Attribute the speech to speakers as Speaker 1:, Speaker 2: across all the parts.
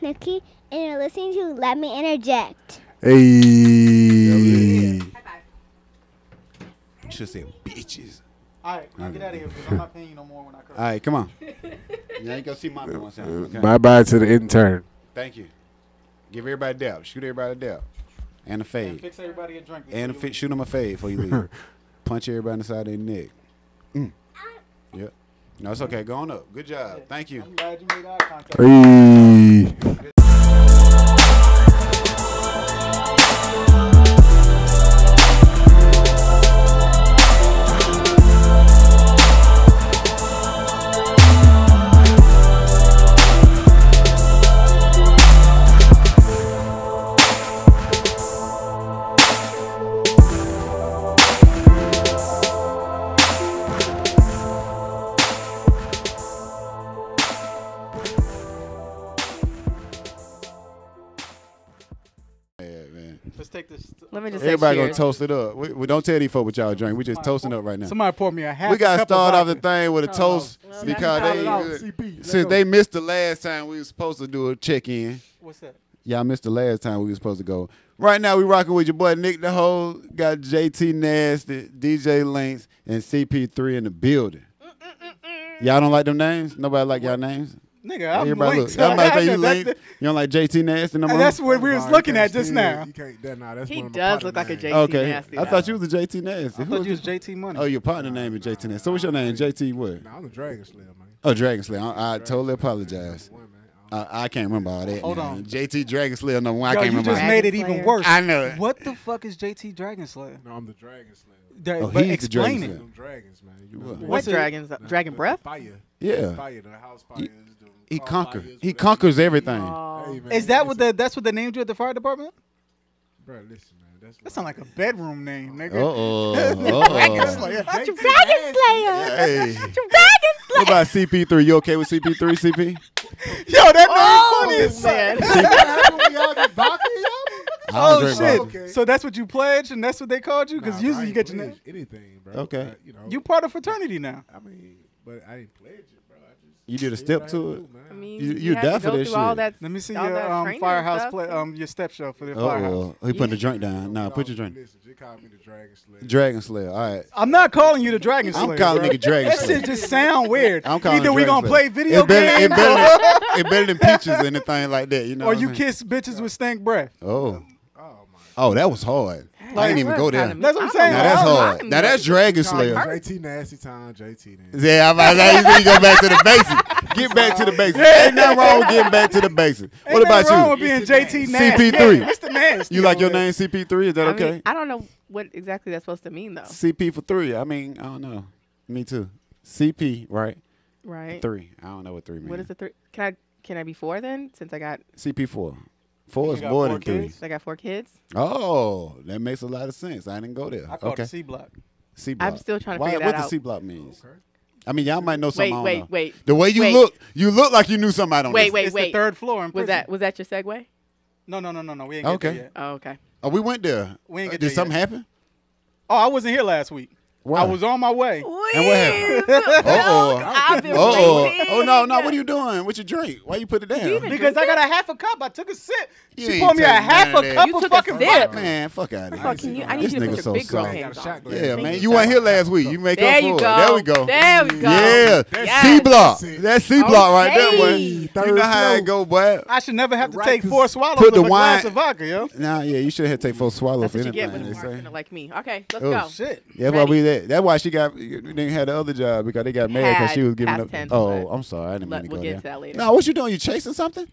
Speaker 1: Nikki, and you're listening to Let Me Interject.
Speaker 2: Hey. Should say bitches.
Speaker 3: All right, now get out of here because I'm not paying you no more when I curse.
Speaker 2: All right, come on. now you go see Uh, my once in. Okay.
Speaker 4: Bye bye to the intern.
Speaker 2: Thank you. Give everybody a dab. Shoot everybody a dab. And a
Speaker 3: And
Speaker 2: fade.
Speaker 3: fix everybody a drink.
Speaker 2: And a fi- shoot them a fade before you leave. Punch everybody in the side of their neck. Mm. Yep. No, it's okay. Go on up. Good job. Thank you.
Speaker 3: I'm glad you made eye contact.
Speaker 4: Hey.
Speaker 2: Yeah, man.
Speaker 3: Let's take this.
Speaker 5: Let me just
Speaker 2: Everybody
Speaker 5: say
Speaker 2: gonna
Speaker 5: cheers.
Speaker 2: toast it up. We, we don't tell these folk what y'all drink. We just toasting up right now.
Speaker 3: Somebody pour me a half.
Speaker 2: We gotta
Speaker 3: cup of
Speaker 2: start off the
Speaker 3: vodka.
Speaker 2: thing with a toast
Speaker 5: Well,
Speaker 2: because
Speaker 5: that's
Speaker 2: they
Speaker 5: how it
Speaker 3: is. CP, let
Speaker 2: since
Speaker 3: go.
Speaker 2: they missed the last time we was supposed to do a check in.
Speaker 3: What's that?
Speaker 2: Y'all missed the last time we was supposed to go. Right now we rocking with your boy Nick the Hole, got JT Nasty, DJ Lynx, and CP3 in the building. Y'all don't like them names? Nobody like y'all names?
Speaker 3: Nigga, I'm
Speaker 2: Everybody
Speaker 3: linked.
Speaker 2: look. Somebody say you
Speaker 3: That-
Speaker 2: Lynx.
Speaker 3: that-
Speaker 2: You don't like JT Nasty no more?
Speaker 3: that's what we was
Speaker 4: Nah,
Speaker 3: looking
Speaker 4: you can't
Speaker 3: at just
Speaker 4: stand-
Speaker 3: now.
Speaker 4: You can't, that, nah, that's
Speaker 5: He
Speaker 4: one of my
Speaker 5: does
Speaker 4: partner
Speaker 5: look like a
Speaker 4: names.
Speaker 5: JT
Speaker 2: okay.
Speaker 5: Nasty.
Speaker 2: I
Speaker 5: now.
Speaker 2: thought you was a JT Nasty.
Speaker 3: I
Speaker 2: Who
Speaker 3: thought
Speaker 2: was
Speaker 3: you was JT Money.
Speaker 2: Oh, your partner name is JT Nasty. So what's your name? JT what?
Speaker 4: Nah, Oh, I'm a dragon slayer, man.
Speaker 2: Oh, Dragon Slayer. I, I totally apologize.
Speaker 4: One, man. I don't-
Speaker 2: I, I can't remember all that.
Speaker 3: Hold
Speaker 2: now.
Speaker 3: on.
Speaker 2: JT Dragon Slayer number one. I
Speaker 3: Yo,
Speaker 2: can't
Speaker 3: you
Speaker 2: remember.
Speaker 3: just
Speaker 2: all
Speaker 3: made it
Speaker 5: Dragon
Speaker 3: even
Speaker 5: Slayer.
Speaker 3: worse.
Speaker 2: I know it.
Speaker 3: What the fuck is JT Dragon Slayer?
Speaker 4: No, I'm the dragon slayer.
Speaker 3: That-
Speaker 2: Oh,
Speaker 3: but
Speaker 2: he's the Dragon
Speaker 3: explain it.
Speaker 2: Slayer.
Speaker 4: Them dragons, man. You
Speaker 2: What?
Speaker 4: know,
Speaker 5: What
Speaker 3: What's it-
Speaker 5: dragons? uh,
Speaker 4: the-
Speaker 5: Dragon
Speaker 4: the
Speaker 5: breath?
Speaker 4: Fire.
Speaker 2: Yeah.
Speaker 4: Fire. The house fires. the
Speaker 3: Oh,
Speaker 2: He
Speaker 4: car
Speaker 2: conquer.
Speaker 4: fires,
Speaker 2: He
Speaker 4: whatever.
Speaker 2: conquers everything.
Speaker 5: Oh.
Speaker 4: Hey, man,
Speaker 3: Is that what
Speaker 4: listen.
Speaker 3: the that's what they named you at the fire department?
Speaker 4: Bro, listen, man. That's
Speaker 3: That sounds like a bedroom name,
Speaker 2: Uh
Speaker 3: nigga.
Speaker 2: oh.
Speaker 3: Dragon
Speaker 2: Uh oh.
Speaker 3: Slayer.
Speaker 4: Dragon
Speaker 1: Dragon Slayer!
Speaker 2: Hey.
Speaker 1: Dragon
Speaker 2: What about CP3? You okay with CP3? CP?
Speaker 3: Yo, that name
Speaker 5: Oh,
Speaker 3: funny as fuck.
Speaker 5: man.
Speaker 2: I don't
Speaker 3: Oh
Speaker 2: drink
Speaker 3: shit!
Speaker 2: vodka.
Speaker 4: Okay.
Speaker 3: So that's what you pledged, and that's what they called you, because usually you get your name.
Speaker 4: Anything, bro.
Speaker 2: Okay.
Speaker 4: But, you know.
Speaker 3: You part of fraternity now.
Speaker 4: I mean, but I didn't pledge it, bro. I just
Speaker 2: You did a
Speaker 4: did
Speaker 2: step
Speaker 4: what I
Speaker 2: to
Speaker 4: had
Speaker 2: it?
Speaker 4: do, man.
Speaker 5: I mean,
Speaker 2: You-
Speaker 5: you,
Speaker 2: you
Speaker 5: have to
Speaker 2: down for
Speaker 5: go
Speaker 2: this
Speaker 5: through all
Speaker 2: shit.
Speaker 5: that.
Speaker 3: Let me see
Speaker 5: all that
Speaker 3: your um,
Speaker 5: training
Speaker 3: firehouse
Speaker 5: stuff.
Speaker 3: play, um your step show for the
Speaker 2: Uh
Speaker 3: firehouse.
Speaker 2: oh. He putting the drink down. Nah, put your drink.
Speaker 4: Listen, just call me the dragon slayer.
Speaker 2: Dragon Slayer. All right.
Speaker 3: I'm not calling you the Dragon Slayer.
Speaker 2: I'm calling
Speaker 3: bro.
Speaker 2: nigga Dragon
Speaker 3: That
Speaker 2: Slayer.
Speaker 3: shit just sound weird.
Speaker 2: I'm calling
Speaker 3: Either
Speaker 2: it
Speaker 3: we
Speaker 2: Dragon
Speaker 3: gonna
Speaker 2: Slayer.
Speaker 3: play video
Speaker 2: it better, it
Speaker 3: games,
Speaker 2: better, than, it better than peaches or anything like that. You know.
Speaker 3: or
Speaker 2: what I'm
Speaker 3: you
Speaker 2: saying?
Speaker 3: kiss bitches with stank breath.
Speaker 2: Oh.
Speaker 4: oh my.
Speaker 2: Oh, that was hard. I didn't even go there.
Speaker 5: Kinda-
Speaker 3: That's what I'm
Speaker 5: I don't
Speaker 3: saying.
Speaker 2: Now
Speaker 5: know.
Speaker 2: that's
Speaker 5: I don't know. I
Speaker 2: hard.
Speaker 5: can
Speaker 2: Now
Speaker 5: do
Speaker 2: that's
Speaker 5: it.
Speaker 2: Dragon Slayer.
Speaker 4: JT nasty time. JT nasty.
Speaker 2: Yeah, I'm about to you go back to the basics. Get back to the basics. Ain't nothing wrong with getting back to the basics. What
Speaker 3: Ain't nothing
Speaker 2: about you?
Speaker 3: wrong With being JT Nasty.
Speaker 2: CP3.
Speaker 3: Yeah, Mr. Nasty.
Speaker 2: You like your
Speaker 3: over there.
Speaker 2: name CP3? Is that
Speaker 5: I mean,
Speaker 2: okay?
Speaker 5: I don't know what exactly that's supposed to mean though.
Speaker 2: CP for three. I mean, I don't know. Me too. CP, right?
Speaker 5: Right.
Speaker 2: Three. I don't know what three means.
Speaker 5: What is the three? Can I can I be four then? Since I got
Speaker 2: CP four? Four is
Speaker 3: got
Speaker 2: more
Speaker 3: four
Speaker 2: than three.
Speaker 3: kids?
Speaker 5: I got four kids.
Speaker 2: Oh, that makes a lot of sense. I didn't go there.
Speaker 3: I call
Speaker 2: okay.
Speaker 3: it C block.
Speaker 2: C block.
Speaker 5: I'm still trying to
Speaker 2: Why,
Speaker 5: figure
Speaker 2: what
Speaker 5: that
Speaker 2: does
Speaker 5: out.
Speaker 2: C block means? I mean, y'all might know something.
Speaker 5: Wait,
Speaker 2: I don't
Speaker 5: wait,
Speaker 2: know.
Speaker 5: wait.
Speaker 2: The way you
Speaker 5: Wait.
Speaker 2: look, you look like you knew something. I don't.
Speaker 5: Wait,
Speaker 2: know.
Speaker 5: wait,
Speaker 3: it's
Speaker 5: wait.
Speaker 3: the third floor in
Speaker 5: Was
Speaker 3: prison.
Speaker 5: that was that your segue?
Speaker 3: No, no, no, no, no. We ain't get there
Speaker 2: Okay.
Speaker 3: yet.
Speaker 5: Oh, okay.
Speaker 2: Oh, we went there.
Speaker 3: We ain't
Speaker 2: Uh,
Speaker 3: get
Speaker 2: Did
Speaker 3: there
Speaker 2: something
Speaker 3: yet.
Speaker 2: happen?
Speaker 3: Oh, I wasn't here last week.
Speaker 2: Why?
Speaker 3: I was on my way.
Speaker 2: And what happened? oh.
Speaker 5: I've been
Speaker 2: Oh,
Speaker 5: waiting.
Speaker 2: oh no, no! What are you doing? What you drink? Why you put it down?
Speaker 5: even-
Speaker 3: Because I got a half a cup. I took a sip.
Speaker 2: You
Speaker 3: she
Speaker 2: ain't
Speaker 3: poured me a
Speaker 2: taking
Speaker 3: half
Speaker 2: none
Speaker 3: a
Speaker 2: of
Speaker 3: cup
Speaker 5: You
Speaker 3: of
Speaker 5: took a
Speaker 3: fucking
Speaker 5: sip.
Speaker 3: rat.
Speaker 2: Man, fuck out of here.
Speaker 5: Fucking you,
Speaker 4: that.
Speaker 5: I need
Speaker 2: This
Speaker 5: you to
Speaker 2: nigga
Speaker 5: put your
Speaker 2: so
Speaker 5: big girl
Speaker 2: soft.
Speaker 4: Got
Speaker 5: hands
Speaker 4: a
Speaker 5: on.
Speaker 4: shot glass.
Speaker 2: Yeah,
Speaker 5: Thank
Speaker 2: man,
Speaker 5: you
Speaker 2: you
Speaker 5: so
Speaker 2: weren't here
Speaker 5: much.
Speaker 2: last week. You make
Speaker 5: There
Speaker 2: up
Speaker 5: you
Speaker 2: for it.
Speaker 5: go.
Speaker 2: There we go.
Speaker 5: There we go.
Speaker 2: Yeah,
Speaker 5: Yes.
Speaker 2: C block. That's C block right there, boy. You
Speaker 4: Okay.
Speaker 2: know how it go, boy.
Speaker 3: I should never have to
Speaker 4: Right,
Speaker 3: take
Speaker 4: 'cause
Speaker 3: four swallows
Speaker 2: put
Speaker 3: of
Speaker 2: the
Speaker 3: a glass
Speaker 2: wine-
Speaker 3: of vodka, yo.
Speaker 2: Nah, yeah, you should have take four swallows
Speaker 5: That's
Speaker 2: for
Speaker 5: what you get
Speaker 2: anything.
Speaker 5: when
Speaker 2: They
Speaker 5: you are
Speaker 2: say.
Speaker 5: like me. Okay, let's
Speaker 2: Oh,
Speaker 5: go.
Speaker 3: Shit.
Speaker 2: That's why we that. That's why she got didn't have the other job because they got married because she
Speaker 5: Had
Speaker 2: was giving
Speaker 5: past
Speaker 2: up.
Speaker 5: tense,
Speaker 2: oh,
Speaker 5: but
Speaker 2: I'm sorry, I didn't
Speaker 5: let-
Speaker 2: mean to go
Speaker 5: we'll get
Speaker 2: there.
Speaker 5: to that later.
Speaker 2: Nah, what you doing? You chasing something?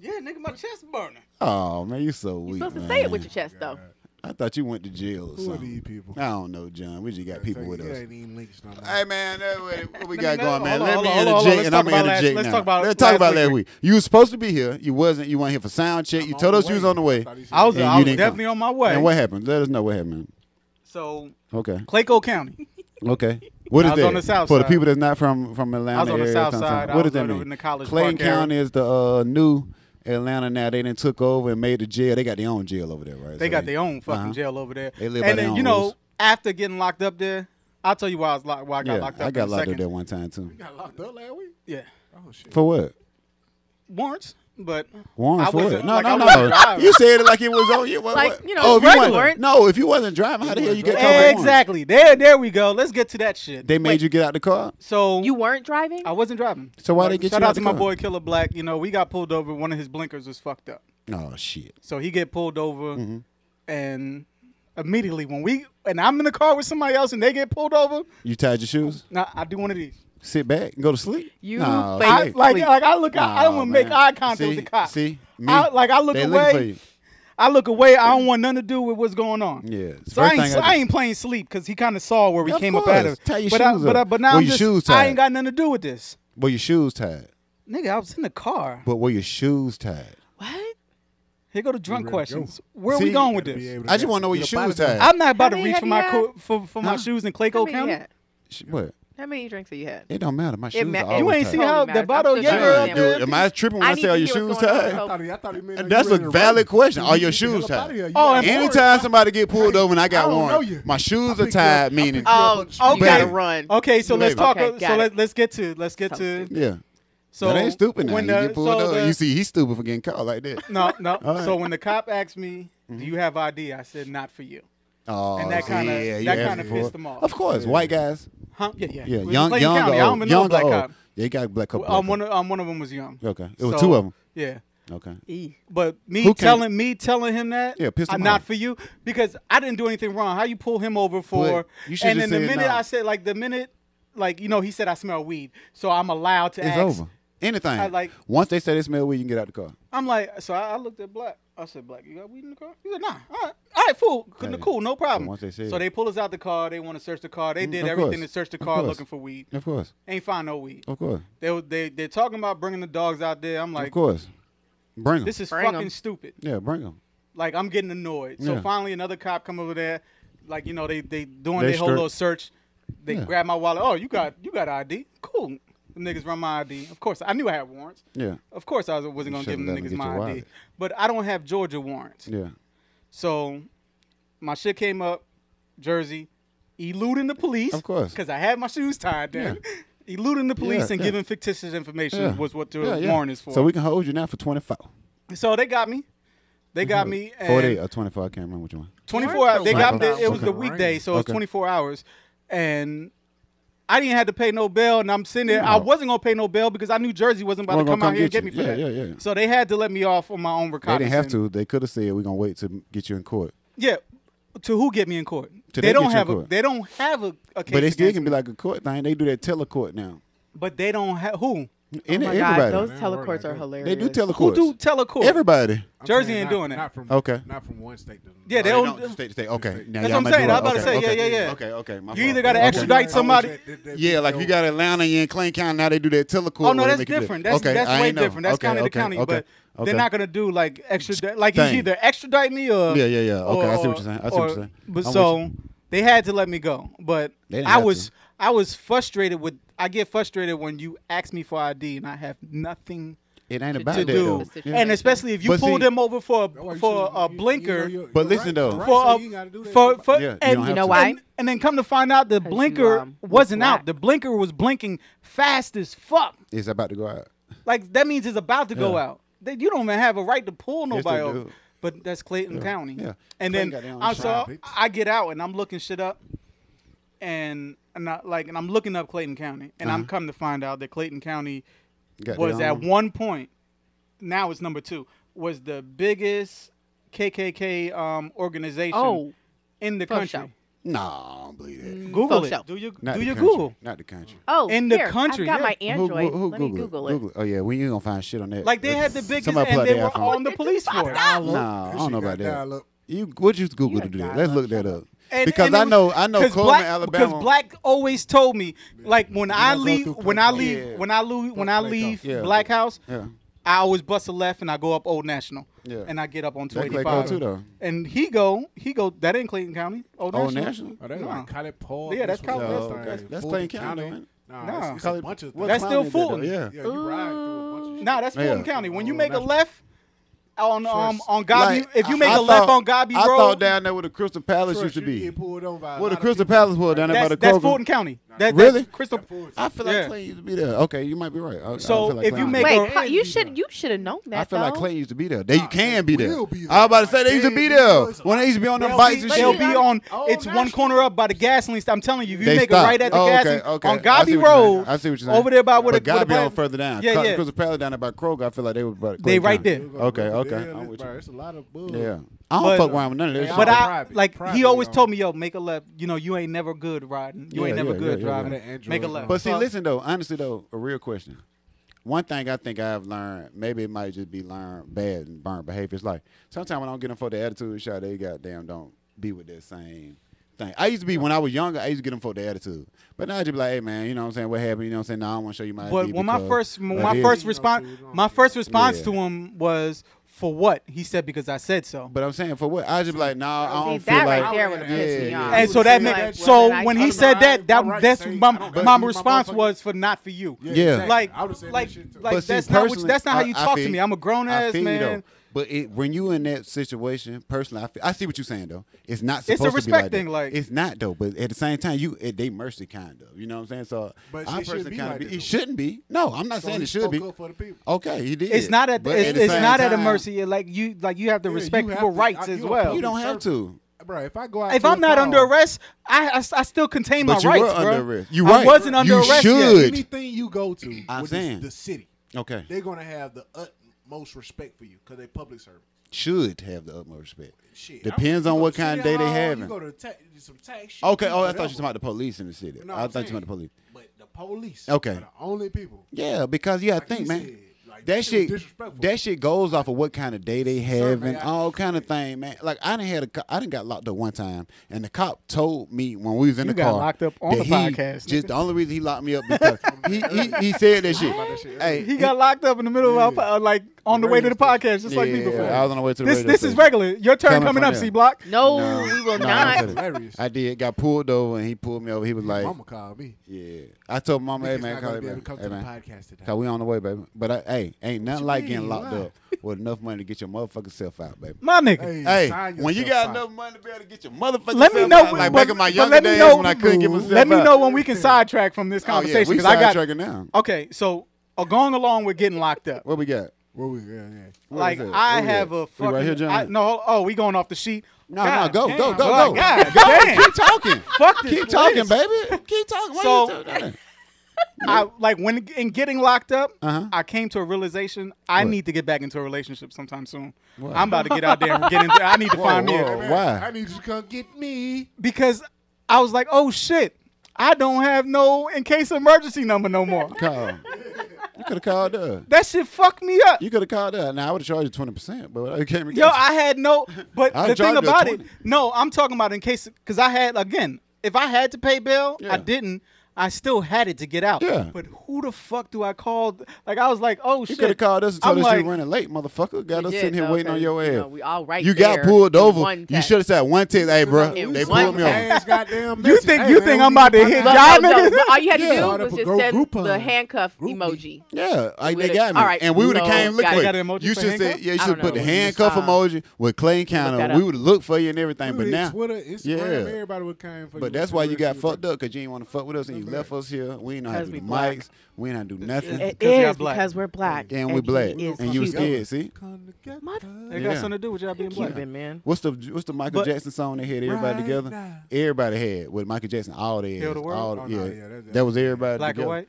Speaker 3: Yeah, nigga, my chest burning.
Speaker 2: Oh man, you so
Speaker 5: You're
Speaker 2: weak.
Speaker 5: supposed to
Speaker 2: man.
Speaker 5: say it with your chest though.
Speaker 2: I thought you went to jail. Or
Speaker 4: Who are these
Speaker 2: something.
Speaker 4: people?
Speaker 2: I don't know, John. We just got people
Speaker 4: It
Speaker 2: with us.
Speaker 4: ain't even links no more.
Speaker 2: Hey man, that way, what we
Speaker 3: Let me
Speaker 2: got
Speaker 3: know.
Speaker 2: going, man?
Speaker 3: Hold on,
Speaker 2: Let
Speaker 3: hold
Speaker 2: me
Speaker 3: on, hold on, hold on.
Speaker 2: interject, and
Speaker 3: Let's
Speaker 2: I'm
Speaker 3: talk about
Speaker 2: gonna
Speaker 3: last-
Speaker 2: interject
Speaker 3: let's
Speaker 2: now.
Speaker 3: talk about
Speaker 2: Let's talk
Speaker 3: last
Speaker 2: about
Speaker 3: week.
Speaker 2: last week. You was supposed to be here. You wasn't. You weren't here for sound check. You
Speaker 4: on
Speaker 2: told
Speaker 4: the
Speaker 2: us you was
Speaker 4: way.
Speaker 2: on the way.
Speaker 4: Thought he said-
Speaker 3: I was,
Speaker 2: And
Speaker 3: I
Speaker 2: you
Speaker 3: was
Speaker 2: didn't
Speaker 3: definitely
Speaker 2: come.
Speaker 3: on my way.
Speaker 2: And what happened? Let us know what happened.
Speaker 3: So,
Speaker 2: Okay.
Speaker 3: Clayco County.
Speaker 2: Okay. What
Speaker 3: I
Speaker 2: is
Speaker 3: was
Speaker 2: that?
Speaker 3: on the south
Speaker 2: For the
Speaker 3: side.
Speaker 2: people that's not from from Atlanta
Speaker 3: I was on the
Speaker 2: area,
Speaker 3: south
Speaker 2: something,
Speaker 3: side.
Speaker 2: something.
Speaker 3: I
Speaker 2: What does
Speaker 3: was
Speaker 2: that
Speaker 3: over
Speaker 2: mean?
Speaker 3: in the College
Speaker 2: Clayton
Speaker 3: Park area.
Speaker 2: County is the uh, new Atlanta now. They done took over and made the jail. They got their own jail over there, right?
Speaker 3: They
Speaker 2: So
Speaker 3: got their own fucking
Speaker 2: uh-huh.
Speaker 3: jail over there.
Speaker 2: They live by
Speaker 3: and
Speaker 2: their
Speaker 3: then,
Speaker 2: own
Speaker 3: you know,
Speaker 2: rules.
Speaker 3: after getting locked up there, I'll tell you why I was locked. Why I got
Speaker 2: Yeah,
Speaker 3: locked up.
Speaker 2: I
Speaker 3: in
Speaker 2: got
Speaker 3: a
Speaker 2: locked up
Speaker 3: second.
Speaker 2: there one time too.
Speaker 4: You got locked up last week?
Speaker 3: Yeah,
Speaker 4: Oh shit.
Speaker 2: For what?
Speaker 3: warrants. but
Speaker 2: Warren
Speaker 3: I
Speaker 2: Ford.
Speaker 3: wasn't-
Speaker 2: No,
Speaker 3: like,
Speaker 2: no,
Speaker 3: I wasn't
Speaker 2: no.
Speaker 3: driving.
Speaker 2: You said it like it was on you. What,
Speaker 5: Like,
Speaker 2: what?
Speaker 5: you know,
Speaker 2: oh, if you
Speaker 5: regular.
Speaker 2: wasn't- No, if you wasn't driving, how the hell you get caught? by Warren?
Speaker 3: exactly there. There we go. Let's get to that shit.
Speaker 2: They made you get out the car.
Speaker 3: so
Speaker 5: You weren't driving?
Speaker 3: I wasn't driving.
Speaker 2: So why
Speaker 3: Like,
Speaker 2: they get
Speaker 3: shout
Speaker 2: you out
Speaker 3: out
Speaker 2: the
Speaker 3: to my
Speaker 2: car?
Speaker 3: boy Killer Black. You know, we got pulled over. One of his blinkers was fucked up.
Speaker 2: Oh shit.
Speaker 3: So he get pulled over,
Speaker 2: Mm-hmm.
Speaker 3: and immediately when we and I'm in the car with somebody else and they get pulled over,
Speaker 2: You tied your shoes.
Speaker 3: now I do one of these.
Speaker 2: Sit back and go to sleep.
Speaker 5: You
Speaker 2: Nah,
Speaker 5: fake-
Speaker 2: shit.
Speaker 3: I, like
Speaker 5: Wait.
Speaker 3: like I look, I, I don't
Speaker 2: Nah,
Speaker 3: want to make
Speaker 2: man.
Speaker 3: eye contact
Speaker 2: See,
Speaker 3: with the cop.
Speaker 2: See, me,
Speaker 3: I, like I look
Speaker 2: they looking for
Speaker 3: away,
Speaker 2: you.
Speaker 3: I look away. I don't want nothing to do with what's going on.
Speaker 2: Yeah, it's
Speaker 3: so I
Speaker 2: first
Speaker 3: ain't,
Speaker 2: thing I
Speaker 3: I
Speaker 2: do.
Speaker 3: ain't playing sleep because he kind of saw where we
Speaker 2: Of
Speaker 3: came up at
Speaker 2: course.
Speaker 3: us.
Speaker 2: Tie your
Speaker 3: but I,
Speaker 2: shoes
Speaker 3: but I,
Speaker 2: up.
Speaker 3: but now
Speaker 2: Were
Speaker 3: I'm
Speaker 2: your
Speaker 3: just,
Speaker 2: shoes
Speaker 3: I
Speaker 2: tied?
Speaker 3: ain't got nothing to do with this,
Speaker 2: Were your shoes tied?
Speaker 3: nigga. I was in the car.
Speaker 2: But were your shoes tied?
Speaker 5: what?
Speaker 3: Here go the
Speaker 4: ready
Speaker 3: drunk
Speaker 4: to go.
Speaker 3: questions. Where are
Speaker 2: See,
Speaker 3: we going with
Speaker 4: Gotta be
Speaker 3: this?
Speaker 4: able
Speaker 2: I just want to know where your
Speaker 4: get up out
Speaker 2: shoes
Speaker 4: of there.
Speaker 2: tied.
Speaker 3: I'm not about to
Speaker 5: many
Speaker 3: reach
Speaker 5: have
Speaker 3: for
Speaker 5: you
Speaker 3: my
Speaker 5: had?
Speaker 3: co- for, for my
Speaker 2: Huh?
Speaker 3: shoes in
Speaker 5: How
Speaker 3: Clayco
Speaker 5: many, you
Speaker 3: County.
Speaker 5: had?
Speaker 2: Sh- what?
Speaker 5: How many drinks have you had?
Speaker 2: It don't matter. My shoes
Speaker 5: It ma-
Speaker 2: are
Speaker 5: it
Speaker 2: always
Speaker 3: You ain't
Speaker 2: tied.
Speaker 3: see
Speaker 5: Totally
Speaker 3: how
Speaker 5: matters.
Speaker 3: that bottle
Speaker 5: I'm
Speaker 3: of
Speaker 5: still
Speaker 3: Jaeger
Speaker 5: trying
Speaker 3: up
Speaker 5: to
Speaker 2: Dude,
Speaker 3: there?
Speaker 5: understand.
Speaker 2: am I tripping when
Speaker 5: I
Speaker 2: I,
Speaker 5: need
Speaker 2: say
Speaker 5: to
Speaker 2: are your
Speaker 5: hear
Speaker 2: shoes
Speaker 5: what's going on.
Speaker 2: tied?
Speaker 5: So-
Speaker 4: I thought he- I thought he meant
Speaker 2: And
Speaker 4: you
Speaker 2: that's
Speaker 4: were
Speaker 2: a
Speaker 4: in the
Speaker 2: valid
Speaker 4: right.
Speaker 2: question. Are
Speaker 4: You
Speaker 2: your
Speaker 4: need to get
Speaker 2: shoes
Speaker 4: up out of
Speaker 2: tied?
Speaker 4: here. You
Speaker 3: Oh,
Speaker 4: ain't
Speaker 3: and-
Speaker 4: bored.
Speaker 2: Anytime somebody get pulled over and I got
Speaker 4: I don't know
Speaker 2: warned,
Speaker 4: you.
Speaker 2: my shoes
Speaker 4: I
Speaker 2: are
Speaker 4: picked you up-
Speaker 2: tied,
Speaker 4: I
Speaker 2: meaning
Speaker 4: picked you up
Speaker 5: Oh,
Speaker 4: on the
Speaker 5: you
Speaker 4: street.
Speaker 5: gotta
Speaker 2: Baby.
Speaker 5: run.
Speaker 3: Okay, so let's
Speaker 2: Baby.
Speaker 3: talk. uh, so
Speaker 5: Okay, got
Speaker 3: let,
Speaker 5: it.
Speaker 3: let's get to let's get to.
Speaker 5: Toasted.
Speaker 2: yeah.
Speaker 3: So
Speaker 2: that ain't stupid now.
Speaker 3: When
Speaker 2: you
Speaker 3: the,
Speaker 2: get pulled
Speaker 3: so
Speaker 2: over,
Speaker 3: the-
Speaker 2: you see he's stupid for getting caught like that.
Speaker 3: No, no.
Speaker 2: All right. Mm-hmm.
Speaker 3: So when the cop asked me, "Do you have ID?" I said, "Not for you."
Speaker 2: Oh,
Speaker 3: And that kinda-
Speaker 2: yeah, you
Speaker 3: that
Speaker 2: asking
Speaker 3: kinda
Speaker 2: for
Speaker 3: pissed
Speaker 2: it.
Speaker 3: them off.
Speaker 2: Of course, white guys.
Speaker 3: Huh? Yeah, yeah.
Speaker 2: Yeah,
Speaker 3: It was
Speaker 2: young,
Speaker 3: Clayton
Speaker 2: young,
Speaker 3: County.
Speaker 2: or old.
Speaker 3: I don't even know a
Speaker 2: young,
Speaker 3: black
Speaker 2: or
Speaker 3: cop.
Speaker 2: old. Yeah, you got a black couple.
Speaker 3: Um,
Speaker 2: black
Speaker 3: one, of- um, one of them was young.
Speaker 2: couple. okay, it was
Speaker 3: So,
Speaker 2: two of them.
Speaker 3: Yeah.
Speaker 2: Okay,
Speaker 3: But me
Speaker 2: Who can-
Speaker 3: telling me telling him that,
Speaker 2: Yeah, pissed
Speaker 3: I'm
Speaker 2: him
Speaker 3: not
Speaker 2: off.
Speaker 3: for you because I didn't do anything wrong. How you pull him over for?
Speaker 2: But you should
Speaker 3: and
Speaker 2: just
Speaker 3: then the
Speaker 2: said
Speaker 3: minute
Speaker 2: no.
Speaker 3: I said, like the minute, like you know, he said I smell weed, so I'm allowed to
Speaker 2: it's
Speaker 3: ask.
Speaker 2: over. Anything.
Speaker 3: I like-
Speaker 2: Once they say they smell weed, you can get out the car.
Speaker 3: I'm like, so I, I looked at Black. I said, Black, you got weed in the car? He said, Nah. All right, all right, fool. Couldn't
Speaker 2: Hey,
Speaker 3: cool, no problem.
Speaker 2: once they said
Speaker 3: so
Speaker 2: it. Mm,
Speaker 3: they pull us out the car. They want to search the car. They did
Speaker 2: of
Speaker 3: everything
Speaker 2: course,
Speaker 3: to search the
Speaker 2: of
Speaker 3: car
Speaker 2: course.
Speaker 3: looking for weed.
Speaker 2: Of course,
Speaker 3: Ain't find no weed.
Speaker 2: of course,
Speaker 3: They were- they they're talking about bringing the dogs out there. I'm
Speaker 2: of
Speaker 3: like,
Speaker 2: course. Bring them.
Speaker 3: this is
Speaker 5: Bring
Speaker 3: fucking
Speaker 5: 'em.
Speaker 3: stupid.
Speaker 2: yeah, bring them.
Speaker 3: Like I'm getting annoyed. So
Speaker 2: Yeah.
Speaker 3: finally, another cop come over there. Like you know, they they doing
Speaker 2: They
Speaker 3: their whole
Speaker 2: stri-
Speaker 3: little search. They
Speaker 2: Yeah.
Speaker 3: grab my wallet. Oh, you got you got ID? Cool. The niggas run my ID. Of course, I knew I had warrants.
Speaker 2: Yeah,
Speaker 3: Of course, I was, wasn't gonna give
Speaker 2: shouldn't
Speaker 3: them
Speaker 2: let 'em
Speaker 3: niggas
Speaker 2: get your
Speaker 3: my ID.
Speaker 2: wallet.
Speaker 3: But I don't have Georgia warrants.
Speaker 2: yeah.
Speaker 3: So my shit came up, Jersey, eluding the police.
Speaker 2: Of course.
Speaker 3: Because I had my shoes tied down. Eluding the police
Speaker 2: Yeah,
Speaker 3: and
Speaker 2: yeah.
Speaker 3: giving fictitious information
Speaker 2: yeah.
Speaker 3: was what the
Speaker 2: Yeah, yeah.
Speaker 3: warrant is for.
Speaker 2: So we can hold you now for twenty four.
Speaker 3: So they got me. They got me. and
Speaker 2: Forty or twenty four. I can't remember which one.
Speaker 3: 24 hours. They
Speaker 2: Warrant was
Speaker 3: got me.
Speaker 2: like
Speaker 3: It was
Speaker 2: around
Speaker 3: the
Speaker 4: fucking
Speaker 3: weekday,
Speaker 4: rain.
Speaker 3: so it was
Speaker 2: Okay.
Speaker 3: 24 hours. And I didn't have to pay no bail. And I'm sitting there. I
Speaker 2: No.
Speaker 3: wasn't going to pay no bail because I knew Jersey wasn't about
Speaker 2: Wasn't
Speaker 3: to come
Speaker 2: gonna
Speaker 3: out here and
Speaker 2: come
Speaker 3: get me
Speaker 2: get
Speaker 3: for that.
Speaker 2: you. Yeah, yeah, yeah.
Speaker 3: So they had to let me off on my own
Speaker 2: They
Speaker 3: recognizance.
Speaker 2: didn't have to. They could have said we're gonna wait to get you in court.
Speaker 3: Yeah. To who get me in court?
Speaker 2: To
Speaker 3: they
Speaker 2: they
Speaker 3: don't
Speaker 2: get you in
Speaker 3: have a.
Speaker 2: court.
Speaker 3: They don't have a, a case.
Speaker 2: But it still
Speaker 3: against
Speaker 2: can be
Speaker 3: me.
Speaker 2: like a court thing. They do that telecourt now.
Speaker 3: But they don't have who?
Speaker 2: Any-
Speaker 5: oh my
Speaker 2: everybody.
Speaker 5: God, those
Speaker 4: Man, word
Speaker 5: telecourts
Speaker 4: like
Speaker 5: are
Speaker 4: that.
Speaker 5: hilarious.
Speaker 2: they do
Speaker 3: Who
Speaker 2: telecourts.
Speaker 3: do telecourt?
Speaker 2: Everybody.
Speaker 4: I'm
Speaker 3: Jersey
Speaker 4: saying
Speaker 3: ain't
Speaker 4: not-
Speaker 3: doing that.
Speaker 4: Not from,
Speaker 2: Okay.
Speaker 4: Not from one state to
Speaker 3: Yeah, they
Speaker 2: They
Speaker 3: don't-
Speaker 2: don't just state to state. Okay. Now
Speaker 3: That's
Speaker 2: y'all
Speaker 3: what I'm
Speaker 2: might
Speaker 3: saying.
Speaker 2: do it.
Speaker 3: I was about to
Speaker 2: Okay,
Speaker 3: say, yeah,
Speaker 2: okay.
Speaker 3: yeah, yeah.
Speaker 2: Okay, okay. my
Speaker 3: You
Speaker 2: fault.
Speaker 3: either gotta
Speaker 2: Okay.
Speaker 3: extradite somebody-
Speaker 2: Yeah, like you got Atlanta, you in Clayton County. Now they do that telecourt.
Speaker 3: Oh no,
Speaker 2: where they
Speaker 3: that's
Speaker 2: make you do-
Speaker 3: different. That's
Speaker 2: okay,
Speaker 3: that's
Speaker 2: I
Speaker 3: way
Speaker 2: ain't know.
Speaker 3: different. That's
Speaker 2: okay,
Speaker 3: county
Speaker 2: okay,
Speaker 3: to county,
Speaker 2: okay,
Speaker 3: but
Speaker 2: okay.
Speaker 3: they're not gonna do like extradite. Like it's
Speaker 2: Thing.
Speaker 3: either extradite me or
Speaker 2: Yeah, yeah, yeah. Okay, I see
Speaker 3: or-
Speaker 2: what you're saying. I see what you're
Speaker 3: or-
Speaker 2: saying.
Speaker 3: But
Speaker 2: I'm with
Speaker 3: so they had to let me go. But
Speaker 2: They didn't
Speaker 3: I
Speaker 2: have
Speaker 3: was
Speaker 2: to.
Speaker 3: I was frustrated with. I get frustrated when you ask me for ID and I have nothing
Speaker 2: It ain't
Speaker 5: To
Speaker 2: about
Speaker 3: to
Speaker 2: that
Speaker 5: did,
Speaker 3: do,
Speaker 2: though.
Speaker 5: The situation.
Speaker 3: and especially if you
Speaker 2: But
Speaker 3: pull
Speaker 2: see-
Speaker 3: them over for a, for a blinker.
Speaker 2: But listen, though.
Speaker 3: for a, for for
Speaker 2: Yeah, you don't
Speaker 3: and
Speaker 2: have
Speaker 5: You know to. why?
Speaker 3: and, and then come to find out the
Speaker 5: 'Cause you,
Speaker 3: blinker
Speaker 5: um, was
Speaker 3: wasn't out.
Speaker 5: black.
Speaker 3: The blinker was blinking fast as fuck.
Speaker 2: It's about to go out.
Speaker 3: Like that means it's about to go
Speaker 2: Yeah.
Speaker 3: out. They, you don't even have a right to pull
Speaker 2: Yes,
Speaker 3: nobody
Speaker 2: they
Speaker 3: over.
Speaker 2: do.
Speaker 3: But that's Clayton County.
Speaker 2: yeah.
Speaker 3: And
Speaker 2: Clayton got their
Speaker 3: then
Speaker 2: own
Speaker 3: I'm so
Speaker 4: traffic.
Speaker 3: I get out and I'm looking shit up, and and I, like and I'm looking up Clayton County, and I'm come to find out that Clayton County
Speaker 2: Uh-huh. Got their
Speaker 3: was at
Speaker 2: own-
Speaker 3: one point, now it's number two, was the biggest KKK um, organization
Speaker 5: Oh,
Speaker 3: in the
Speaker 5: for
Speaker 3: country.
Speaker 5: sure.
Speaker 2: Nah, I don't believe that.
Speaker 3: Google
Speaker 5: For
Speaker 3: it.
Speaker 5: sure.
Speaker 3: Do you
Speaker 2: Not
Speaker 3: do
Speaker 2: the
Speaker 3: your
Speaker 2: country.
Speaker 3: Google?
Speaker 2: Not the country.
Speaker 5: Oh,
Speaker 3: In the
Speaker 5: here,
Speaker 3: country,
Speaker 5: I've got
Speaker 3: yeah.
Speaker 5: my
Speaker 2: Who- who-
Speaker 5: Android.
Speaker 2: who
Speaker 5: Let me Google it.
Speaker 2: Oh yeah, when you gonna find shit on that?
Speaker 3: Like they had the biggest,
Speaker 2: Somebody
Speaker 3: and
Speaker 2: plug
Speaker 3: they
Speaker 2: their
Speaker 3: were
Speaker 2: iPhone.
Speaker 3: on the police for it.
Speaker 2: Nah, I don't know about that.
Speaker 4: Look,
Speaker 2: You what you Google
Speaker 5: You
Speaker 2: to
Speaker 5: ain't
Speaker 2: do that?
Speaker 5: got
Speaker 2: Let's
Speaker 5: no
Speaker 2: look that up.
Speaker 3: And-
Speaker 2: because
Speaker 3: and it
Speaker 2: I
Speaker 3: was-
Speaker 2: know I know
Speaker 3: 'cause
Speaker 2: Coleman,
Speaker 3: black,
Speaker 2: Alabama.
Speaker 3: Because Black always told me, like when I
Speaker 4: gonna go
Speaker 3: leave,
Speaker 4: through
Speaker 3: when I
Speaker 4: Clayco.
Speaker 3: leave,
Speaker 2: Yeah.
Speaker 3: when I leave, when I
Speaker 4: Clayco.
Speaker 3: leave
Speaker 2: Yeah.
Speaker 3: Black House,
Speaker 2: Yeah.
Speaker 3: I always bust a left and I go up Old National.
Speaker 2: Yeah.
Speaker 3: And I get up on
Speaker 2: That Clayco
Speaker 3: 285.
Speaker 2: too, though.
Speaker 3: And he go, he go. That ain't Clayton County. Old,
Speaker 2: Old
Speaker 3: National.
Speaker 2: National?
Speaker 4: are they
Speaker 3: Nah.
Speaker 4: like Collette Paul?
Speaker 3: Yeah, that's
Speaker 4: this one,
Speaker 3: Collette-
Speaker 4: that
Speaker 2: No,
Speaker 4: thing,
Speaker 2: that's- that's
Speaker 4: Fulton
Speaker 2: Clayton County, ain't it?
Speaker 4: Nah,
Speaker 3: Nah.
Speaker 4: it's, it's a bunch of
Speaker 2: What
Speaker 4: things.
Speaker 3: That's still
Speaker 2: county is that, though?
Speaker 3: Fulton.
Speaker 2: Yeah.
Speaker 4: Yeah, you ride through a bunch of shit.
Speaker 3: Nah, that's
Speaker 2: Yeah.
Speaker 3: Fulton County. When you
Speaker 4: Old
Speaker 3: make a
Speaker 4: National.
Speaker 3: left on um on Gobby,
Speaker 2: Like,
Speaker 3: if you
Speaker 2: I-
Speaker 3: make
Speaker 2: I
Speaker 3: a left
Speaker 2: thought-
Speaker 3: on Gobby
Speaker 2: I
Speaker 3: Road,
Speaker 2: thought down there where the Crystal Palace
Speaker 4: Trust
Speaker 2: used to
Speaker 4: you
Speaker 2: be.
Speaker 4: get pulled over by a
Speaker 2: Where
Speaker 4: lot
Speaker 2: the
Speaker 4: of
Speaker 2: Crystal
Speaker 4: people.
Speaker 2: Palace was down there by
Speaker 3: that's,
Speaker 2: the
Speaker 3: that's
Speaker 2: Kroger.
Speaker 3: Fulton County. That,
Speaker 2: Really?
Speaker 3: That crystal.
Speaker 2: I feel like
Speaker 3: Yeah.
Speaker 2: Clayton used to be there. Okay, you might be right. I- I,
Speaker 3: So,
Speaker 2: don't feel like
Speaker 3: if you
Speaker 2: Clayton-
Speaker 3: make
Speaker 5: Wait,
Speaker 3: a-
Speaker 5: Pa- you should you should have known that.
Speaker 2: I feel
Speaker 5: though.
Speaker 2: like Clayton used to be there. They
Speaker 4: Nah,
Speaker 2: can
Speaker 4: they
Speaker 2: be there.
Speaker 4: will be there.
Speaker 2: I was about to say they
Speaker 4: Like,
Speaker 2: used to be
Speaker 4: they
Speaker 2: there
Speaker 4: was-
Speaker 2: when they used to be on them
Speaker 3: They'll
Speaker 2: bikes
Speaker 3: be,
Speaker 2: and
Speaker 3: they'll
Speaker 2: shit.
Speaker 3: be on.
Speaker 4: Oh,
Speaker 3: it's
Speaker 4: now
Speaker 3: one
Speaker 4: she-
Speaker 3: corner up by the gas station. I'm telling you, if you
Speaker 2: They
Speaker 3: make
Speaker 2: stopped.
Speaker 3: a right at the
Speaker 2: oh,
Speaker 3: gas
Speaker 2: okay,
Speaker 3: station
Speaker 2: okay.
Speaker 3: on
Speaker 2: I see
Speaker 3: Gobby
Speaker 2: what you're saying.
Speaker 3: Road,
Speaker 2: I see what you're saying.
Speaker 3: over there by where
Speaker 2: But
Speaker 3: the- where the
Speaker 2: Gobby on
Speaker 3: black-
Speaker 2: further down.
Speaker 3: Yeah, yeah.
Speaker 2: Because the Palo down there by Kroger, I feel like they were about
Speaker 3: They right
Speaker 2: Clayton
Speaker 3: there.
Speaker 2: County. Okay, okay. I'm with you.
Speaker 4: It's a lot of bull.
Speaker 2: Yeah. I don't
Speaker 3: But-
Speaker 2: fuck around with none of this
Speaker 4: But
Speaker 2: shit.
Speaker 3: But
Speaker 4: Oh,
Speaker 3: I
Speaker 4: private,
Speaker 3: like he
Speaker 4: private
Speaker 3: always
Speaker 4: on.
Speaker 3: told me, yo, make a left. You know, you ain't never good riding. You
Speaker 2: Yeah,
Speaker 3: ain't never
Speaker 2: yeah,
Speaker 3: good
Speaker 2: yeah, yeah,
Speaker 3: driving.
Speaker 4: yeah. Android
Speaker 3: Make a
Speaker 4: on.
Speaker 3: left.
Speaker 2: But see,
Speaker 3: Fuck.
Speaker 2: listen though, honestly though, a real question. One thing I think I've learned, maybe it might just be learned bad and burn behavior. It's like sometimes when I don't get them for the attitude shot, they goddamn don't be with that same thing. I used to be when I was younger, I used to get them for the attitude. But now I just be like, hey man, you know what I'm saying? What happened? You know what I'm saying? No, I don't want to show you my
Speaker 3: But
Speaker 2: ID
Speaker 3: when my
Speaker 2: because
Speaker 3: first when
Speaker 2: of
Speaker 3: my
Speaker 2: this."
Speaker 3: first
Speaker 4: You know,
Speaker 3: response
Speaker 4: so you don't
Speaker 3: my
Speaker 4: do
Speaker 3: first
Speaker 4: that.
Speaker 3: response
Speaker 2: Yeah.
Speaker 3: to him was for what he said because I said so.
Speaker 2: But I'm saying for what? I just be like, no, nah, I
Speaker 5: See,
Speaker 2: don't
Speaker 5: that
Speaker 2: feel
Speaker 5: right
Speaker 2: like
Speaker 5: there would have pissed me
Speaker 2: Yeah,
Speaker 5: off.
Speaker 2: yeah.
Speaker 3: And so that meant
Speaker 5: Like, well,
Speaker 3: so
Speaker 5: then I
Speaker 3: when
Speaker 5: could've-
Speaker 3: he
Speaker 4: don't
Speaker 3: said
Speaker 4: know, I
Speaker 3: that,
Speaker 4: ain't
Speaker 3: that
Speaker 4: my right
Speaker 3: that's
Speaker 4: to say-
Speaker 3: my
Speaker 4: I don't know.
Speaker 3: my
Speaker 4: But-
Speaker 3: response
Speaker 4: my motherfucker-
Speaker 3: was for not for you.
Speaker 2: Yeah.
Speaker 4: exactly.
Speaker 3: Like,
Speaker 4: I would have said
Speaker 3: like,
Speaker 4: that shit too.
Speaker 3: like
Speaker 2: But see,
Speaker 3: that's not what,
Speaker 2: personally,
Speaker 3: that's not how
Speaker 2: I-
Speaker 3: you
Speaker 2: I
Speaker 3: talk to
Speaker 2: feel-
Speaker 3: me. I'm a grown
Speaker 2: I
Speaker 3: ass
Speaker 2: feel you,
Speaker 3: man.
Speaker 2: though. But it, when you in that situation, personally, I, feel, I see what you're saying though. It's not
Speaker 3: a
Speaker 2: supposed to be
Speaker 3: respect
Speaker 2: like
Speaker 3: thing,
Speaker 2: that.
Speaker 3: like-
Speaker 2: it's not though. But at the same time, you at they mercy kind of. You know what I'm saying? So
Speaker 4: But
Speaker 2: I
Speaker 4: it shouldn't be
Speaker 2: personally kinda
Speaker 4: like that,
Speaker 2: it
Speaker 4: though.
Speaker 2: shouldn't be. No, I'm not
Speaker 4: So
Speaker 2: saying
Speaker 4: he
Speaker 2: it should be.
Speaker 4: spoke up for the people.
Speaker 2: Okay, he did.
Speaker 3: It's not at the,
Speaker 2: But
Speaker 3: it's,
Speaker 2: the
Speaker 3: it's
Speaker 2: same
Speaker 3: not at a
Speaker 2: time,
Speaker 3: mercy. Like you like you have to
Speaker 4: Yeah, you
Speaker 3: respect
Speaker 4: have
Speaker 3: people's
Speaker 4: to-
Speaker 3: rights
Speaker 4: I-
Speaker 3: as
Speaker 4: you
Speaker 3: well.
Speaker 2: uh, You don't have to.
Speaker 4: Bro, if I go out
Speaker 3: if
Speaker 4: to
Speaker 3: I'm
Speaker 4: a
Speaker 3: not
Speaker 4: car,
Speaker 3: under arrest, I, I, I still contain
Speaker 2: But you
Speaker 3: my rights,
Speaker 2: were
Speaker 3: bro.
Speaker 2: under arrest. You
Speaker 3: I
Speaker 2: right.
Speaker 3: wasn't under
Speaker 2: You
Speaker 3: arrest
Speaker 2: should.
Speaker 3: yet.
Speaker 4: anything you go to,
Speaker 2: I'm
Speaker 4: with the-
Speaker 2: saying.
Speaker 4: the city,
Speaker 2: Okay,
Speaker 4: they're gonna have the utmost respect for you because they public servants.
Speaker 2: should have the utmost respect.
Speaker 4: Shit,
Speaker 2: Depends
Speaker 4: I'm-
Speaker 2: on
Speaker 4: you go
Speaker 2: what
Speaker 4: to
Speaker 2: kind of
Speaker 4: City
Speaker 2: day they
Speaker 4: Hall,
Speaker 2: having.
Speaker 4: You go to ta- some tax shit,
Speaker 2: Okay.
Speaker 4: you
Speaker 2: Oh, I thought you
Speaker 4: whatever.
Speaker 2: were talking about the police in the city.
Speaker 4: No, I'm
Speaker 2: I thought you were
Speaker 4: saying,
Speaker 2: talking about the police.
Speaker 4: But the police,
Speaker 2: Okay.
Speaker 4: are the only people.
Speaker 2: Yeah, because you gotta
Speaker 4: Like he
Speaker 2: think, man.
Speaker 4: said, like,
Speaker 2: that
Speaker 4: this shit was
Speaker 2: shit,
Speaker 4: disrespectful.
Speaker 2: that shit goes off of what kind of day they have
Speaker 4: Survey,
Speaker 2: and
Speaker 4: I-
Speaker 2: all kind of thing, man. Like I didn't had a, co- I didn't got locked up one time, and the cop told me when we was in
Speaker 3: You
Speaker 2: the
Speaker 3: got
Speaker 2: car
Speaker 3: locked up on
Speaker 2: that
Speaker 3: the
Speaker 2: he
Speaker 3: podcast,
Speaker 2: Just
Speaker 3: nigga.
Speaker 2: the only reason he locked me up because he, he he said that shit. Hey,
Speaker 3: He got locked up in the middle of our, po- like on the way to the podcast, just like me
Speaker 2: Yeah,
Speaker 3: before.
Speaker 2: I was on the way to the
Speaker 3: this
Speaker 2: radio
Speaker 3: this is
Speaker 2: station.
Speaker 3: regular. Your turn
Speaker 2: Coming
Speaker 3: coming
Speaker 2: from
Speaker 3: up,
Speaker 2: there.
Speaker 3: C Block.
Speaker 5: No, we will
Speaker 2: no,
Speaker 5: not.
Speaker 2: I'm kidding.
Speaker 4: Hilarious.
Speaker 2: I did got pulled over and he pulled me over. He was like,
Speaker 4: Mama called me.
Speaker 2: "Yeah." I told mama, "Hey
Speaker 4: Niggas
Speaker 2: man,
Speaker 4: not
Speaker 2: call
Speaker 4: gonna
Speaker 2: it
Speaker 4: be able to
Speaker 2: man.
Speaker 4: come
Speaker 2: Hey,
Speaker 4: to the
Speaker 2: man.
Speaker 4: podcast today.
Speaker 2: Cause we on the way, baby. But I, hey, ain't nothing
Speaker 4: you
Speaker 2: like
Speaker 4: mean?
Speaker 2: getting locked
Speaker 4: Why?
Speaker 2: up with enough money to get your motherfucking self out, baby.
Speaker 3: My nigga.
Speaker 2: Hey,
Speaker 4: sign
Speaker 2: when you
Speaker 4: yourself
Speaker 2: got
Speaker 4: out.
Speaker 2: enough money to be able to get your motherfucking
Speaker 3: Let me
Speaker 2: self
Speaker 3: know
Speaker 2: out,
Speaker 3: when,
Speaker 2: like
Speaker 3: but,
Speaker 2: back in my
Speaker 3: but
Speaker 2: younger
Speaker 3: let me
Speaker 2: days
Speaker 3: know
Speaker 2: when I couldn't get
Speaker 3: Ooh.
Speaker 2: myself
Speaker 3: Let me
Speaker 2: out.
Speaker 3: know when we can sidetrack from this
Speaker 2: Oh, yeah,
Speaker 3: conversation
Speaker 2: we
Speaker 3: because I got
Speaker 2: sidetracking now.
Speaker 3: okay. So uh, going along with getting locked up,
Speaker 2: What we got?
Speaker 4: Where we? Yeah, yeah.
Speaker 2: Where
Speaker 3: like
Speaker 2: is it?
Speaker 3: I
Speaker 2: Where we
Speaker 3: have
Speaker 2: at?
Speaker 3: a
Speaker 2: We
Speaker 3: fucking
Speaker 2: right here, John.
Speaker 3: I, no. hold- Oh, we going off the sheet.
Speaker 2: No,
Speaker 3: God
Speaker 2: no, go,
Speaker 3: damn,
Speaker 2: go, go,
Speaker 3: Block,
Speaker 2: go.
Speaker 3: God damn.
Speaker 2: Keep talking.
Speaker 3: Fuck this
Speaker 2: Keep talking,
Speaker 3: list.
Speaker 2: baby. Keep talking. Why
Speaker 3: So-
Speaker 2: you doing that?
Speaker 3: I like when in getting locked up,
Speaker 2: Uh-huh.
Speaker 3: I came to a realization I
Speaker 2: What?
Speaker 3: need to get back into a relationship sometime soon.
Speaker 2: What?
Speaker 3: I'm about to get out there and get into. I need to find me
Speaker 2: whoa.
Speaker 3: a,
Speaker 4: Man,
Speaker 2: why?
Speaker 4: I need you to come get me.
Speaker 3: because I was like, oh shit, I don't have no in case of emergency number no more.
Speaker 2: Call. You could have called her.
Speaker 3: that shit fucked me up.
Speaker 2: You could have called her. Now I would have charged you twenty percent, but I came and
Speaker 3: Yo,
Speaker 2: got you.
Speaker 3: I had no. But
Speaker 2: I'll
Speaker 3: the thing
Speaker 2: charge you a
Speaker 3: about it,
Speaker 2: 20.
Speaker 3: no, I'm talking about in case because I had again. If I had to pay bail,
Speaker 2: Yeah.
Speaker 3: I didn't. I still had it to get out.
Speaker 2: Yeah.
Speaker 3: But who the fuck do I call? Like I was like, oh
Speaker 2: You
Speaker 3: shit.
Speaker 2: could have called us and told us
Speaker 3: I'm like,
Speaker 2: you were running late, motherfucker. Got us
Speaker 5: did,
Speaker 2: sitting here
Speaker 5: though,
Speaker 2: waiting on
Speaker 5: 'cause,
Speaker 2: your
Speaker 5: you
Speaker 2: ass.
Speaker 5: know, we all right
Speaker 2: You got
Speaker 5: there
Speaker 2: pulled
Speaker 5: in
Speaker 2: over.
Speaker 5: one
Speaker 2: You
Speaker 5: text.
Speaker 2: should have said one text. Hey, bro,
Speaker 5: It
Speaker 2: Uh, they
Speaker 5: was
Speaker 2: pulled me
Speaker 5: one
Speaker 2: over.
Speaker 4: Ass goddamn
Speaker 3: You
Speaker 4: message.
Speaker 3: think
Speaker 4: Hey,
Speaker 3: you
Speaker 4: man,
Speaker 3: think
Speaker 4: we need
Speaker 3: I'm about to
Speaker 4: find
Speaker 3: hit
Speaker 4: out.
Speaker 5: But
Speaker 3: y'all
Speaker 5: no, no,
Speaker 3: niggas.
Speaker 5: but all you had to
Speaker 2: Yeah.
Speaker 5: do
Speaker 4: Start up
Speaker 5: was
Speaker 4: a
Speaker 5: just
Speaker 4: group-
Speaker 5: send
Speaker 4: group
Speaker 5: the
Speaker 4: on.
Speaker 5: handcuff
Speaker 4: Group
Speaker 5: emoji.
Speaker 2: Yeah, like they
Speaker 5: Would've-
Speaker 2: got me,
Speaker 5: all right,
Speaker 2: and we would have
Speaker 5: no,
Speaker 2: came look
Speaker 5: got it.
Speaker 2: for
Speaker 3: Got
Speaker 2: you.
Speaker 3: an emoji
Speaker 2: You
Speaker 3: for
Speaker 2: should said
Speaker 3: handcuff?
Speaker 2: yeah,
Speaker 5: I
Speaker 2: you
Speaker 5: don't
Speaker 2: should put the
Speaker 5: know.
Speaker 2: handcuff
Speaker 5: Uh,
Speaker 2: emoji with Clay
Speaker 5: that
Speaker 2: Counter.
Speaker 5: up.
Speaker 2: We would have looked for you and everything, but
Speaker 4: Dude,
Speaker 2: now,
Speaker 4: Twitter, Instagram,
Speaker 2: yeah.
Speaker 4: everybody would came for
Speaker 2: but that's why you got fucked up because you ain't want to fuck with us and you left us here. We ain't know how to
Speaker 5: 'Cause
Speaker 2: do
Speaker 5: we
Speaker 2: the
Speaker 5: black.
Speaker 2: mics. We ain't know how to do nothing,
Speaker 5: It
Speaker 3: Because y'all
Speaker 5: is
Speaker 3: black.
Speaker 5: because we're black.
Speaker 2: and we black,
Speaker 5: He is
Speaker 2: and you was
Speaker 5: cute.
Speaker 2: scared. See,
Speaker 3: It
Speaker 2: Yeah.
Speaker 3: got something to do with y'all being black.
Speaker 5: Cuban, Oh, man.
Speaker 2: what's the what's the Michael
Speaker 3: But-
Speaker 2: Jackson song they had everybody
Speaker 4: Right
Speaker 2: together?
Speaker 4: now.
Speaker 2: Everybody had with Michael Jackson all their
Speaker 3: Heal the world?
Speaker 2: all-
Speaker 4: Oh,
Speaker 2: yeah,
Speaker 4: nah, yeah, that's-
Speaker 2: that was everybody.
Speaker 3: Black or
Speaker 2: together.
Speaker 3: white?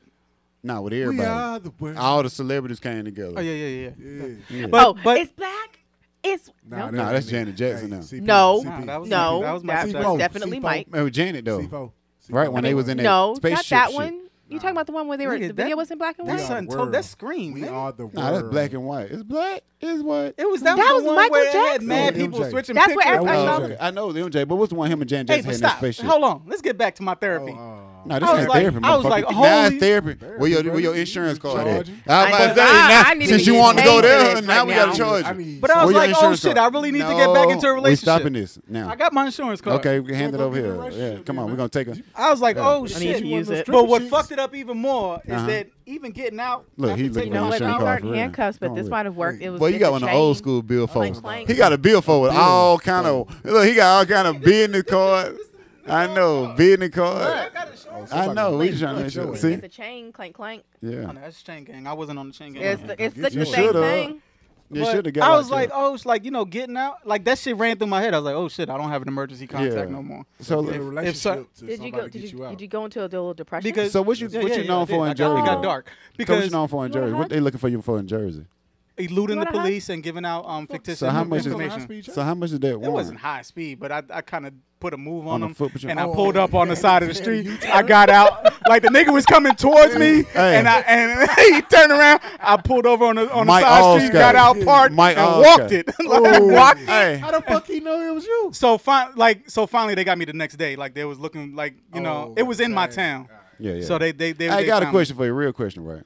Speaker 2: Nah, with
Speaker 4: We
Speaker 2: everybody.
Speaker 4: are the world.
Speaker 2: all the celebrities came together.
Speaker 3: Oh yeah, yeah, yeah.
Speaker 4: Yeah.
Speaker 2: Yeah.
Speaker 3: But
Speaker 5: oh,
Speaker 3: but
Speaker 5: it's black. It's
Speaker 2: Nah, that's Janet Jackson now.
Speaker 5: No.
Speaker 3: Nah, that was
Speaker 5: no.
Speaker 3: that was my
Speaker 5: that
Speaker 3: subject.
Speaker 5: was definitely
Speaker 4: C4.
Speaker 5: Mike.
Speaker 2: Man, with Janet though,
Speaker 4: C4.
Speaker 2: right when they was in that
Speaker 5: No, not
Speaker 2: spaceship
Speaker 5: that
Speaker 2: shit.
Speaker 5: one. You talking about the one where they were
Speaker 3: Nigga,
Speaker 5: the video
Speaker 3: that-
Speaker 5: was in black and
Speaker 3: That's
Speaker 5: white?
Speaker 4: are the
Speaker 3: something.
Speaker 4: world.
Speaker 3: To, that's scream.
Speaker 4: We
Speaker 3: nigga.
Speaker 4: are the world.
Speaker 2: Nah, that's black and white. It's black. It's what?
Speaker 3: It was that,
Speaker 5: That
Speaker 3: the
Speaker 5: was
Speaker 3: one
Speaker 5: Michael
Speaker 3: where it had
Speaker 5: Jackson.
Speaker 3: mad
Speaker 4: Yeah,
Speaker 3: people
Speaker 4: MJ.
Speaker 3: switching
Speaker 5: That's
Speaker 3: pictures.
Speaker 5: where everybody
Speaker 4: That
Speaker 5: thought-
Speaker 4: was-
Speaker 2: I know the MJ, but what's the one him and Janet
Speaker 3: Hey,
Speaker 2: Jackson
Speaker 3: but
Speaker 2: had in that
Speaker 3: stop.
Speaker 2: spaceship? Oh,
Speaker 3: Hold on. Let's get back to my therapy.
Speaker 2: No, this
Speaker 3: I was
Speaker 2: ain't
Speaker 3: like-
Speaker 2: therapy,
Speaker 3: I was
Speaker 2: motherfucker. now
Speaker 3: like,
Speaker 2: it's
Speaker 3: holy-
Speaker 2: therapy. Where your,
Speaker 4: Therapy,
Speaker 2: where your
Speaker 4: bro.
Speaker 2: insurance card
Speaker 4: Charge
Speaker 2: at?
Speaker 4: you.
Speaker 2: I was
Speaker 5: I
Speaker 2: about to
Speaker 5: know.
Speaker 2: say,
Speaker 5: I-
Speaker 2: now,
Speaker 5: I need to
Speaker 2: since
Speaker 5: be
Speaker 2: you
Speaker 5: getting
Speaker 2: want to go
Speaker 5: paid for
Speaker 2: there,
Speaker 5: this
Speaker 2: now
Speaker 5: right
Speaker 2: we got
Speaker 5: now.
Speaker 2: to charge
Speaker 4: I
Speaker 2: you.
Speaker 4: mean,
Speaker 3: But I was
Speaker 2: Where your
Speaker 3: like, oh
Speaker 2: insurance
Speaker 3: shit, I
Speaker 2: card?
Speaker 3: really need to get back into a
Speaker 2: No,
Speaker 3: relationship.
Speaker 2: We stopping this now.
Speaker 3: I got my insurance card.
Speaker 2: oh. Okay, we hand it
Speaker 4: Go
Speaker 2: over
Speaker 4: get a
Speaker 2: here.
Speaker 4: relationship,
Speaker 2: Yeah, come on,
Speaker 4: man.
Speaker 2: we're gonna take a
Speaker 3: I was like, oh
Speaker 5: I need to
Speaker 3: shit.
Speaker 5: use it.
Speaker 3: But what
Speaker 4: Stripper
Speaker 3: fucked it up even more is
Speaker 2: Uh-huh.
Speaker 3: that even getting out.
Speaker 2: Look,
Speaker 3: after
Speaker 2: he's looking
Speaker 3: taking
Speaker 5: You know
Speaker 2: at
Speaker 3: out
Speaker 2: my
Speaker 5: what?
Speaker 2: shit.
Speaker 5: These
Speaker 2: Insurance card
Speaker 5: aren't
Speaker 2: for real.
Speaker 5: handcuffs,
Speaker 2: Come
Speaker 5: but
Speaker 2: on
Speaker 5: this
Speaker 2: with
Speaker 5: might have worked. It was
Speaker 2: Well, you
Speaker 5: just
Speaker 2: got
Speaker 5: a
Speaker 2: one of
Speaker 5: chain.
Speaker 2: the old school bill
Speaker 5: Like
Speaker 2: folds.
Speaker 5: slang.
Speaker 2: He got a bill fold with all kind of look. He got all kind of business cards. I know business cards.
Speaker 3: I got insurance.
Speaker 2: I know. We just
Speaker 5: Clink.
Speaker 2: trying to make sure.
Speaker 4: Clink.
Speaker 2: See?
Speaker 5: It's a chain, clank, clank.
Speaker 3: Oh,
Speaker 2: Yeah.
Speaker 3: no, that's chain gang. I wasn't on the chain gang.
Speaker 5: It's the, it's the,
Speaker 2: You
Speaker 5: the same
Speaker 2: shoulda.
Speaker 5: thing.
Speaker 2: You
Speaker 3: But
Speaker 2: should have got
Speaker 3: I was
Speaker 2: out your-
Speaker 3: like, oh, it's like you know, getting out. Like that shit ran through my head. I was like, oh shit, I don't have an emergency contact
Speaker 2: Yeah.
Speaker 3: no more.
Speaker 2: So,
Speaker 4: If,
Speaker 2: look-
Speaker 4: relationship
Speaker 3: so-
Speaker 4: to
Speaker 5: Did you
Speaker 4: somebody
Speaker 5: go?
Speaker 4: get
Speaker 5: Did you,
Speaker 4: you out.
Speaker 5: did you go into a little depression?
Speaker 3: Because
Speaker 2: so what you
Speaker 3: Yeah,
Speaker 2: what
Speaker 3: yeah,
Speaker 2: you
Speaker 3: yeah, I
Speaker 2: known
Speaker 3: did.
Speaker 2: for
Speaker 3: I
Speaker 2: in
Speaker 3: got-
Speaker 2: Jersey?
Speaker 3: It got
Speaker 2: though?
Speaker 3: dark
Speaker 2: So what you
Speaker 3: because
Speaker 2: known for in
Speaker 5: wanna
Speaker 2: Jersey? What
Speaker 5: hide?
Speaker 2: they looking for you for in Jersey?
Speaker 3: eluding the
Speaker 5: wanna hide?
Speaker 3: police and giving out um fictitious
Speaker 2: So how much is
Speaker 3: information.
Speaker 2: so how much is that
Speaker 3: It wasn't
Speaker 2: warrant?
Speaker 3: high speed, but I, I kind of put a move
Speaker 2: On
Speaker 3: on,
Speaker 2: the
Speaker 3: him,
Speaker 2: foot, but you-
Speaker 3: and I
Speaker 4: Oh,
Speaker 3: pulled up on the
Speaker 4: yeah,
Speaker 3: side of the
Speaker 4: yeah,
Speaker 3: street.
Speaker 4: you
Speaker 3: I got out like the nigga was coming towards me,
Speaker 2: Hey.
Speaker 3: and I and he turned around. I pulled over on the on
Speaker 2: Mike
Speaker 3: the side street,
Speaker 2: Allscott.
Speaker 3: got out, parked,
Speaker 2: Mike
Speaker 3: and
Speaker 2: Allscott.
Speaker 3: walked it. like, walked it.
Speaker 2: Hey,
Speaker 4: How the fuck he know it was you?
Speaker 3: So fin- like so finally they got me the next day. Like they was looking like you
Speaker 4: Oh,
Speaker 3: know it was in my
Speaker 4: dang.
Speaker 3: town.
Speaker 2: yeah, yeah.
Speaker 3: So they they they.
Speaker 2: I
Speaker 3: they
Speaker 2: got a
Speaker 3: found me.
Speaker 2: question for you, real question, right?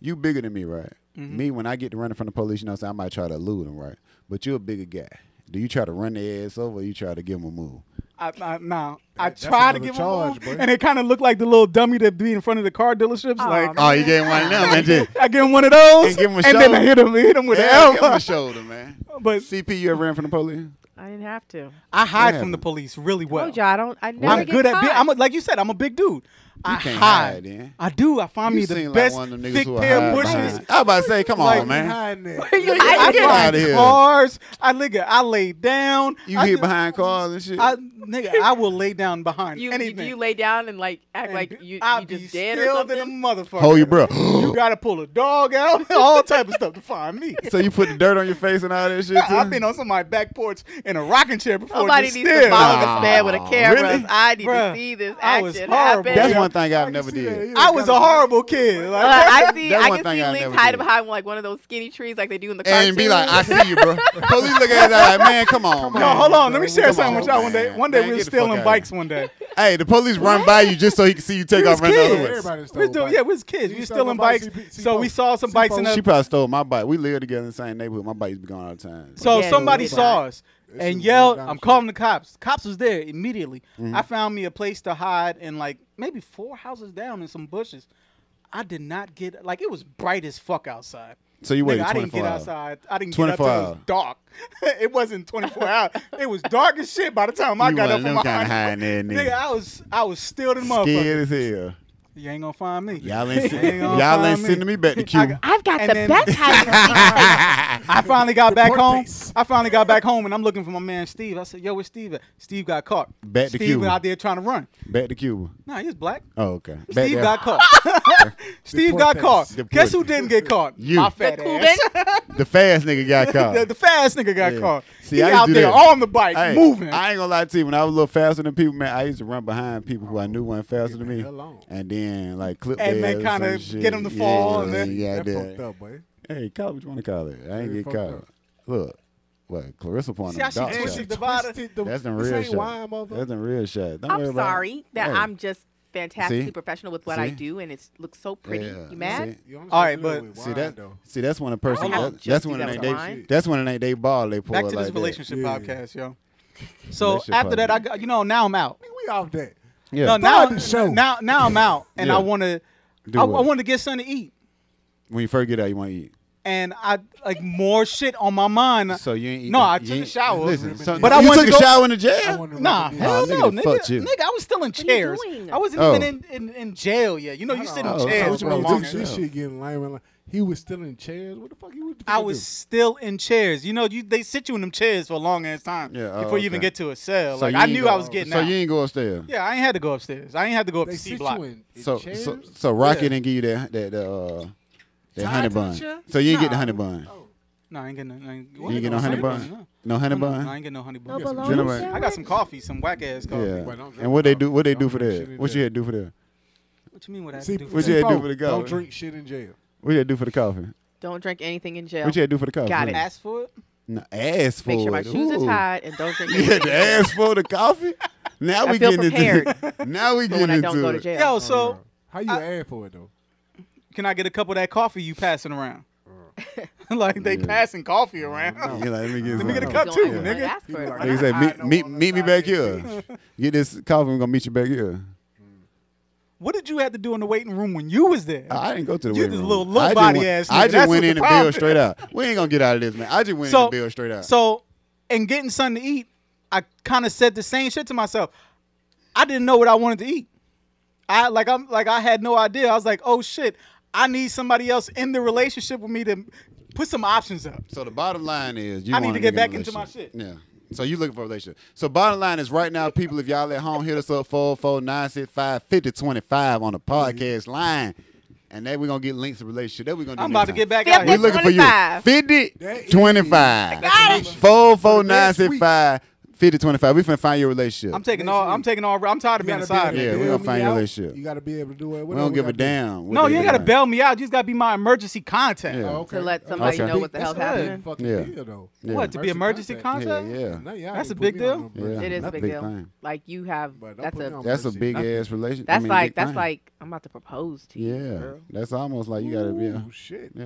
Speaker 2: You bigger than me, right?
Speaker 3: Mm-hmm.
Speaker 2: Me, when I get to running from the police, you know, what I'm saying? I might try to elude them, right? But you're a bigger guy. Do you try to run their ass over? or You try to give them a move?
Speaker 3: I, I, nah, I
Speaker 4: that's
Speaker 3: tried to
Speaker 4: another
Speaker 3: give
Speaker 4: charge,
Speaker 3: him a move,
Speaker 4: boy.
Speaker 3: and it kind of looked like the little dummy that be in front of the car dealerships.
Speaker 5: Aw,
Speaker 3: like
Speaker 5: man. Oh, you
Speaker 2: gave one of them and just
Speaker 3: I give him one of those,
Speaker 2: And give him a
Speaker 3: then
Speaker 2: shoulder.
Speaker 3: I hit him, hit him with an elbow.
Speaker 2: shoulder, man.
Speaker 3: But
Speaker 2: CP, you ever ran from the police?
Speaker 5: I didn't have to.
Speaker 3: I hide
Speaker 2: Yeah.
Speaker 3: from the police really well.
Speaker 5: Told you I don't. I never
Speaker 3: I'm
Speaker 5: get
Speaker 3: good at being.
Speaker 5: caught.
Speaker 3: I'm a, like you said. I'm a big dude. I
Speaker 2: can't
Speaker 3: hide.
Speaker 2: hide, yeah.
Speaker 3: I do. I find
Speaker 2: You
Speaker 3: me
Speaker 2: seem
Speaker 3: the
Speaker 2: like
Speaker 3: best
Speaker 2: one of them niggas
Speaker 3: thick
Speaker 2: who are
Speaker 3: pair
Speaker 2: hiding
Speaker 3: pushes.
Speaker 2: behind. I about to say, come
Speaker 3: Like,
Speaker 2: on, man.
Speaker 4: Hiding there.
Speaker 3: I
Speaker 2: Get
Speaker 3: find
Speaker 2: outta here.
Speaker 3: Cars. I nigga. I lay down.
Speaker 2: You
Speaker 3: I
Speaker 2: hit
Speaker 3: do-
Speaker 2: behind cars and shit.
Speaker 3: I nigga. I will lay down behind
Speaker 5: You, you,
Speaker 3: anything.
Speaker 5: do you lay down and like act
Speaker 3: And
Speaker 5: like
Speaker 3: be-
Speaker 5: you,
Speaker 3: I'll
Speaker 5: you
Speaker 3: be
Speaker 5: just dead or
Speaker 3: still
Speaker 5: something?
Speaker 3: than a motherfucker.
Speaker 2: Hold your breath.
Speaker 3: You gotta pull a dog out. All type of stuff to find me.
Speaker 2: so you put the dirt on your face and all that shit. Too?
Speaker 3: I've been on somebody's back porch in a rocking chair before.
Speaker 5: Somebody
Speaker 3: just
Speaker 5: needs
Speaker 3: still.
Speaker 5: to follow
Speaker 2: Nah.
Speaker 5: this man with a camera.
Speaker 2: Really?
Speaker 5: I need
Speaker 3: Bruh,
Speaker 5: to see this
Speaker 3: I was
Speaker 5: action
Speaker 3: horrible.
Speaker 5: happen.
Speaker 2: That's
Speaker 3: Yeah.
Speaker 2: one thing I've
Speaker 4: can
Speaker 2: never
Speaker 4: see that,
Speaker 2: did.
Speaker 4: yeah.
Speaker 3: I was a horrible kid.
Speaker 5: Uh,
Speaker 3: Like,
Speaker 5: I see.
Speaker 2: That's
Speaker 5: I
Speaker 2: one
Speaker 5: can
Speaker 2: thing
Speaker 5: see
Speaker 2: I
Speaker 5: links
Speaker 2: never
Speaker 5: hide
Speaker 2: did.
Speaker 5: behind like one of those skinny trees, like they do in the cartoons.
Speaker 2: And be like, I see you, bro. Police look at that. Like, man, come on.
Speaker 3: no,
Speaker 2: man.
Speaker 3: hold on. Let me share
Speaker 2: Come
Speaker 3: something
Speaker 2: on,
Speaker 3: with y'all one day.
Speaker 2: man.
Speaker 3: One day
Speaker 2: Man,
Speaker 3: we were
Speaker 2: get the fuck
Speaker 3: stealing
Speaker 2: outta
Speaker 3: bikes. One day.
Speaker 2: Hey, the police run by you just so he can see you take
Speaker 3: We
Speaker 2: off
Speaker 3: was
Speaker 2: running the
Speaker 3: kids.
Speaker 2: other way.
Speaker 4: Everybody
Speaker 3: We
Speaker 4: stole
Speaker 3: was doing,
Speaker 4: bikes.
Speaker 3: yeah, we was
Speaker 4: You
Speaker 3: kids. We was
Speaker 4: stole
Speaker 3: stealing
Speaker 4: nobody's
Speaker 3: bikes.
Speaker 4: CP
Speaker 3: so we saw some bikes in
Speaker 4: CPO.
Speaker 2: She
Speaker 3: the.
Speaker 2: probably stole my bike. We live together in the same neighborhood. My bike's be going all the time.
Speaker 3: So
Speaker 5: Yeah,
Speaker 3: somebody
Speaker 5: we did.
Speaker 3: saw us
Speaker 4: This
Speaker 3: and
Speaker 4: is
Speaker 3: yelled,
Speaker 4: real
Speaker 3: "I'm
Speaker 4: dumb shit.
Speaker 3: calling the cops." Cops was there immediately.
Speaker 2: Mm-hmm.
Speaker 3: I found me a place to hide and like maybe four houses down in some bushes. I did not get like it was bright as fuck outside.
Speaker 2: So you waited
Speaker 3: Nigga, I didn't
Speaker 2: 24
Speaker 3: get
Speaker 2: hours.
Speaker 3: outside. I didn't get up
Speaker 2: 24
Speaker 3: till it was
Speaker 2: hours.
Speaker 3: dark. it wasn't 24 hours. It was dark as shit by the time I
Speaker 2: you
Speaker 3: got
Speaker 2: one
Speaker 3: up
Speaker 2: of
Speaker 3: from
Speaker 2: them
Speaker 3: my
Speaker 2: kind of hiding there, nigga.
Speaker 3: Nigga, I was I was still the motherfucker.
Speaker 2: Scared as hell.
Speaker 3: You ain't gonna find me.
Speaker 2: Y'all ain't,
Speaker 3: You ain't gonna
Speaker 2: y'all
Speaker 3: find
Speaker 2: ain't
Speaker 3: me.
Speaker 2: sending me back to
Speaker 3: I
Speaker 2: Cuba.
Speaker 3: got-
Speaker 5: I've got
Speaker 3: And
Speaker 5: the
Speaker 3: then-
Speaker 5: best hiding.
Speaker 3: I finally got back
Speaker 4: Report
Speaker 3: home.
Speaker 4: this.
Speaker 3: I finally got back home and I'm looking for my man Steve. I said, "Yo, where's Steve at?" Steve got caught.
Speaker 2: Back to
Speaker 3: Steve
Speaker 2: Cuba.
Speaker 3: out there trying to run.
Speaker 2: Back to Cuba.
Speaker 3: Nah, he was black.
Speaker 2: Oh, okay. Back
Speaker 3: Steve
Speaker 2: there.
Speaker 3: got caught. Steve got
Speaker 4: Deportes.
Speaker 3: caught.
Speaker 2: Deportes.
Speaker 3: Guess who didn't get caught?
Speaker 2: You.
Speaker 3: My fat
Speaker 5: The
Speaker 3: ass.
Speaker 2: the fast nigga got caught.
Speaker 3: the, the fast nigga got
Speaker 2: Yeah.
Speaker 3: caught.
Speaker 2: See,
Speaker 3: he
Speaker 2: I used
Speaker 3: out
Speaker 2: to do
Speaker 3: there
Speaker 2: that.
Speaker 3: on the bike,
Speaker 2: Hey,
Speaker 3: moving.
Speaker 2: I ain't gonna lie to you. When I was a little faster than people, man, I used to run behind people who I knew weren't faster than me,
Speaker 4: hell on.
Speaker 2: and then like clip
Speaker 3: And
Speaker 2: their
Speaker 3: then
Speaker 2: ass
Speaker 3: kinda
Speaker 2: some shit.
Speaker 3: get 'em to fall, and
Speaker 2: Yeah,
Speaker 3: then-
Speaker 2: yeah,
Speaker 4: That
Speaker 2: yeah.
Speaker 4: fucked up, boy.
Speaker 2: Hey, call what you want to call it. I ain't
Speaker 4: Really
Speaker 2: get
Speaker 4: fucked
Speaker 2: caught.
Speaker 4: up.
Speaker 2: Look, what Clarissa pointed
Speaker 3: See how
Speaker 2: them
Speaker 3: she
Speaker 2: dark
Speaker 3: twisted
Speaker 2: shots.
Speaker 3: the Divider.
Speaker 4: Twisted the-
Speaker 2: That's the
Speaker 4: this
Speaker 2: real
Speaker 4: ain't wine,
Speaker 2: shot.
Speaker 4: mother.
Speaker 2: That's the real shot. Don't worry
Speaker 5: I'm
Speaker 2: about it.
Speaker 5: sorry that
Speaker 2: Hey,
Speaker 5: I'm just fantastically
Speaker 2: See?
Speaker 5: professional with what I
Speaker 2: See?
Speaker 5: do, and it looks so pretty.
Speaker 2: yeah,
Speaker 5: You mad?
Speaker 2: See?
Speaker 4: You know, I'm
Speaker 3: All
Speaker 4: so
Speaker 3: right,
Speaker 4: good
Speaker 3: but-
Speaker 4: with
Speaker 2: See
Speaker 4: wine,
Speaker 2: that?
Speaker 4: though.
Speaker 2: See that's when a person.
Speaker 5: don't have
Speaker 2: That,
Speaker 5: to
Speaker 2: that's
Speaker 5: just
Speaker 2: when
Speaker 5: do
Speaker 2: it
Speaker 5: that
Speaker 2: ain't
Speaker 5: with
Speaker 2: they.
Speaker 5: wine.
Speaker 2: That's when it ain't they ball. They pour
Speaker 3: Back
Speaker 2: like
Speaker 3: to this
Speaker 2: that.
Speaker 3: relationship
Speaker 4: Yeah.
Speaker 3: podcast, yo. So
Speaker 2: Relationship
Speaker 3: after that,
Speaker 2: podcast.
Speaker 3: I got you know now I'm out.
Speaker 4: We out there.
Speaker 2: Yeah.
Speaker 3: No, now
Speaker 4: the show.
Speaker 3: now now I'm out, and
Speaker 2: Yeah.
Speaker 3: I want to.
Speaker 2: Do
Speaker 3: I, I
Speaker 2: what?
Speaker 3: want to get something to eat,
Speaker 2: when you first get out, you want to eat.
Speaker 3: and I like more shit on my mind.
Speaker 2: So you ain't eat.
Speaker 3: No,
Speaker 2: that-
Speaker 3: I
Speaker 2: you
Speaker 3: took a
Speaker 2: ain't-
Speaker 3: shower.
Speaker 2: Listen, so-
Speaker 3: But I
Speaker 2: you
Speaker 3: wanted
Speaker 2: took
Speaker 3: to
Speaker 2: a
Speaker 3: go-
Speaker 2: shower in the
Speaker 4: I
Speaker 2: jail.
Speaker 4: wanna
Speaker 3: Nah,
Speaker 4: rub it in.
Speaker 3: hell
Speaker 2: nigga
Speaker 3: no,
Speaker 2: done
Speaker 3: nigga.
Speaker 2: fucked you.
Speaker 3: Nigga, I was still in
Speaker 5: you
Speaker 3: chairs.
Speaker 5: doing?
Speaker 3: I wasn't
Speaker 2: Oh.
Speaker 3: even in, in, in jail yet. You know, you sit in
Speaker 2: Oh, so
Speaker 3: jail
Speaker 2: what you
Speaker 3: for a
Speaker 2: mean,
Speaker 3: long
Speaker 2: dude?
Speaker 3: time.
Speaker 4: This shit getting lame. and lame. He was still in chairs. What the fuck he was
Speaker 3: I was stiil still in chairs. You know, you they sit you in them chairs for a long ass time
Speaker 2: Yeah, oh,
Speaker 3: before you even
Speaker 2: okay.
Speaker 3: get to a cell.
Speaker 2: So
Speaker 3: like
Speaker 2: you
Speaker 3: I
Speaker 2: ain't
Speaker 3: knew
Speaker 2: go-
Speaker 3: I was getting
Speaker 2: So
Speaker 3: out.
Speaker 2: you ain't go upstairs.
Speaker 3: yeah, I ain't had to go upstairs. I ain't had to go up
Speaker 4: They
Speaker 3: to C
Speaker 4: sit
Speaker 3: block.
Speaker 4: you in, in
Speaker 2: So
Speaker 4: chairs.
Speaker 2: so so Rocky
Speaker 3: Yeah.
Speaker 2: didn't give you that that uh that
Speaker 4: John's
Speaker 2: honey
Speaker 4: in the
Speaker 2: bun.
Speaker 4: chair?
Speaker 2: So you ain't get the
Speaker 4: Nah.
Speaker 2: honey bun.
Speaker 3: Oh. No, I ain't getting. no- I ain't,
Speaker 2: You ain't get no honey bun. No honey
Speaker 3: No, no, I
Speaker 2: bun.
Speaker 3: ain't getting no honey
Speaker 1: No
Speaker 3: bun.
Speaker 1: bologna
Speaker 2: gentlemen.
Speaker 1: sandwich?
Speaker 3: I got some coffee, some whack ass coffee.
Speaker 2: Yeah.
Speaker 4: don't drink
Speaker 2: And what they
Speaker 4: it.
Speaker 2: do? What they do
Speaker 4: Don't
Speaker 2: for
Speaker 4: drink
Speaker 2: that?
Speaker 4: shit in
Speaker 2: What you
Speaker 4: jail.
Speaker 2: had to do for that?
Speaker 3: What you mean? What I had
Speaker 4: See,
Speaker 3: to do?
Speaker 2: what
Speaker 3: For
Speaker 2: you
Speaker 3: that?
Speaker 2: had to do
Speaker 4: Bo,
Speaker 2: for the
Speaker 4: Don't
Speaker 2: guy?
Speaker 4: drink shit in jail.
Speaker 2: What you had to do for the coffee?
Speaker 5: Don't drink anything in jail.
Speaker 2: What you had to do for the coffee?
Speaker 5: Got it.
Speaker 2: Ass,
Speaker 3: Ask for it.
Speaker 2: no, ass for
Speaker 5: Make sure my
Speaker 2: it.
Speaker 5: shoes
Speaker 2: Ooh.
Speaker 5: are tied and don't drink
Speaker 2: You had
Speaker 5: anything.
Speaker 2: to ask for the coffee. Now
Speaker 5: I
Speaker 2: we
Speaker 5: feel
Speaker 2: getting into it. Now we
Speaker 5: for
Speaker 2: getting
Speaker 5: when I
Speaker 2: into
Speaker 5: don't go to
Speaker 2: it.
Speaker 5: jail.
Speaker 3: Yo, so
Speaker 4: How you add for it though?
Speaker 3: can I get a cup of that coffee you passing around? like they passing coffee around.
Speaker 2: You're like, let me get,
Speaker 3: Let me get a
Speaker 2: some.
Speaker 3: cup
Speaker 5: Don't
Speaker 3: too,
Speaker 5: ask-
Speaker 3: nigga.
Speaker 5: ask for it.
Speaker 2: Like you said, meet meet, meet me back here. Get this coffee. We're gonna meet you back here.
Speaker 3: What did you have to do in the waiting room when you was there?
Speaker 2: Oh, I I didn't go to the
Speaker 3: You
Speaker 2: waiting
Speaker 3: just
Speaker 2: room.
Speaker 3: little little
Speaker 2: I just
Speaker 3: body
Speaker 2: went,
Speaker 3: ass
Speaker 2: I
Speaker 3: nigga.
Speaker 2: just
Speaker 3: That's
Speaker 2: went
Speaker 3: what
Speaker 2: in
Speaker 3: the
Speaker 2: and
Speaker 3: problem
Speaker 2: bill
Speaker 3: is.
Speaker 2: straight out. We ain't gonna get out of this, man. I just went in
Speaker 3: so
Speaker 2: and bill straight out.
Speaker 3: So, and getting something to eat, I kind of said the same shit to myself. I didn't know what I wanted to eat. I like I'm like I had no idea. I was like, oh shit, I need somebody else in the relationship with me to put some options up.
Speaker 2: So the bottom line is, you
Speaker 3: I need
Speaker 2: want
Speaker 3: to
Speaker 2: a
Speaker 3: get
Speaker 2: nigga in a
Speaker 3: back into my
Speaker 2: relationship. Yeah. So you looking for a relationship. So bottom line is, right now, people, if y'all at home, hit us up 44965 on the
Speaker 3: Mm-hmm.
Speaker 2: podcast line, and then we're gonna get links to relationship. That we gonna do.
Speaker 3: I'm
Speaker 2: next
Speaker 3: about to
Speaker 2: time.
Speaker 3: get back
Speaker 5: Fifty
Speaker 3: out
Speaker 2: We
Speaker 3: here.
Speaker 2: looking for you.
Speaker 5: 25.
Speaker 2: 50
Speaker 4: That
Speaker 2: 25.
Speaker 5: Got it.
Speaker 2: 44965 50 25. We finna find your relationship.
Speaker 3: I'm taking all. I'm taking all. I'm tired of being
Speaker 4: gotta
Speaker 3: inside.
Speaker 4: be
Speaker 2: Yeah,
Speaker 4: able to
Speaker 2: we
Speaker 4: bail
Speaker 2: gonna
Speaker 4: me
Speaker 2: find your
Speaker 4: out.
Speaker 2: relationship.
Speaker 4: You gotta be able to do it.
Speaker 2: we don't give a damn. what
Speaker 3: No,
Speaker 2: they
Speaker 3: you ain't gotta
Speaker 2: doing.
Speaker 3: bail me out. You just gotta be my emergency contact.
Speaker 2: Yeah.
Speaker 4: Oh, okay.
Speaker 5: To let somebody
Speaker 2: Okay.
Speaker 5: know what the hell's
Speaker 4: That's a big
Speaker 5: happening.
Speaker 4: Fucking
Speaker 2: Yeah.
Speaker 4: deal, though.
Speaker 2: Yeah.
Speaker 3: What to be emergency contact?
Speaker 2: Yeah, yeah.
Speaker 4: Now y'all
Speaker 3: That's
Speaker 4: didn't put
Speaker 3: a big
Speaker 4: me on
Speaker 3: deal.
Speaker 4: no bridge.
Speaker 2: Yeah.
Speaker 5: It is a
Speaker 2: That's a
Speaker 5: big
Speaker 2: big
Speaker 5: deal.
Speaker 2: thing.
Speaker 5: Like you have
Speaker 4: But don't
Speaker 5: that's
Speaker 4: put me
Speaker 5: a
Speaker 4: on
Speaker 2: That's a
Speaker 4: mercy.
Speaker 2: big
Speaker 4: Nothing.
Speaker 2: ass relationship. I
Speaker 5: that's
Speaker 2: mean,
Speaker 5: like
Speaker 2: big
Speaker 5: that's
Speaker 2: thing.
Speaker 5: like I'm about to propose to you.
Speaker 2: Yeah,
Speaker 4: girl.
Speaker 2: that's almost like you gotta be.
Speaker 4: Ooh, shit.
Speaker 2: Yeah,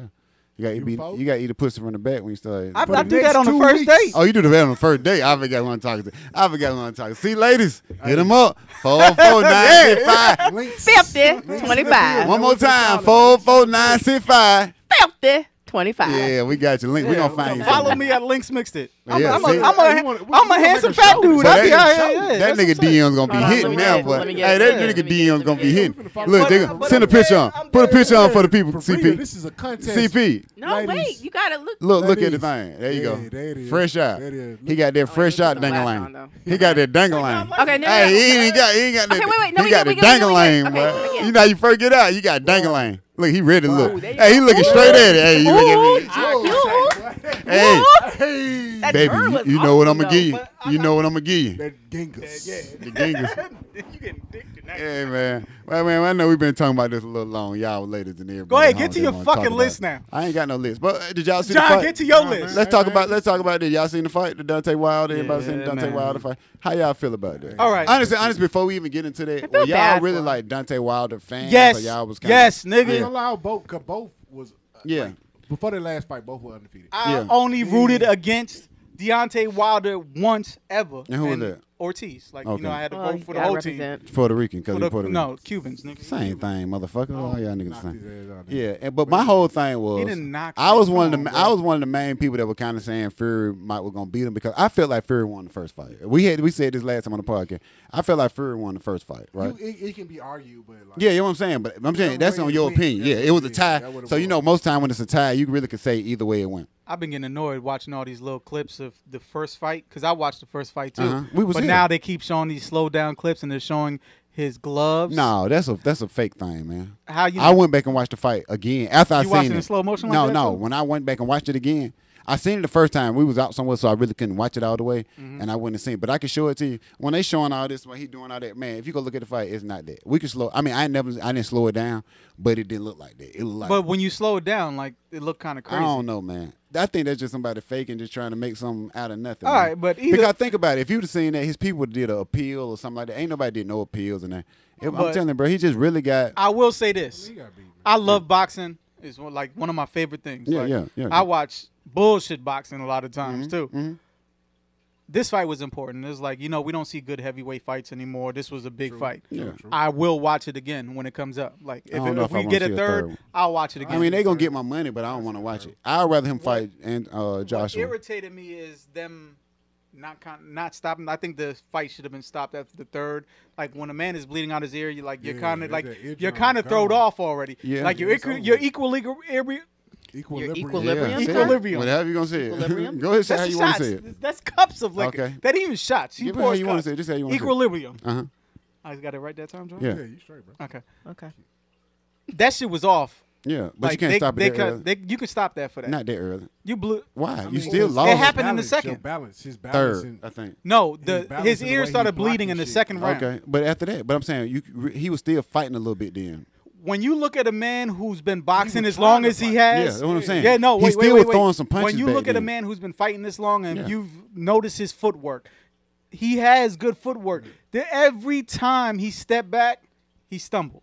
Speaker 2: you gotta
Speaker 4: You
Speaker 2: be.
Speaker 4: both?
Speaker 2: You gotta eat a pussy from the back when you start.
Speaker 3: I,
Speaker 4: For
Speaker 3: I
Speaker 4: the
Speaker 3: do that
Speaker 4: next
Speaker 3: on the
Speaker 4: two
Speaker 3: first
Speaker 4: weeks.
Speaker 3: date.
Speaker 2: Oh, you do the bad on the first day. I forgot who I'm talking to. I forgot who I'm talking to. See, ladies, hit them up. Four four nine six five.
Speaker 4: Links.
Speaker 5: 50, 25,
Speaker 2: One more time. Four four nine six five.
Speaker 5: 50, 25.
Speaker 2: Yeah, we got you. Link. We
Speaker 3: Yeah,
Speaker 2: gonna find you.
Speaker 3: Follow
Speaker 2: something.
Speaker 3: me at Links Mixed It. I'm,
Speaker 2: Yeah,
Speaker 3: I'm, a,
Speaker 2: see?
Speaker 3: I'm,
Speaker 4: Yeah, we
Speaker 3: a,
Speaker 4: wanna- we
Speaker 3: I'm
Speaker 4: wanna
Speaker 3: a
Speaker 4: make
Speaker 3: handsome
Speaker 4: a
Speaker 3: fat
Speaker 4: show.
Speaker 3: dude.
Speaker 2: So
Speaker 3: I'll be out
Speaker 2: that,
Speaker 3: here. Yeah,
Speaker 2: that
Speaker 3: that's
Speaker 2: nigga
Speaker 3: what's up.
Speaker 2: DM's gonna be
Speaker 5: Hold on,
Speaker 2: hitting
Speaker 5: let me
Speaker 2: now,
Speaker 5: get-
Speaker 2: but
Speaker 5: let me get-
Speaker 2: hey, that
Speaker 5: let me
Speaker 2: nigga
Speaker 5: get-
Speaker 2: DM's gonna be hitting.
Speaker 4: But
Speaker 2: Look,
Speaker 4: I'm
Speaker 2: nigga,
Speaker 4: dead,
Speaker 2: send a
Speaker 4: I'm
Speaker 2: picture on.
Speaker 3: dead.
Speaker 2: Put a picture on for the people.
Speaker 4: For real,
Speaker 2: CP,
Speaker 4: This is a contest.
Speaker 2: CP.
Speaker 5: No,
Speaker 4: Ladies.
Speaker 5: wait, you gotta look.
Speaker 2: Look, look at the
Speaker 4: Ladies.
Speaker 2: thing. There you
Speaker 4: Yeah,
Speaker 2: go.
Speaker 4: there it is.
Speaker 2: Fresh out.
Speaker 4: There it is.
Speaker 2: He got that fresh
Speaker 5: Oh, yeah,
Speaker 2: out
Speaker 5: put the glass on,
Speaker 2: dangling.
Speaker 5: though.
Speaker 2: He got that dangling.
Speaker 5: Okay, no,
Speaker 2: Hey,
Speaker 5: no,
Speaker 2: he ain't got. He ain't got.
Speaker 5: Okay,
Speaker 2: that,
Speaker 5: wait, wait, no,
Speaker 2: he
Speaker 5: we
Speaker 2: got
Speaker 5: good,
Speaker 2: the
Speaker 5: we good, we good, we
Speaker 2: dangling.
Speaker 5: good. Okay,
Speaker 2: boy.
Speaker 5: we good.
Speaker 2: You know, how you first get out. You got dangling. Look, he ready to look.
Speaker 5: there you
Speaker 2: Hey, he looking straight at it. Hey, you look at me.
Speaker 5: Ooh,
Speaker 2: Hey,
Speaker 4: Hey,
Speaker 5: that
Speaker 2: baby,
Speaker 5: bird
Speaker 2: you,
Speaker 5: was
Speaker 2: you know what I'm
Speaker 5: awesome,
Speaker 2: gonna give you.
Speaker 3: but I
Speaker 2: You
Speaker 3: got-
Speaker 2: know what I'm gonna give you.
Speaker 4: that Genghis.
Speaker 2: The gingas.
Speaker 3: You getting dick tonight.
Speaker 2: Hey man, well, man, I know we've been talking about this a little long, y'all ladies and everybody.
Speaker 3: ahead,
Speaker 2: at
Speaker 3: get
Speaker 2: home,
Speaker 3: to
Speaker 2: they
Speaker 3: your
Speaker 2: wanna talk
Speaker 3: fucking
Speaker 2: about
Speaker 3: list
Speaker 2: it.
Speaker 3: now.
Speaker 2: I ain't got no list, but uh, did y'all see the
Speaker 3: John,
Speaker 2: fight?
Speaker 3: get to your list.
Speaker 2: Let's talk about let's talk about this. Y'all seen the fight, the Dante Wilder. Everybody
Speaker 3: Yeah,
Speaker 2: seen the Dante
Speaker 3: man.
Speaker 2: Wilder fight? How y'all feel about that?
Speaker 3: All right.
Speaker 2: Honestly, honestly, before we even get into that,
Speaker 5: feel
Speaker 2: were y'all
Speaker 5: bad
Speaker 2: really
Speaker 5: for him.
Speaker 2: like Dante Wilder fans?
Speaker 3: Yes.
Speaker 2: Or y'all was kind
Speaker 3: yes,
Speaker 4: I ain't
Speaker 3: nigga.
Speaker 4: gonna lie, both, cause both was uh,
Speaker 2: Yeah.
Speaker 4: like, before the last fight, both were undefeated.
Speaker 3: I
Speaker 2: Yeah.
Speaker 3: only rooted against Deontay Wilder once ever.
Speaker 2: And who was that?
Speaker 3: Ortiz. Like
Speaker 2: Okay.
Speaker 3: you know, I had to
Speaker 5: Well,
Speaker 3: vote
Speaker 5: Oh, you
Speaker 3: for the
Speaker 5: gotta
Speaker 3: whole team.
Speaker 5: represent.
Speaker 2: Puerto Rican
Speaker 3: For
Speaker 2: because
Speaker 3: the-
Speaker 2: he's Puerto
Speaker 3: no, Cubans, nigga.
Speaker 2: Rican. Same thing, motherfucker. All y'all niggas the
Speaker 4: Knocked
Speaker 2: same.
Speaker 4: his ass out.
Speaker 2: Yeah, and, but my whole thing was
Speaker 3: didn't knock
Speaker 2: I
Speaker 3: him.
Speaker 2: was one of
Speaker 3: Come
Speaker 2: the
Speaker 3: on,
Speaker 2: I
Speaker 3: bro.
Speaker 2: was one of the main people that were kind of saying Fury might was gonna beat him because I felt like Fury won the first fight. We had we said this last time on the podcast. I felt like Fury won the first fight,
Speaker 4: You-
Speaker 2: right?
Speaker 4: it, it can be argued, but like,
Speaker 2: yeah, you know what I'm saying, but I'm saying
Speaker 4: Yeah,
Speaker 2: that's
Speaker 4: well,
Speaker 2: on
Speaker 4: you
Speaker 2: your
Speaker 4: win.
Speaker 2: opinion. Yeah,
Speaker 4: Yeah,
Speaker 2: it was a
Speaker 4: yeah,
Speaker 2: tie,
Speaker 4: that would've
Speaker 2: so you know
Speaker 4: won.
Speaker 2: most time when it's a tie, you really could say either way it went.
Speaker 3: I've been getting annoyed watching all these little clips of the first fight because I watched the first fight too.
Speaker 2: Uh-huh. We was
Speaker 3: but
Speaker 2: here.
Speaker 3: now they keep showing these slow down clips and they're showing his gloves.
Speaker 2: No, that's a that's a fake thing, man.
Speaker 3: How you
Speaker 2: I
Speaker 3: know?
Speaker 2: went back and watched the fight again after I
Speaker 3: You
Speaker 2: seen
Speaker 3: watched it
Speaker 2: it
Speaker 3: in slow motion like
Speaker 2: No,
Speaker 3: that,
Speaker 2: no.
Speaker 3: too?
Speaker 2: When I went back and watched it again, I seen it the first time. We was out somewhere, so I really couldn't watch it all the way,
Speaker 3: Mm-hmm.
Speaker 2: and I wouldn't have seen. it. But I can show it to you when they showing all this. When he doing all that, man. If you go look at the fight, it's not that. We can slow. I mean, I never, I didn't slow it down, but it didn't look like that. It looked like.
Speaker 3: But when you slow it down, like it looked kind of
Speaker 2: I
Speaker 3: crazy.
Speaker 2: don't know, man. I think that's just somebody faking, just trying to make something out of nothing.
Speaker 3: All
Speaker 2: man.
Speaker 3: right, but either-
Speaker 2: because think about it, if you'd have seen that, his people did an appeal or something like that. Ain't nobody did no appeals and that. If- I'm
Speaker 3: But-
Speaker 2: telling you, bro, he just really got.
Speaker 3: I will say this:
Speaker 4: he got beat. Man.
Speaker 3: I love boxing. It's one, like one of my favorite things.
Speaker 2: Yeah,
Speaker 3: Like,
Speaker 2: yeah, yeah. Mm-hmm,
Speaker 3: I watch bullshit boxing a lot of times too. This fight was important. It's like you know we don't see good heavyweight fights anymore. This was a big fight. I will watch it again when it comes up. Like if,
Speaker 2: don't
Speaker 3: it,
Speaker 2: know
Speaker 3: if
Speaker 2: if I
Speaker 3: we
Speaker 2: wanna
Speaker 3: get a
Speaker 2: see a
Speaker 3: 3rd
Speaker 2: third one.
Speaker 3: I'll watch it again.
Speaker 2: I mean, they gonna get my money, but I don't want to watch it. I'd rather him fight and uh,
Speaker 3: What
Speaker 2: Joshua.
Speaker 3: irritated me is them not con- not stopping. I think the fight should have been stopped after the third. Like when a man is bleeding out his ear, you like you're
Speaker 4: Yeah,
Speaker 3: kind of
Speaker 4: that-
Speaker 3: like
Speaker 4: that eardrum
Speaker 3: you're kind of
Speaker 4: gone.
Speaker 3: thrown off already.
Speaker 2: Yeah.
Speaker 3: like you're
Speaker 4: Yeah, it's
Speaker 3: equi-
Speaker 4: over
Speaker 3: you're
Speaker 4: with.
Speaker 3: equally every.
Speaker 4: Equilibrium.
Speaker 5: equilibrium.
Speaker 2: say it.
Speaker 3: Equilibrium.
Speaker 2: Whatever you gonna say. it.
Speaker 5: Equilibrium?
Speaker 2: Go ahead, say
Speaker 3: That's
Speaker 2: how you want
Speaker 3: shots.
Speaker 2: to say it.
Speaker 3: That's cups of liquor.
Speaker 2: Okay.
Speaker 3: That ain't even shots. She
Speaker 2: Give it how
Speaker 3: pours
Speaker 2: you
Speaker 3: cups.
Speaker 2: wanna say it. Just how you wanna say it.
Speaker 3: Equilibrium.
Speaker 2: Uh huh.
Speaker 3: I just got it right that time, John.
Speaker 2: Yeah.
Speaker 4: Yeah, you straight, bro.
Speaker 3: Okay.
Speaker 5: Okay.
Speaker 3: That shit was off.
Speaker 2: Yeah, but you
Speaker 3: like
Speaker 2: can't
Speaker 3: they,
Speaker 2: stop it
Speaker 3: they
Speaker 2: that
Speaker 3: cut-
Speaker 2: early.
Speaker 3: they- you can stop that for that.
Speaker 2: Not that early.
Speaker 3: You blew.
Speaker 2: Why?
Speaker 4: I
Speaker 2: you
Speaker 4: mean,
Speaker 2: still
Speaker 4: it's-
Speaker 2: lost.
Speaker 3: It happened in the
Speaker 4: Balance,
Speaker 3: second.
Speaker 4: your Balance, his balance.
Speaker 2: third,
Speaker 4: and-
Speaker 2: I think.
Speaker 3: No,
Speaker 4: His
Speaker 3: the
Speaker 4: balance
Speaker 3: his
Speaker 4: and the
Speaker 3: ear
Speaker 4: way he
Speaker 3: started
Speaker 4: blocking
Speaker 3: bleeding in the
Speaker 4: shit.
Speaker 3: second round.
Speaker 2: Okay, but after that, but I'm saying you, he was still fighting a little bit then.
Speaker 3: when you look at a man who's been boxing
Speaker 4: was
Speaker 3: as
Speaker 4: trying
Speaker 3: long
Speaker 4: to
Speaker 3: as he
Speaker 4: fight.
Speaker 2: Yeah,
Speaker 3: has,
Speaker 2: that's what I'm saying.
Speaker 3: Yeah, no,
Speaker 2: He
Speaker 3: wait,
Speaker 2: still
Speaker 3: wait,
Speaker 2: was
Speaker 3: wait, wait.
Speaker 2: throwing some punches
Speaker 3: When you
Speaker 2: back
Speaker 3: look at a
Speaker 2: then.
Speaker 3: man who's been fighting this long and
Speaker 2: Yeah.
Speaker 3: you've noticed his footwork, he has good footwork. The- every time he stepped back, he stumbled.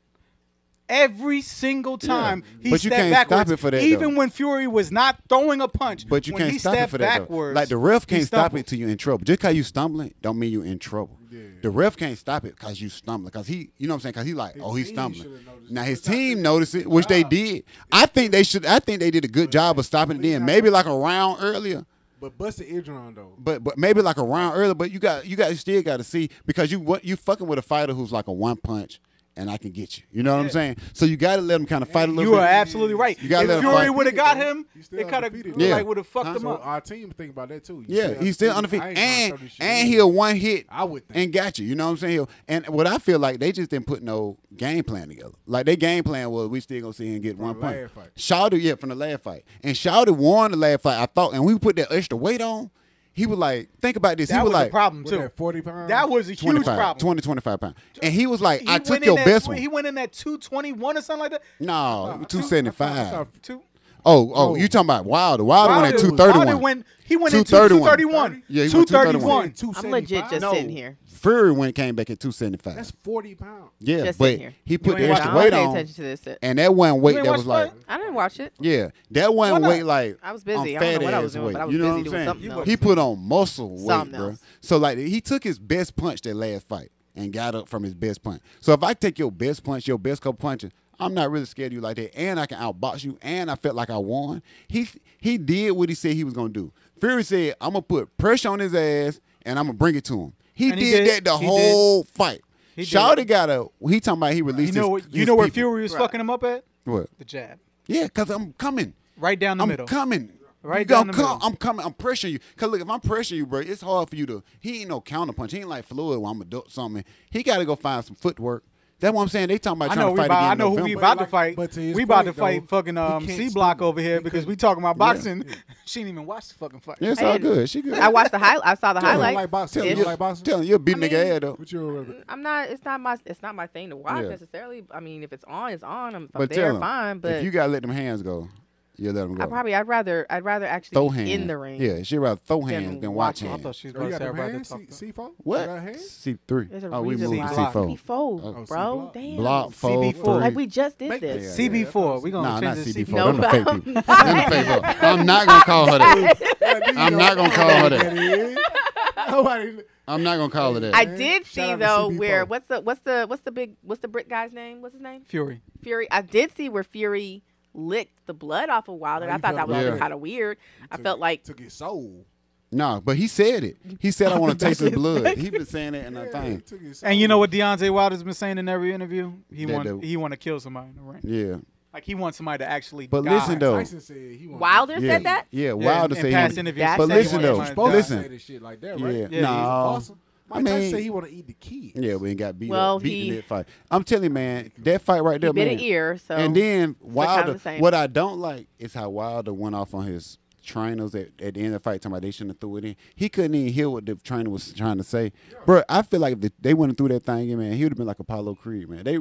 Speaker 3: Every single time he
Speaker 2: but you
Speaker 3: stepped
Speaker 2: can't stop
Speaker 3: backwards,
Speaker 2: it for that,
Speaker 3: even
Speaker 2: though.
Speaker 3: when Fury was not throwing a punch,
Speaker 2: But you
Speaker 3: when he
Speaker 2: can't stop it
Speaker 3: stepped
Speaker 2: for that. though.
Speaker 3: backwards,
Speaker 2: Like the ref
Speaker 3: he
Speaker 2: can't stop
Speaker 3: stumbled.
Speaker 2: it till you in trouble. Just cause you stumbling, don't mean you in trouble. The ref can't stop it cause you stumbling. Cause he, you know what I'm saying? Cause he like, oh, he's
Speaker 4: team
Speaker 2: stumbling.
Speaker 4: should've noticed
Speaker 2: Now
Speaker 4: it.
Speaker 2: his
Speaker 4: But I
Speaker 2: team noticed it, which they did. I think they should. I think they did a good job of stopping it then. Maybe like a round earlier.
Speaker 4: But bust the eardrum though.
Speaker 2: But but maybe like a round earlier. But you got you got you still got to see because you what you fucking with a fighter who's like a one punch and I can get you. You know what I'm saying? So you got to let them kind of fight a little
Speaker 3: You
Speaker 2: bit.
Speaker 3: are absolutely right.
Speaker 2: You gotta let
Speaker 3: if
Speaker 2: 'em
Speaker 3: Fury
Speaker 2: fight.
Speaker 3: would have got him,
Speaker 4: You still
Speaker 3: it kind of
Speaker 4: undefeated.
Speaker 2: Yeah.
Speaker 3: like would have fucked him
Speaker 4: So
Speaker 3: up.
Speaker 4: our team think about that too. You
Speaker 2: Yeah, he's still
Speaker 4: I
Speaker 2: undefeated,
Speaker 4: ain't gonna
Speaker 2: and
Speaker 4: throw this shit
Speaker 2: and
Speaker 4: in.
Speaker 2: he'll one hit.
Speaker 4: I would think.
Speaker 2: and got you. You know what I'm saying? He'll, and what I feel like they just didn't put no game plan together. Like their game plan was we still gonna see him get one
Speaker 4: the
Speaker 2: point.
Speaker 4: last fight.
Speaker 2: Shouted yeah from the last fight, and Shouted won the last fight. I thought, and we put that extra weight on. He was like, think about this. he
Speaker 3: That
Speaker 2: was
Speaker 3: was
Speaker 2: like
Speaker 3: a problem
Speaker 4: What,
Speaker 3: too.
Speaker 4: that forty pounds.
Speaker 3: That was a huge
Speaker 2: 25,
Speaker 3: problem.
Speaker 2: 20, 25 pounds, and he was like,
Speaker 3: He
Speaker 2: I
Speaker 3: went
Speaker 2: took
Speaker 3: in
Speaker 2: your
Speaker 3: at
Speaker 2: best
Speaker 3: tw-
Speaker 2: one.
Speaker 3: He went in at 221 or something like that.
Speaker 2: no, two
Speaker 4: I
Speaker 2: seventy
Speaker 4: thought- I
Speaker 2: five.
Speaker 4: thought-
Speaker 3: Two.
Speaker 2: Oh, oh, you talking about Wilder? Wilder, went at
Speaker 3: Wilder-
Speaker 2: two thirty
Speaker 3: Wilder
Speaker 2: one.
Speaker 3: went- He went into
Speaker 2: 231.
Speaker 3: 231.
Speaker 2: Yeah, he went 231.
Speaker 3: 231.
Speaker 5: I'm legit just
Speaker 4: 275?
Speaker 5: sitting here.
Speaker 2: Fury went came back at two seventy five.
Speaker 4: That's forty pounds.
Speaker 2: Yeah,
Speaker 5: Just
Speaker 2: but
Speaker 5: sitting here.
Speaker 2: he put
Speaker 3: You
Speaker 2: the
Speaker 3: ain't
Speaker 2: extra
Speaker 3: watching-
Speaker 5: I
Speaker 2: weight
Speaker 5: don't pay
Speaker 2: on,
Speaker 5: attention to this. shit.
Speaker 2: and that one weight
Speaker 3: ain't
Speaker 2: that was
Speaker 3: watch
Speaker 2: like,
Speaker 3: Fury?
Speaker 5: I didn't watch it.
Speaker 2: yeah, that one
Speaker 3: not?
Speaker 2: weight like
Speaker 5: I was busy.
Speaker 2: I'm
Speaker 5: I don't know
Speaker 2: fat
Speaker 5: what I
Speaker 2: ass
Speaker 5: was doing,
Speaker 2: weight.
Speaker 5: but I was
Speaker 2: you know
Speaker 5: busy
Speaker 2: what I'm
Speaker 5: doing
Speaker 2: saying?
Speaker 5: something else.
Speaker 2: He put on muscle weight,
Speaker 5: Oh, Something
Speaker 2: bro.
Speaker 5: else.
Speaker 2: So like he took his best punch that last fight and got up from his best punch. So if I take your best punch, your best couple punches. I'm not really scared of you like that, and I can outbox you, and I felt like I won. He he did what he said he was gonna do. Fury said, "I'm gonna put pressure on his ass, and I'm gonna bring it to him." He, did,
Speaker 3: And he did.
Speaker 2: that the
Speaker 3: He did.
Speaker 2: whole fight.
Speaker 3: He did.
Speaker 2: Shouty got a. He talking about he released.
Speaker 3: You know
Speaker 2: his,
Speaker 3: what? You
Speaker 2: his
Speaker 3: know where
Speaker 2: people.
Speaker 3: Fury was
Speaker 5: Right.
Speaker 3: fucking him up at?
Speaker 2: What?
Speaker 3: The jab,
Speaker 2: Yeah, cause I'm coming.
Speaker 3: right down the
Speaker 2: I'm
Speaker 3: middle.
Speaker 2: coming.
Speaker 3: Right
Speaker 2: You
Speaker 3: down
Speaker 2: gonna
Speaker 3: the
Speaker 2: come-
Speaker 3: middle.
Speaker 2: I'm coming. I'm pressuring you. Cause look, if I'm pressuring you, bro, it's hard for you to. He ain't no counter punch. He ain't like Floyd. Where I'm gonna do something. He got to go find some footwork. That's what I'm saying. They talking about
Speaker 3: I
Speaker 2: trying
Speaker 3: know
Speaker 2: to
Speaker 3: we
Speaker 2: fight
Speaker 3: about.
Speaker 2: again.
Speaker 3: I
Speaker 2: in
Speaker 3: know who we
Speaker 2: November.
Speaker 3: about to
Speaker 4: like-
Speaker 3: fight.
Speaker 4: but to his
Speaker 3: we about to
Speaker 4: point,
Speaker 3: fight
Speaker 4: though,
Speaker 3: fucking
Speaker 4: he
Speaker 3: um,
Speaker 4: can't
Speaker 3: C
Speaker 4: stop
Speaker 3: Block
Speaker 4: him.
Speaker 3: over here
Speaker 4: He
Speaker 3: because
Speaker 4: couldn't-
Speaker 3: we talking about boxing. she didn't even watch the fucking fight.
Speaker 2: Yeah, it's all
Speaker 5: And-
Speaker 2: good. She good.
Speaker 5: I watched the highlight. I saw the
Speaker 4: I
Speaker 5: highlight.
Speaker 4: like boxing.
Speaker 2: Tell
Speaker 4: You
Speaker 2: him
Speaker 4: don't
Speaker 2: you
Speaker 4: like boxing.
Speaker 2: Tell him you'll beat
Speaker 5: I
Speaker 2: nigga
Speaker 5: mean-
Speaker 2: head though.
Speaker 4: What you rather?
Speaker 5: I'm not. It's not my. It's not my thing to watch
Speaker 2: Yeah.
Speaker 5: necessarily. I mean, if it's on, it's on. I'm, if I'm
Speaker 2: But
Speaker 5: there,
Speaker 2: tell him
Speaker 5: fine. But
Speaker 2: if you gotta let them hands go, you let them go.
Speaker 5: I probably. I'd rather. I'd rather actually
Speaker 2: throw
Speaker 5: be
Speaker 2: hands
Speaker 5: in the ring.
Speaker 2: Yeah, she rather throw
Speaker 5: Than
Speaker 2: hands than watch
Speaker 5: watch it.
Speaker 3: I
Speaker 2: hands.
Speaker 3: thought she was
Speaker 4: Oh, you
Speaker 3: about to
Speaker 4: got
Speaker 3: say
Speaker 4: them
Speaker 3: everybody to
Speaker 4: hands?
Speaker 3: talk.
Speaker 4: C- C4? You got
Speaker 2: What?
Speaker 4: hands?
Speaker 2: C three.
Speaker 5: There's a
Speaker 2: Oh, we
Speaker 5: reason
Speaker 2: moved
Speaker 5: why.
Speaker 2: to
Speaker 3: C
Speaker 2: C
Speaker 3: block.
Speaker 2: four.
Speaker 5: C4,
Speaker 2: Oh,
Speaker 5: bro.
Speaker 4: C block.
Speaker 5: Damn.
Speaker 2: Block fold
Speaker 3: CB4.
Speaker 2: three.
Speaker 5: Like we just did
Speaker 4: Make
Speaker 5: this.
Speaker 3: CB4. We gonna
Speaker 2: Nah,
Speaker 3: change
Speaker 2: not
Speaker 3: it to
Speaker 2: CB4.
Speaker 3: CB4.
Speaker 5: No,
Speaker 2: Them the fake
Speaker 5: no,
Speaker 2: people. Them the fake people. I'm not gonna call her that. I'm not gonna call her that.
Speaker 4: Nobody.
Speaker 2: I'm not gonna call her that.
Speaker 5: I
Speaker 4: Man,
Speaker 5: did
Speaker 4: shout
Speaker 5: see
Speaker 4: out to
Speaker 5: though
Speaker 4: CB4.
Speaker 5: where what's the what's the what's the big what's the brick guy's name? What's his name?
Speaker 3: Fury.
Speaker 5: Fury. I did see where Fury licked the blood off of Wilder.
Speaker 4: Oh,
Speaker 5: I
Speaker 4: you
Speaker 5: thought that
Speaker 4: felt
Speaker 5: was
Speaker 2: bad.
Speaker 5: kind of weird. I felt like
Speaker 4: to get sold.
Speaker 2: No, but he said it. He said I want to taste his blood. He been saying that in a
Speaker 4: Yeah,
Speaker 2: thing.
Speaker 4: to get sold.
Speaker 3: And you know what Deontay Wilder's been saying in every interview? He
Speaker 2: That
Speaker 3: want
Speaker 2: the-
Speaker 3: he want to kill somebody in the ring.
Speaker 2: Yeah.
Speaker 3: Like he wants somebody to actually.
Speaker 2: But
Speaker 3: die.
Speaker 2: listen, though.
Speaker 4: Tyson said he wanted-
Speaker 5: Wilder
Speaker 2: Yeah.
Speaker 5: said that.
Speaker 2: Yeah,
Speaker 3: Yeah,
Speaker 2: Wilder
Speaker 3: in
Speaker 2: said he
Speaker 3: past
Speaker 2: wanted-
Speaker 3: interviews,
Speaker 5: But
Speaker 3: he said he
Speaker 5: listen,
Speaker 3: wanted
Speaker 5: though.
Speaker 3: somebody to
Speaker 4: Supposed
Speaker 3: die.
Speaker 4: to
Speaker 2: Listen.
Speaker 4: say this shit like that,
Speaker 2: Yeah.
Speaker 4: right?
Speaker 3: he's
Speaker 2: Nah.
Speaker 4: Awesome.
Speaker 2: I
Speaker 4: Mike Tyson
Speaker 2: mean-
Speaker 4: said he want to eat the kids.
Speaker 2: Yeah, we ain't got beat
Speaker 5: Well,
Speaker 2: up, beaten
Speaker 5: he-
Speaker 2: that fight. I'm telling you, man, that fight right there,
Speaker 5: Bit
Speaker 2: man.
Speaker 5: of ear. So
Speaker 2: and then Wilder,
Speaker 5: the same.
Speaker 2: what I don't like is how Wilder went off on his trainers at, at the end of the fight, talking about they shouldn't have threw it in. He couldn't even hear what the trainer was trying to say. Bro, I feel like if the, they wouldn't have threw that thing in, man, he would have been like Apollo Creed, man. They,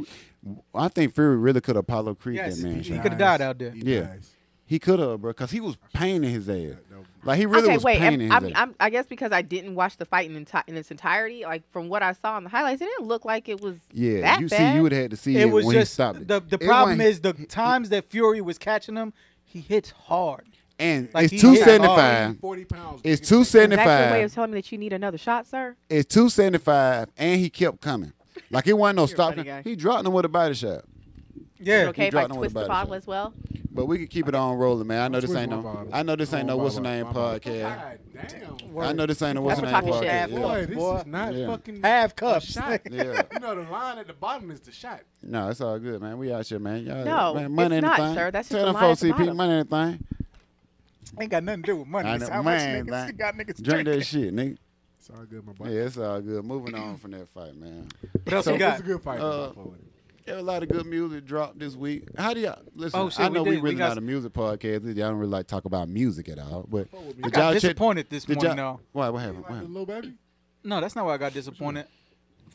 Speaker 2: I think Fury really could have Apollo Creed
Speaker 3: Yes,
Speaker 2: that man.
Speaker 3: he
Speaker 2: man.
Speaker 3: could have died out there.
Speaker 4: He
Speaker 2: Yeah.
Speaker 4: dies.
Speaker 2: He could have, bro, because he was paining his ass. Like he really
Speaker 5: okay,
Speaker 2: was
Speaker 5: wait.
Speaker 2: paining
Speaker 5: I'm,
Speaker 2: his
Speaker 5: I'm,
Speaker 2: ass.
Speaker 5: I'm, I guess because I didn't watch the fight in, enti- in its entirety. Like from what I saw in the highlights, it didn't look like it was
Speaker 2: yeah,
Speaker 5: that
Speaker 2: you
Speaker 5: bad.
Speaker 2: see, you would have had to see it,
Speaker 3: It was
Speaker 2: when
Speaker 3: just
Speaker 2: he stopped it.
Speaker 3: the the
Speaker 2: It
Speaker 3: problem
Speaker 2: wasn't-
Speaker 3: is the times that Fury was catching him, he hits hard.
Speaker 2: and
Speaker 3: like,
Speaker 2: it's
Speaker 3: he
Speaker 2: two
Speaker 3: hit hard.
Speaker 2: seventy five.
Speaker 4: 40 Oh, pounds.
Speaker 2: It's
Speaker 4: nigga.
Speaker 2: two
Speaker 5: Is
Speaker 2: seventy
Speaker 5: that your way
Speaker 2: five.
Speaker 5: of telling me that you need another shot, sir?
Speaker 2: It's two seventy five, and he kept coming. Like it wasn't no
Speaker 5: funny
Speaker 2: stopping.
Speaker 5: guy.
Speaker 2: He dropped him with a body shot.
Speaker 3: Yeah.
Speaker 5: okay if I
Speaker 2: dropped on with
Speaker 5: twist
Speaker 2: the body
Speaker 5: the bottle
Speaker 2: shot.
Speaker 5: as well?
Speaker 2: But we can keep it on rolling, man. I know this
Speaker 4: Twist
Speaker 2: ain't
Speaker 4: my
Speaker 2: no.
Speaker 4: bottle.
Speaker 2: I know this ain't no
Speaker 4: Oh, My
Speaker 2: what's the
Speaker 4: bottle,
Speaker 2: name
Speaker 4: my bottle.
Speaker 2: podcast.
Speaker 4: God damn.
Speaker 2: I know this ain't a what's
Speaker 5: That's
Speaker 2: the name
Speaker 5: what talking shit.
Speaker 2: podcast.
Speaker 4: Boy,
Speaker 2: Yeah.
Speaker 4: this
Speaker 3: Boy.
Speaker 4: is not
Speaker 2: Yeah.
Speaker 4: fucking
Speaker 3: Half cups.
Speaker 4: shot.
Speaker 2: Yeah.
Speaker 4: You know, the line at the bottom is the shot.
Speaker 2: No, it's all good, man. We out here, man. Y'all,
Speaker 5: No,
Speaker 2: man, money ain't
Speaker 5: it's
Speaker 2: a
Speaker 5: not,
Speaker 2: thing.
Speaker 5: sir. That's just
Speaker 2: Tell
Speaker 5: a
Speaker 2: them
Speaker 5: line at
Speaker 2: folks
Speaker 5: the
Speaker 2: CP,
Speaker 5: bottom.
Speaker 2: money ain't a thing.
Speaker 3: Ain't got nothing to do with money.
Speaker 2: I
Speaker 3: It's
Speaker 2: know,
Speaker 3: how
Speaker 2: man,
Speaker 3: much niggas
Speaker 2: like,
Speaker 3: got niggas
Speaker 2: Drink
Speaker 3: drinking.
Speaker 2: that shit, nigga.
Speaker 4: It's all good, my boy.
Speaker 2: Yeah, it's all good. Moving on from that fight, man.
Speaker 3: What else we
Speaker 4: It was
Speaker 3: got?
Speaker 4: a good fight.
Speaker 2: Uh,
Speaker 4: though,
Speaker 2: There were a lot of good music dropped this week. How do y'all listen?
Speaker 3: Oh, shit,
Speaker 2: I know
Speaker 3: we
Speaker 2: we,
Speaker 3: did. We
Speaker 2: really
Speaker 3: got
Speaker 2: not a music podcast. Y'all don't really like talk about music at all. But
Speaker 4: I
Speaker 2: did
Speaker 3: got
Speaker 2: y'all
Speaker 3: disappointed this
Speaker 2: did
Speaker 3: morning,
Speaker 2: y'all-
Speaker 3: though.
Speaker 2: Why? What happened?
Speaker 4: Like
Speaker 2: What
Speaker 4: the
Speaker 2: happened?
Speaker 4: little baby?
Speaker 3: No, that's not why I got disappointed.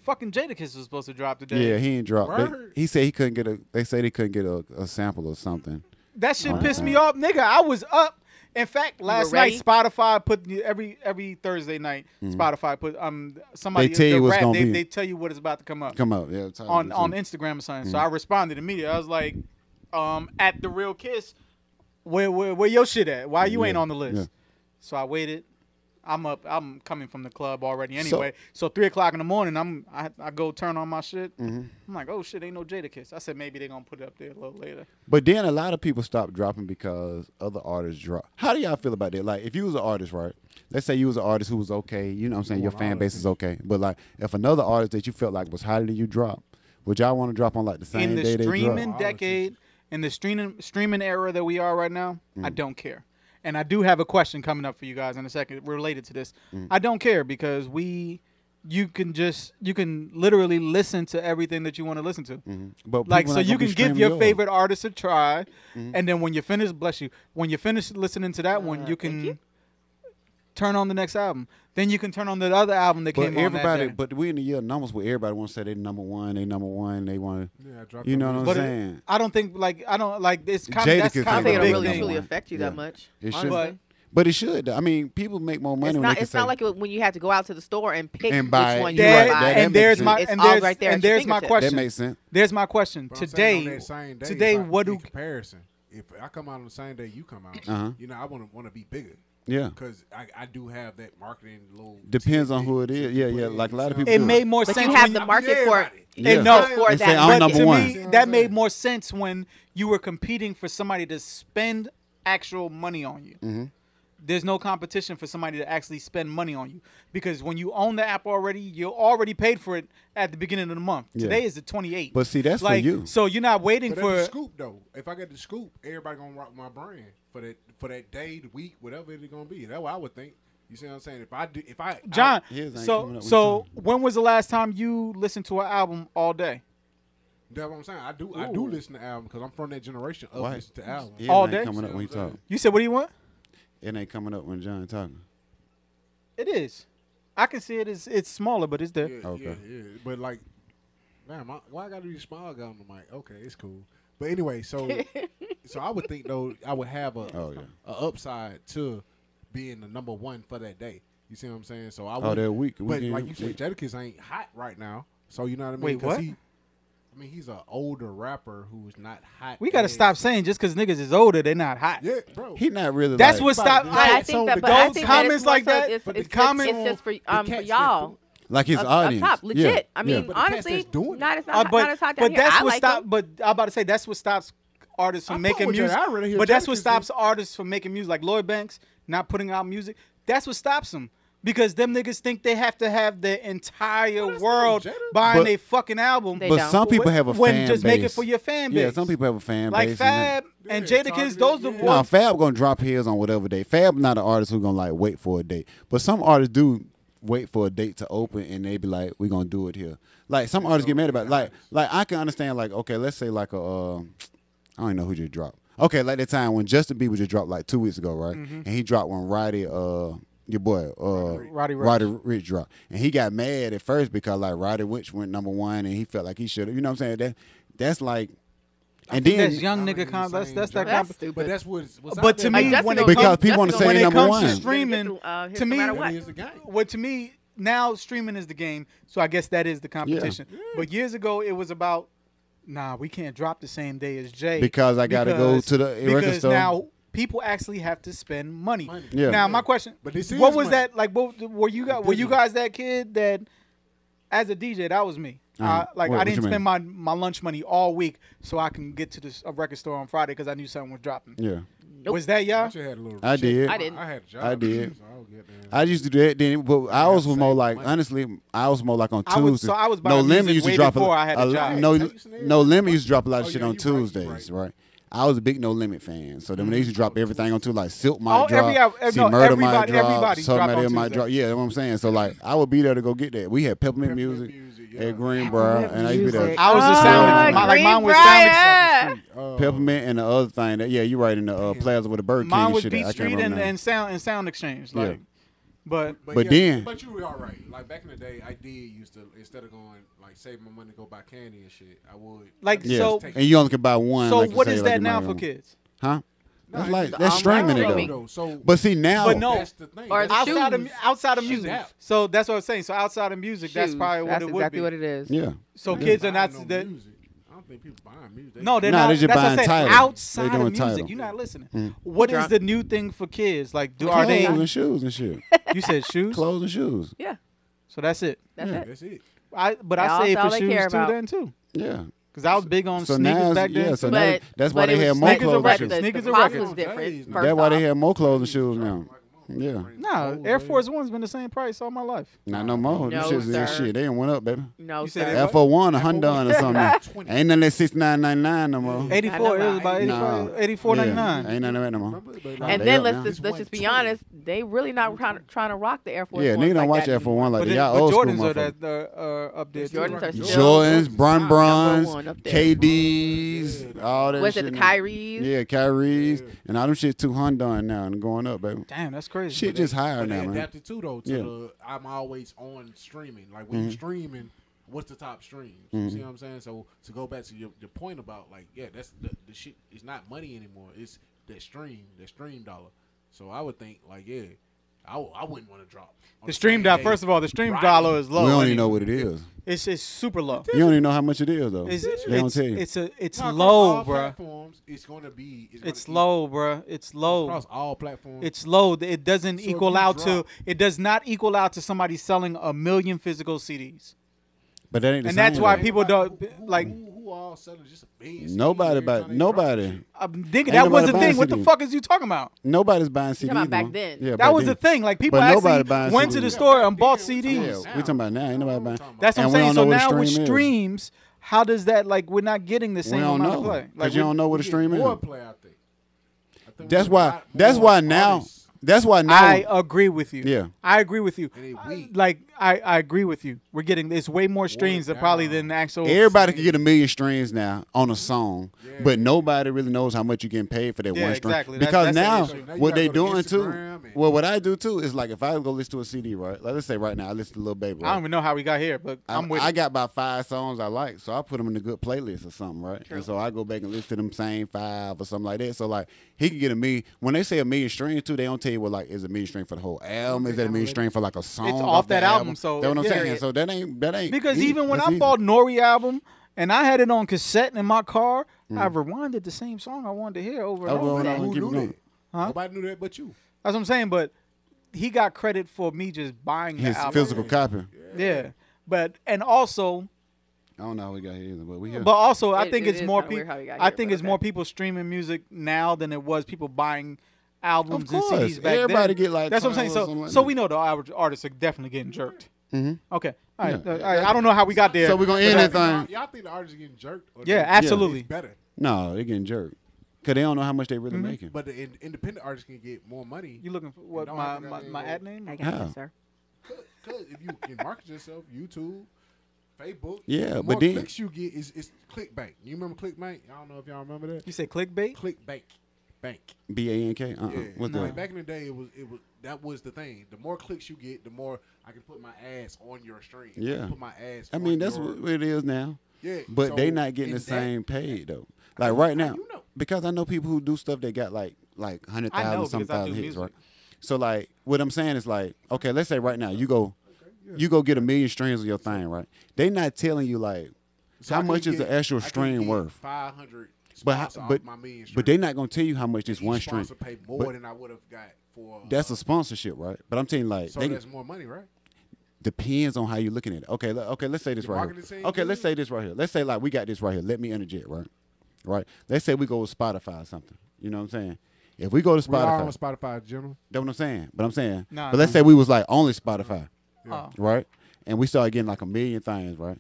Speaker 3: Fucking Jadakiss was supposed to drop today.
Speaker 2: Yeah, he ain't dropped. They-
Speaker 4: Word.
Speaker 2: he said he couldn't get a. They say they couldn't get a, a sample or something.
Speaker 3: That shit
Speaker 2: Oh,
Speaker 3: pissed
Speaker 2: okay.
Speaker 3: me off, nigga. I was up. In fact, last night
Speaker 5: ready?
Speaker 3: Spotify put the- every every Thursday night Spotify put um somebody
Speaker 2: Hmm. They tell
Speaker 3: the
Speaker 2: you what's
Speaker 3: rap,
Speaker 2: gonna
Speaker 3: they,
Speaker 2: be.
Speaker 3: they tell you what is about to come up
Speaker 2: Come up, yeah. it's all
Speaker 3: on
Speaker 2: good,
Speaker 3: on
Speaker 2: too. Mm-hmm.
Speaker 3: Instagram or something. So I responded immediately. I was like, um, at the real kiss, where where, where your shit at? Why you ain't
Speaker 2: Yeah,
Speaker 3: on the list?
Speaker 2: yeah.
Speaker 3: So I waited. I'm up. I'm coming from the club already anyway. So, three o'clock in the morning, I'm I, I go turn on my shit.
Speaker 2: Mm-hmm.
Speaker 3: I'm like, oh shit, ain't no Jada Kiss. I said maybe they gonna put it up there a little later.
Speaker 2: But then a lot of people stopped dropping because other artists drop. How do y'all feel about that? Like, if you was an artist, right? Let's say you was an artist who was okay. You know what I'm saying? Your fan base is okay. But like, if another artist that you felt like was hotter than you drop, Would y'all want to drop on like the same
Speaker 3: in
Speaker 2: day
Speaker 3: the
Speaker 2: they
Speaker 3: streaming
Speaker 2: drop?
Speaker 3: decade, in the streaming streaming era that we are right now, I
Speaker 2: Mm.
Speaker 3: don't care. And I do have a question coming up for you guys in a second related to this.
Speaker 2: Mm.
Speaker 3: I don't care because we, you can just you can literally listen to everything that you want to listen to.
Speaker 2: But
Speaker 3: Like
Speaker 2: Mm-hmm. people
Speaker 3: so,
Speaker 2: not gonna
Speaker 3: you
Speaker 2: be Mm-hmm.
Speaker 3: can give
Speaker 2: streaming
Speaker 3: your
Speaker 2: yours.
Speaker 3: favorite artist a try, and then when you finish, bless you. When you finish listening to that one, you can turn on the next album. Then you can turn on the other album that
Speaker 2: But
Speaker 3: came on that
Speaker 2: everybody,
Speaker 3: day.
Speaker 2: but we in the year numbers where everybody want to say they number one, they number one, they want to,
Speaker 4: Yeah, I dropped
Speaker 2: you
Speaker 4: that
Speaker 2: know what I'm
Speaker 4: one.
Speaker 3: But it-
Speaker 2: saying?
Speaker 3: I don't think like I don't like it's kind
Speaker 2: Jada
Speaker 3: of that's
Speaker 2: could
Speaker 5: I
Speaker 3: kind
Speaker 5: don't
Speaker 2: think
Speaker 3: of
Speaker 5: think
Speaker 3: a
Speaker 2: about
Speaker 3: big
Speaker 5: it'll really,
Speaker 2: number
Speaker 3: thing.
Speaker 5: truly
Speaker 2: one.
Speaker 5: affect you
Speaker 2: Yeah.
Speaker 5: that much.
Speaker 2: It
Speaker 5: honestly.
Speaker 2: shouldn't. But it should. I mean, people make more money
Speaker 5: It's
Speaker 2: when
Speaker 5: not.
Speaker 2: they
Speaker 5: It's
Speaker 2: can
Speaker 5: not
Speaker 2: say,
Speaker 5: like it, when you had to go out to the store and pick
Speaker 2: And
Speaker 5: which
Speaker 2: buy it.
Speaker 5: one you
Speaker 2: You're
Speaker 3: There-
Speaker 2: right,
Speaker 5: want to buy.
Speaker 2: that- that
Speaker 3: and there's
Speaker 2: makes
Speaker 3: my
Speaker 5: sense.
Speaker 3: and
Speaker 5: It's all
Speaker 3: there's,
Speaker 5: right there at
Speaker 3: and
Speaker 5: your
Speaker 3: there's my
Speaker 5: fingertips. That
Speaker 2: that
Speaker 3: question.
Speaker 2: makes sense.
Speaker 3: There's my question
Speaker 4: But I'm saying on
Speaker 3: today.
Speaker 4: that same day,
Speaker 3: Today,
Speaker 4: if I-
Speaker 3: what
Speaker 4: in
Speaker 3: do
Speaker 4: comparison? If I come out on the same day you come out,
Speaker 2: Uh-huh.
Speaker 4: you know I want to want to be bigger
Speaker 2: Yeah.
Speaker 4: because I, I do have that marketing little.
Speaker 2: Depends on who it is. Yeah, yeah, like a lot of people
Speaker 3: it
Speaker 2: do.
Speaker 3: made more
Speaker 5: But
Speaker 3: sense?
Speaker 5: you have
Speaker 3: when
Speaker 5: the
Speaker 4: I mean,
Speaker 5: market for it.
Speaker 4: everybody.
Speaker 2: Yeah.
Speaker 5: It's
Speaker 2: No.
Speaker 5: just for
Speaker 2: And say,
Speaker 5: that.
Speaker 2: I'm
Speaker 5: market.
Speaker 2: number
Speaker 3: to
Speaker 2: one.
Speaker 3: me,
Speaker 4: Yeah.
Speaker 3: that made more sense when you were competing for somebody to spend actual money on you.
Speaker 2: Mm-hmm.
Speaker 3: There's no competition for somebody to actually spend money on you because when you own the app already, you're already paid for it at the beginning of the month.
Speaker 2: Yeah.
Speaker 3: Today is the 28th.
Speaker 2: But see, that's for
Speaker 3: like,
Speaker 2: you.
Speaker 3: So you're not waiting
Speaker 4: But
Speaker 3: for
Speaker 4: that's the scoop though. If I get the scoop, everybody gonna rock my brand for that for that day, the week, whatever it's gonna be. That's what I would think. You see what I'm saying? If I do, if I
Speaker 3: John.
Speaker 4: I-
Speaker 2: His ain't coming
Speaker 3: So
Speaker 2: up with
Speaker 3: so when was the last time you listened to an album all day?
Speaker 4: that's what I'm saying. I do, I do listen to album because I'm from that generation of
Speaker 2: Why?
Speaker 4: listen to album.
Speaker 2: It
Speaker 3: All
Speaker 2: ain't
Speaker 3: day?
Speaker 2: coming up when you talk.
Speaker 3: You said what do you want?
Speaker 2: It ain't coming up when John talking.
Speaker 3: It is. I can see it. It's it's smaller, but it's there.
Speaker 4: Yeah,
Speaker 2: Okay.
Speaker 4: yeah, yeah. But like, man, I, why I gotta be a small guy on the mic? Okay, it's cool. But anyway, so so I would think though I would have a
Speaker 2: Oh, yeah.
Speaker 4: a upside to being the number one for that day. You see what I'm saying? So I
Speaker 2: Oh,
Speaker 4: would,
Speaker 2: that week-
Speaker 4: But
Speaker 2: weekend-
Speaker 4: like you
Speaker 2: week-
Speaker 4: said, Jadakiss ain't hot right now. So you know what I mean?
Speaker 3: Wait,
Speaker 4: 'Cause
Speaker 3: what?
Speaker 4: He, I mean, he's an older rapper who is not hot.
Speaker 3: We gotta
Speaker 4: as-
Speaker 3: stop saying just because niggas is older, they're not hot.
Speaker 4: Yeah, bro.
Speaker 2: He not really.
Speaker 3: That's
Speaker 2: like,
Speaker 3: what stop.
Speaker 4: But
Speaker 5: But I
Speaker 3: like,
Speaker 4: Right,
Speaker 5: think
Speaker 4: so
Speaker 5: that,
Speaker 4: the
Speaker 5: but I
Speaker 4: goals-
Speaker 5: think
Speaker 3: comments
Speaker 5: that
Speaker 3: like
Speaker 5: it's more so
Speaker 3: that,
Speaker 5: It's,
Speaker 4: but the
Speaker 5: it's, just-
Speaker 4: comments-
Speaker 5: it's just for
Speaker 4: the
Speaker 5: um for
Speaker 4: cats
Speaker 5: y'all.
Speaker 2: like his
Speaker 5: up, up
Speaker 2: audience.
Speaker 5: top,
Speaker 2: Yeah,
Speaker 5: legit. I
Speaker 2: yeah.
Speaker 5: mean,
Speaker 4: But the cats
Speaker 5: honestly,
Speaker 4: that's doing it.
Speaker 5: not it's
Speaker 3: Uh,
Speaker 5: not,
Speaker 3: but
Speaker 5: not as hot down
Speaker 3: but
Speaker 5: here.
Speaker 3: that's
Speaker 5: I
Speaker 3: what
Speaker 5: like
Speaker 3: stop.
Speaker 5: 'em.
Speaker 3: But I'm about to say that's what stops artists from
Speaker 4: I fuck
Speaker 3: making
Speaker 4: with you.
Speaker 3: music.
Speaker 4: I really hear
Speaker 3: but that's what
Speaker 4: Jadakiss,
Speaker 3: stops
Speaker 4: dude.
Speaker 3: artists from making music, like Lloyd Banks not putting out music. That's what stops them because them niggas think they have to have the entire
Speaker 4: that's not
Speaker 3: world
Speaker 4: Jada.
Speaker 3: buying
Speaker 2: But-
Speaker 3: a fucking album.
Speaker 5: They
Speaker 2: But
Speaker 5: don't.
Speaker 2: some people have a
Speaker 3: When
Speaker 2: fan
Speaker 3: just make it
Speaker 2: base.
Speaker 3: for your fan
Speaker 2: Yeah,
Speaker 3: base.
Speaker 2: some people have a fan
Speaker 3: like
Speaker 2: base.
Speaker 3: Fab and
Speaker 4: Yeah,
Speaker 3: Jadakiss,
Speaker 4: targeted,
Speaker 3: those the
Speaker 4: yeah.
Speaker 2: No,
Speaker 3: ones.
Speaker 2: Fab gonna drop his on whatever day. Fab not an artist who gonna like wait for a date, but some artists do wait for a date to open and they be like, "We gonna do it here." Like some artists get mad about it. like like I can understand like okay, let's say like a uh, I don't even know who just dropped. Okay, like that time when Justin Bieber just dropped like two weeks ago, right?
Speaker 3: Mm-hmm.
Speaker 2: And he dropped one Roddy uh. Your boy, uh,
Speaker 3: Roddy Ricch.
Speaker 2: Roddy Rich dropped, and he got mad at first because like Roddy Rich went number one, and he felt like he should have. You know what I'm saying? That that's like, and then
Speaker 3: That's young
Speaker 4: I don't
Speaker 3: nigga.
Speaker 4: even
Speaker 3: con- That's
Speaker 4: say
Speaker 3: that's that.
Speaker 4: Jada.
Speaker 3: comp-
Speaker 5: That's stupid.
Speaker 4: But that's what's what's
Speaker 3: But
Speaker 4: out
Speaker 3: to
Speaker 4: there
Speaker 3: me,
Speaker 4: now.
Speaker 5: Like, Justin
Speaker 3: when it
Speaker 5: gonna-
Speaker 2: Because
Speaker 3: comes,
Speaker 2: people
Speaker 5: Justin
Speaker 2: wanna say
Speaker 5: gonna
Speaker 3: when
Speaker 2: they
Speaker 3: it
Speaker 5: get
Speaker 2: number
Speaker 3: comes
Speaker 2: one.
Speaker 3: to
Speaker 5: through,
Speaker 3: streaming,
Speaker 5: uh, his-
Speaker 3: to
Speaker 5: no
Speaker 3: me,
Speaker 5: matter
Speaker 4: That
Speaker 5: what.
Speaker 4: is the game.
Speaker 3: Well, to me now streaming is the game, so I guess that is the competition. But years ago, it was about, nah, we can't drop the same day as Jay
Speaker 2: Because I gotta go to the record
Speaker 3: because
Speaker 2: store.
Speaker 3: now people actually have to spend money.
Speaker 4: Money.
Speaker 2: Yeah.
Speaker 3: Now my question,
Speaker 4: But this
Speaker 3: what
Speaker 4: is
Speaker 3: was
Speaker 4: money.
Speaker 3: that like? What, were you guys? Were you guys that kid that, as a DJ, that was me.
Speaker 2: Uh-huh.
Speaker 3: I, like
Speaker 2: What-
Speaker 3: I
Speaker 2: what
Speaker 3: didn't
Speaker 2: you mean?
Speaker 3: spend my, my lunch money all week so I can get to this a record store on Friday because I knew something was dropping.
Speaker 2: yeah.
Speaker 3: Was that
Speaker 4: I
Speaker 3: y'all?
Speaker 4: should have had a little
Speaker 2: I
Speaker 4: check.
Speaker 2: did.
Speaker 5: I didn't.
Speaker 4: I had a job.
Speaker 2: I did.
Speaker 4: So I would get there.
Speaker 2: I used to do that then, but I was
Speaker 4: save
Speaker 2: more like
Speaker 4: money.
Speaker 2: honestly, I was more like on
Speaker 3: I was-
Speaker 2: Tuesdays.
Speaker 3: so I was
Speaker 2: no
Speaker 3: buying
Speaker 2: limit
Speaker 3: music
Speaker 2: used to
Speaker 3: way
Speaker 2: drop a,
Speaker 3: before I had a
Speaker 2: a-
Speaker 3: job.
Speaker 2: no
Speaker 4: Hey, tell you
Speaker 2: no limit used to drop a lot of
Speaker 4: Oh,
Speaker 2: shit
Speaker 4: yeah,
Speaker 2: on
Speaker 4: you right, you
Speaker 2: Tuesdays, right,
Speaker 4: right.
Speaker 2: I was a big no limit fan, so then when they used to drop everything on Tuesday, like Silk might
Speaker 3: Oh, every
Speaker 2: drop,
Speaker 3: hour- every-
Speaker 2: see
Speaker 3: no,
Speaker 2: Murder might
Speaker 3: everybody-
Speaker 2: drop,
Speaker 3: everybody drop
Speaker 2: somebody
Speaker 3: on
Speaker 2: might
Speaker 3: Tuesday.
Speaker 2: drop. Yeah, that's what I'm saying. So like, I would be there to go get that. We had peppermint,
Speaker 4: Peppermint
Speaker 2: music,
Speaker 4: music, yeah.
Speaker 2: at Greenbrier, and I used to be there.
Speaker 5: music.
Speaker 3: I was just
Speaker 5: Oh,
Speaker 3: sounding my, like mine was
Speaker 5: Greenbrier.
Speaker 3: sounding.
Speaker 4: Uh,
Speaker 2: Peppermint and the other thing that yeah, you're right in the uh, Plaza with the Burger King.
Speaker 3: Mine was
Speaker 2: shit, I
Speaker 3: Beat
Speaker 2: can't
Speaker 3: Street
Speaker 2: remember
Speaker 3: and,
Speaker 2: the name.
Speaker 3: and Sound and Sound Exchange.
Speaker 2: Yeah.
Speaker 3: Like, but
Speaker 2: But
Speaker 4: yeah,
Speaker 2: then-
Speaker 4: but you were all right. Like back in the day, I did used to instead of going like save my money to go buy candy and shit, I would
Speaker 3: Like,
Speaker 4: I just
Speaker 3: so-
Speaker 4: take-
Speaker 2: and you only can buy one.
Speaker 3: so
Speaker 2: like you
Speaker 3: what
Speaker 2: say,
Speaker 3: is
Speaker 2: like
Speaker 3: that
Speaker 2: you
Speaker 3: now
Speaker 2: might
Speaker 3: for
Speaker 2: want-
Speaker 3: kids?
Speaker 2: Huh?
Speaker 4: No,
Speaker 2: That's
Speaker 4: it's
Speaker 2: like
Speaker 4: the
Speaker 2: that's
Speaker 5: online
Speaker 2: streaming it
Speaker 5: streaming.
Speaker 2: though.
Speaker 4: So
Speaker 2: But see now,
Speaker 3: But no,
Speaker 4: that's the thing.
Speaker 5: Or
Speaker 4: that's
Speaker 5: shoes.
Speaker 3: Outside of outside of
Speaker 4: Shoes
Speaker 3: music,
Speaker 4: app.
Speaker 3: so that's what I was saying. So outside of music, that's
Speaker 5: Shoes.
Speaker 3: probably what
Speaker 5: That's
Speaker 3: it would
Speaker 5: exactly
Speaker 3: be.
Speaker 5: what it is.
Speaker 2: yeah,
Speaker 3: So
Speaker 4: They
Speaker 3: kids are
Speaker 4: ain't
Speaker 3: not.
Speaker 4: buying no
Speaker 3: they're-
Speaker 4: music. I don't think people buying music. They-
Speaker 3: No, they're
Speaker 2: Nah,
Speaker 3: not.
Speaker 2: they just
Speaker 3: that's what I
Speaker 2: buying
Speaker 3: said.
Speaker 2: title. They
Speaker 3: Outside
Speaker 2: doing
Speaker 3: of music,
Speaker 2: title. Mm-hmm.
Speaker 3: you're not listening. What is
Speaker 5: Drop-
Speaker 3: the new thing for kids? Like, do are
Speaker 2: clothes
Speaker 3: they?
Speaker 2: and shoes and shit,
Speaker 3: You said shoes,
Speaker 2: clothes and shoes.
Speaker 5: Yeah,
Speaker 3: so that's it.
Speaker 5: that's it.
Speaker 4: that's it.
Speaker 3: I but
Speaker 5: Yeah,
Speaker 3: I saved for
Speaker 5: that's all they
Speaker 3: shoes
Speaker 5: care
Speaker 3: too
Speaker 5: about.
Speaker 3: then too,
Speaker 2: Yeah.
Speaker 3: because I was big on
Speaker 2: So
Speaker 3: sneakers
Speaker 2: now,
Speaker 3: back then.
Speaker 2: yeah. So
Speaker 3: too.
Speaker 2: now
Speaker 5: But-
Speaker 2: that's
Speaker 5: but
Speaker 2: why
Speaker 5: it
Speaker 2: they
Speaker 5: was
Speaker 2: had
Speaker 5: just
Speaker 2: more
Speaker 5: like-
Speaker 3: Sneakers are
Speaker 2: clothes
Speaker 5: but
Speaker 2: and
Speaker 3: records.
Speaker 5: the,
Speaker 2: shoes.
Speaker 5: the
Speaker 3: Sneakers are
Speaker 5: pop
Speaker 3: records.
Speaker 5: was different.
Speaker 4: That's
Speaker 5: First
Speaker 2: That's why they
Speaker 5: off.
Speaker 2: had more clothes and shoes now.
Speaker 4: Like, mom,
Speaker 2: Oh, Yeah.
Speaker 3: No, Air Force One's been the same price all my life.
Speaker 2: Not no more. Them
Speaker 5: No,
Speaker 2: shit's- that
Speaker 5: sir.
Speaker 2: shit, they done went up, baby.
Speaker 5: No,
Speaker 3: You said
Speaker 5: sir.
Speaker 3: it-
Speaker 2: F O one, a
Speaker 4: F01.
Speaker 2: Hyundai or something.
Speaker 4: 20.
Speaker 2: Ain't nothing at six nine nine nine no more.
Speaker 3: Eighty four. It was about
Speaker 2: No.
Speaker 3: 84 84
Speaker 2: Yeah,
Speaker 3: 99.
Speaker 2: Ain't nothing at no more.
Speaker 5: And
Speaker 2: They
Speaker 5: then
Speaker 2: up
Speaker 5: let's
Speaker 2: now.
Speaker 5: just let's just be
Speaker 4: 120.
Speaker 5: honest. They really not trying, trying to rock the Air Force.
Speaker 2: Yeah,
Speaker 5: Ones
Speaker 2: nigga don't
Speaker 5: like
Speaker 2: watch
Speaker 5: that
Speaker 2: F one like
Speaker 3: But,
Speaker 2: that.
Speaker 3: then,
Speaker 2: Y'all
Speaker 3: but
Speaker 2: old school
Speaker 3: Jordans are
Speaker 2: motherfuckers.
Speaker 3: that uh, uh, up there. too.
Speaker 5: Jordans are still
Speaker 2: Jordans, Bron
Speaker 5: Number
Speaker 2: Brons,
Speaker 5: one up there.
Speaker 2: KDs, all that
Speaker 5: Was
Speaker 2: shit.
Speaker 5: it the
Speaker 2: now.
Speaker 5: Kyrie's?
Speaker 2: Yeah, Kyrie's and all them shit too Hyundai now and going up, baby.
Speaker 3: Damn, that's crazy.
Speaker 2: Shit
Speaker 3: But they-
Speaker 2: just higher
Speaker 4: But they
Speaker 2: now, man.
Speaker 4: adapted too though to
Speaker 2: Yeah. Mm-hmm.
Speaker 4: the I'm always on streaming. Like when you're streaming, what's the top stream? You see what I'm saying? So to go back to your, your point about like, yeah, that's the, the shit it's not money anymore. It's that stream, that stream dollar. So I would think like, yeah, I, w- I wouldn't want to drop.
Speaker 3: The stream dollar. First of all, the stream dollar is
Speaker 2: We
Speaker 3: low.
Speaker 2: don't
Speaker 3: ain't
Speaker 2: even
Speaker 3: it?
Speaker 2: know what it is.
Speaker 3: It's it's super low.
Speaker 2: You don't even know how much it is though.
Speaker 3: It's
Speaker 2: they don't
Speaker 3: it's,
Speaker 2: tell you.
Speaker 3: it's a it's low, bro.
Speaker 4: Platforms, it's gonna be. It's, gonna
Speaker 3: It's
Speaker 4: eat
Speaker 3: low, bruh. It's low.
Speaker 4: across all platforms.
Speaker 3: It's low. It doesn't
Speaker 4: So if
Speaker 3: equal
Speaker 4: you
Speaker 3: out to.
Speaker 4: drop-
Speaker 3: It does not equal out to somebody selling a million physical CDs.
Speaker 2: but that ain't the same,
Speaker 3: and that's why
Speaker 2: though.
Speaker 3: people don't-
Speaker 4: Who- who-
Speaker 3: like-
Speaker 4: who, who all selling just a million.
Speaker 2: nobody
Speaker 4: CDs every
Speaker 2: buy
Speaker 4: time they drop
Speaker 2: nobody
Speaker 4: shit?
Speaker 3: I'm thinking
Speaker 2: Ain't
Speaker 3: that was
Speaker 2: nobody
Speaker 3: the
Speaker 2: buying
Speaker 3: thing. What the
Speaker 2: CDs.
Speaker 3: fuck is you talking about?
Speaker 2: nobody's buying CDs.
Speaker 5: talking about back
Speaker 2: no more.
Speaker 5: then.
Speaker 2: Yeah,
Speaker 3: That
Speaker 2: back
Speaker 3: was the
Speaker 2: then.
Speaker 3: thing. Like people
Speaker 2: But nobody
Speaker 3: actually
Speaker 2: buying
Speaker 3: went to
Speaker 2: CDs.
Speaker 3: the store and bought
Speaker 2: Yeah,
Speaker 3: CDs.
Speaker 2: we talking about now. Ain't nobody buying.
Speaker 3: That's
Speaker 2: And
Speaker 3: what I'm
Speaker 2: we
Speaker 3: saying.
Speaker 2: don't know
Speaker 3: So
Speaker 2: what
Speaker 3: now with
Speaker 2: stream is.
Speaker 3: streams, how does that like we're not getting the
Speaker 2: We
Speaker 3: same
Speaker 2: don't
Speaker 3: amount
Speaker 2: know
Speaker 3: of play?
Speaker 2: because
Speaker 3: Like
Speaker 2: you
Speaker 3: we-
Speaker 2: don't know what a
Speaker 4: We get
Speaker 2: stream is.
Speaker 4: more play out there. I think we
Speaker 2: That's
Speaker 4: get a
Speaker 2: why.
Speaker 4: lot
Speaker 2: That's
Speaker 4: more
Speaker 2: why now.
Speaker 4: artists.
Speaker 2: That's why now.
Speaker 3: I agree with you.
Speaker 2: Yeah.
Speaker 3: I agree with you.
Speaker 4: And they
Speaker 3: I-
Speaker 4: weak.
Speaker 3: like I, I agree with you. We're getting it's way more streams than probably
Speaker 4: down.
Speaker 3: than actual.
Speaker 2: Everybody can get a million streams now on a song,
Speaker 4: Yeah.
Speaker 2: but nobody really knows how much you're getting paid for that
Speaker 3: Yeah,
Speaker 2: one stream.
Speaker 3: exactly. That-
Speaker 2: Because
Speaker 3: that's the
Speaker 2: now,
Speaker 3: issue.
Speaker 4: Now you
Speaker 2: what
Speaker 4: gotta
Speaker 2: they
Speaker 4: go to
Speaker 2: doing too,
Speaker 4: Instagram and-
Speaker 2: well, what I do too is like if I go listen to a CD, right? Like, let's say right now I listen to Lil Baby.
Speaker 3: I
Speaker 2: Right?
Speaker 3: don't even know how we got here, but
Speaker 2: I,
Speaker 3: I'm with.
Speaker 2: I
Speaker 3: it.
Speaker 2: got about five songs I like, so I put them in a good playlist or something, right? And so I go back and listen to them same five or something like that. So like he can get a million. When they say a million streams too, they don't tell you what like is a million stream for the whole album? Is that a million stream for like a song?
Speaker 3: off that
Speaker 2: the
Speaker 3: album, so
Speaker 2: that's what I'm
Speaker 3: yeah.
Speaker 2: saying. So that ain't that ain't
Speaker 3: because
Speaker 2: easy.
Speaker 3: even when
Speaker 2: That's
Speaker 3: I
Speaker 2: easy.
Speaker 3: bought Nori album and I had it on cassette in my car, I
Speaker 2: Mm.
Speaker 3: rewinded the same song I wanted to hear over and
Speaker 2: Over
Speaker 3: over.
Speaker 2: and
Speaker 3: again.
Speaker 2: over.
Speaker 4: Who
Speaker 2: keep it
Speaker 4: knew
Speaker 2: going.
Speaker 4: that?
Speaker 3: Huh?
Speaker 4: Nobody knew that but you.
Speaker 3: That's what I'm saying. But he got credit for me just buying the
Speaker 2: his
Speaker 3: album.
Speaker 2: physical copy.
Speaker 3: yeah. But and also,
Speaker 2: I don't know how we got here either, but we here.
Speaker 3: but also, I
Speaker 5: It-
Speaker 3: think
Speaker 5: it
Speaker 3: it's
Speaker 5: is
Speaker 3: more
Speaker 5: kinda weird
Speaker 3: people.
Speaker 5: how we got
Speaker 3: I
Speaker 5: here,
Speaker 3: think
Speaker 5: but
Speaker 3: it's more
Speaker 5: okay.
Speaker 3: people streaming music now than it was people buying albums
Speaker 2: Of course.
Speaker 3: and CDs back
Speaker 2: Everybody
Speaker 3: then.
Speaker 2: get, like,
Speaker 3: that's what I'm
Speaker 2: 20
Speaker 3: saying.
Speaker 2: or
Speaker 3: So,
Speaker 2: something like
Speaker 3: so
Speaker 2: that.
Speaker 3: we know the average artists are definitely getting jerked. Mm-hmm. Okay, all right. Uh, all right. I don't know how we got there.
Speaker 2: so we're gonna
Speaker 3: but
Speaker 2: end
Speaker 3: I-
Speaker 2: that thing.
Speaker 4: Y'all think the artists are getting jerked? Or
Speaker 3: Yeah,
Speaker 4: they-
Speaker 3: absolutely.
Speaker 4: It's better,
Speaker 2: No, they getting jerked because they don't know how much they really making.
Speaker 4: but the in- independent artists can get more money.
Speaker 3: You looking for what
Speaker 4: don't
Speaker 3: my
Speaker 4: have to
Speaker 3: my,
Speaker 4: go
Speaker 3: my
Speaker 4: there.
Speaker 3: ad name?
Speaker 5: I got
Speaker 2: How?
Speaker 5: you, sir.
Speaker 4: Because if you can market yourself, YouTube, Facebook.
Speaker 2: Yeah,
Speaker 4: the
Speaker 2: but
Speaker 4: more
Speaker 2: then-
Speaker 4: clicks you get is is clickbank. You remember clickbank? I don't know if y'all remember that.
Speaker 3: You say clickbait?
Speaker 4: Clickbank, bank.
Speaker 2: B A N K. Uh.
Speaker 4: Yeah.
Speaker 2: What's
Speaker 4: Like,
Speaker 2: that?
Speaker 4: back in the day, it was it was that was the thing. The more clicks you get, the more I can put my ads on your stream. I can
Speaker 2: Yeah.
Speaker 4: put my ads.
Speaker 2: I
Speaker 4: on
Speaker 2: mean, that's
Speaker 4: your-
Speaker 2: what it is now.
Speaker 4: Yeah,
Speaker 2: But they
Speaker 4: so
Speaker 2: not getting
Speaker 4: in
Speaker 2: the
Speaker 4: that-
Speaker 2: same paid though. Like right now,
Speaker 4: you know?
Speaker 2: because I know people who do stuff that got like like hundred
Speaker 3: I know,
Speaker 2: thousand some
Speaker 3: because I do
Speaker 2: thousand hits,
Speaker 3: music.
Speaker 2: right? So like, what I'm saying is like, okay, let's say right now you go, you go get a million streams of your thing, right? They not telling you like
Speaker 4: So
Speaker 2: how
Speaker 4: I can
Speaker 2: much is
Speaker 4: get-
Speaker 2: the actual
Speaker 4: I can
Speaker 2: stream
Speaker 4: get
Speaker 2: worth.
Speaker 4: 500
Speaker 2: But how,
Speaker 4: sponsors off
Speaker 2: but
Speaker 4: my million
Speaker 2: but they not gonna tell you how much this one stream.
Speaker 4: sponsor pay more
Speaker 2: But
Speaker 4: than I would have got for.
Speaker 2: that's
Speaker 4: uh,
Speaker 2: a sponsorship, right? But I'm telling you, like
Speaker 4: so
Speaker 2: they
Speaker 4: that's more money, right?
Speaker 2: depends on how you're looking at it. Okay, le- okay, let's say this
Speaker 4: Your
Speaker 2: right
Speaker 4: marketing
Speaker 2: here.
Speaker 4: team
Speaker 2: Okay, let's
Speaker 4: good?
Speaker 2: say this right here. Let's say like we got this right here. Let me interject, right? Right. Let's say we go with Spotify or something. You know what I'm saying? If we go to
Speaker 4: We are
Speaker 2: Spotify,
Speaker 4: on Spotify, general.
Speaker 2: that's what I'm saying. But I'm saying,
Speaker 3: Nah,
Speaker 2: but let's
Speaker 3: nah.
Speaker 2: say we was like only Spotify,
Speaker 3: Oh.
Speaker 2: right? And we started getting like a million things, right?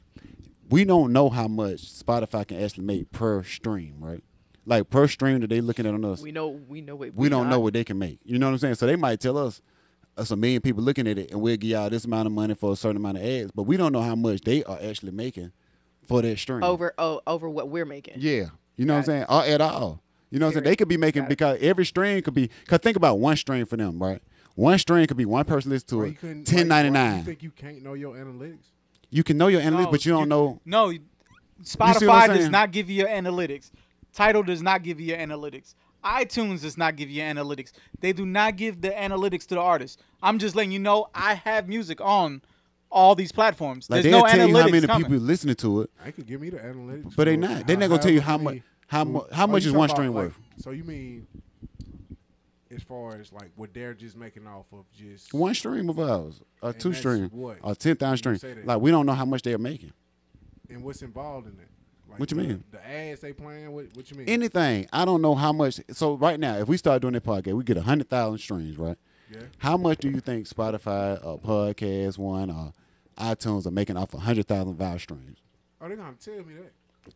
Speaker 2: We don't know how much Spotify can actually make per stream, right? Like per stream that they looking at on us
Speaker 5: We know. We know what.
Speaker 2: we don't know
Speaker 5: got.
Speaker 2: what they can make. You know what I'm saying? So they might tell us it's a million people looking at it, and we'll give y'all this amount of money for a certain amount of ads, but we don't know how much they are actually making for that stream.
Speaker 5: over oh, over what we're making.
Speaker 2: Yeah, you know what I'm saying? Or at all. You know what I'm saying? They
Speaker 5: Period.
Speaker 2: could be making
Speaker 5: Got it.
Speaker 2: because every stream could be. Cause think about one stream for them, right? One stream could be one person listen to
Speaker 4: Bro,
Speaker 2: it.
Speaker 4: you couldn't-
Speaker 2: Ten
Speaker 4: why- why
Speaker 2: ninety
Speaker 4: You
Speaker 2: nine.
Speaker 4: think you can't know your analytics?
Speaker 2: You can know your analytics,
Speaker 3: No,
Speaker 2: but you don't know.
Speaker 3: No, you-
Speaker 2: what I'm
Speaker 3: Spotify does
Speaker 2: saying?
Speaker 3: not give you your analytics. Title does not give you your analytics. iTunes does not give you your analytics. They do not give the analytics to the artist. I'm just letting you know I have music on all these platforms.
Speaker 2: Like
Speaker 3: There's
Speaker 2: they'll
Speaker 3: no
Speaker 2: tell
Speaker 3: analytics
Speaker 2: you how many
Speaker 3: coming.
Speaker 2: people listening to it.
Speaker 4: I could give me the analytics,
Speaker 2: But they
Speaker 4: for
Speaker 2: not. They not gonna tell you how mu-
Speaker 4: many-
Speaker 2: how mu- how
Speaker 4: Oh,
Speaker 2: much
Speaker 4: you
Speaker 2: is
Speaker 4: talking
Speaker 2: one
Speaker 4: about,
Speaker 2: stream
Speaker 4: like-
Speaker 2: worth.
Speaker 4: So you mean, as far as like what they're just making off of just
Speaker 2: one stream of ours, a two
Speaker 4: that's
Speaker 2: stream,
Speaker 4: what?
Speaker 2: a ten thousand
Speaker 4: You say
Speaker 2: stream.
Speaker 4: that.
Speaker 2: Like we don't know how much they're making.
Speaker 4: and what's involved in it? Like
Speaker 2: What you
Speaker 4: the,
Speaker 2: mean?
Speaker 4: The ads they playing. What, what you mean?
Speaker 2: Anything. I don't know how much. So right now, if we start doing that podcast, we get hundred thousand streams, right?
Speaker 4: Yeah.
Speaker 2: How much do you think Spotify or Podcast One or iTunes are making off hundred thousand viral streams?
Speaker 4: Are Oh, they gonna tell me that?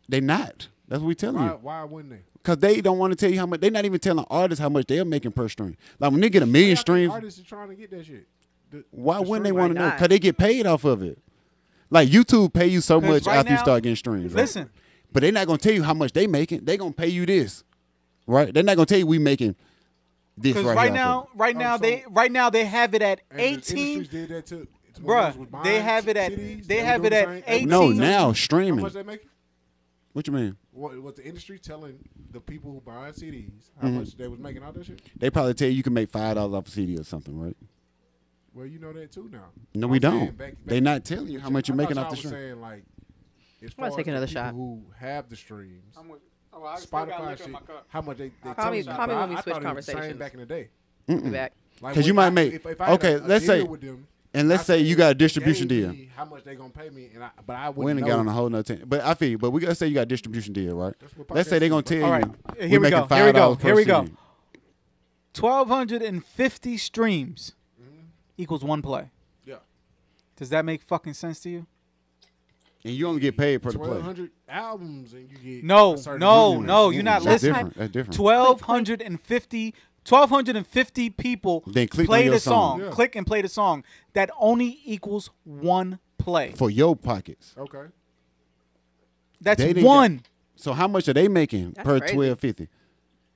Speaker 2: They not. That's what we telling
Speaker 4: Why?
Speaker 2: you.
Speaker 4: Why wouldn't they?
Speaker 2: Cause they don't want to tell you how much. They're not even telling artists how much they're making per stream. Like when they get a million
Speaker 4: Yeah, I think
Speaker 2: streams,
Speaker 4: Artists are trying to get that shit. The-
Speaker 2: why
Speaker 4: the
Speaker 2: wouldn't they
Speaker 4: stream-
Speaker 2: want to
Speaker 5: Why
Speaker 2: know?
Speaker 5: not?
Speaker 2: Cause they get paid off of it. Like YouTube pay you so
Speaker 3: 'Cause
Speaker 2: much
Speaker 3: right
Speaker 2: after you
Speaker 3: now-
Speaker 2: start getting streams. right?
Speaker 3: Listen,
Speaker 2: but they're not gonna tell you how much they making. They gonna pay you this, right? They're not gonna tell you we making this
Speaker 3: because
Speaker 2: right,
Speaker 3: right,
Speaker 2: here
Speaker 3: now,
Speaker 2: off of
Speaker 3: right
Speaker 4: Oh,
Speaker 3: now
Speaker 4: so-
Speaker 3: they right now they have it at
Speaker 4: and the
Speaker 3: eighteen.
Speaker 4: industries did that too. It's one of
Speaker 3: Bruh,
Speaker 4: those with
Speaker 3: they
Speaker 4: mines,
Speaker 3: have it at-
Speaker 4: cities,
Speaker 3: they
Speaker 4: were
Speaker 3: have
Speaker 4: doing
Speaker 3: it
Speaker 4: the
Speaker 3: at
Speaker 4: same-
Speaker 3: 18.
Speaker 2: it. no, now
Speaker 4: How
Speaker 2: streaming.
Speaker 4: much they making?
Speaker 2: What you mean?
Speaker 4: What, what the industry telling the people who buying CDs
Speaker 2: Mm-hmm.
Speaker 4: how much they was making out that shit?
Speaker 2: They probably tell you you can make five dollars off a CD or something, right?
Speaker 4: Well, you know that too now.
Speaker 2: No,
Speaker 4: I'm
Speaker 2: we
Speaker 4: saying
Speaker 2: don't.
Speaker 4: back- back-
Speaker 2: They not telling you how much
Speaker 4: I
Speaker 2: you're
Speaker 4: thought
Speaker 2: making
Speaker 4: y'all
Speaker 2: off the
Speaker 4: was
Speaker 2: stream.
Speaker 4: saying like, as
Speaker 5: gonna
Speaker 4: far
Speaker 5: take
Speaker 4: as the
Speaker 5: another
Speaker 4: people
Speaker 5: shot.
Speaker 4: Who have the streams?
Speaker 3: Oh, I still
Speaker 4: Spotify
Speaker 3: got liquor in
Speaker 4: shit.
Speaker 3: my cup.
Speaker 4: How much they, they
Speaker 3: Call
Speaker 4: tell
Speaker 5: me-
Speaker 4: you,
Speaker 5: call me
Speaker 4: but
Speaker 5: when
Speaker 4: I-
Speaker 5: we
Speaker 4: I
Speaker 5: switch
Speaker 4: thought it was the same
Speaker 5: conversations.
Speaker 4: back in the day.
Speaker 5: Be
Speaker 2: mm.
Speaker 5: back.
Speaker 4: Like,
Speaker 2: 'Cause
Speaker 4: when
Speaker 2: you might
Speaker 4: I-
Speaker 2: make-
Speaker 4: if- if I had
Speaker 2: okay,
Speaker 4: a- a
Speaker 2: let's
Speaker 4: deal
Speaker 2: say-
Speaker 4: with them,
Speaker 2: and let's
Speaker 4: I
Speaker 2: say you got a
Speaker 4: said,
Speaker 2: distribution
Speaker 4: gave
Speaker 2: deal.
Speaker 4: me How much they gonna pay me? And I, but I wouldn't
Speaker 2: We ain't
Speaker 4: know.
Speaker 2: got on a whole nother thing. But I feel you. But we gotta say you got a distribution deal, right?
Speaker 4: That's what
Speaker 2: Let's say they're gonna
Speaker 4: podcasts
Speaker 2: tell
Speaker 4: is
Speaker 2: you.
Speaker 3: All right,
Speaker 2: we
Speaker 3: here we
Speaker 2: making
Speaker 3: go. Here we go.
Speaker 2: $5 per
Speaker 3: Here we go.
Speaker 2: CD.
Speaker 3: Twelve hundred and fifty streams equals one play.
Speaker 4: yeah,
Speaker 3: Does that make fucking sense to you?
Speaker 2: And you only get paid per the
Speaker 4: twelve
Speaker 2: play.
Speaker 4: hundred albums, and you get
Speaker 3: No,
Speaker 4: a certain
Speaker 3: no,
Speaker 4: amount.
Speaker 3: Oh, no, you're not
Speaker 2: Mm, that's
Speaker 3: listening.
Speaker 2: Different. That's different.
Speaker 3: 1250 1250 people
Speaker 2: Then click on
Speaker 3: play
Speaker 2: your
Speaker 3: the
Speaker 2: song.
Speaker 3: song,
Speaker 4: Yeah.
Speaker 3: click and play the song that only equals one play
Speaker 2: for your pockets.
Speaker 4: Okay,
Speaker 3: that's
Speaker 2: They didn't
Speaker 3: one
Speaker 2: got- so how much are they making
Speaker 5: That's
Speaker 2: per
Speaker 5: crazy.
Speaker 2: twelve fifty?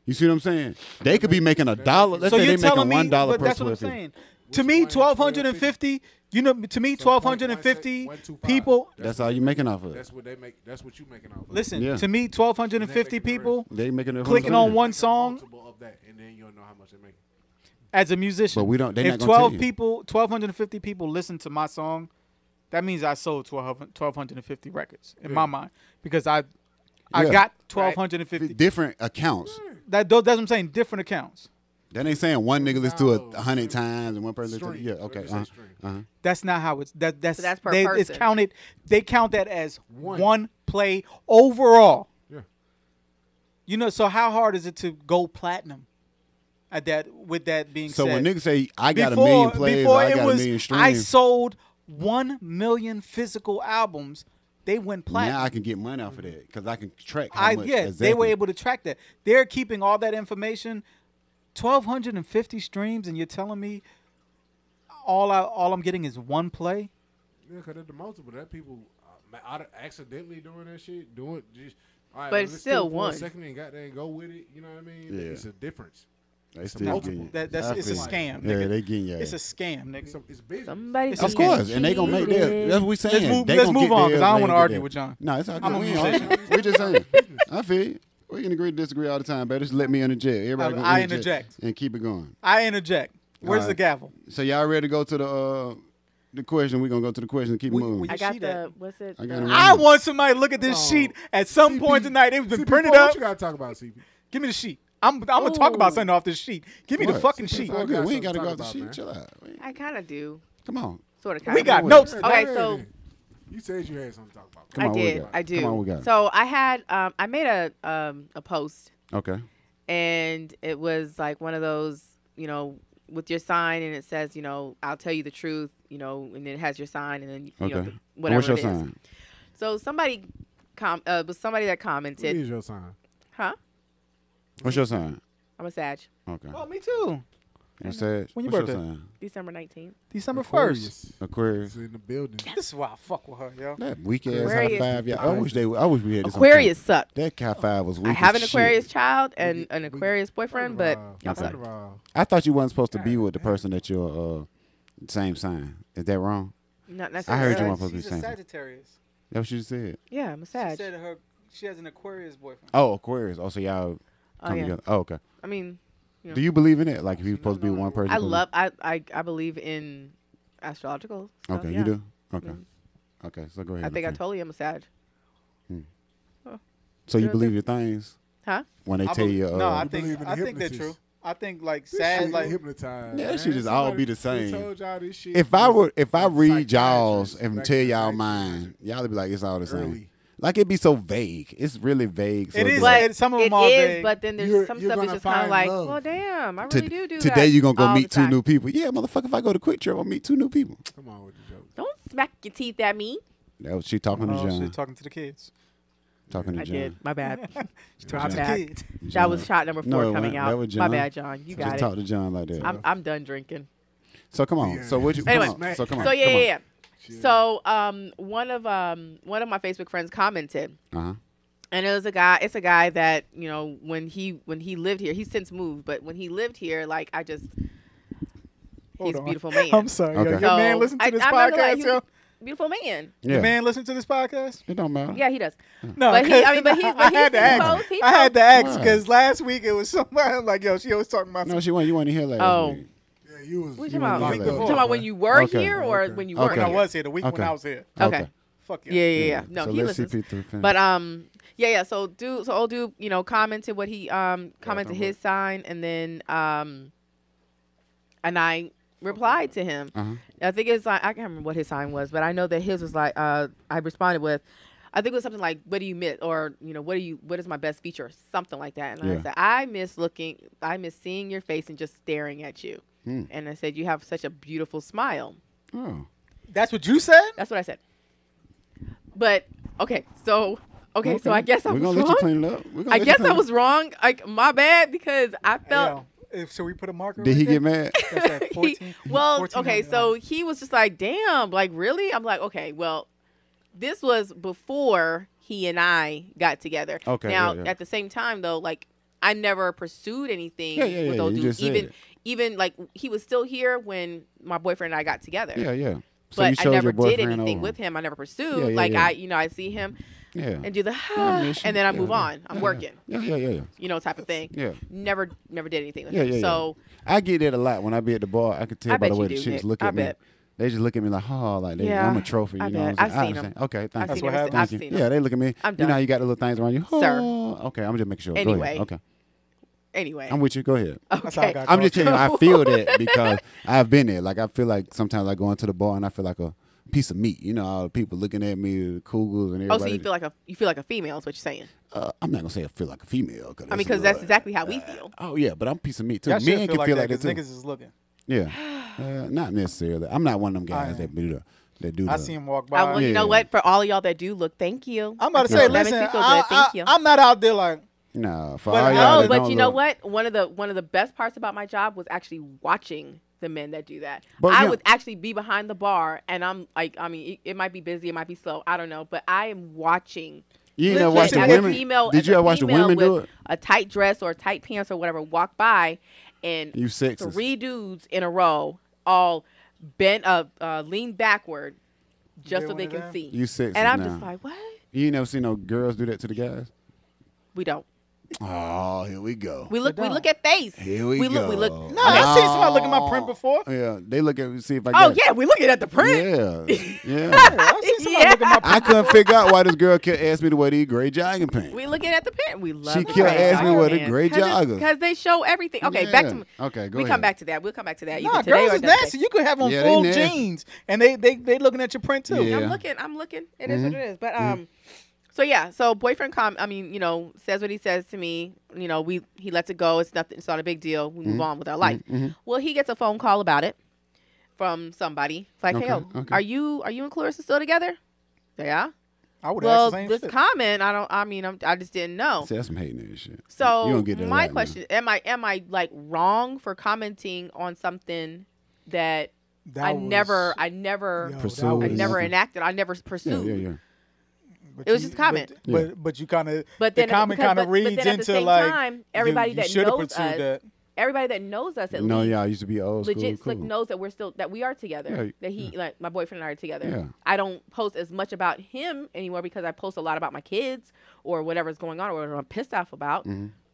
Speaker 2: You see what I'm saying? They could be making a dollar. Let's
Speaker 3: so
Speaker 2: say
Speaker 3: you're
Speaker 2: they making
Speaker 3: telling me
Speaker 2: one dollar
Speaker 3: but
Speaker 2: per
Speaker 3: that's what
Speaker 2: twelve
Speaker 3: i'm
Speaker 2: fifty.
Speaker 3: saying to me
Speaker 4: Which is one and
Speaker 3: 1250 you know to me
Speaker 4: So point one
Speaker 3: 1250
Speaker 4: sec- one, two, five.
Speaker 3: people
Speaker 2: That's all you making off of. it.
Speaker 4: that's what they make. That's what you making off. Of.
Speaker 3: listen
Speaker 2: Yeah.
Speaker 3: to me 1250
Speaker 4: They make it
Speaker 3: people
Speaker 2: They making it
Speaker 3: Clicking on
Speaker 4: Make
Speaker 3: one
Speaker 4: a
Speaker 3: song.
Speaker 4: multiple of that, and then you'll know how much they making.
Speaker 3: as a musician
Speaker 2: But we don't- they
Speaker 3: if
Speaker 2: not gonna tell
Speaker 3: 12
Speaker 2: you.
Speaker 3: people 1250 people listen to my song that means i sold 12 1250 records in my
Speaker 4: Yeah.
Speaker 3: mind because i i
Speaker 2: Yeah.
Speaker 3: got 1250
Speaker 2: different accounts.
Speaker 3: That tho- that's what I'm saying. Different accounts.
Speaker 2: That ain't saying one nigga listen to
Speaker 4: No.
Speaker 2: it a hundred times and one person listen to it.
Speaker 4: Streams.
Speaker 2: Yeah,
Speaker 4: What
Speaker 2: okay.
Speaker 4: they say,
Speaker 2: Uh-huh.
Speaker 4: streams.
Speaker 3: That's not how it's that. That's
Speaker 5: that's per
Speaker 3: they, It's
Speaker 5: person.
Speaker 3: counted. They count that as one,
Speaker 4: One.
Speaker 3: play overall.
Speaker 4: Yeah.
Speaker 3: You know. So how hard is it to go platinum? At that, with that being
Speaker 2: So
Speaker 3: said,
Speaker 2: when niggas say I got
Speaker 3: before,
Speaker 2: a million plays, or
Speaker 3: before
Speaker 2: I
Speaker 3: it
Speaker 2: got
Speaker 3: was,
Speaker 2: a million
Speaker 3: I
Speaker 2: streams,
Speaker 3: sold one million physical albums. They went platinum.
Speaker 2: now I can get money off of that because I can track how
Speaker 3: I
Speaker 2: much.
Speaker 3: yeah,
Speaker 2: exactly.
Speaker 3: they were able to track that. They're keeping all that information. Twelve hundred and fifty streams, and you're telling me all I all I'm getting is one play.
Speaker 4: Yeah, because it's the multiple. That people uh, ma- out- accidentally doing that shit, doing just. All right,
Speaker 5: But
Speaker 4: well,
Speaker 5: it's
Speaker 4: let's
Speaker 5: still
Speaker 4: do it for a
Speaker 5: one.
Speaker 4: Second and got there and go with it. You know what I mean?
Speaker 2: Yeah.
Speaker 4: It's a difference.
Speaker 2: They still
Speaker 4: multiple.
Speaker 2: getting-
Speaker 3: That- that's-
Speaker 2: I
Speaker 3: it's a
Speaker 2: feel you.
Speaker 3: scam,
Speaker 2: Yeah,
Speaker 3: nigga.
Speaker 2: they getting yeah.
Speaker 3: It's a scam,
Speaker 4: It's
Speaker 3: nigga.
Speaker 4: a, it's business.
Speaker 5: Somebody.
Speaker 3: It's a
Speaker 5: said
Speaker 2: Of
Speaker 3: scam.
Speaker 2: course, and they gonna make that. That's what we saying.
Speaker 3: move-
Speaker 2: They
Speaker 3: let's
Speaker 2: gonna
Speaker 3: move
Speaker 2: get
Speaker 3: on, 'cause I
Speaker 2: want
Speaker 3: don't wanna
Speaker 2: to
Speaker 3: argue with John.
Speaker 2: No, it's all good.
Speaker 3: I'm a
Speaker 2: We, ain't
Speaker 3: musician.
Speaker 2: arguing. we just saying. I feel you. We can agree to disagree all the time, but just let me interject. Everybody,
Speaker 3: I-
Speaker 2: gonna
Speaker 3: I interject.
Speaker 2: and keep it going.
Speaker 3: I interject. Where's
Speaker 2: All
Speaker 3: the
Speaker 2: right.
Speaker 3: gavel?
Speaker 2: So y'all ready to go to the uh, the question? We are gonna go to the question. and Keep
Speaker 3: We-
Speaker 2: moving.
Speaker 3: we-
Speaker 5: I
Speaker 3: You see
Speaker 5: got the.
Speaker 3: that?
Speaker 5: What's it?
Speaker 2: I got
Speaker 5: the-
Speaker 2: it right
Speaker 3: I want somebody to look at
Speaker 4: Oh.
Speaker 3: this sheet at some point tonight. It's been
Speaker 4: CP,
Speaker 3: printed
Speaker 4: what
Speaker 3: up.
Speaker 4: you gotta talk about, CP?
Speaker 3: Give me the sheet. I'm, I'm gonna talk about
Speaker 5: Ooh.
Speaker 3: something off this sheet. Give me the
Speaker 2: What?
Speaker 3: fucking
Speaker 2: It's
Speaker 3: sheet.
Speaker 2: all
Speaker 4: I
Speaker 2: good.
Speaker 4: got
Speaker 2: We ain't gotta
Speaker 4: something
Speaker 2: go
Speaker 4: to
Speaker 2: off the
Speaker 4: talk
Speaker 2: sheet.
Speaker 4: about,
Speaker 2: Chill out. We-
Speaker 5: I kind of do.
Speaker 2: Come on.
Speaker 5: Sort of.
Speaker 3: We got
Speaker 2: Come on.
Speaker 3: notes.
Speaker 4: Alright, go
Speaker 5: Okay, so-
Speaker 4: ahead then. you said you had something to talk about.
Speaker 2: Come
Speaker 5: I
Speaker 2: on, what we
Speaker 5: did.
Speaker 2: got?
Speaker 5: I do.
Speaker 2: Come on, we got it.
Speaker 5: So I had. Um, I made a um a post,
Speaker 2: Okay.
Speaker 5: and it was like one of those, you know, with your sign, and it says, you know, I'll tell you the truth, you know, and it has your sign, and then you know,
Speaker 2: Okay.
Speaker 5: the- whatever
Speaker 2: What's your
Speaker 5: it is.
Speaker 2: sign?
Speaker 5: So somebody, com- uh, was somebody that
Speaker 4: What
Speaker 5: commented,
Speaker 4: is your sign?
Speaker 5: huh?
Speaker 2: What's your sign?
Speaker 5: I'm a Sag,
Speaker 2: Okay.
Speaker 3: Oh, me too.
Speaker 2: What's that?
Speaker 3: When your
Speaker 2: What's
Speaker 3: birthday?
Speaker 2: your sign?
Speaker 5: December 19th.
Speaker 3: December first.
Speaker 4: Aquarius. It's
Speaker 2: Aquarius.
Speaker 4: in the building.
Speaker 3: This is why I fuck with her, yo.
Speaker 2: That weak ass high
Speaker 5: Aquarius.
Speaker 2: five. Yeah, I wish they. I wish we had this on
Speaker 5: Aquarius sucked.
Speaker 2: camera. That high five was weak.
Speaker 5: I have
Speaker 2: as
Speaker 5: an
Speaker 2: shit.
Speaker 5: Aquarius child and
Speaker 4: get-
Speaker 5: an
Speaker 4: we get-
Speaker 5: Aquarius boyfriend, but y'all
Speaker 4: First
Speaker 5: suck.
Speaker 4: of all,
Speaker 2: I thought you wasn't supposed to be with the person that you're uh, same sign. Is that wrong?
Speaker 5: Not
Speaker 2: I heard you
Speaker 5: necessarily.
Speaker 2: weren't supposed to be
Speaker 3: She's a
Speaker 2: saying. that.
Speaker 3: Sagittarius.
Speaker 2: That's what you said.
Speaker 5: Yeah, I'm a
Speaker 3: She
Speaker 5: Sag.
Speaker 3: said her she has an Aquarius boyfriend.
Speaker 2: Oh, Aquarius. Oh, so y'all
Speaker 5: Oh,
Speaker 2: come
Speaker 5: yeah.
Speaker 2: together. Oh, okay.
Speaker 5: I mean, Yeah.
Speaker 2: Do you believe in it? Like, if you're supposed to be one person.
Speaker 5: I
Speaker 2: believe-
Speaker 5: love. I I, I believe in astrological. Stuff.
Speaker 2: Okay,
Speaker 5: yeah.
Speaker 2: you do. Okay.
Speaker 5: Mhm.
Speaker 2: Okay, so go ahead.
Speaker 5: I think I
Speaker 2: okay.
Speaker 5: totally am a Sag.
Speaker 2: So you
Speaker 5: Yeah, I
Speaker 2: believe your things
Speaker 5: Huh?
Speaker 2: when they
Speaker 3: I
Speaker 2: tell
Speaker 3: bel-
Speaker 2: you. Uh,
Speaker 3: no, I
Speaker 4: You believe
Speaker 3: think
Speaker 4: in
Speaker 3: I think they're
Speaker 4: hypnosis.
Speaker 3: true. I think like
Speaker 4: this
Speaker 3: sad,
Speaker 4: shit
Speaker 3: like
Speaker 4: hypnotized.
Speaker 2: Yeah, that
Speaker 4: man.
Speaker 2: shit just all be the
Speaker 4: Somebody- we
Speaker 2: same.
Speaker 4: told y'all this shit
Speaker 2: if I
Speaker 4: was
Speaker 2: were, if I
Speaker 4: a
Speaker 2: read y'all's
Speaker 4: psychiatrist
Speaker 2: and
Speaker 4: back
Speaker 2: tell
Speaker 4: in the
Speaker 2: y'all
Speaker 4: 1900s.
Speaker 2: mine, y'all would be like, it's all the same.
Speaker 4: Early.
Speaker 2: Like it'd be so vague. It's really vague. So
Speaker 3: It
Speaker 2: it'd
Speaker 3: is
Speaker 2: be like,
Speaker 3: vague. some of
Speaker 5: It
Speaker 3: them all
Speaker 5: is,
Speaker 3: vague.
Speaker 5: but then there's
Speaker 4: You're-
Speaker 5: some
Speaker 4: you're
Speaker 5: stuff is
Speaker 4: gonna
Speaker 5: just kind
Speaker 4: find
Speaker 5: of like,
Speaker 4: love.
Speaker 5: well, damn, I
Speaker 2: to-
Speaker 5: really do do that.
Speaker 2: today you're gonna go
Speaker 5: all the
Speaker 2: meet two
Speaker 5: time.
Speaker 2: new people. Yeah, motherfucker. If I go to Quick Trip, I'll meet two new people.
Speaker 4: Come on with the joke.
Speaker 5: Don't smack your teeth at me.
Speaker 2: That was she talking to
Speaker 3: Oh,
Speaker 2: John.
Speaker 3: she's talking to the kids.
Speaker 2: talking to
Speaker 5: I
Speaker 2: John.
Speaker 5: did. My bad.
Speaker 3: She's talking to
Speaker 5: back.
Speaker 3: the kids.
Speaker 5: That was
Speaker 2: John.
Speaker 5: shot number four
Speaker 2: No, it
Speaker 5: coming
Speaker 2: wasn't.
Speaker 5: out.
Speaker 2: That was
Speaker 5: My
Speaker 2: John.
Speaker 5: bad, John. You
Speaker 2: Just
Speaker 5: got
Speaker 2: talk
Speaker 5: it.
Speaker 2: to John like that.
Speaker 5: I'm, I'm done drinking.
Speaker 2: so come on. So what you?
Speaker 5: Anyway.
Speaker 2: come on. So come on.
Speaker 5: So yeah,
Speaker 2: come
Speaker 5: yeah,
Speaker 2: on.
Speaker 5: yeah. So um, one of um, one of my Facebook friends commented,
Speaker 2: Uh-huh.
Speaker 5: and it was a guy. It's a guy that you know when he when he lived here. He's since moved, but when he lived here, like I just,
Speaker 3: Hold
Speaker 5: he's a
Speaker 3: on.
Speaker 5: beautiful man.
Speaker 3: I'm sorry,
Speaker 2: Okay.
Speaker 3: yo. Your
Speaker 5: So,
Speaker 3: man listen to
Speaker 5: I-
Speaker 3: this
Speaker 5: I remember, like,
Speaker 3: podcast,
Speaker 5: he was
Speaker 3: yo.
Speaker 5: a beautiful man.
Speaker 2: Yeah.
Speaker 3: Your man listen to this podcast.
Speaker 2: It don't matter.
Speaker 5: Yeah, he does.
Speaker 3: No,
Speaker 5: But he-
Speaker 3: 'cause
Speaker 5: I mean, but he- but
Speaker 3: I had
Speaker 5: he's
Speaker 3: to ask.
Speaker 5: both- he's
Speaker 3: I had to ask
Speaker 2: Why?
Speaker 3: because last week it was somebody I'm like, yo, she always talking about.
Speaker 2: No, she went. You went to hear last
Speaker 5: Oh.
Speaker 2: week.
Speaker 4: Yeah, you was.
Speaker 5: What
Speaker 4: you
Speaker 5: you
Speaker 4: was
Speaker 5: talking about?
Speaker 2: leave
Speaker 5: You
Speaker 2: it.
Speaker 5: talking about when you were
Speaker 2: Okay.
Speaker 5: here or
Speaker 4: Okay.
Speaker 5: when you
Speaker 2: Okay.
Speaker 5: weren't?
Speaker 3: when I
Speaker 5: here?
Speaker 3: was here, the week when
Speaker 2: Okay.
Speaker 3: I was here.
Speaker 5: Okay.
Speaker 3: Fuck
Speaker 5: Yeah, yeah, yeah. No,
Speaker 2: so
Speaker 5: he
Speaker 2: let's
Speaker 5: listens.
Speaker 2: CP3 finish.
Speaker 5: But um, yeah, yeah. So dude, so old dude, you know, commented what he um commented
Speaker 2: don't worry.
Speaker 5: his sign, and then um, and I replied to him.
Speaker 2: Uh-huh.
Speaker 5: I think it's like I can't remember what his sign was, but I know that his was like uh, I responded with, I think it was something like, "What do you miss?" or you know, "What do you? What is my best feature?" or something like that. And
Speaker 2: Yeah.
Speaker 5: I said, "I miss looking, I miss seeing your face and just staring at you."
Speaker 2: Hmm.
Speaker 5: And I said, "You have such a beautiful smile."
Speaker 2: oh.
Speaker 3: That's what you said.
Speaker 5: That's what I said. But okay, so okay, so I guess I
Speaker 2: We're
Speaker 5: was
Speaker 2: gonna
Speaker 5: wrong.
Speaker 2: let you clean it up. We're gonna let
Speaker 5: I
Speaker 2: you
Speaker 5: guess
Speaker 2: clean
Speaker 5: I
Speaker 2: it
Speaker 5: was wrong. Like my bad because I felt.
Speaker 3: Yo, if, should we put a marker?
Speaker 2: Did
Speaker 3: right
Speaker 2: he
Speaker 3: there?
Speaker 2: get mad?
Speaker 3: That's at
Speaker 5: He-
Speaker 3: 14
Speaker 5: well,
Speaker 3: 14
Speaker 5: okay,
Speaker 3: hundred.
Speaker 5: so he was just like, "Damn, like really?" I'm like, "Okay, well, this was before he and I got together."
Speaker 2: Okay,
Speaker 5: Now,
Speaker 2: yeah, yeah.
Speaker 5: at the same time, though, like I never pursued anything
Speaker 2: Yeah, yeah,
Speaker 5: with
Speaker 2: yeah,
Speaker 5: old
Speaker 2: you
Speaker 5: dude.
Speaker 2: just said
Speaker 5: Even,
Speaker 2: it.
Speaker 5: even like he was still here when my boyfriend and I got together.
Speaker 2: yeah, yeah. So you
Speaker 5: But
Speaker 2: showed
Speaker 5: I
Speaker 2: your
Speaker 5: never did
Speaker 2: boyfriend
Speaker 5: anything
Speaker 2: over.
Speaker 5: with him. I never pursued.
Speaker 2: Yeah, yeah,
Speaker 5: like
Speaker 2: yeah.
Speaker 5: I, you know, I see him
Speaker 2: Yeah.
Speaker 5: and do the
Speaker 2: Yeah, I miss you.
Speaker 5: and then I
Speaker 2: Yeah,
Speaker 5: move
Speaker 2: yeah.
Speaker 5: on. I'm
Speaker 2: Yeah, yeah.
Speaker 5: working,
Speaker 2: Yeah, yeah, yeah, yeah.
Speaker 5: you know, type of thing.
Speaker 2: Yeah.
Speaker 5: Never, never did anything with
Speaker 2: Yeah,
Speaker 5: him.
Speaker 2: yeah, yeah.
Speaker 5: so
Speaker 2: I get it a lot when I be at the bar. I can tell
Speaker 5: I
Speaker 2: by the
Speaker 5: bet
Speaker 2: way
Speaker 5: you
Speaker 2: the
Speaker 5: do,
Speaker 2: chicks
Speaker 5: Nick.
Speaker 2: look
Speaker 5: I
Speaker 2: at me.
Speaker 5: bet.
Speaker 2: They just look at me like, oh, like they,
Speaker 5: Yeah,
Speaker 2: I'm a trophy. You
Speaker 5: I
Speaker 2: know what I'm
Speaker 5: bet.
Speaker 2: saying?
Speaker 5: I've
Speaker 2: I
Speaker 5: seen 'em.
Speaker 2: understand. Okay, thank
Speaker 5: I've
Speaker 2: you.
Speaker 5: seen
Speaker 3: what
Speaker 5: him.
Speaker 3: happened.
Speaker 5: I've
Speaker 2: Thank you.
Speaker 5: seen
Speaker 2: Yeah,
Speaker 5: him.
Speaker 2: they look at me.
Speaker 5: I'm
Speaker 2: you know how
Speaker 5: done.
Speaker 2: you got the little things around you.
Speaker 5: Sir.
Speaker 2: Oh, okay, I'm just making sure. Go ahead.
Speaker 5: Anyway. Oh.
Speaker 2: Okay.
Speaker 5: Anyway,
Speaker 2: I'm with you. Go ahead.
Speaker 3: That's how I
Speaker 5: okay.
Speaker 3: got
Speaker 2: I'm just
Speaker 3: caught.
Speaker 2: telling you, I feel that because I've been there. Like I feel like sometimes I go into the bar and I feel like a piece of meat. You know, all the people looking at me, the cougars and everybody.
Speaker 5: Oh, so you feel like a you feel like a female is what you're saying?
Speaker 2: uh, I'm not gonna say I feel like a female. Cause
Speaker 5: I mean,
Speaker 2: it's a
Speaker 5: because that's
Speaker 2: little-
Speaker 5: exactly how we feel.
Speaker 2: Oh yeah, but I'm a piece of meat too.
Speaker 3: Y'all should
Speaker 2: Men can feel like
Speaker 3: that
Speaker 2: that
Speaker 3: 'cause
Speaker 2: too.
Speaker 3: Niggas is looking.
Speaker 2: Yeah, uh, not necessarily. I'm not one of them guys
Speaker 3: I
Speaker 2: that do the that do.
Speaker 3: I
Speaker 2: the,
Speaker 3: see him walk by.
Speaker 5: I, well, you know
Speaker 2: Yeah.
Speaker 5: what? For all of y'all that do look, thank you.
Speaker 3: I'm about to
Speaker 5: That
Speaker 3: say,
Speaker 5: makes
Speaker 3: listen,
Speaker 5: me feel
Speaker 3: I,
Speaker 5: good.
Speaker 3: I,
Speaker 5: Thank you.
Speaker 3: I'm not out there like
Speaker 2: Nah, for
Speaker 3: But
Speaker 2: all
Speaker 3: I-
Speaker 2: y'all
Speaker 5: No,
Speaker 2: that
Speaker 5: but
Speaker 2: don't
Speaker 5: you know
Speaker 2: look-
Speaker 5: what? One of the one of the best parts about my job was actually watching the men that do that.
Speaker 2: But
Speaker 5: I
Speaker 2: yeah.
Speaker 5: would actually be behind the bar, and I'm like, I mean, it, it might be busy, it might be slow, I don't know, but I am watching.
Speaker 2: You ain't never
Speaker 5: Legit,
Speaker 2: watch the
Speaker 5: as
Speaker 2: women.
Speaker 5: A female,
Speaker 2: Did
Speaker 5: as
Speaker 2: you
Speaker 5: a
Speaker 2: ever watch the
Speaker 5: female
Speaker 2: women do
Speaker 5: with
Speaker 2: it?
Speaker 5: A tight dress or tight pants or whatever walk by, and
Speaker 2: You sexist.
Speaker 5: three dudes in a row, all bent up, uh, leaned backward,
Speaker 3: Did
Speaker 5: just so
Speaker 3: one
Speaker 5: they
Speaker 3: of
Speaker 5: can
Speaker 3: them?
Speaker 5: see.
Speaker 2: You sexist.
Speaker 5: and I'm
Speaker 2: now.
Speaker 5: just like, what?
Speaker 2: you ain't never seen no girls do that to the guys.
Speaker 5: We don't.
Speaker 2: Oh, here we go.
Speaker 5: We look. We
Speaker 3: don't.
Speaker 5: look at face.
Speaker 2: Here we
Speaker 5: look. We
Speaker 2: go.
Speaker 5: look.
Speaker 3: No, I've seen somebody look at my print before.
Speaker 2: yeah, they look at me see if I.
Speaker 5: Oh
Speaker 2: got
Speaker 5: yeah, we looking at the print.
Speaker 2: it. Yeah, yeah.
Speaker 3: I've seen somebody look at my print.
Speaker 2: I couldn't figure out why this girl kept asking me to wear these gray jogging pants.
Speaker 5: We looking at the print. We love.
Speaker 2: She killed ass me with a gray jogger.
Speaker 5: because they show everything. Okay, back to.
Speaker 2: Yeah. Okay, go
Speaker 5: we
Speaker 2: ahead.
Speaker 5: come back to that. We'll come back to that. either
Speaker 3: Nah,
Speaker 5: today
Speaker 3: girls
Speaker 5: or
Speaker 3: is
Speaker 5: another day.
Speaker 3: nasty. You could have on
Speaker 2: Yeah, they
Speaker 3: full
Speaker 2: nasty.
Speaker 3: jeans, and they they they looking at your print too.
Speaker 2: Yeah. Mm-hmm.
Speaker 5: I'm looking. I'm looking. It is what it is. But um, so yeah. So boyfriend com. I mean, you know, says what he says to me. You know, we he lets it go. It's nothing. It's not a big deal. We
Speaker 2: Mm-hmm.
Speaker 5: move on with our life. Well, he gets a phone call about it from somebody. It's like,
Speaker 2: Okay,
Speaker 5: hey,
Speaker 2: okay.
Speaker 5: are you are you and Clarissa still together? Yeah.
Speaker 3: I would
Speaker 5: Well,
Speaker 3: ask the same
Speaker 5: this
Speaker 3: shit.
Speaker 5: comment, I don't. I mean, I'm, I just didn't know.
Speaker 2: See, that's some hating ass shit. you
Speaker 5: So
Speaker 2: don't get that a
Speaker 5: my
Speaker 2: lot now.
Speaker 5: question: Am I am I like wrong for commenting on something that,
Speaker 3: That
Speaker 5: I
Speaker 3: was-
Speaker 5: never I never
Speaker 3: Yo,
Speaker 2: Pursue
Speaker 3: that
Speaker 5: I
Speaker 2: is-
Speaker 3: was-
Speaker 5: never enacted I never
Speaker 2: Yeah,
Speaker 5: pursued?
Speaker 2: yeah, yeah.
Speaker 3: but
Speaker 5: It was
Speaker 3: you-
Speaker 5: just comment.
Speaker 3: But but, but you kind of
Speaker 5: But then
Speaker 3: the comment
Speaker 5: because-
Speaker 3: kind of
Speaker 5: but- but then
Speaker 3: reads
Speaker 5: at the
Speaker 3: into
Speaker 5: same
Speaker 3: like
Speaker 5: time,
Speaker 3: you-
Speaker 5: everybody
Speaker 3: you
Speaker 5: that
Speaker 3: shoulda
Speaker 5: knows
Speaker 3: pursued
Speaker 5: us-
Speaker 3: that.
Speaker 5: Everybody that knows us at
Speaker 2: No,
Speaker 5: least
Speaker 2: yeah, I used to be old school.
Speaker 5: legit slick
Speaker 2: cool.
Speaker 5: knows that we're still that we are together.
Speaker 2: Yeah,
Speaker 5: that he like my boyfriend and I are together.
Speaker 2: Yeah.
Speaker 5: I don't post as much about him anymore because I post a lot about my kids or whatever's going on or whatever I'm pissed off
Speaker 3: Mm-hmm.
Speaker 5: about.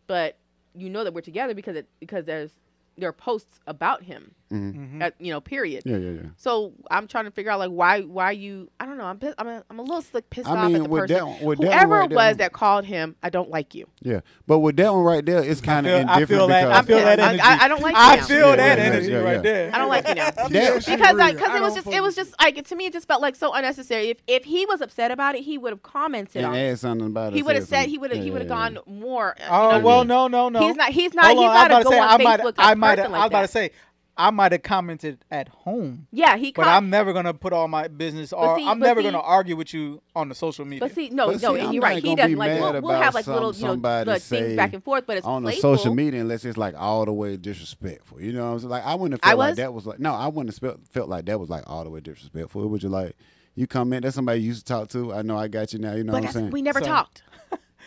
Speaker 5: But you know that we're together because it because there's there are posts about him.
Speaker 3: Mm-hmm.
Speaker 5: At, you know, period.
Speaker 2: Yeah, yeah, yeah.
Speaker 5: So I'm trying to figure out like why why you I don't know I'm pi- I'm a, I'm a little slick pissed
Speaker 2: I
Speaker 5: off
Speaker 2: mean,
Speaker 5: at the
Speaker 2: with
Speaker 5: person
Speaker 2: that one- with that one
Speaker 5: whoever
Speaker 2: right
Speaker 5: it
Speaker 2: there-
Speaker 5: was that called him I don't like you.
Speaker 2: Yeah, but with that one right there, it's kind of
Speaker 3: feel- I
Speaker 2: indifferent
Speaker 3: feel that-
Speaker 2: because
Speaker 3: I feel
Speaker 5: pissed.
Speaker 3: that energy.
Speaker 5: I, I don't like you
Speaker 3: I
Speaker 5: now.
Speaker 3: feel
Speaker 2: Yeah,
Speaker 3: that
Speaker 2: yeah, yeah,
Speaker 3: energy
Speaker 2: yeah, yeah.
Speaker 3: right there.
Speaker 5: I don't like you now.
Speaker 2: That-
Speaker 5: because like because it was just it was just like to me it just felt like so unnecessary. If if he was upset about it he would have commented
Speaker 2: and
Speaker 5: on. it.
Speaker 2: add something about it.
Speaker 5: He would have said
Speaker 2: something.
Speaker 5: he would have
Speaker 2: Yeah,
Speaker 5: he
Speaker 2: yeah,
Speaker 5: would have
Speaker 2: yeah.
Speaker 5: gone more. uh, you know what I
Speaker 3: Oh
Speaker 5: mean?
Speaker 3: well, no, no, no.
Speaker 5: He's not- he's not-
Speaker 3: I
Speaker 5: he's
Speaker 3: was
Speaker 5: not a
Speaker 3: about to
Speaker 5: go on
Speaker 3: I might-
Speaker 5: Facebook type
Speaker 3: I might.
Speaker 5: person like
Speaker 3: I was about to
Speaker 5: that.
Speaker 3: say, I might have commented at home,
Speaker 5: Yeah, he.
Speaker 3: but
Speaker 5: com-
Speaker 3: I'm never gonna put all my business. Or
Speaker 5: see-
Speaker 3: I'm
Speaker 5: but
Speaker 3: never
Speaker 5: see-
Speaker 3: gonna argue with you on the social media.
Speaker 5: But see, no,
Speaker 2: But
Speaker 5: no,
Speaker 2: see,
Speaker 5: and
Speaker 2: I'm
Speaker 5: oh, you're
Speaker 2: not
Speaker 5: right. He
Speaker 2: gonna be
Speaker 5: doesn't like
Speaker 2: mad
Speaker 5: we'll, we'll
Speaker 2: about
Speaker 5: have like little
Speaker 2: some-
Speaker 5: you know
Speaker 2: somebody
Speaker 5: like things
Speaker 2: say
Speaker 5: back and forth, but it's
Speaker 2: on the
Speaker 5: playful.
Speaker 2: social media unless it's like all the way disrespectful. You know what I'm saying? Like I wouldn't have
Speaker 5: I
Speaker 2: felt like
Speaker 5: was?
Speaker 2: that was like no, I wouldn't have felt, felt like that was like all the way disrespectful. It was just like you come in, that's somebody you used to talk to. I know I got you now. You know
Speaker 5: But
Speaker 2: what I'm
Speaker 5: that's,
Speaker 2: saying?
Speaker 5: we never
Speaker 3: So-
Speaker 5: talked.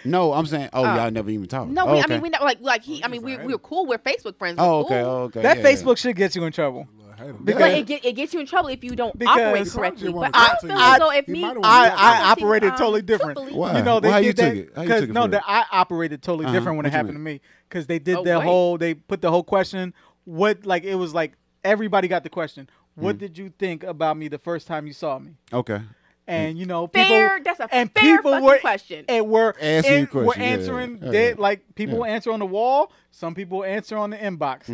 Speaker 2: no, I'm saying oh y'all never even talked.
Speaker 5: No,
Speaker 2: oh,
Speaker 5: we, I
Speaker 2: okay.
Speaker 5: mean we never like like he. I mean
Speaker 4: he's
Speaker 5: we
Speaker 4: right.
Speaker 5: we were cool. We're Facebook friends. We're
Speaker 2: Oh okay,
Speaker 5: cool.
Speaker 2: oh, okay.
Speaker 3: that
Speaker 2: yeah, yeah.
Speaker 3: Facebook should get you in trouble.
Speaker 5: But
Speaker 3: Because-
Speaker 5: it, get, it gets you in trouble if you don't operate
Speaker 3: Because-
Speaker 5: correctly.
Speaker 4: Sometimes
Speaker 5: But
Speaker 4: you wanna
Speaker 5: I
Speaker 4: talk
Speaker 5: don't
Speaker 4: to
Speaker 5: feel
Speaker 4: him.
Speaker 5: as though if
Speaker 4: He
Speaker 5: me,
Speaker 4: might have
Speaker 3: I,
Speaker 4: wanted
Speaker 3: I
Speaker 5: honestly,
Speaker 3: operated
Speaker 5: um,
Speaker 3: totally different.
Speaker 5: truthfully-
Speaker 2: Why?
Speaker 3: You know they
Speaker 2: How you took
Speaker 3: did that
Speaker 2: it? How you took it
Speaker 3: no,
Speaker 2: for
Speaker 3: that
Speaker 2: it?
Speaker 3: I operated totally
Speaker 2: Uh-huh.
Speaker 3: different when it
Speaker 2: What you
Speaker 3: happened to me because they did
Speaker 5: Oh,
Speaker 3: their
Speaker 5: wait.
Speaker 3: whole they put the whole question what like it was like everybody got the question
Speaker 2: Hmm.
Speaker 3: what did you think about me the first time you saw me
Speaker 2: Okay.
Speaker 3: and you know people
Speaker 5: Fair. That's a
Speaker 3: and
Speaker 5: fair
Speaker 3: people
Speaker 5: fucking
Speaker 3: were
Speaker 5: question.
Speaker 3: and were
Speaker 2: Answering
Speaker 3: and
Speaker 2: the question,
Speaker 3: were
Speaker 2: yeah, yeah,
Speaker 3: answering
Speaker 2: yeah, Oh,
Speaker 3: dead
Speaker 2: yeah. Mm-hmm.
Speaker 3: like people answer on the wall some people answer on the inbox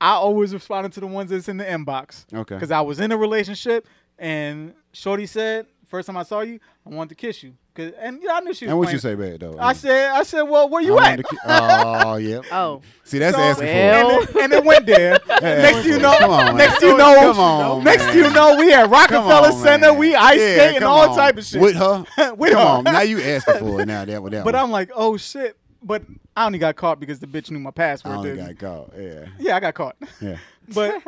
Speaker 3: I always responded to the ones that's in the inbox
Speaker 2: Okay.
Speaker 3: because I was in a relationship and Shorty said first time I saw you I wanted to kiss you 'Cause- and yeah, I knew she was
Speaker 2: And what you
Speaker 3: playing.
Speaker 2: say back though?
Speaker 3: I said, I said, well, where
Speaker 2: I
Speaker 3: you at?
Speaker 2: wanted to ki- oh yeah.
Speaker 5: Oh.
Speaker 2: See that's
Speaker 3: So-
Speaker 2: asking for. it.
Speaker 5: Well.
Speaker 3: and, it, and it went there. next you know,
Speaker 2: Come on,
Speaker 3: next
Speaker 2: man.
Speaker 3: you know,
Speaker 2: Come on,
Speaker 3: next
Speaker 2: man.
Speaker 3: you know, we at
Speaker 2: Come
Speaker 3: Rockefeller
Speaker 2: on,
Speaker 3: Center.
Speaker 2: man.
Speaker 3: We ice
Speaker 2: Yeah,
Speaker 3: skating,
Speaker 2: come
Speaker 3: all
Speaker 2: on.
Speaker 3: type of shit.
Speaker 2: With her,
Speaker 3: With
Speaker 2: come
Speaker 3: her.
Speaker 2: on. Now you asking for it now. That with that.
Speaker 3: but
Speaker 2: one.
Speaker 3: I'm like, oh shit! But I only got caught because the bitch knew my
Speaker 2: I
Speaker 3: password.
Speaker 2: only
Speaker 3: didn't
Speaker 2: got caught. Yeah,
Speaker 3: she? Yeah, I got caught.
Speaker 2: yeah.
Speaker 3: But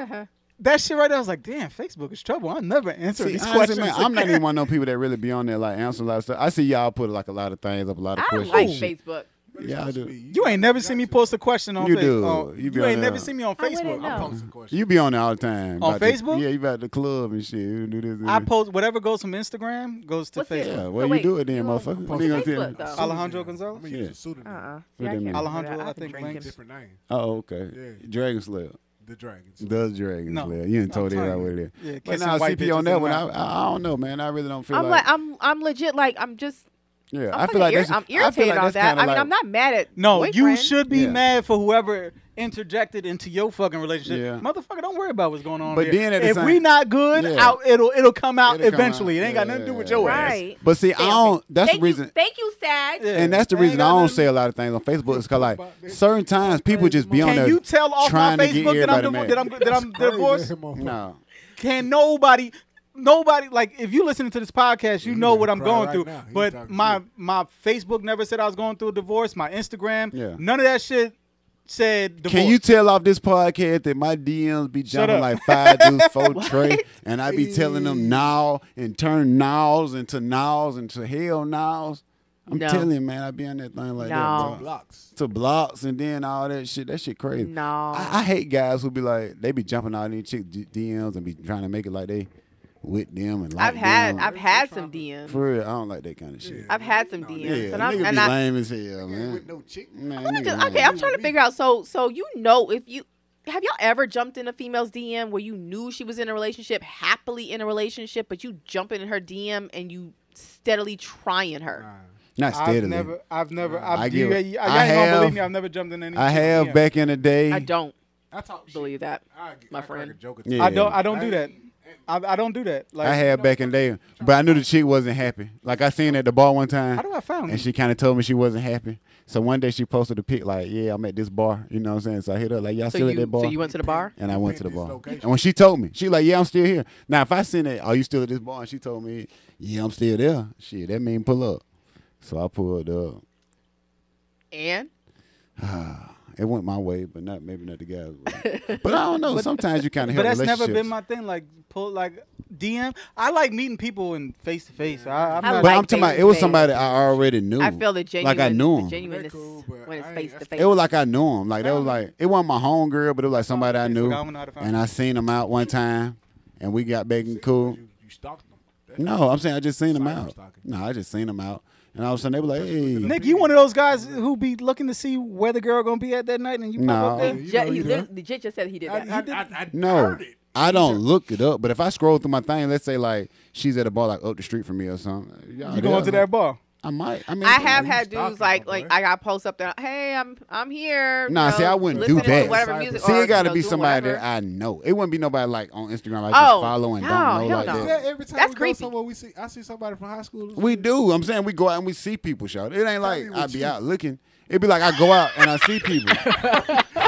Speaker 3: that shit right there, I was like, damn, Facebook is trouble. I'll never answer
Speaker 2: See,
Speaker 3: these
Speaker 2: honestly,
Speaker 3: questions.
Speaker 2: man, I'm not even one of those people that really be on there like answer a lot of stuff. I see y'all put like a lot of things up, a lot of
Speaker 5: I don't
Speaker 2: questions.
Speaker 5: like
Speaker 2: and shit.
Speaker 5: Facebook.
Speaker 2: Yeah, I do.
Speaker 3: you ain't never seen me post a question on
Speaker 2: You
Speaker 3: Facebook.
Speaker 2: do.
Speaker 3: on-
Speaker 2: You
Speaker 3: you
Speaker 2: be on
Speaker 3: ain't
Speaker 2: there.
Speaker 3: never seen me on
Speaker 5: I wouldn't
Speaker 3: Facebook.
Speaker 5: know.
Speaker 3: I, post,
Speaker 4: Posting questions.
Speaker 2: You be on there all the time
Speaker 3: On
Speaker 2: About the-
Speaker 3: Facebook?
Speaker 2: yeah, you about the club and shit. You do this. and
Speaker 3: I
Speaker 2: that.
Speaker 3: post whatever goes from Instagram goes to
Speaker 5: What's it?
Speaker 3: Facebook.
Speaker 2: Yeah,
Speaker 5: So
Speaker 2: well, you
Speaker 5: wait,
Speaker 2: do it then,
Speaker 5: you on-
Speaker 2: motherfucker.
Speaker 5: on
Speaker 2: They gonna tell
Speaker 5: Facebook,
Speaker 2: you-
Speaker 5: though?
Speaker 3: Alejandro
Speaker 4: Pseudonym.
Speaker 3: Gonzalez?
Speaker 4: I'm gonna use
Speaker 2: Yeah.
Speaker 4: a pseudonym.
Speaker 5: Uh-uh.
Speaker 2: What
Speaker 5: Yeah, I
Speaker 2: that
Speaker 5: can't
Speaker 2: mean?
Speaker 5: do
Speaker 3: Alejandro,
Speaker 5: that.
Speaker 3: I
Speaker 5: I
Speaker 3: think
Speaker 5: think
Speaker 4: Drink
Speaker 3: Blanks.
Speaker 4: different name.
Speaker 2: Oh, okay.
Speaker 4: Yeah.
Speaker 2: Dragon Slayer.
Speaker 4: The Dragons.
Speaker 2: Does Dragon
Speaker 3: No.
Speaker 2: Slayer. You ain't
Speaker 3: I'm
Speaker 2: told it
Speaker 3: telling
Speaker 2: out
Speaker 3: you.
Speaker 2: with it.
Speaker 3: Yeah,
Speaker 2: But
Speaker 3: kissing
Speaker 2: now
Speaker 3: white
Speaker 2: CP
Speaker 3: bitches
Speaker 2: on
Speaker 3: in
Speaker 2: that
Speaker 3: the
Speaker 2: one, I,
Speaker 3: mouth.
Speaker 2: I I don't know, man. I really don't feel
Speaker 5: I'm like I'm I'm legit like I'm just
Speaker 2: yeah,
Speaker 5: I'm
Speaker 2: I feel
Speaker 5: fucking
Speaker 2: like
Speaker 5: irri-
Speaker 2: that's
Speaker 5: I'm
Speaker 2: I feel like
Speaker 5: irritated on
Speaker 2: that's
Speaker 5: that.
Speaker 2: kinda
Speaker 5: I mean
Speaker 2: like-
Speaker 5: I'm not mad at
Speaker 3: No, you
Speaker 5: boyfriend.
Speaker 3: should be
Speaker 2: Yeah.
Speaker 3: mad for whoever interjected into your fucking relationship.
Speaker 2: Yeah.
Speaker 3: Motherfucker, don't worry about what's going on.
Speaker 2: But
Speaker 3: there.
Speaker 2: then at the
Speaker 3: if
Speaker 2: same-
Speaker 3: we not good,
Speaker 2: Yeah.
Speaker 3: out it'll it'll come out
Speaker 2: It'll come
Speaker 3: eventually.
Speaker 2: out.
Speaker 3: It ain't got nothing to do with
Speaker 2: Yeah.
Speaker 3: your ass.
Speaker 5: right.
Speaker 2: But see, I
Speaker 5: Damn it.
Speaker 2: don't. That's
Speaker 5: Thank
Speaker 2: the
Speaker 5: you-
Speaker 2: reason.
Speaker 5: Thank you, Sag.
Speaker 3: Yeah.
Speaker 2: And that's the
Speaker 3: Ain't
Speaker 2: reason I
Speaker 3: got
Speaker 2: don't
Speaker 3: nothing-
Speaker 2: say a lot of things on Facebook. It's cause like certain times people just be on
Speaker 3: Can
Speaker 2: there.
Speaker 3: you tell off my
Speaker 2: trying to get
Speaker 3: Facebook that I'm
Speaker 2: everybody mad.
Speaker 3: divo- that I'm that I'm
Speaker 4: Crazy,
Speaker 3: divorced?
Speaker 4: that motherfucker.
Speaker 2: No,
Speaker 3: Can nobody nobody like if you listening to this podcast, you
Speaker 4: he
Speaker 3: know
Speaker 4: gonna
Speaker 3: what I'm
Speaker 4: cry
Speaker 3: going
Speaker 4: right
Speaker 3: through.
Speaker 4: now. He
Speaker 3: But
Speaker 4: talking
Speaker 3: my
Speaker 4: shit.
Speaker 3: my Facebook never said I was going through a divorce. My Instagram,
Speaker 2: Yeah.
Speaker 3: none of that shit said divorce.
Speaker 2: Can you tell off this podcast that my DMs be jumping
Speaker 3: up.
Speaker 2: like five dudes, four tray, and I be telling them now and turn nows into nows into hell nows? I'm
Speaker 5: No.
Speaker 2: telling you, man, I be on that thing like
Speaker 5: No.
Speaker 2: that, bro.
Speaker 4: Blocks.
Speaker 2: To blocks and then all that shit. That shit crazy.
Speaker 5: No.
Speaker 2: I, I hate guys who be like, they be jumping out these chick d- DMs and be trying to make it like they with them and like
Speaker 5: I've had
Speaker 2: them.
Speaker 5: I've had some DMs.
Speaker 2: For real, I don't like that kind of shit.
Speaker 5: I've had some
Speaker 2: Yeah,
Speaker 5: DMs. and
Speaker 2: nigga
Speaker 5: I'm,
Speaker 2: be
Speaker 5: and I,
Speaker 2: lame as hell, man.
Speaker 4: With no chick.
Speaker 2: Man,
Speaker 5: Let me
Speaker 2: nigga
Speaker 5: just-
Speaker 2: lame.
Speaker 5: okay, I'm trying to figure out. So, so you know, if you have y'all ever jumped in a female's DM where you knew she was in a relationship, happily in a relationship, but you jump in her DM and you steadily trying her.
Speaker 2: Not
Speaker 3: I've
Speaker 2: steadily.
Speaker 3: never, I've never, I've,
Speaker 2: I
Speaker 3: I
Speaker 2: give
Speaker 3: you,
Speaker 2: it.
Speaker 3: you,
Speaker 2: I
Speaker 3: I ain't gonna
Speaker 2: have-
Speaker 3: believe me. I've never jumped in any.
Speaker 2: I
Speaker 3: chick
Speaker 2: have
Speaker 3: DM.
Speaker 2: back in the day.
Speaker 5: I don't
Speaker 4: I talk shit.
Speaker 5: believe that.
Speaker 4: I,
Speaker 5: my
Speaker 4: I crack
Speaker 5: friend.
Speaker 4: a joke or
Speaker 2: Yeah.
Speaker 4: two.
Speaker 3: I don't. I don't do
Speaker 4: I-
Speaker 3: that. I, I don't do that. Like
Speaker 2: I had back in the day, but I knew the chick wasn't happy. Like I seen at the bar one time.
Speaker 3: How do I found
Speaker 2: And
Speaker 3: you?
Speaker 2: she kind of told me she wasn't happy. So one day she posted a pic like, "Yeah, I'm at this bar." You know what I'm saying? So I hit her like, "Y'all
Speaker 5: So
Speaker 2: still
Speaker 5: you,
Speaker 2: at that bar?"
Speaker 5: so you went to the bar.
Speaker 2: and I went to the
Speaker 4: Depends
Speaker 2: bar.
Speaker 4: location.
Speaker 2: And when she told me, she like, "Yeah, I'm still here." Now if I seen that, "Are you still at this bar?" and she told me, "Yeah, I'm still there." Shit, that mean pull up. So I pulled up.
Speaker 5: And
Speaker 2: It went my way, but not maybe not the guys' way. but I don't know. Sometimes you kind of
Speaker 3: But
Speaker 2: help
Speaker 3: that's never been
Speaker 2: relationships.
Speaker 3: my thing. Like pull, like DM. I like meeting people in face to face. I- I'm
Speaker 5: I
Speaker 3: not.
Speaker 2: But
Speaker 5: like
Speaker 2: I'm talking about it was somebody I already knew.
Speaker 5: I feel the genuine.
Speaker 2: Like I knew
Speaker 5: The
Speaker 2: him.
Speaker 5: genuineness
Speaker 4: They cool, but
Speaker 5: when it's
Speaker 4: I ain't-
Speaker 5: face to face.
Speaker 2: It was like I knew him. Like that was like it wasn't my homegirl, but it was like somebody I
Speaker 3: Facebook.
Speaker 2: knew.
Speaker 3: I don't know how to find
Speaker 2: And
Speaker 3: her.
Speaker 2: I seen him out one time, and we got back and cool.
Speaker 4: You, you stalked them. That-
Speaker 2: No, I'm saying I just seen him
Speaker 4: Cyber
Speaker 2: out.
Speaker 4: stalking.
Speaker 2: No, I just seen him out, And all of a sudden they were like, hey,
Speaker 3: Nick, you one of those guys who be looking to see where the girl gonna be at that night, and you pop
Speaker 2: Nah.
Speaker 3: up there.
Speaker 4: You
Speaker 5: J-
Speaker 4: know
Speaker 5: he
Speaker 4: you
Speaker 5: literally-
Speaker 4: done.
Speaker 5: legit just said he did
Speaker 4: I,
Speaker 5: that.
Speaker 4: I, I, I
Speaker 2: no,
Speaker 4: heard it.
Speaker 2: I don't look it up. But if I scroll through my thing, let's say like she's at a bar like up the street from me or something.
Speaker 3: You going to that bar?
Speaker 2: I might. I mean,
Speaker 5: I have
Speaker 4: you
Speaker 5: had
Speaker 4: stalking
Speaker 5: dudes like
Speaker 4: my
Speaker 5: like
Speaker 4: boy.
Speaker 5: I got posts up there. Hey, I'm I'm here. you
Speaker 2: Nah, see,
Speaker 5: know,
Speaker 2: I wouldn't do
Speaker 5: listening to
Speaker 2: that.
Speaker 5: Whatever music.
Speaker 2: See,
Speaker 5: or,
Speaker 2: it got to
Speaker 5: you know,
Speaker 2: be
Speaker 5: doing
Speaker 2: somebody
Speaker 5: whatever.
Speaker 2: that I know. It wouldn't be nobody like on Instagram like just
Speaker 5: Oh,
Speaker 2: follow and
Speaker 5: no,
Speaker 2: don't know
Speaker 5: hell
Speaker 2: like
Speaker 5: no.
Speaker 2: that.
Speaker 4: Yeah, every time
Speaker 5: That's
Speaker 4: we
Speaker 5: creepy.
Speaker 4: go somewhere, we see I see somebody from high school. or
Speaker 2: We
Speaker 4: something.
Speaker 2: do. I'm saying we go out and we see people, shout. It ain't like
Speaker 4: me what
Speaker 2: I be
Speaker 4: you-
Speaker 2: out looking. It'd be like I go out and I see people.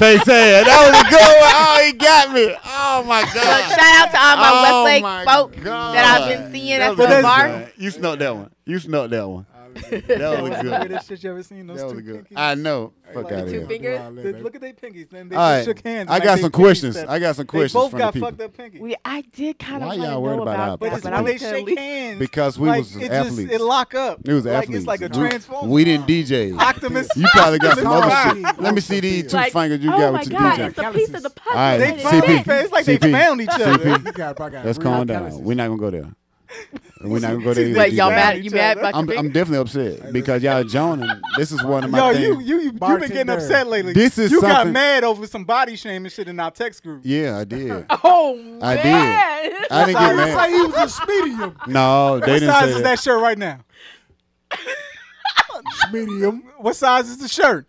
Speaker 2: they said that was a good one. Oh, he got me. Oh my
Speaker 5: But
Speaker 2: god.
Speaker 5: shout out to all my
Speaker 2: Oh
Speaker 5: Westlake
Speaker 2: my
Speaker 5: folk that I've been
Speaker 2: God.
Speaker 5: seeing
Speaker 2: That
Speaker 5: at
Speaker 2: was
Speaker 5: the
Speaker 2: a good
Speaker 5: bar.
Speaker 2: one. You snuck that one. You snuck that one.
Speaker 4: Hallelujah.
Speaker 2: That was
Speaker 3: the
Speaker 2: good.
Speaker 3: weirdest shit you ever seen. Those
Speaker 2: That was
Speaker 3: two
Speaker 2: a good.
Speaker 3: pinkies.
Speaker 2: I know. Fuck
Speaker 3: Like
Speaker 2: out of
Speaker 5: two
Speaker 2: here.
Speaker 5: fingers. Finger?
Speaker 4: Nah,
Speaker 3: They-
Speaker 4: baby.
Speaker 3: look at their pinkies. Then they
Speaker 2: All
Speaker 3: just
Speaker 2: right.
Speaker 3: shook hands.
Speaker 2: I
Speaker 3: like
Speaker 2: got
Speaker 3: they
Speaker 2: some
Speaker 3: pinkies
Speaker 2: questions.
Speaker 3: stepped.
Speaker 2: I got some
Speaker 3: They
Speaker 2: questions
Speaker 3: both
Speaker 2: from
Speaker 3: got
Speaker 2: the people
Speaker 3: fucked up pinkies.
Speaker 5: We, I did kind of
Speaker 2: Why
Speaker 5: want to
Speaker 2: y'all
Speaker 5: know
Speaker 2: worried about our
Speaker 5: about,
Speaker 3: But
Speaker 5: that,
Speaker 3: it's
Speaker 5: but
Speaker 2: I
Speaker 5: I'm
Speaker 3: when they
Speaker 2: was
Speaker 3: shake hands.
Speaker 2: because we
Speaker 3: like,
Speaker 2: was
Speaker 3: it
Speaker 2: athletes.
Speaker 3: Just, it lock up.
Speaker 2: It was
Speaker 3: like,
Speaker 2: athletes.
Speaker 3: It's like a
Speaker 2: We-
Speaker 3: transformer.
Speaker 2: We didn't DJ.
Speaker 3: Octomus.
Speaker 2: You probably got some
Speaker 4: Sorry.
Speaker 2: other shit. Let me see these two
Speaker 5: like,
Speaker 2: fingers you
Speaker 5: oh
Speaker 2: got
Speaker 5: my
Speaker 2: with your
Speaker 5: God,
Speaker 2: DJ.
Speaker 5: it's a piece of the puzzle.
Speaker 2: All right,
Speaker 5: that
Speaker 3: They
Speaker 5: is
Speaker 2: CP.
Speaker 3: found
Speaker 5: missing.
Speaker 3: each other. It's like they
Speaker 2: CP.
Speaker 3: found each other.
Speaker 4: You got- I got
Speaker 2: Let's
Speaker 4: real
Speaker 2: calm down.
Speaker 4: calluses.
Speaker 2: We're not gonna go there. We're not gonna go there. either,
Speaker 5: Wait, y'all
Speaker 2: DJ.
Speaker 5: mad? You mad about
Speaker 2: I'm,
Speaker 5: your
Speaker 2: I'm
Speaker 5: finger?
Speaker 2: definitely upset because y'all joning. This is one of my
Speaker 3: Yo, you
Speaker 2: things.
Speaker 3: you you you been getting
Speaker 4: Bartender.
Speaker 3: upset lately.
Speaker 2: This is
Speaker 3: you got
Speaker 2: something-
Speaker 3: mad over some body shaming shit in our text group.
Speaker 2: yeah, I did.
Speaker 5: Oh
Speaker 2: I did.
Speaker 5: man.
Speaker 2: I didn't get
Speaker 4: It's like
Speaker 2: mad.
Speaker 4: he was just medium.
Speaker 2: No, they
Speaker 3: What
Speaker 2: didn't
Speaker 3: size
Speaker 2: say
Speaker 3: is
Speaker 2: that.
Speaker 3: that shirt right now?
Speaker 4: Medium.
Speaker 3: What size is the shirt?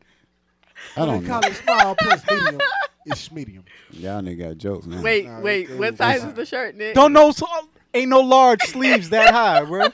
Speaker 2: I
Speaker 4: They
Speaker 2: don't know.
Speaker 4: call it small plus medium. It's medium.
Speaker 2: Y'all nigga got jokes, man.
Speaker 5: Wait,
Speaker 4: Nah,
Speaker 5: wait.
Speaker 4: it-
Speaker 5: What
Speaker 4: it-
Speaker 5: size is the shirt, Nick?
Speaker 3: Don't know. So, ain't no large sleeves that high, bro.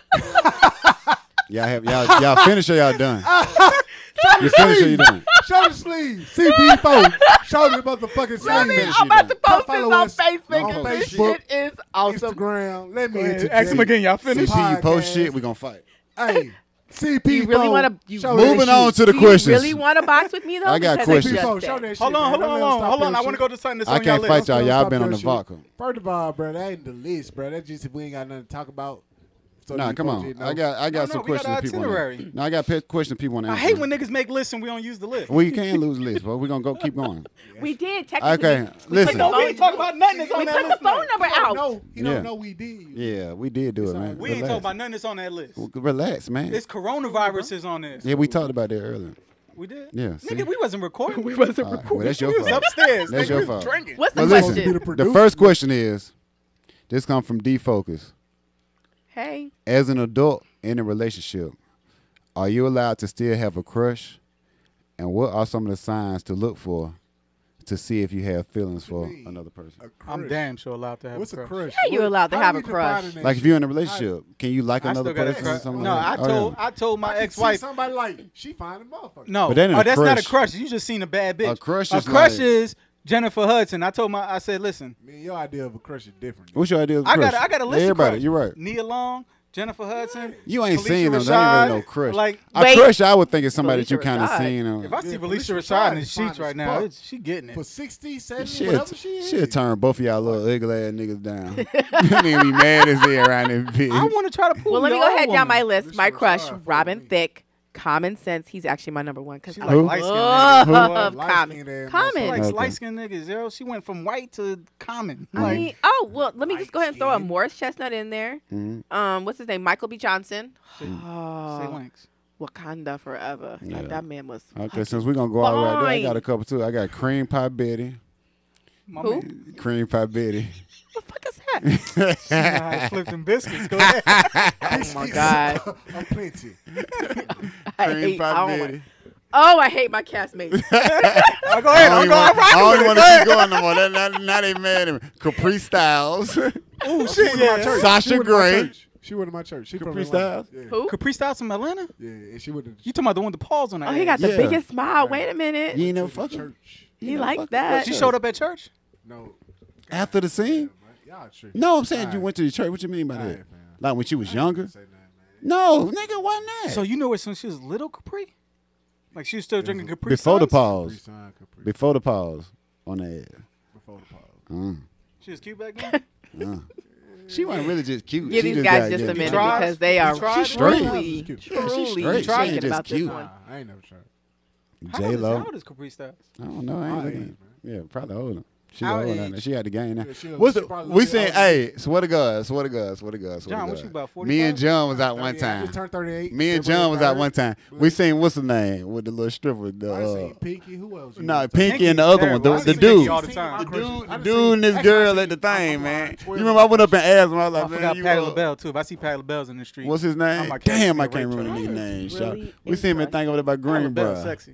Speaker 2: Y'all have y'all y'all finish or y'all done? you finish or you done?
Speaker 4: Show the sleeves. CB4. Show the motherfucking
Speaker 5: I mean,
Speaker 4: sleeves.
Speaker 5: I'm about to post this
Speaker 4: Follow
Speaker 5: on
Speaker 4: us
Speaker 5: Facebook
Speaker 4: on
Speaker 5: because this
Speaker 4: Facebook,
Speaker 5: shit is awesome.
Speaker 4: Instagram. Let me
Speaker 3: Ask
Speaker 4: hit
Speaker 3: him again. Y'all finished?
Speaker 2: CP, you post
Speaker 4: Podcast.
Speaker 2: shit, we gonna fight.
Speaker 4: Hey, CP4.
Speaker 5: You really wanna- you really
Speaker 2: Moving on to the
Speaker 5: Do you
Speaker 2: questions.
Speaker 5: really want to box with me though?
Speaker 2: I got
Speaker 5: Because it's
Speaker 2: questions.
Speaker 5: just
Speaker 4: CP4.
Speaker 5: that.
Speaker 4: Show that shit.
Speaker 3: Hold on,
Speaker 4: man.
Speaker 3: hold
Speaker 4: Don't
Speaker 3: on,
Speaker 4: let 'em
Speaker 3: hold on,
Speaker 4: stop
Speaker 3: hold on.
Speaker 4: that
Speaker 3: I want to
Speaker 4: shit.
Speaker 3: go to something that's
Speaker 2: I
Speaker 3: on y'all
Speaker 2: can't
Speaker 3: list.
Speaker 2: fight y'all.
Speaker 4: Don't
Speaker 2: Y'all
Speaker 4: stop
Speaker 2: been on
Speaker 4: that
Speaker 2: the
Speaker 4: shit.
Speaker 2: vodka.
Speaker 4: First of all, bro, that ain't the list, bro. That's just if we ain't got nothing to talk about. So
Speaker 2: Nah,
Speaker 4: these
Speaker 2: come
Speaker 4: folks
Speaker 2: on.
Speaker 4: didn't know.
Speaker 2: I got I got
Speaker 3: No,
Speaker 2: some
Speaker 3: no, we got
Speaker 2: questions.
Speaker 3: our
Speaker 2: people wanna-
Speaker 3: itinerary.
Speaker 2: No, I got pe- questions people want to
Speaker 3: I
Speaker 2: answer.
Speaker 3: hate when niggas make lists and we don't use the list.
Speaker 2: we can't lose leaves, but we're gonna go keep going.
Speaker 5: We did technically.
Speaker 2: Okay,
Speaker 5: We
Speaker 2: listen.
Speaker 5: took the
Speaker 3: we ain't
Speaker 5: phone,
Speaker 3: talk about nothing that's on
Speaker 5: we
Speaker 3: that
Speaker 5: took the
Speaker 3: list.
Speaker 5: phone number
Speaker 4: He don't
Speaker 5: out.
Speaker 4: know. He
Speaker 2: Yeah.
Speaker 4: don't know we did.
Speaker 2: Yeah, we did do it, man.
Speaker 3: We ain't
Speaker 2: Relax.
Speaker 3: talking about nothing that's on that list.
Speaker 2: Relax, man.
Speaker 3: It's coronavirus is on this.
Speaker 2: Yeah, we talked about that earlier.
Speaker 3: We did.
Speaker 2: Yeah, see? Uh,
Speaker 3: Nigga, we wasn't recording. we
Speaker 5: wasn't
Speaker 2: All right, well, that's your
Speaker 3: was
Speaker 2: fault.
Speaker 3: upstairs.
Speaker 2: That's
Speaker 3: nigga,
Speaker 2: your
Speaker 3: we was
Speaker 2: fault.
Speaker 3: drinking.
Speaker 5: What's the
Speaker 2: But
Speaker 5: question?
Speaker 2: listen,
Speaker 4: question?
Speaker 2: the first question is this comes from D Focus.
Speaker 5: Hey,
Speaker 2: As an adult in a relationship, are you allowed to still have a crush? And what are some of the signs to look for to see if you have feelings for another person?
Speaker 3: I'm damn sure allowed to have
Speaker 4: What's
Speaker 3: a
Speaker 4: a crush?
Speaker 3: crush.
Speaker 5: Yeah, you're
Speaker 4: What-
Speaker 5: allowed to
Speaker 4: how
Speaker 5: have
Speaker 4: do
Speaker 5: a
Speaker 4: we define
Speaker 5: crush.
Speaker 4: that?
Speaker 2: Like if you're in a relationship, can you like
Speaker 3: I still
Speaker 2: another
Speaker 3: got a
Speaker 2: person? or
Speaker 3: crush.
Speaker 2: something
Speaker 3: No, I
Speaker 2: like that? Oh,
Speaker 3: told
Speaker 2: yeah.
Speaker 3: I told my
Speaker 4: I can see
Speaker 3: ex-wife.
Speaker 4: Somebody like she fine a motherfucker.
Speaker 3: No,
Speaker 2: But that ain't
Speaker 3: oh,
Speaker 2: a
Speaker 3: that's not a
Speaker 2: crush.
Speaker 3: crush. You just seen a bad bitch.
Speaker 2: A crush
Speaker 3: A
Speaker 2: is
Speaker 3: crush
Speaker 2: like-
Speaker 3: is Jennifer Hudson. I told my I said, listen,
Speaker 4: Man, your idea of a crush is different.
Speaker 2: What's your idea of a
Speaker 3: I
Speaker 2: crush?
Speaker 3: got I got a list. of
Speaker 2: Everybody,
Speaker 3: crush.
Speaker 2: you're right.
Speaker 3: Nia Long, Jennifer Hudson.
Speaker 2: You ain't
Speaker 3: Felicia
Speaker 2: seen them. That ain't
Speaker 3: Rashad,
Speaker 2: really no crush.
Speaker 3: Like
Speaker 2: a
Speaker 5: Wait.
Speaker 2: crush, I would think it's somebody that you
Speaker 5: Felicia
Speaker 2: kind of
Speaker 5: Rashad.
Speaker 2: seen. Or,
Speaker 3: If I see
Speaker 4: Yeah,
Speaker 3: Felicia
Speaker 4: Felicia
Speaker 3: Rashad
Speaker 4: Rashad
Speaker 3: in the
Speaker 4: is fine as
Speaker 3: sheets right now,
Speaker 4: fuck.
Speaker 3: it's- she getting
Speaker 4: For
Speaker 3: it.
Speaker 4: 60, 70,
Speaker 2: She'll,
Speaker 4: whatever she is.
Speaker 2: she'll turn both of y'all little ugly ass niggas down. Nigga be mad as hell around this
Speaker 3: I
Speaker 2: bitch.
Speaker 3: want to try to pull.
Speaker 5: well, let me
Speaker 3: your
Speaker 5: go ahead
Speaker 3: old
Speaker 5: down my
Speaker 3: woman.
Speaker 5: list.
Speaker 4: This
Speaker 5: My
Speaker 4: shit was
Speaker 5: crush,
Speaker 4: hard for
Speaker 5: Robin
Speaker 4: me.
Speaker 5: Thick, Common Sense. He's actually my number one because
Speaker 3: She
Speaker 5: I
Speaker 3: like light-skinned niggas.
Speaker 5: love
Speaker 4: Who?
Speaker 5: Common.
Speaker 4: Light-skinned
Speaker 3: She
Speaker 5: Common.
Speaker 2: ass. Okay.
Speaker 3: likes
Speaker 2: Uh,
Speaker 3: light skinned niggas, yo. She went from white to common.
Speaker 5: I
Speaker 3: Like,
Speaker 5: mean, oh well, let me just go ahead and throw a
Speaker 4: Light-skinned.
Speaker 5: Morris Chestnut in there.
Speaker 2: Mhm.
Speaker 5: Um, what's his name? Michael B. Johnson.
Speaker 3: say
Speaker 5: Oh,
Speaker 3: links.
Speaker 5: Wakanda forever. Like,
Speaker 2: Yeah.
Speaker 5: that man was.
Speaker 2: Okay, since we're gonna go all right there, I
Speaker 5: Fine.
Speaker 2: got a couple too. I got cream pie Betty,
Speaker 3: My
Speaker 5: Who?
Speaker 3: man.
Speaker 2: cream pie Betty.
Speaker 5: What the fuck is that?
Speaker 3: She know how to flip them biscuits. Go ahead.
Speaker 4: Oh
Speaker 5: my God.
Speaker 4: I'm plenty.
Speaker 5: I
Speaker 2: cream
Speaker 5: hate,
Speaker 2: pie
Speaker 5: I don't
Speaker 2: Betty.
Speaker 5: want- oh, I hate my castmates.
Speaker 3: I Uh, go ahead. I'm
Speaker 2: even
Speaker 3: going. I'm
Speaker 2: Oh, want- I
Speaker 3: rocking
Speaker 2: don't even want
Speaker 3: with it.
Speaker 2: to keep going no more. That, that, now they mad at me. Capri Styles.
Speaker 3: Oh shit, yeah.
Speaker 2: Sasha
Speaker 4: She went to my
Speaker 2: Grey.
Speaker 4: church. She went to my church. She
Speaker 2: Capri
Speaker 4: from Atlanta.
Speaker 2: Styles?
Speaker 4: Yeah.
Speaker 5: Who?
Speaker 3: Capri Styles from Atlanta.
Speaker 4: Yeah, and she went to
Speaker 3: You talking about the one with the paws on her?
Speaker 5: Oh, he
Speaker 3: ass?
Speaker 5: got the
Speaker 2: Yeah.
Speaker 5: biggest smile. Wait a minute.
Speaker 2: You ain't never
Speaker 4: to the
Speaker 2: fucking.
Speaker 4: church.
Speaker 5: he
Speaker 2: Yeah,
Speaker 5: likes
Speaker 2: fuck
Speaker 5: that.
Speaker 2: that.
Speaker 3: She showed up at church.
Speaker 4: No.
Speaker 2: After the scene?
Speaker 4: Y'all tripping.
Speaker 2: No, I'm saying you
Speaker 4: Alright.
Speaker 2: went to the church. What you mean by that?
Speaker 4: Alright, man.
Speaker 2: Like when she was younger?
Speaker 4: Say nothing, man.
Speaker 2: No, nigga, why not?
Speaker 3: So you know her since she was little, Capri. Like she was still drinking Capri.
Speaker 2: before the
Speaker 3: Suns?
Speaker 4: Capri
Speaker 2: pause,
Speaker 4: Sun, Capri
Speaker 2: before the pause on that.
Speaker 4: before the pause.
Speaker 3: She was cute back then.
Speaker 2: She wasn't really just cute.
Speaker 5: Give
Speaker 2: She
Speaker 5: these
Speaker 2: just
Speaker 5: guys
Speaker 2: got-
Speaker 5: just
Speaker 2: yeah.
Speaker 5: a minute
Speaker 3: tried?
Speaker 5: because they
Speaker 3: You
Speaker 5: are
Speaker 3: tried? She's
Speaker 2: straight.
Speaker 5: truly,
Speaker 4: Yeah, she's
Speaker 5: truly
Speaker 2: straight. She
Speaker 5: shaking
Speaker 2: just
Speaker 5: about
Speaker 2: cute.
Speaker 5: this one.
Speaker 4: Nah, I ain't never tried.
Speaker 3: How
Speaker 2: J
Speaker 3: old is- How
Speaker 2: Lo.
Speaker 3: old is Capri Styles?
Speaker 2: I don't know. I ain't
Speaker 4: High
Speaker 2: looking.
Speaker 4: age,
Speaker 2: Yeah, probably older. She
Speaker 3: Our
Speaker 2: old now.
Speaker 3: age-
Speaker 2: She had the game now.
Speaker 4: Yeah, she-
Speaker 2: What's
Speaker 4: she
Speaker 2: the,
Speaker 4: probably oh,
Speaker 2: we
Speaker 4: look
Speaker 2: saying?
Speaker 4: older.
Speaker 2: Hey, swear to God, swear to God, swear to God, swear
Speaker 3: John,
Speaker 2: to
Speaker 3: what
Speaker 2: God.
Speaker 3: you about,
Speaker 2: Me
Speaker 3: 45?
Speaker 2: and John was out one
Speaker 4: 38. I
Speaker 2: time.
Speaker 4: just turned 38.
Speaker 2: Me and John was out one time. We seen what's the name with the little stripper. The,
Speaker 4: I
Speaker 2: uh,
Speaker 4: seen Pinky. Who else? you
Speaker 2: nah,
Speaker 4: was-
Speaker 2: Pinky
Speaker 3: Pinky
Speaker 2: and the
Speaker 3: is
Speaker 2: other one,
Speaker 3: terrible.
Speaker 2: the, the
Speaker 3: I seen Pinky
Speaker 2: dude,
Speaker 3: all the time.
Speaker 2: the dude,
Speaker 4: I
Speaker 2: the
Speaker 4: done
Speaker 2: dude, and
Speaker 4: seen-
Speaker 2: this
Speaker 4: actually, I
Speaker 2: girl
Speaker 4: seen
Speaker 2: at the thing,
Speaker 4: Uncle
Speaker 2: man.
Speaker 4: Ron
Speaker 2: You
Speaker 4: 12
Speaker 2: remember I went up and asked him. I was
Speaker 3: I
Speaker 2: like, man,
Speaker 3: forgot
Speaker 2: you
Speaker 3: Patty
Speaker 2: uh,
Speaker 3: LaBelle too. If I see Patty LaBelle's in the street,
Speaker 2: what's his
Speaker 3: I'm
Speaker 2: name?
Speaker 3: like, yeah,
Speaker 2: Damn,
Speaker 3: she
Speaker 2: I
Speaker 3: a rape
Speaker 2: can't remember
Speaker 3: charge.
Speaker 2: the nigga's name.
Speaker 5: really
Speaker 2: shot. We seen him at
Speaker 5: impressed.
Speaker 2: thing over there by
Speaker 3: Patty
Speaker 2: Green,
Speaker 3: LaBelle's
Speaker 2: bro.
Speaker 3: sexy.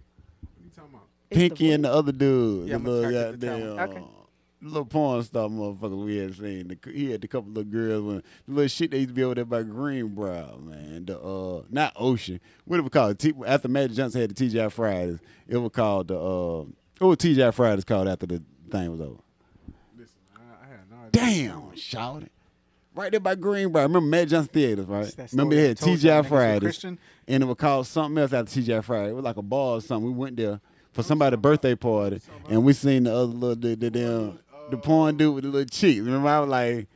Speaker 4: You talking about?
Speaker 5: It's the
Speaker 2: Pinky and the other dude,
Speaker 3: Yeah,
Speaker 2: the
Speaker 3: I'm
Speaker 2: little
Speaker 3: attracted to
Speaker 2: goddamn
Speaker 5: talent. Okay.
Speaker 2: little porn star motherfucker we had seen. The- He had a couple little girls when the little shit they used to be over there by Greenbrow, man. The uh, not Ocean. What it was called? T- after Magic Johnson had the TGI Fridays, it was called the uh, what was TGI Fridays called after the thing was over?
Speaker 4: Listen, I, I had no idea.
Speaker 2: Damn, shout it. Right there by Greenbrier. Remember Mad Johnson Theaters, right?
Speaker 3: It's that
Speaker 2: Remember they
Speaker 3: story I
Speaker 2: had
Speaker 3: told y'all niggas
Speaker 2: TGI
Speaker 3: with
Speaker 2: Fridays.
Speaker 3: Christian.
Speaker 2: And it was called something else after TGI Friday. It was like a bar or something. We went there for somebody's birthday party and we seen the other little the, the, damn the porn dude with the little cheeks. Remember I was like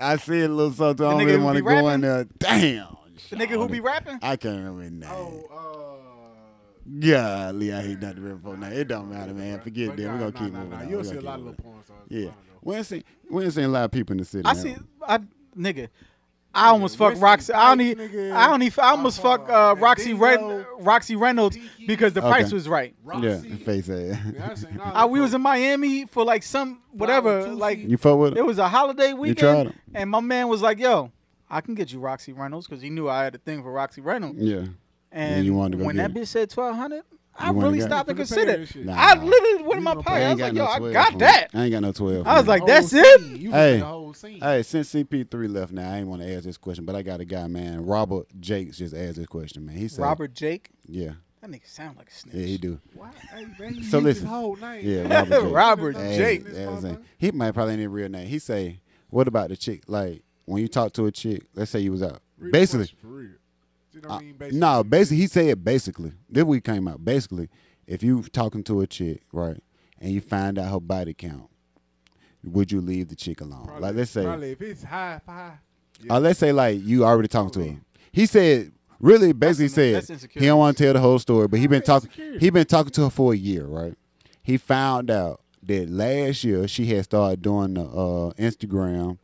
Speaker 2: I said a little something. I
Speaker 3: The
Speaker 2: don't
Speaker 3: nigga
Speaker 2: really
Speaker 3: who
Speaker 2: want to
Speaker 3: be
Speaker 2: go in
Speaker 3: rapping?
Speaker 2: there. Damn.
Speaker 3: The nigga who be
Speaker 2: shawty.
Speaker 3: rapping?
Speaker 2: I can't remember his name.
Speaker 4: Oh, uh,
Speaker 2: Golly, I hate not the rapper now. It don't matter, man. Forget that. We're gonna keep moving. on.
Speaker 4: You'll
Speaker 2: We
Speaker 4: see
Speaker 2: gonna
Speaker 4: a
Speaker 2: keep
Speaker 4: lot of
Speaker 2: moving
Speaker 4: little porn stars.
Speaker 2: yeah. We ain't seen we ain't seen a lot of people in the city.
Speaker 3: I
Speaker 2: man.
Speaker 3: see. I nigga. I almost fucked
Speaker 4: Wesley
Speaker 3: Roxy. I don't
Speaker 4: Snipes,
Speaker 3: even.
Speaker 4: nigga.
Speaker 3: I don't even. I almost
Speaker 4: Uh,
Speaker 3: fucked uh,
Speaker 4: that
Speaker 3: Roxy Ren-
Speaker 4: Dingo.
Speaker 3: Roxy Reynolds
Speaker 4: Tiki.
Speaker 3: because the price
Speaker 2: Okay.
Speaker 3: was right.
Speaker 2: Yeah,
Speaker 4: Roxy.
Speaker 2: face ass.
Speaker 4: Yeah, I seen all
Speaker 3: I, we
Speaker 4: them
Speaker 3: was in Miami for like some whatever.
Speaker 4: Tootsie.
Speaker 3: Like
Speaker 2: You fuck with
Speaker 3: it
Speaker 2: him?
Speaker 3: was a holiday
Speaker 2: tried
Speaker 3: weekend,
Speaker 2: 'em.
Speaker 3: and my man was like, "Yo, I can get you Roxy Reynolds because he knew I had a thing for Roxy Reynolds."
Speaker 2: Yeah.
Speaker 3: And
Speaker 2: you wanted to go
Speaker 3: when
Speaker 2: get
Speaker 3: that bitch said twelve hundred, I
Speaker 2: You wanted
Speaker 3: really
Speaker 2: to go-
Speaker 3: stopped and
Speaker 4: Finna pay
Speaker 3: considered.
Speaker 4: that shit.
Speaker 2: Nah.
Speaker 3: I literally went in my
Speaker 4: You
Speaker 3: pocket. I was like, "Yo, I
Speaker 2: 12
Speaker 3: got
Speaker 2: for
Speaker 3: that."
Speaker 2: him. I ain't got no twelve. for
Speaker 3: I was
Speaker 2: him.
Speaker 3: like,
Speaker 4: whole
Speaker 3: "That's
Speaker 4: scene.
Speaker 3: it."
Speaker 4: You
Speaker 2: Hey.
Speaker 4: hey. the whole scene.
Speaker 2: Hey, since CP3 left now, I ain't want to ask this question, but I got a guy, man. Robert Jakes just asked this question, man. He said,
Speaker 3: Robert Jake,
Speaker 2: Yeah,
Speaker 3: that nigga sound like a snitch.
Speaker 2: yeah, he do.
Speaker 4: Why? Hey, man, he
Speaker 2: So
Speaker 4: used
Speaker 2: listen.
Speaker 4: His whole name.
Speaker 2: Yeah,
Speaker 4: man.
Speaker 2: Robert Jake.
Speaker 3: Robert
Speaker 2: Hey,
Speaker 3: Jake.
Speaker 2: that's what I'm saying. He might probably ain't his real name. He say, what about the chick? Like when you talk to a chick, let's say you was out,
Speaker 4: Real
Speaker 2: basically.
Speaker 4: question, for real. You know what I mean? Basically.
Speaker 2: Uh, No, basically he said basically. Then we came out. Basically, if you talking to a chick, right, and you find out her body count, would you leave the chick alone?
Speaker 4: Probably-
Speaker 2: like let's say
Speaker 4: Probably if it's high, high.
Speaker 2: or let's say like you already talking to her. He said really basically
Speaker 3: That's- that's
Speaker 2: said
Speaker 3: insecurity.
Speaker 2: he don't want to tell the whole story, but he been
Speaker 4: Right,
Speaker 2: talking
Speaker 4: insecurity.
Speaker 2: he been talking to her for a year, right? He found out that last year she had started doing the uh, Instagram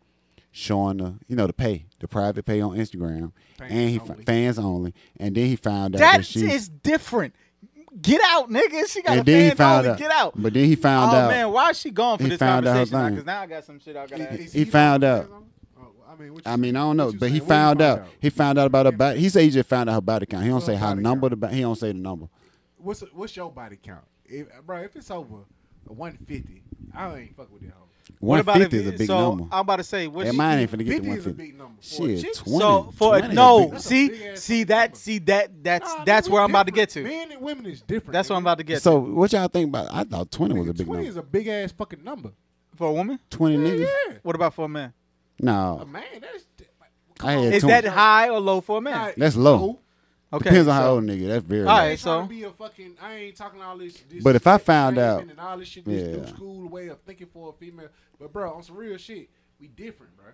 Speaker 2: showing the you know the pay the private pay on Instagram
Speaker 4: Fans
Speaker 2: and he
Speaker 4: only.
Speaker 2: fans only and then he found out that,
Speaker 3: That
Speaker 2: she
Speaker 3: is different. Get out, nigga. She got
Speaker 2: and
Speaker 3: a
Speaker 2: then he
Speaker 3: fan
Speaker 2: found
Speaker 3: only.
Speaker 2: out
Speaker 3: Get out.
Speaker 2: but then he found
Speaker 3: oh
Speaker 2: out
Speaker 3: man, why is she gone for
Speaker 2: He
Speaker 3: this
Speaker 2: found out her
Speaker 3: conversation?
Speaker 2: thing.
Speaker 3: Because now I got some shit I gotta ask.
Speaker 2: he found out.
Speaker 4: Oh, I mean, what you
Speaker 2: I mean, I don't know,
Speaker 4: what you
Speaker 2: but he
Speaker 4: saying? What you
Speaker 2: found
Speaker 4: find
Speaker 2: out.
Speaker 4: out?
Speaker 2: He found out about her body. He said he just found out her body count. He don't
Speaker 4: Her
Speaker 2: say how
Speaker 4: body
Speaker 2: number.
Speaker 4: count.
Speaker 2: The, ba- he don't say the number.
Speaker 4: What's what's your body count, if, bro? If it's over 150, I ain't fuck with that hoe.
Speaker 3: What
Speaker 2: One
Speaker 3: about
Speaker 2: fifty
Speaker 3: if-
Speaker 2: is a big
Speaker 3: so
Speaker 2: number.
Speaker 3: I'm about to say what
Speaker 2: And
Speaker 3: she-
Speaker 2: mine ain't finna get to
Speaker 4: 50
Speaker 2: one
Speaker 4: is a
Speaker 2: fifty.
Speaker 4: big number. For a
Speaker 2: Shit,
Speaker 4: chick.
Speaker 2: twenty.
Speaker 3: so for
Speaker 2: 20 is a big
Speaker 3: no,
Speaker 2: number.
Speaker 4: That's a
Speaker 3: see,
Speaker 4: big-ass
Speaker 3: see
Speaker 4: fucking
Speaker 3: that,
Speaker 4: number.
Speaker 3: see that, that's
Speaker 4: Nah,
Speaker 3: that's
Speaker 4: nigga,
Speaker 3: where
Speaker 4: we
Speaker 3: I'm about to get
Speaker 4: different.
Speaker 3: to.
Speaker 4: Men and women is different.
Speaker 3: That's what I'm about to get
Speaker 2: So
Speaker 3: to
Speaker 2: what y'all think about? I thought twenty was a big
Speaker 4: 20
Speaker 2: number.
Speaker 4: is a big ass fucking number.
Speaker 3: for a woman.
Speaker 2: Twenty niggas?
Speaker 4: Yeah.
Speaker 3: What about for a man?
Speaker 4: A
Speaker 2: No,
Speaker 4: man, that's.
Speaker 2: I had
Speaker 3: Is
Speaker 2: twenty.
Speaker 3: that high or low for a man?
Speaker 4: Alright,
Speaker 2: That's low.
Speaker 4: cool.
Speaker 3: Okay,
Speaker 2: Depends on how
Speaker 3: so-
Speaker 2: old a nigga. That's very.
Speaker 3: All
Speaker 2: low.
Speaker 4: I
Speaker 3: right.
Speaker 4: ain't trying
Speaker 3: so-
Speaker 4: to be a fucking, I ain't talking all this, this
Speaker 2: But if I
Speaker 4: shit,
Speaker 2: found
Speaker 4: training
Speaker 2: out-
Speaker 4: and all this shit, this new
Speaker 2: Yeah.
Speaker 4: school way of thinking for a female. But bro, on some real shit, we different, bro.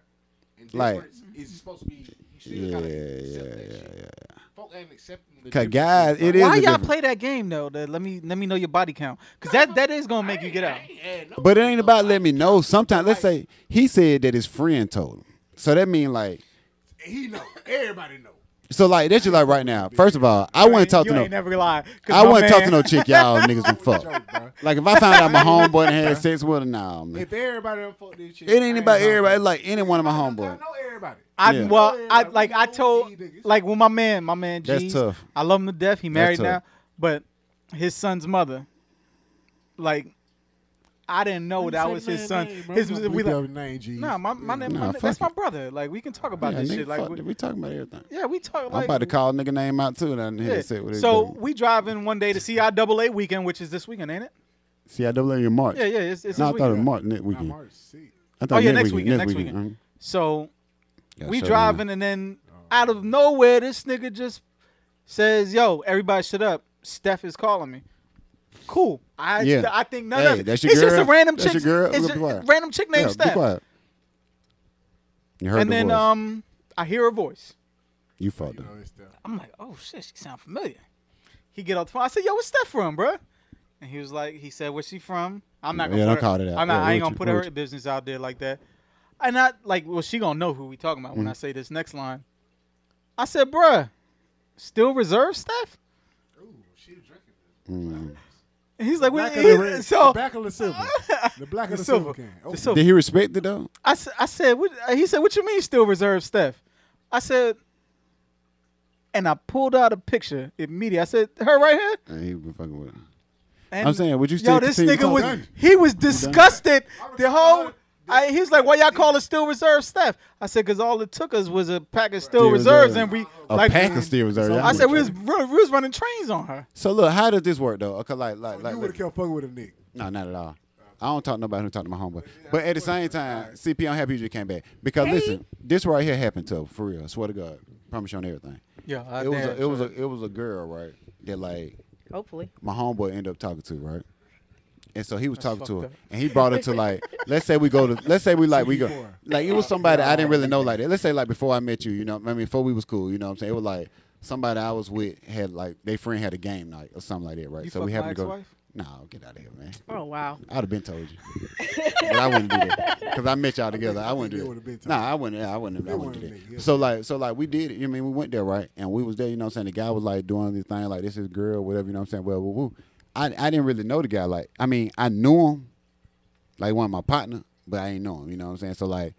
Speaker 4: And
Speaker 2: Like-
Speaker 4: difference is supposed to be. You still
Speaker 2: Yeah,
Speaker 4: gotta
Speaker 2: yeah,
Speaker 4: accept that
Speaker 2: yeah,
Speaker 4: shit. Folk ain't accepting the
Speaker 2: 'Cause
Speaker 4: difference.
Speaker 2: guys, it is-
Speaker 3: Why
Speaker 2: a
Speaker 3: y'all
Speaker 2: different-
Speaker 3: play that game though? That let me let me know your body count because that that is gonna make you get out.
Speaker 2: But it ain't about let me know. Sometimes, let's
Speaker 4: Like-
Speaker 2: say he said that his friend told him. So that mean like.
Speaker 4: He know. Everybody know.
Speaker 2: So like that's just like right now. First of all, I wouldn't talk to
Speaker 3: you
Speaker 2: no.
Speaker 3: ain't never lie. 'cause
Speaker 2: I
Speaker 3: my
Speaker 2: wouldn't talk to
Speaker 3: man-
Speaker 2: no chick y'all niggas and fuck.
Speaker 4: Joke, bro.
Speaker 2: Like if I found out my homeboy and had sex with her, nah, man.
Speaker 4: If everybody done fucked this shit,
Speaker 2: It ain't about everybody. It's
Speaker 4: Like
Speaker 2: like any one of my
Speaker 4: I
Speaker 2: homeboys.
Speaker 4: know everybody.
Speaker 3: I
Speaker 2: Yeah.
Speaker 3: well, I
Speaker 4: Yeah,
Speaker 3: like I
Speaker 4: we
Speaker 3: told
Speaker 4: know these niggas.
Speaker 3: like with my man, my man.
Speaker 2: That's
Speaker 3: G's,
Speaker 2: tough.
Speaker 3: I love him to death. He married
Speaker 2: tough.
Speaker 3: now, but his son's mother, like, I didn't know that was his son. his we like,
Speaker 4: name, G.
Speaker 3: nah, my my, name,
Speaker 2: Nah,
Speaker 3: my
Speaker 2: fuck
Speaker 3: that's my
Speaker 2: it.
Speaker 3: brother. Like, we can talk about
Speaker 2: Yeah,
Speaker 3: this
Speaker 2: nigga,
Speaker 3: shit. Like,
Speaker 2: fuck
Speaker 3: we,
Speaker 2: it. we talking about everything.
Speaker 3: yeah, we talk.
Speaker 2: I'm
Speaker 3: Like,
Speaker 2: about to call a nigga name out too. And I didn't hear
Speaker 3: yeah.
Speaker 2: to say what
Speaker 3: So we driving one day to CIAA weekend, which is this weekend, ain't it?
Speaker 2: see, I double in March.
Speaker 3: Yeah, yeah. It's, it's
Speaker 2: no, I
Speaker 3: this
Speaker 2: thought it was
Speaker 3: weekend.
Speaker 2: March next weekend.
Speaker 4: March 6th.
Speaker 2: I
Speaker 3: Oh
Speaker 2: thought
Speaker 3: yeah, next
Speaker 2: weekend.
Speaker 3: weekend. Next weekend.
Speaker 2: mhm.
Speaker 3: So
Speaker 2: Gotta
Speaker 3: we
Speaker 2: shut it
Speaker 3: driving
Speaker 2: down.
Speaker 3: and then out of nowhere this nigga just says yo everybody shut up steph is calling me cool i
Speaker 2: Yeah.
Speaker 3: I think none
Speaker 2: Hey,
Speaker 3: of it
Speaker 2: that's your
Speaker 3: it's just a
Speaker 2: girl?
Speaker 3: random
Speaker 2: That's
Speaker 3: chick
Speaker 2: your girl?
Speaker 3: it's
Speaker 2: Look,
Speaker 3: a
Speaker 2: be quiet.
Speaker 3: random chick named
Speaker 2: Yeah, be
Speaker 3: steph
Speaker 2: quiet. You heard
Speaker 3: and
Speaker 2: the
Speaker 3: then
Speaker 2: voice.
Speaker 3: um i hear a voice
Speaker 2: you fucked
Speaker 4: You
Speaker 2: up.
Speaker 4: know, it's the
Speaker 3: oh, i'm like oh shit she sound familiar he get off the phone i said yo where's steph from bruh and he was like, he said, "Where she from?" I'm not gonna.
Speaker 2: Yeah,
Speaker 3: put
Speaker 2: don't
Speaker 3: her,
Speaker 2: call it out.
Speaker 3: I'm not.
Speaker 2: Yeah,
Speaker 3: I ain't
Speaker 2: what
Speaker 3: gonna
Speaker 2: you-
Speaker 3: put her
Speaker 2: what you-
Speaker 3: business out there like that. And not like, well, she gonna know who we talking about
Speaker 2: Mm.
Speaker 3: when I say this next line. I said, "Bruh, still reserve stuff."
Speaker 4: Ooh, she was drinking. it.
Speaker 2: Mm.
Speaker 3: And he's like, "We
Speaker 4: Black of the
Speaker 3: he-
Speaker 4: red,
Speaker 3: so."
Speaker 4: the black of the silver, the black of
Speaker 3: The
Speaker 4: the
Speaker 3: silver.
Speaker 4: silver, can. Oh,
Speaker 3: The silver.
Speaker 2: Did he respect it though?
Speaker 3: I, s- I said, what, uh, he said, what you mean still reserve Steph? I said, and I pulled out a picture immediately. I said, her right here?
Speaker 2: Nah, he been fucking with it.
Speaker 3: And
Speaker 2: I'm saying, would you
Speaker 3: Yo,
Speaker 2: still
Speaker 3: this
Speaker 2: continue
Speaker 3: nigga was,
Speaker 2: talking?
Speaker 3: he was disgusted. The whole, I, he was like, why y'all call it still reserve Steph? I said, because all it took us was a pack of still
Speaker 2: Steel
Speaker 3: reserves
Speaker 2: reserves.
Speaker 3: and we,
Speaker 2: A
Speaker 3: like,
Speaker 2: pack of steel reserves.
Speaker 3: I said, we
Speaker 2: would've
Speaker 3: was, run, we was running trains on her.
Speaker 2: So look, how does this work though? Okay, like, like,
Speaker 4: you
Speaker 2: like,
Speaker 4: would have
Speaker 2: like
Speaker 4: kept fucking with him, Nick.
Speaker 2: no, not at all. I don't talk to nobody who talk to my homeboy. But at the same time, CP, I'm happy you just came back because listen, this right here happened to her, for real. I swear to God, promise you on everything.
Speaker 3: Yeah, I
Speaker 2: It was
Speaker 3: damn
Speaker 2: a, it was
Speaker 3: sure.
Speaker 2: a, it was a girl right that like
Speaker 5: Hopefully.
Speaker 2: my homeboy ended up talking to right. And so he was talking to
Speaker 3: fucked
Speaker 2: her,
Speaker 3: up.
Speaker 2: and he brought her to like, let's say we go to, let's say we like we go,
Speaker 4: Before.
Speaker 2: like it was somebody I didn't really know like that. Let's say like before I met you, you know, I mean before we was cool, you know, what I'm saying it was like somebody I was with had like they friend had a game night or something like that, right?
Speaker 3: You
Speaker 2: so we
Speaker 3: fucked my
Speaker 2: happened to go.
Speaker 3: ex-wife?
Speaker 2: Nah, get out of here, man.
Speaker 5: Oh wow.
Speaker 2: I'd have been told you, but I wouldn't do that because I met y'all together. I,
Speaker 4: I
Speaker 2: wouldn't
Speaker 4: think
Speaker 2: do
Speaker 4: they would've been
Speaker 2: that.
Speaker 4: told.
Speaker 2: Nah, I wouldn't. I wouldn't. I
Speaker 4: They
Speaker 2: wouldn't do
Speaker 4: would've been,
Speaker 2: that.
Speaker 4: yeah.
Speaker 2: So like, so like we did. it. You know, what I mean, we went there right, and we was there. You know, what I'm saying the guy was like doing this thing, like this is girl, whatever. You know, what I'm saying, well, woo, woo. I I didn't really know the guy. Like, I mean, I knew him, like one of my partner, but I ain't know him. You know what I'm saying? So like,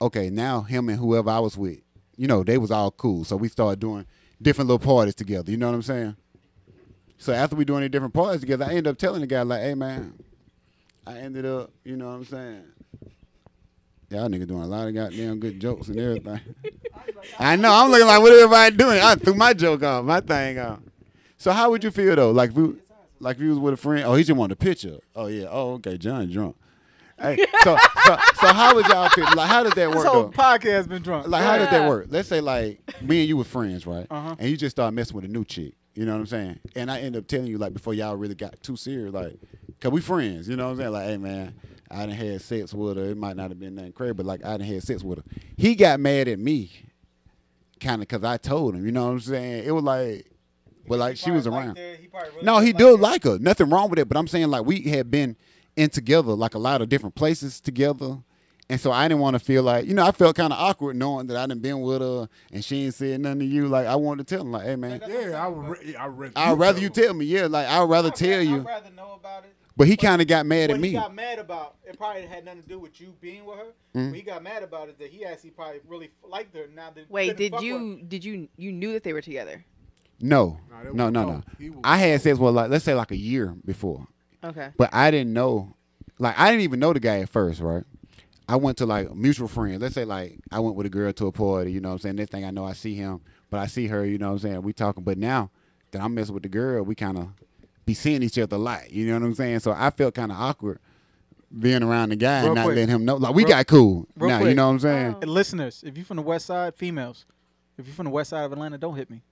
Speaker 2: okay, now him and whoever I was with, you know, they was all cool. So we started doing different little parties together. You know what I'm saying? So after we doing the different parties together, I ended up telling the guy like, "Hey man, I ended up, you know what I'm saying? Y'all niggas doing a lot of goddamn good jokes and everything. I know. I'm looking like, what everybody doing? I threw my joke off, my thing off. So how would you feel though? Like if you, like if you was with a friend. Oh, he just wanted a picture. Oh yeah. Oh okay. John drunk. Hey, so, so so how would y'all feel? Like how does that work
Speaker 3: This whole
Speaker 2: though?
Speaker 3: podcast been drunk.
Speaker 2: Like, how did that
Speaker 5: Yeah.
Speaker 2: work? Let's say, like, me and you were friends, right?
Speaker 3: Uh-huh.
Speaker 2: And you just start messing with a new chick. You know what I'm saying? And I end up telling you, like, before y'all really got too serious, like, because we friends. You know what I'm saying? Like, hey, man, I done had sex with her. It might not have been nothing crazy, but, like, I done had sex with her. He got mad at me, kind of, because I told him. You know what I'm saying? It was like, but, like, she was around. No, he do like her. Nothing wrong with it. But I'm saying like we had been in together like a lot of different places together, and so I didn't want to feel like you know I felt kind of awkward knowing that I didn't been with her and she ain't said nothing to you. Like I wanted to tell him like, hey man,
Speaker 4: Yeah, I would. Re- I would
Speaker 2: I'd rather you tell me. Yeah, like I'd rather tell
Speaker 3: I'd
Speaker 2: you.
Speaker 3: rather know about it.
Speaker 2: But he kind of got mad at
Speaker 3: what he
Speaker 2: me.
Speaker 3: got mad about it probably had nothing to do with you being with her.
Speaker 2: Hmm?
Speaker 3: What he got mad about is that he actually probably really f- liked her. Now that
Speaker 5: Wait,
Speaker 3: couldn't
Speaker 5: did
Speaker 3: fuck with
Speaker 5: you did you you knew that they were together?
Speaker 2: No,
Speaker 4: Nah, that
Speaker 2: no,
Speaker 4: was-
Speaker 2: no,
Speaker 4: no,
Speaker 2: no.
Speaker 4: he was-
Speaker 2: I had sex well like let's say like a year before.
Speaker 5: Okay.
Speaker 2: But I didn't know, like I didn't even know the guy at first, right? I went to like a mutual friend. Let's say like I went with a girl to a party, you know what I'm saying? Next thing I know, I see him, but I see her, you know what I'm saying? We talking, but now that I'm messing with the girl, we kind of be seeing each other a lot, you know what I'm saying? So I felt kind of awkward being around the guy
Speaker 3: Real
Speaker 2: and not
Speaker 3: quick.
Speaker 2: letting him know. Like we
Speaker 3: Real-
Speaker 2: got cool
Speaker 3: real
Speaker 2: now, you
Speaker 3: quick.
Speaker 2: know what I'm saying?
Speaker 5: Oh.
Speaker 3: And listeners, if you from the west side, females, if you from the west side of Atlanta, don't hit me,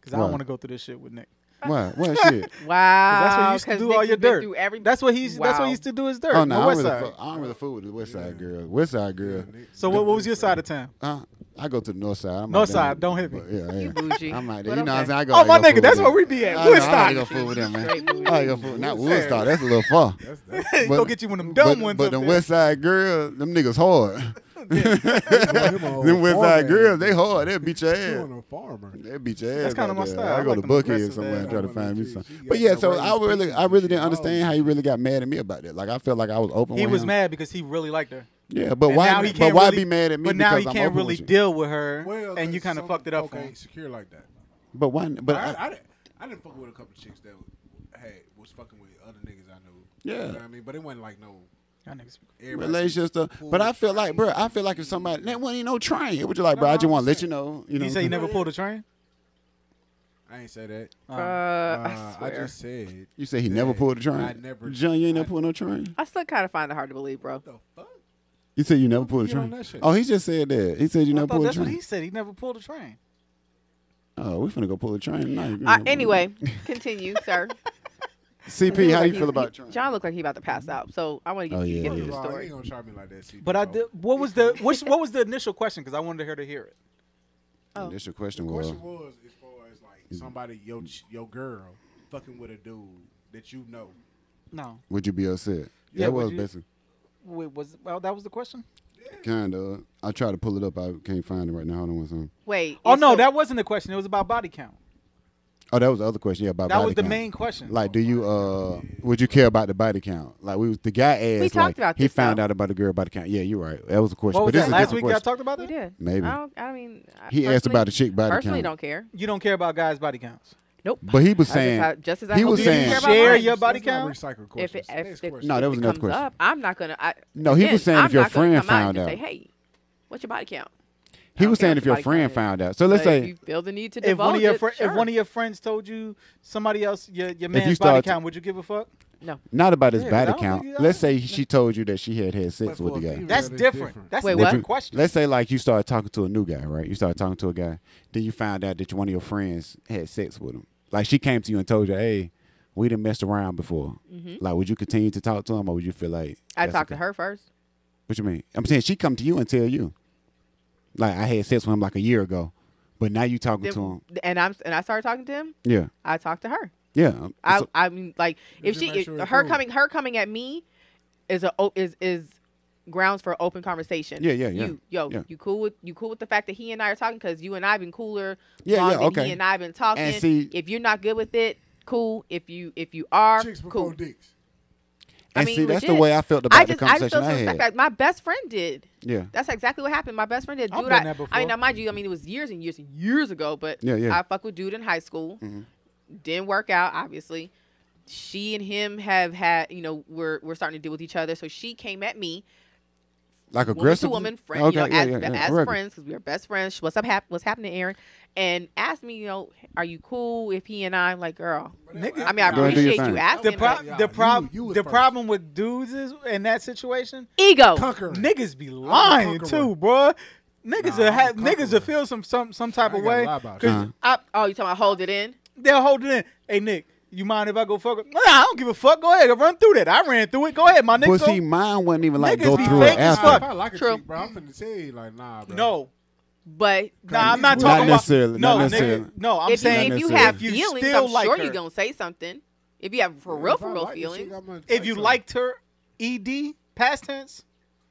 Speaker 3: because I
Speaker 2: Why?
Speaker 3: don't want to go through this shit with Nick.
Speaker 2: What? What shit?
Speaker 5: Wow.
Speaker 3: 'Cause that's what he used to
Speaker 5: Oh, 'cause
Speaker 3: do
Speaker 5: Nick
Speaker 3: all
Speaker 5: has
Speaker 3: your
Speaker 5: been
Speaker 3: dirt.
Speaker 5: through every-
Speaker 3: That's what he's. That's what
Speaker 5: Wow.
Speaker 3: he used to do his dirt.
Speaker 2: Oh
Speaker 3: on
Speaker 2: no, I
Speaker 3: the
Speaker 2: don't
Speaker 3: west
Speaker 2: really,
Speaker 3: side.
Speaker 2: fuck, I don't really fool with the west side girl. West side girl.
Speaker 3: so what, what was your side of town?
Speaker 2: Uh, I go to the north side. I'm
Speaker 3: North
Speaker 2: out there.
Speaker 3: side, don't hit me.
Speaker 2: But, Yeah, yeah.
Speaker 5: You bougie.
Speaker 2: I'm out there.
Speaker 5: But
Speaker 2: You know what I'm
Speaker 5: okay.
Speaker 2: saying? I go
Speaker 3: Oh
Speaker 2: out
Speaker 3: my
Speaker 2: there, go
Speaker 3: nigga, that's
Speaker 2: fool
Speaker 3: where we
Speaker 2: with
Speaker 3: be
Speaker 2: them.
Speaker 3: at.
Speaker 2: I know, I
Speaker 3: Woodstock.
Speaker 2: go fool with them, man.
Speaker 5: Straight bougie.
Speaker 2: I go fool. Not Woodstock. That's a little far.
Speaker 4: That's, that's
Speaker 3: Hey,
Speaker 2: But-
Speaker 3: go get you one of them
Speaker 2: but,
Speaker 3: dumb ones.
Speaker 2: But
Speaker 3: up
Speaker 2: the
Speaker 3: there.
Speaker 2: West Side girls, them niggas hard.
Speaker 4: them
Speaker 2: them West Side girls, they hard. They'll beat your ass.
Speaker 4: on a farmer.
Speaker 2: They beat your ass.
Speaker 3: That's kinda
Speaker 2: out
Speaker 3: my
Speaker 2: there.
Speaker 3: style.
Speaker 2: I
Speaker 3: I
Speaker 2: go
Speaker 3: like
Speaker 2: to
Speaker 3: them
Speaker 2: Buckhead
Speaker 3: aggressive
Speaker 2: somewhere and
Speaker 3: ass.
Speaker 2: try to find me something.
Speaker 4: She
Speaker 2: But
Speaker 4: got
Speaker 2: yeah,
Speaker 4: no
Speaker 2: so
Speaker 4: raised
Speaker 2: I really, I
Speaker 4: feet.
Speaker 2: really didn't
Speaker 4: She
Speaker 2: understand how he really got mad at me about that. Like I felt like I was open.
Speaker 3: he
Speaker 2: with
Speaker 3: was
Speaker 2: him.
Speaker 3: mad because he really liked her.
Speaker 2: Yeah, but
Speaker 3: And now
Speaker 2: why?
Speaker 3: he
Speaker 2: But
Speaker 3: can't
Speaker 2: why
Speaker 3: really-
Speaker 2: be mad at me?
Speaker 3: But now
Speaker 2: because
Speaker 3: he
Speaker 2: I'm
Speaker 3: can't
Speaker 2: open
Speaker 3: really
Speaker 2: with you?
Speaker 3: deal with her,
Speaker 4: Well,
Speaker 3: and you
Speaker 4: there's
Speaker 3: kind of
Speaker 4: some
Speaker 3: fucked it up for
Speaker 4: Okay,
Speaker 3: him.
Speaker 4: secure like that.
Speaker 2: But why? But
Speaker 4: I,
Speaker 2: I-
Speaker 4: I, didn't, I didn't fuck with a couple of chicks that had was fucking with other niggas I knew.
Speaker 2: Yeah.
Speaker 4: you know what I mean, but it wasn't like no
Speaker 3: Y'all niggas-
Speaker 4: everybody-
Speaker 2: relationship stuff. But I feel like, bro, I feel like if somebody that wasn't even no train, it was just like, bro, I just want to let you know, you know.
Speaker 3: You say you never pulled a train?
Speaker 4: I ain't say that.
Speaker 5: Uh,
Speaker 4: Uh,
Speaker 5: I
Speaker 4: I
Speaker 5: swear. I,
Speaker 4: just said
Speaker 2: You say he
Speaker 4: that
Speaker 2: never pulled a train.
Speaker 4: I never.
Speaker 2: John, you ain't
Speaker 4: I-
Speaker 2: never pulled no train.
Speaker 5: still kind of find it hard to believe, bro. Uh,
Speaker 4: What the fuck?
Speaker 2: You said you never pulled a
Speaker 4: You on
Speaker 2: train.
Speaker 4: that shit.
Speaker 2: Oh, he just said that. He said you
Speaker 3: I
Speaker 2: never
Speaker 3: thought
Speaker 2: pulled a
Speaker 3: that's what he
Speaker 2: train.
Speaker 3: said. He never pulled a train.
Speaker 2: Oh, we finna go pull a train. Nah, you
Speaker 5: Uh,
Speaker 2: never-
Speaker 5: anyway, continue, sir.
Speaker 2: CP, how
Speaker 5: Look
Speaker 2: you
Speaker 5: like he-
Speaker 2: feel about
Speaker 5: he-
Speaker 2: train?
Speaker 5: John looked like he about to pass out, so I want to
Speaker 2: Oh,
Speaker 5: get you to
Speaker 2: yeah,
Speaker 5: get
Speaker 2: he
Speaker 5: through
Speaker 2: is.
Speaker 5: the
Speaker 4: First of all, you
Speaker 5: story.
Speaker 4: ain't gonna try me like that. CP,
Speaker 3: But I
Speaker 4: bro.
Speaker 3: did. What was the which, What was the initial question? Because I wanted to hear to hear it.
Speaker 5: Oh.
Speaker 2: Initial question
Speaker 4: The
Speaker 2: was.
Speaker 4: question was as far as like somebody your ch- your girl fucking with a dude that you know
Speaker 3: No.
Speaker 2: Would you be upset?
Speaker 3: Yeah,
Speaker 2: that
Speaker 3: would
Speaker 2: was
Speaker 3: you-
Speaker 2: basically
Speaker 3: Wait, was well, that was the question?
Speaker 2: kind of. I tried to pull it up. I can't find it right now. Hold on one second.
Speaker 5: Wait.
Speaker 3: Oh
Speaker 5: it's
Speaker 3: no,
Speaker 5: so-
Speaker 3: that wasn't the question. It was about body count.
Speaker 2: Oh, that was the other question. Yeah, about
Speaker 3: That
Speaker 2: body
Speaker 3: was the
Speaker 2: count.
Speaker 3: main question.
Speaker 2: Like, do you uh, would you care about the body count? Like, we was the guy asked.
Speaker 5: talked
Speaker 2: like,
Speaker 5: about
Speaker 2: he
Speaker 5: this,
Speaker 2: found
Speaker 5: though.
Speaker 2: out about the girl body count. Yeah, you're right. That was the question.
Speaker 3: what was
Speaker 2: but this is
Speaker 3: that
Speaker 2: a
Speaker 3: last
Speaker 2: different
Speaker 3: week?
Speaker 2: question.
Speaker 3: Y'all talked about
Speaker 5: We
Speaker 3: that.
Speaker 5: did.
Speaker 2: Maybe.
Speaker 5: I don't. I mean. I
Speaker 2: He asked
Speaker 5: personally-
Speaker 2: about the chick body
Speaker 5: Personally,
Speaker 2: count.
Speaker 5: don't care.
Speaker 3: You don't care about guys' body counts.
Speaker 5: Nope.
Speaker 2: But he was
Speaker 5: That's just
Speaker 2: saying
Speaker 5: how- just as I
Speaker 2: he
Speaker 5: hope
Speaker 2: was
Speaker 5: you don't
Speaker 2: saying
Speaker 5: care about
Speaker 3: Share
Speaker 5: mine.
Speaker 3: your body
Speaker 4: Let's not
Speaker 3: count.
Speaker 4: Recycle
Speaker 5: If
Speaker 4: questions.
Speaker 5: it, if,
Speaker 4: Next
Speaker 5: if,
Speaker 4: question.
Speaker 2: No,
Speaker 5: if
Speaker 2: that was
Speaker 5: it
Speaker 2: another
Speaker 5: comes
Speaker 2: question.
Speaker 5: Up, I'm not gonna. I,
Speaker 2: No, he was
Speaker 5: again,
Speaker 2: saying if
Speaker 5: I'm
Speaker 2: your
Speaker 5: not gonna
Speaker 2: friend
Speaker 5: come out
Speaker 2: found
Speaker 5: and just
Speaker 2: out.
Speaker 5: Say, hey, what's your body count?
Speaker 2: he
Speaker 5: I
Speaker 2: was
Speaker 5: don't care
Speaker 2: saying
Speaker 5: what
Speaker 2: if your
Speaker 5: somebody comes
Speaker 2: friend
Speaker 5: in.
Speaker 2: found out. So let's
Speaker 5: But if
Speaker 2: say
Speaker 5: you feel the need to divulge
Speaker 3: If one of your
Speaker 5: it,
Speaker 3: fri-
Speaker 5: sure.
Speaker 3: if one of your friends told you somebody else your, your
Speaker 2: you
Speaker 3: man's body
Speaker 2: start to-
Speaker 3: count, would you give a fuck?
Speaker 5: no.
Speaker 2: not about his
Speaker 3: Yeah, but I
Speaker 2: body
Speaker 3: don't
Speaker 2: count.
Speaker 3: think he-
Speaker 2: Let's say she told you that she had had sex
Speaker 4: But
Speaker 2: with
Speaker 4: for
Speaker 2: the
Speaker 4: a
Speaker 2: guy.
Speaker 4: female,
Speaker 3: That's
Speaker 4: that's
Speaker 3: different.
Speaker 4: different.
Speaker 3: That's
Speaker 5: Wait,
Speaker 3: a
Speaker 5: what?
Speaker 3: different question.
Speaker 2: Let's say like you started talking to a new guy, right? You started talking to a guy, then you found out that one of your friends had sex with him. Like she came to you and told you, "Hey, we done messed around before." Like, would you continue to talk to him, or would you feel like
Speaker 5: Mm-hmm. I
Speaker 2: that's
Speaker 5: talked to
Speaker 2: okay?
Speaker 5: her first.
Speaker 2: What you mean? I'm saying she come to you and tell you, like, I had sex with him like a year ago, but now you talking to him.
Speaker 5: And I'm and I started talking to him.
Speaker 2: Yeah,
Speaker 5: I talked to her.
Speaker 2: yeah.
Speaker 5: I
Speaker 2: So-
Speaker 5: I mean, like if
Speaker 4: just
Speaker 5: she
Speaker 4: make
Speaker 5: if
Speaker 4: sure it's
Speaker 5: her
Speaker 4: cool.
Speaker 5: coming her coming at me is a o- is is grounds for open conversation.
Speaker 2: Yeah, yeah, yeah,
Speaker 5: You yo,
Speaker 2: yeah.
Speaker 5: you cool with you cool with the fact that he and I are talking because you and I've been cooler.
Speaker 2: Yeah,
Speaker 5: long
Speaker 2: yeah,
Speaker 5: than
Speaker 2: okay.
Speaker 5: He and I've been talking.
Speaker 2: And see-
Speaker 5: if you're not good with it, cool. If you if you are,
Speaker 4: Chicks before
Speaker 5: cool.
Speaker 4: dicks.
Speaker 5: I
Speaker 2: and
Speaker 5: mean,
Speaker 2: see, that's the
Speaker 5: legit.
Speaker 2: way I felt about
Speaker 5: I just
Speaker 2: the
Speaker 5: I just
Speaker 2: conversation
Speaker 5: feel
Speaker 2: I,
Speaker 5: so
Speaker 2: had.
Speaker 5: stuck. Like my best friend did.
Speaker 2: yeah,
Speaker 5: That's exactly what happened. My best friend did.
Speaker 3: I've
Speaker 5: Dude,
Speaker 3: done
Speaker 5: I,
Speaker 3: that
Speaker 5: I mean,
Speaker 3: before.
Speaker 5: now mind you, I mean, it was years and years and years ago, but
Speaker 2: Yeah, yeah. Mm-hmm.
Speaker 5: I fuck with dude in high school. Didn't work out, obviously. She and him have had, you know, we're we're starting to deal with each other. So she came at me,
Speaker 2: like
Speaker 5: woman to
Speaker 2: aggressive
Speaker 5: woman, friend, you know, as, as
Speaker 2: regular.
Speaker 5: friends, because we are best friends. She- What's up? Hap- what's happening, Aaron? And asked me, you know, are you cool if he and I? I'm like, girl, I mean, I
Speaker 2: Go ahead, do your
Speaker 5: appreciate you
Speaker 2: thing.
Speaker 5: asking.
Speaker 3: The,
Speaker 5: but
Speaker 3: pro-
Speaker 4: Yeah,
Speaker 3: the,
Speaker 4: you-
Speaker 3: prob-
Speaker 4: you was
Speaker 3: the
Speaker 4: first.
Speaker 3: problem with dudes is in that situation,
Speaker 5: ego.
Speaker 4: Conquer.
Speaker 3: niggas be lying
Speaker 4: conqueror.
Speaker 3: too, bro. Niggas
Speaker 4: Nah, I'm
Speaker 3: will
Speaker 4: a
Speaker 3: have niggas will
Speaker 4: conqueror.
Speaker 3: feel some some some type
Speaker 4: I
Speaker 3: of
Speaker 4: ain't gotta
Speaker 3: way
Speaker 4: lie about it.
Speaker 3: because I
Speaker 5: Oh, you talking about hold it in?
Speaker 3: they'll hold it in. Hey Nick, you mind if I go fuck? Nah, I don't give a fuck. Go ahead, run through that. I ran through it. Go ahead, my nigga.
Speaker 2: But
Speaker 3: go-
Speaker 2: see, mine wasn't even like
Speaker 3: Niggas
Speaker 2: go
Speaker 3: be
Speaker 2: through it
Speaker 3: fake as
Speaker 2: after.
Speaker 3: fuck.
Speaker 4: If I like a
Speaker 5: True.
Speaker 4: chick, bro, I'm finna tell you, like, nah, bro.
Speaker 3: no,
Speaker 5: But
Speaker 3: nah, I'm not
Speaker 4: Not
Speaker 3: talking
Speaker 2: necessarily,
Speaker 3: about no,
Speaker 2: not
Speaker 3: nigga,
Speaker 2: necessarily.
Speaker 3: no. I'm
Speaker 5: if you,
Speaker 3: saying
Speaker 5: if you
Speaker 2: necessarily.
Speaker 5: have
Speaker 3: if you
Speaker 5: feelings,
Speaker 3: still
Speaker 5: I'm
Speaker 3: like
Speaker 5: sure
Speaker 3: her.
Speaker 5: you're gonna say something. If you have for real,
Speaker 4: If I
Speaker 5: for
Speaker 4: like
Speaker 5: real
Speaker 4: the chick,
Speaker 5: feelings,
Speaker 4: I'm gonna say
Speaker 3: if you
Speaker 4: something.
Speaker 3: liked her, ed past tense.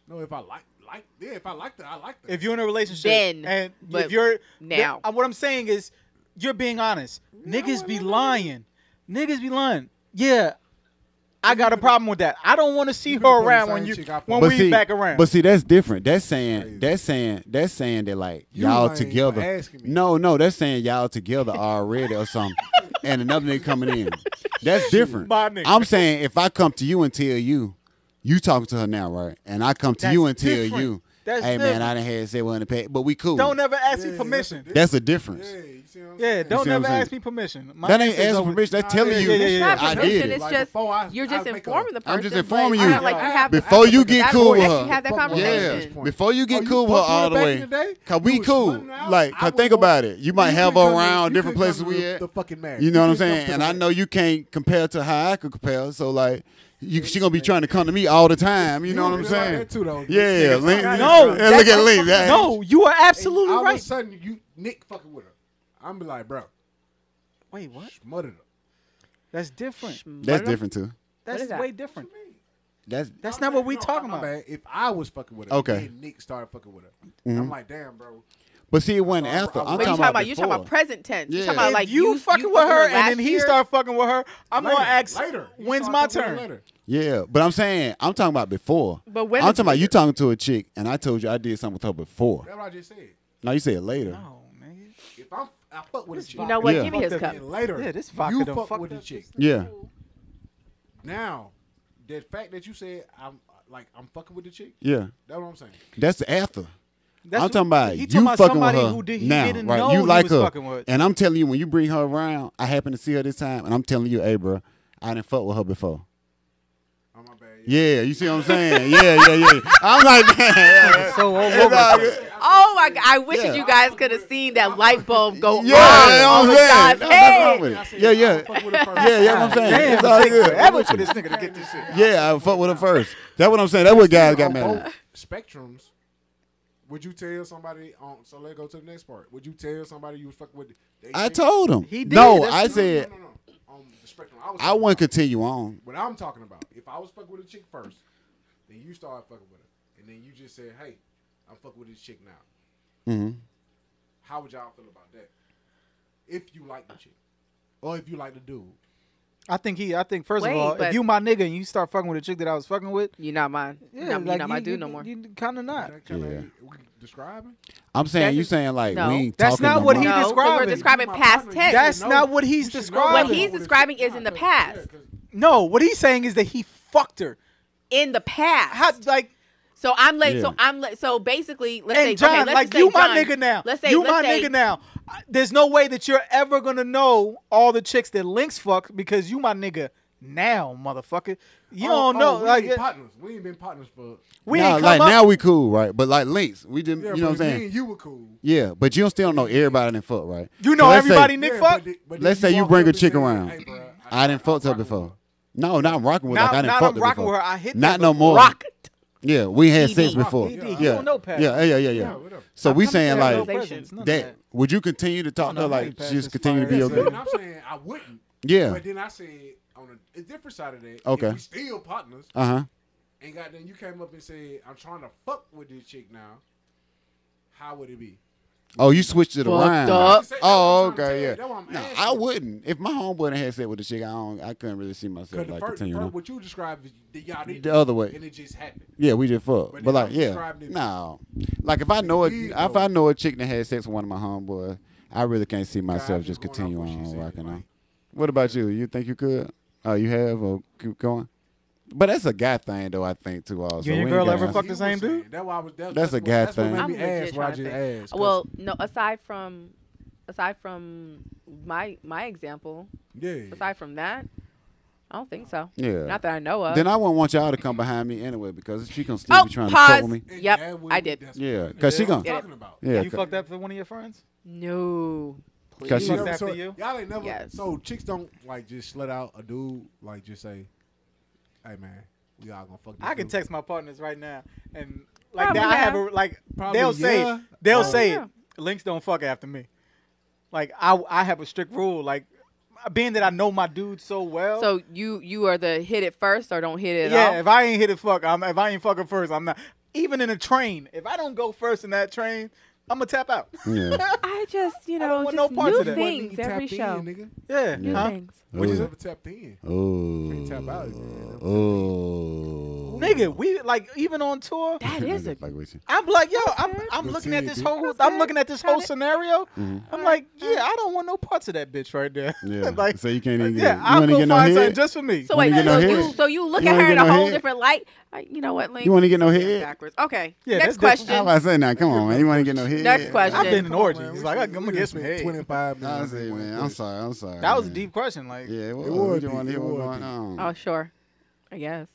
Speaker 4: No, if I like, like, yeah, if I like that, I like that.
Speaker 3: If you're in a relationship
Speaker 5: Then,
Speaker 3: and if
Speaker 5: but
Speaker 3: you're
Speaker 5: now.
Speaker 3: th- what I'm saying is you're being honest. Niggas be lying. Niggas be lying. Yeah. I got a problem with that. I don't want to see
Speaker 4: You
Speaker 3: her
Speaker 4: could've put
Speaker 3: around
Speaker 4: the
Speaker 3: when
Speaker 4: same
Speaker 3: you
Speaker 4: chick I fuck
Speaker 3: when
Speaker 4: with.
Speaker 3: we back around.
Speaker 2: But see, that's different. That's saying
Speaker 4: Crazy.
Speaker 2: that's saying that's saying that like
Speaker 4: You
Speaker 2: all
Speaker 4: lying for
Speaker 2: together.
Speaker 4: asking me.
Speaker 2: No, no, that's saying y'all together already or something. and another nigga coming in. That's different.
Speaker 3: My nigga.
Speaker 2: I'm saying if I come to you and tell you, you talking to her now, right? And I come to
Speaker 3: That's
Speaker 2: you and tell
Speaker 3: different.
Speaker 2: you,
Speaker 3: That's
Speaker 2: hey man,
Speaker 3: different.
Speaker 2: I done had say well in the past, but we cool.
Speaker 3: don't ever ask me
Speaker 4: Yeah,
Speaker 3: permission.
Speaker 2: that's a
Speaker 4: yeah,
Speaker 2: difference.
Speaker 4: you see what I'm
Speaker 3: Yeah,
Speaker 4: saying?
Speaker 3: don't
Speaker 2: see what I'm
Speaker 3: ever
Speaker 2: saying?
Speaker 3: ask me permission. My
Speaker 2: That ain't
Speaker 3: answer is
Speaker 2: asking
Speaker 3: over.
Speaker 2: permission. That's
Speaker 4: Nah,
Speaker 2: telling
Speaker 4: yeah,
Speaker 2: you
Speaker 3: yeah, yeah,
Speaker 5: it's
Speaker 3: yeah.
Speaker 5: not
Speaker 2: I
Speaker 5: permission.
Speaker 2: did it.
Speaker 5: It's
Speaker 4: Like,
Speaker 5: just
Speaker 4: before I-
Speaker 5: you're
Speaker 4: I
Speaker 5: just
Speaker 4: make a-
Speaker 5: informing the person.
Speaker 2: I'm just
Speaker 5: but
Speaker 2: informing
Speaker 5: I
Speaker 2: you.
Speaker 5: don't Like you have the
Speaker 2: Before you get
Speaker 5: That's
Speaker 2: cool
Speaker 5: where
Speaker 2: with
Speaker 5: actually
Speaker 2: her.
Speaker 5: have that
Speaker 4: Fuck with her.
Speaker 5: conversation.
Speaker 2: Yeah,
Speaker 4: Conversation.
Speaker 2: before you get
Speaker 4: Oh, you
Speaker 2: cool with her
Speaker 4: fucked with
Speaker 2: all
Speaker 4: her
Speaker 2: the
Speaker 4: back
Speaker 2: way,
Speaker 4: in the day?
Speaker 2: cause
Speaker 4: You
Speaker 2: we
Speaker 4: was
Speaker 2: cool.
Speaker 4: running out.
Speaker 2: Like,
Speaker 4: I
Speaker 2: cause
Speaker 4: was
Speaker 2: think
Speaker 4: going-
Speaker 2: about it, you might
Speaker 4: You
Speaker 2: have her
Speaker 4: couldn't come to-
Speaker 2: around
Speaker 4: you
Speaker 2: different
Speaker 4: couldn't
Speaker 2: places
Speaker 4: come
Speaker 2: we
Speaker 4: to
Speaker 2: at.
Speaker 4: The fucking marriage.
Speaker 2: You know what I'm
Speaker 4: couldn't come
Speaker 2: saying?
Speaker 4: to
Speaker 2: And
Speaker 4: the
Speaker 2: I
Speaker 4: marriage.
Speaker 2: know you can't compare to how I could compare. So like, you, she gonna be trying to come to me all the time. You know what I'm
Speaker 4: was like
Speaker 2: saying?
Speaker 4: that too, though.
Speaker 2: Yeah,
Speaker 4: Yeah,
Speaker 2: Link,
Speaker 4: right.
Speaker 3: No,
Speaker 2: and look at Lee. that-
Speaker 3: No, you are
Speaker 4: And
Speaker 3: absolutely
Speaker 4: all of a
Speaker 3: right.
Speaker 4: sudden, you Nick fucking with her. I'm be like, bro,
Speaker 3: Wait, what?
Speaker 4: smothered her.
Speaker 3: That's different.
Speaker 2: that's different too.
Speaker 3: That's
Speaker 5: is that?
Speaker 3: way different.
Speaker 2: That's
Speaker 3: That's not what we
Speaker 4: No,
Speaker 3: talking
Speaker 4: my
Speaker 3: about.
Speaker 4: bad. If I was fucking with her,
Speaker 2: Okay.
Speaker 4: then Nick started fucking with her. I'm like, damn, bro.
Speaker 2: but see, it wasn't
Speaker 4: Oh,
Speaker 2: after.
Speaker 4: I'm
Speaker 2: I'm
Speaker 5: But you
Speaker 2: talking
Speaker 5: talking about you
Speaker 2: before.
Speaker 5: talking about present tense. You
Speaker 2: Yeah.
Speaker 5: talking about
Speaker 2: If
Speaker 5: like
Speaker 3: you, fucking with her
Speaker 5: last
Speaker 3: and then he
Speaker 5: year?
Speaker 3: start fucking with her, I'm gonna
Speaker 4: Later,
Speaker 3: ask
Speaker 4: later. You
Speaker 3: when's
Speaker 4: start
Speaker 3: my
Speaker 4: fucking with her
Speaker 3: turn.
Speaker 4: later.
Speaker 2: Yeah, but I'm saying I'm talking about before.
Speaker 5: But when
Speaker 2: I'm
Speaker 5: is
Speaker 2: talking about you
Speaker 5: later?
Speaker 2: talking to a chick, and I told you I did something with her before.
Speaker 4: That's what I just said.
Speaker 2: Now you said later.
Speaker 3: Oh, man.
Speaker 4: If I'm, I fuck with a chick.
Speaker 5: You know what?
Speaker 2: Yeah.
Speaker 5: Give me his
Speaker 3: Fuck
Speaker 5: cup.
Speaker 4: And later,
Speaker 3: Yeah, this vodka
Speaker 4: you
Speaker 3: done
Speaker 4: fuck
Speaker 3: fucked
Speaker 4: with a
Speaker 3: up
Speaker 4: chick.
Speaker 2: Yeah,
Speaker 4: Now, the fact that you said I'm like I'm fucking with the chick.
Speaker 2: yeah.
Speaker 4: That's what I'm saying.
Speaker 2: That's after. I'm
Speaker 3: That's what-
Speaker 2: talking about
Speaker 3: he
Speaker 2: you
Speaker 3: talking about
Speaker 2: fucking with
Speaker 3: somebody
Speaker 2: her
Speaker 3: who did- he
Speaker 2: now,
Speaker 3: didn't
Speaker 2: right?
Speaker 3: know
Speaker 2: you
Speaker 3: he
Speaker 2: like
Speaker 3: was
Speaker 2: her,
Speaker 3: fucking with.
Speaker 2: and I'm telling you, when you bring her around, I happen to see her this time, and I'm telling you, hey, bro, I didn't fuck with her before.
Speaker 4: Oh my bad.
Speaker 2: Yeah, you see what I'm saying? yeah, yeah, yeah. I'm like, yeah,
Speaker 3: So over.
Speaker 2: It's all good.
Speaker 5: Oh my god! I wish that
Speaker 2: Yeah.
Speaker 5: you guys could have seen that light bulb go Oh
Speaker 2: Yeah,
Speaker 5: on.
Speaker 2: you know
Speaker 5: over
Speaker 2: what I'm saying?
Speaker 5: God's
Speaker 2: Nothing wrong
Speaker 5: head.
Speaker 2: with it.
Speaker 4: I said,
Speaker 2: Yeah,
Speaker 4: I
Speaker 2: yeah.
Speaker 4: fuck with her first.
Speaker 2: Yeah, yeah, what I'm saying.
Speaker 3: Damn,
Speaker 2: it's all
Speaker 3: it takes
Speaker 2: good.
Speaker 3: forever for this nigga to get this shit.
Speaker 2: Yeah, I fuck with her first. That's what I'm saying. That's what guys got
Speaker 4: On
Speaker 2: mad at.
Speaker 4: both Spectrums. Would you tell somebody? On, so let's go to the next part. Would you tell somebody you was fucking with? They
Speaker 2: I
Speaker 4: think-
Speaker 2: told him.
Speaker 3: He did.
Speaker 2: No,
Speaker 3: That's
Speaker 2: I
Speaker 3: true.
Speaker 2: said,
Speaker 4: No, no, no. on the spectrum. I was.
Speaker 2: I
Speaker 4: talking
Speaker 2: wouldn't
Speaker 4: about.
Speaker 2: continue on.
Speaker 4: What I'm talking about. If I was fucking with a chick first, then you started fucking with her, and then you just said, "Hey, I'm fucking with this chick now."
Speaker 2: Mhm.
Speaker 4: How would y'all feel about that? If you like the chick, or if you like the dude,
Speaker 3: I think he. I think first
Speaker 5: Wait,
Speaker 3: of all,
Speaker 5: but-
Speaker 3: if you my nigga and you start fucking with a chick that I was fucking with,
Speaker 5: You're not mine.
Speaker 3: yeah,
Speaker 5: Yeah, not,
Speaker 3: like
Speaker 5: you're not
Speaker 3: you,
Speaker 5: my
Speaker 3: you,
Speaker 5: dude no more.
Speaker 3: kind of not.
Speaker 4: that kinda,
Speaker 2: Yeah.
Speaker 4: we describing.
Speaker 2: I'm saying
Speaker 5: That's
Speaker 2: you
Speaker 5: just-
Speaker 2: saying like
Speaker 5: no.
Speaker 2: we ain't
Speaker 3: That's
Speaker 2: talking
Speaker 3: not
Speaker 2: no
Speaker 3: what
Speaker 2: more.
Speaker 3: he
Speaker 5: no, 'cause
Speaker 3: describing.
Speaker 5: we're describing
Speaker 4: My
Speaker 5: past
Speaker 4: partner, you
Speaker 5: tense.
Speaker 4: should
Speaker 3: That's
Speaker 4: know.
Speaker 3: not what he's
Speaker 4: You should know
Speaker 3: describing.
Speaker 4: that.
Speaker 3: What he's
Speaker 5: describing is in the
Speaker 4: Yeah, 'cause-
Speaker 5: past.
Speaker 4: yeah, 'cause
Speaker 3: No, what he's saying is that he fucked her.
Speaker 5: In the past.
Speaker 3: How like
Speaker 5: so I'm like,
Speaker 2: Yeah.
Speaker 5: so I'm like, so basically, let's say,
Speaker 3: and John,
Speaker 5: okay, let's
Speaker 3: like
Speaker 5: just say
Speaker 3: you my
Speaker 5: John.
Speaker 3: nigga now.
Speaker 5: Let's say
Speaker 3: you
Speaker 5: let's
Speaker 3: my
Speaker 5: say,
Speaker 3: nigga now. I- There's no way that you're ever gonna know all the chicks that Lynx fuck because you my nigga now, motherfucker. You
Speaker 4: Oh,
Speaker 3: don't
Speaker 4: oh,
Speaker 3: know.
Speaker 4: We
Speaker 3: like
Speaker 4: ain't partners. We ain't been partners for.
Speaker 3: we
Speaker 2: Nah,
Speaker 3: ain't come
Speaker 2: like
Speaker 3: up.
Speaker 2: now we cool, right? But like links, we didn't.
Speaker 4: Yeah,
Speaker 2: you know what I'm
Speaker 4: but Me
Speaker 2: saying?
Speaker 4: and you were cool.
Speaker 2: Yeah, but you don't still don't know everybody didn't fuck, right?
Speaker 3: You
Speaker 2: So
Speaker 3: know
Speaker 2: let's say-
Speaker 3: everybody, Nick
Speaker 4: Yeah,
Speaker 3: fuck.
Speaker 4: but the- but
Speaker 2: Let's
Speaker 4: then
Speaker 2: say you
Speaker 4: walked
Speaker 2: bring
Speaker 4: up
Speaker 2: a
Speaker 4: and
Speaker 2: chick
Speaker 4: said,
Speaker 2: around.
Speaker 4: "Hey, bruh,
Speaker 2: I didn't fuck to her
Speaker 4: fucking
Speaker 2: before.
Speaker 4: with
Speaker 2: No, not rocking with.
Speaker 3: Now,
Speaker 2: like, I didn't
Speaker 3: now
Speaker 2: fuck
Speaker 3: I'm
Speaker 2: to
Speaker 3: rocking
Speaker 2: before.
Speaker 3: with her. I hit
Speaker 2: Not
Speaker 3: that
Speaker 2: no
Speaker 3: before.
Speaker 2: more.
Speaker 5: rock.
Speaker 2: Yeah, we had sex
Speaker 5: Rock,
Speaker 2: before.
Speaker 3: DD,
Speaker 2: Yeah,
Speaker 3: you
Speaker 2: yeah,
Speaker 3: don't know Pat.
Speaker 2: yeah, yeah, yeah.
Speaker 4: Yeah, whatever.
Speaker 2: So we
Speaker 3: I'm
Speaker 2: saying
Speaker 3: not
Speaker 2: like
Speaker 5: no
Speaker 3: presents, none of
Speaker 2: that. Would you continue to talk to her
Speaker 3: no,
Speaker 2: like
Speaker 3: ain't Pat,
Speaker 2: just
Speaker 3: it's
Speaker 2: continue to
Speaker 3: fine.
Speaker 2: be your
Speaker 4: That's it.
Speaker 2: girl?
Speaker 4: And I'm saying I wouldn't.
Speaker 2: Yeah.
Speaker 4: But then I said on a, a different side of that.
Speaker 2: Okay.
Speaker 4: If we still partners,
Speaker 2: Uh huh.
Speaker 4: and goddamn, you came up and said, "I'm trying to fuck with this chick now." How would it be?
Speaker 2: Oh, you switched it
Speaker 5: Fucked
Speaker 2: around.
Speaker 5: up.
Speaker 4: That's what
Speaker 2: Oh,
Speaker 4: I'm trying to
Speaker 2: okay,
Speaker 4: tell you.
Speaker 2: yeah.
Speaker 4: That's what I'm
Speaker 2: Nah,
Speaker 4: asking.
Speaker 2: I wouldn't. If my homeboy done had sex with a chick, I don't. I couldn't really see myself
Speaker 4: Because
Speaker 2: like
Speaker 4: the first,
Speaker 2: continuing.
Speaker 4: first,
Speaker 2: on.
Speaker 4: what you described is the y'all did
Speaker 2: The other way.
Speaker 4: and it just happened.
Speaker 2: Yeah, we just fuck.
Speaker 4: But
Speaker 2: But,
Speaker 4: then
Speaker 2: like,
Speaker 4: I'm
Speaker 2: yeah,
Speaker 4: describing it-
Speaker 2: no. Like if I know a,
Speaker 4: Please,
Speaker 2: if
Speaker 4: no.
Speaker 2: I know a chick that had sex with one of my homeboys, I really can't see
Speaker 4: Nah,
Speaker 2: myself
Speaker 4: I'm
Speaker 2: just
Speaker 4: going off
Speaker 2: continuing
Speaker 4: what she
Speaker 2: on
Speaker 4: said,
Speaker 2: rocking
Speaker 4: like,
Speaker 2: on. What about you? You think you could? Oh, you have or keep going? But that's a guy thing, though. I think too. Also,
Speaker 3: You and your
Speaker 2: We ain't
Speaker 3: girl
Speaker 2: gotta
Speaker 3: ever
Speaker 2: answer-
Speaker 3: fuck the
Speaker 4: you were
Speaker 3: same
Speaker 4: saying.
Speaker 3: dude?
Speaker 4: That why I was. That,
Speaker 2: That's a
Speaker 4: what-
Speaker 2: guy
Speaker 4: that's what
Speaker 2: thing.
Speaker 4: made
Speaker 5: I'm
Speaker 4: me
Speaker 5: legit
Speaker 4: ask why I
Speaker 5: trying to
Speaker 4: just
Speaker 5: think.
Speaker 4: asked. 'cause-
Speaker 5: Well, no, aside from, aside from my my example,
Speaker 4: yeah.
Speaker 5: aside from that, I don't think so.
Speaker 2: Yeah.
Speaker 5: Not that I know of.
Speaker 2: Then I wouldn't want y'all to come behind me anyway because she gonna still
Speaker 5: oh,
Speaker 2: be trying to
Speaker 5: pause.
Speaker 2: fuck with me.
Speaker 4: And
Speaker 5: Yep,
Speaker 4: that would-
Speaker 5: I did.
Speaker 4: that's
Speaker 2: Yeah,
Speaker 4: what-
Speaker 2: 'cause
Speaker 4: that's
Speaker 2: she
Speaker 4: what I'm
Speaker 2: gonna-
Speaker 4: talking about.
Speaker 2: Yeah,
Speaker 3: you
Speaker 2: c-
Speaker 3: fucked up for one of your friends?
Speaker 5: No. Please.
Speaker 2: 'Cause she-
Speaker 4: You
Speaker 3: Fucked
Speaker 4: never-
Speaker 3: after
Speaker 4: so
Speaker 3: you?
Speaker 4: all ain't never.
Speaker 5: Yes.
Speaker 4: So chicks don't like just let out a dude like just say, "Hey man, we all gonna fuck." This
Speaker 3: I can
Speaker 4: dude."
Speaker 3: text my partners right now, and like
Speaker 5: Probably
Speaker 3: that, I have a
Speaker 5: yeah.
Speaker 3: like.
Speaker 4: Probably
Speaker 3: they'll
Speaker 4: yeah.
Speaker 3: say they'll
Speaker 4: Probably
Speaker 3: say
Speaker 5: yeah.
Speaker 3: it. Links don't fuck after me. Like I, I have a strict rule. Like being that I know my dude so well.
Speaker 5: So you you are the hit it first or don't hit it at
Speaker 3: yeah,
Speaker 5: all.
Speaker 3: if I ain't hit it, fuck. I'm if I ain't fucking first, I'm not. Even in a train, if I don't go first in that train, I'm gonna tap out.
Speaker 2: Yeah.
Speaker 5: I just you
Speaker 3: I
Speaker 5: know
Speaker 3: don't want
Speaker 5: just
Speaker 3: no parts
Speaker 5: new
Speaker 3: of that.
Speaker 4: When you
Speaker 5: things every show.
Speaker 4: tapped in, nigga.
Speaker 3: Yeah,
Speaker 5: New
Speaker 3: huh?
Speaker 5: things.
Speaker 4: When you
Speaker 2: Ooh.
Speaker 4: ever tapped in, can't tap out.
Speaker 2: Oh.
Speaker 4: man.
Speaker 2: Oh.
Speaker 3: nigga. We like even on tour.
Speaker 5: That is a
Speaker 2: Fuck with you.
Speaker 3: I'm like, yo, I'm I'm
Speaker 4: Good
Speaker 3: looking
Speaker 4: seeing
Speaker 3: at
Speaker 4: you,
Speaker 3: this
Speaker 4: dude.
Speaker 3: whole
Speaker 5: That's
Speaker 3: I'm
Speaker 5: good.
Speaker 3: looking at this whole
Speaker 5: Got it.
Speaker 3: scenario. I'm like, yeah, I don't want no parts of that bitch right there.
Speaker 2: Mm-hmm. Yeah.
Speaker 3: like,
Speaker 2: so you can't even.
Speaker 3: yeah,
Speaker 2: get, you
Speaker 3: I'll
Speaker 2: wanna
Speaker 3: go
Speaker 2: get
Speaker 3: find
Speaker 2: no
Speaker 3: something
Speaker 2: head.
Speaker 3: just for me.
Speaker 5: So
Speaker 2: wanna
Speaker 5: wait,
Speaker 2: get no
Speaker 5: so you
Speaker 2: head?
Speaker 5: so you look
Speaker 2: You
Speaker 5: at
Speaker 2: wanna
Speaker 5: her in
Speaker 2: get
Speaker 5: a
Speaker 2: no
Speaker 5: whole
Speaker 2: head?
Speaker 5: different light. I, you know what, Link?
Speaker 2: You want to get no head?
Speaker 5: backwards. Okay.
Speaker 3: Yeah, that's
Speaker 5: Next
Speaker 3: different.
Speaker 5: question.
Speaker 2: How about I say now? Come on, man. You want to get no head?
Speaker 5: Next question.
Speaker 3: I've been in
Speaker 5: Come
Speaker 3: orgies.
Speaker 4: Man, we
Speaker 3: like, I, I'm
Speaker 4: spent-
Speaker 3: gonna
Speaker 4: we
Speaker 3: get
Speaker 4: just
Speaker 3: some
Speaker 4: spent
Speaker 3: head.
Speaker 4: Twenty-five minutes.
Speaker 2: Honestly,
Speaker 4: in one
Speaker 2: man, I'm
Speaker 4: question.
Speaker 2: sorry. I'm sorry.
Speaker 3: That was a
Speaker 2: man.
Speaker 3: deep question. Like,
Speaker 2: Mm-hmm. Yeah, it was.
Speaker 4: It
Speaker 2: We
Speaker 4: would
Speaker 2: didn't
Speaker 4: be,
Speaker 2: wanna hear
Speaker 4: it
Speaker 2: what
Speaker 4: would
Speaker 2: going
Speaker 4: be.
Speaker 2: on.
Speaker 5: Oh sure, I guess.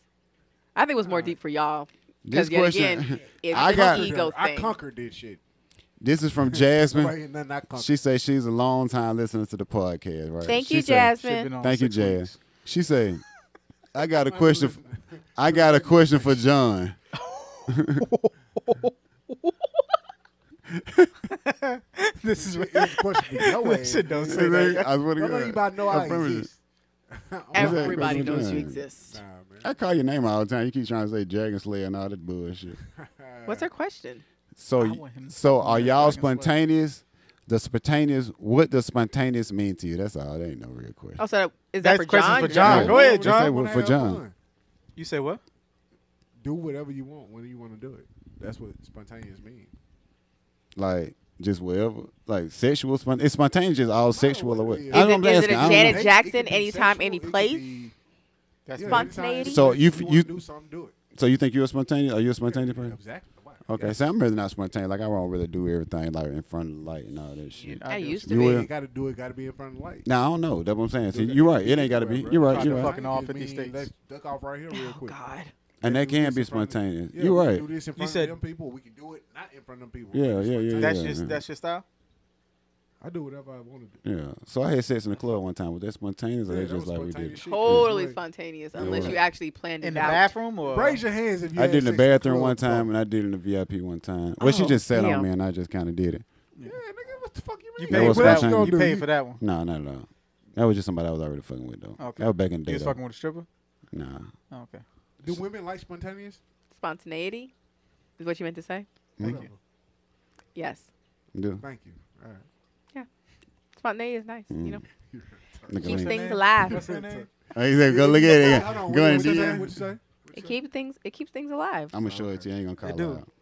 Speaker 5: I think it was more deep for y'all.
Speaker 2: This
Speaker 5: Because yet
Speaker 2: question-
Speaker 5: again, it's
Speaker 2: I
Speaker 5: an
Speaker 2: got-
Speaker 5: ego
Speaker 4: I
Speaker 5: thing.
Speaker 4: conquered this shit.
Speaker 2: This is from
Speaker 4: Right
Speaker 2: Jasmine.
Speaker 4: here, nothing I conquered.
Speaker 2: She says she's a long time listener to the podcast. Right.
Speaker 5: Thank
Speaker 2: She
Speaker 5: you,
Speaker 2: say-
Speaker 3: shit been
Speaker 5: Jasmine.
Speaker 3: on
Speaker 2: Thank you,
Speaker 3: six weeks.
Speaker 2: Jazz. She say, "I got a question. f- I got a question for John.
Speaker 3: this is
Speaker 4: This question be your
Speaker 3: that
Speaker 4: ass.
Speaker 3: shit don't say that.
Speaker 2: I swear to
Speaker 4: Don't
Speaker 2: God.
Speaker 4: everybody know
Speaker 2: I
Speaker 4: I
Speaker 2: promise you.
Speaker 4: exist.
Speaker 2: What's
Speaker 5: Everybody
Speaker 2: that
Speaker 5: knows you
Speaker 2: question?
Speaker 5: exist.
Speaker 4: Nah, man.
Speaker 2: I call your name all the time. You keep trying to say Dragon Slayer and all that bullshit.
Speaker 5: What's her question?
Speaker 2: So,
Speaker 3: I
Speaker 2: y-
Speaker 3: want him to
Speaker 2: so
Speaker 3: come
Speaker 2: are
Speaker 3: in
Speaker 2: y'all
Speaker 3: Dragon Slayer.
Speaker 2: spontaneous? The spontaneous. What does spontaneous mean to you? That's all. That ain't no real question.
Speaker 5: Oh, so that, is that
Speaker 3: That's
Speaker 5: for
Speaker 3: questions
Speaker 5: John?
Speaker 3: for John.
Speaker 2: Yeah.
Speaker 3: Go ahead,
Speaker 2: They
Speaker 3: John.
Speaker 2: say
Speaker 4: You
Speaker 2: what-
Speaker 4: wanna
Speaker 2: for
Speaker 4: have
Speaker 2: John.
Speaker 4: fun.
Speaker 3: You say what?
Speaker 4: Do whatever you want when you want to do it. That's what spontaneous means.
Speaker 2: Like just whatever. Like sexual. Spont- it's spontaneous. Just all sexual or what?
Speaker 4: Is
Speaker 2: I
Speaker 5: it-
Speaker 2: don't
Speaker 5: is
Speaker 2: ask.
Speaker 5: it a
Speaker 4: It-
Speaker 5: Janet
Speaker 4: it
Speaker 5: Jackson,
Speaker 4: could be
Speaker 5: anytime,
Speaker 4: sexual,
Speaker 5: any
Speaker 4: it could
Speaker 5: place?
Speaker 4: be-
Speaker 3: That's
Speaker 4: yeah,
Speaker 3: fine.
Speaker 4: anytime, any
Speaker 5: Spontaneity?
Speaker 2: So
Speaker 4: place
Speaker 2: you f-
Speaker 4: wanna
Speaker 2: you-
Speaker 4: do something, do it.
Speaker 2: So you think you're a spontaneous? Are you a spontaneous person?
Speaker 4: Exactly. Why?
Speaker 2: Okay, so I'm really not spontaneous. Like I don't really do everything like in front of the light and all that shit.
Speaker 5: I used to
Speaker 2: You
Speaker 5: be.
Speaker 2: will.
Speaker 4: You gotta do it. Gotta be in front of the light.
Speaker 2: Now I don't know. That's what I'm saying. So you're right. It ain't got to be. You're right.
Speaker 3: Try
Speaker 2: You're
Speaker 3: to
Speaker 2: right.
Speaker 3: fucking all
Speaker 4: Just
Speaker 3: 50
Speaker 4: mean,
Speaker 3: states.
Speaker 4: let's duck off right here real
Speaker 5: Oh
Speaker 4: quick.
Speaker 5: God.
Speaker 2: And that
Speaker 4: Let's do
Speaker 2: can
Speaker 4: this
Speaker 2: be
Speaker 4: in front of-
Speaker 2: spontaneous.
Speaker 4: Yeah,
Speaker 2: You're
Speaker 4: we can
Speaker 2: right.
Speaker 4: Do this in front of
Speaker 3: said-
Speaker 4: them people. We can do it not in front of them people.
Speaker 2: Yeah,
Speaker 4: It's
Speaker 2: yeah, yeah,
Speaker 4: spontaneous.
Speaker 2: yeah.
Speaker 3: That's just that's your style.
Speaker 4: I do whatever I want to do.
Speaker 2: Yeah. So I had sex in the club one time. Was that spontaneous or
Speaker 4: Yeah,
Speaker 2: that
Speaker 4: that was
Speaker 2: just like we did?
Speaker 4: spontaneous
Speaker 2: it?
Speaker 4: shit.
Speaker 5: Totally
Speaker 4: Yeah.
Speaker 5: spontaneous,
Speaker 2: Yeah,
Speaker 5: unless
Speaker 2: right.
Speaker 5: you actually planned
Speaker 3: In
Speaker 5: it
Speaker 3: the
Speaker 5: out.
Speaker 3: bathroom or
Speaker 4: Raise your hands if you.
Speaker 2: I
Speaker 4: had
Speaker 2: did in the
Speaker 4: sex club
Speaker 2: bathroom one
Speaker 4: before.
Speaker 2: time and I did in the VIP one time. Well, she
Speaker 3: Oh,
Speaker 2: just sat on
Speaker 5: damn.
Speaker 2: me and I just kind of did it.
Speaker 4: Yeah, nigga, what the fuck you
Speaker 3: You
Speaker 4: mean?
Speaker 2: That
Speaker 3: paid
Speaker 2: was
Speaker 3: for that
Speaker 2: spontaneous.
Speaker 4: What
Speaker 3: one.
Speaker 4: else
Speaker 3: You
Speaker 4: gonna do?
Speaker 3: paid for that one.
Speaker 2: No, not at all. That was just somebody I was already fucking with though.
Speaker 3: Okay.
Speaker 2: That was back in the
Speaker 3: You
Speaker 2: day.
Speaker 3: was
Speaker 2: though.
Speaker 3: fucking with a stripper?
Speaker 2: Nah.
Speaker 3: Oh, okay.
Speaker 4: Do women like spontaneous?
Speaker 5: Spontaneity is what you meant to say?
Speaker 3: Thank you.
Speaker 5: Yes.
Speaker 2: Yeah.
Speaker 4: Thank you. All right.
Speaker 5: Spontaneity is nice,
Speaker 2: Mm.
Speaker 5: you know.
Speaker 2: Nigga
Speaker 5: Keeps
Speaker 2: ain't-
Speaker 5: things alive.
Speaker 4: What's her name?
Speaker 2: Oh, he said, go look at it.
Speaker 4: Hold on,
Speaker 2: Go
Speaker 4: what-
Speaker 2: in
Speaker 4: what's her name?
Speaker 2: DM.
Speaker 4: What you say?
Speaker 5: It keeps things it keeps things alive.
Speaker 2: I'm gonna show it to you. I ain't gonna
Speaker 3: Hey,
Speaker 2: call it
Speaker 3: dude.
Speaker 2: out.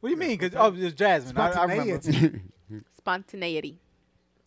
Speaker 3: What do you mean? Cause oh, it's Jasmine. I, I remember.
Speaker 5: Spontaneity.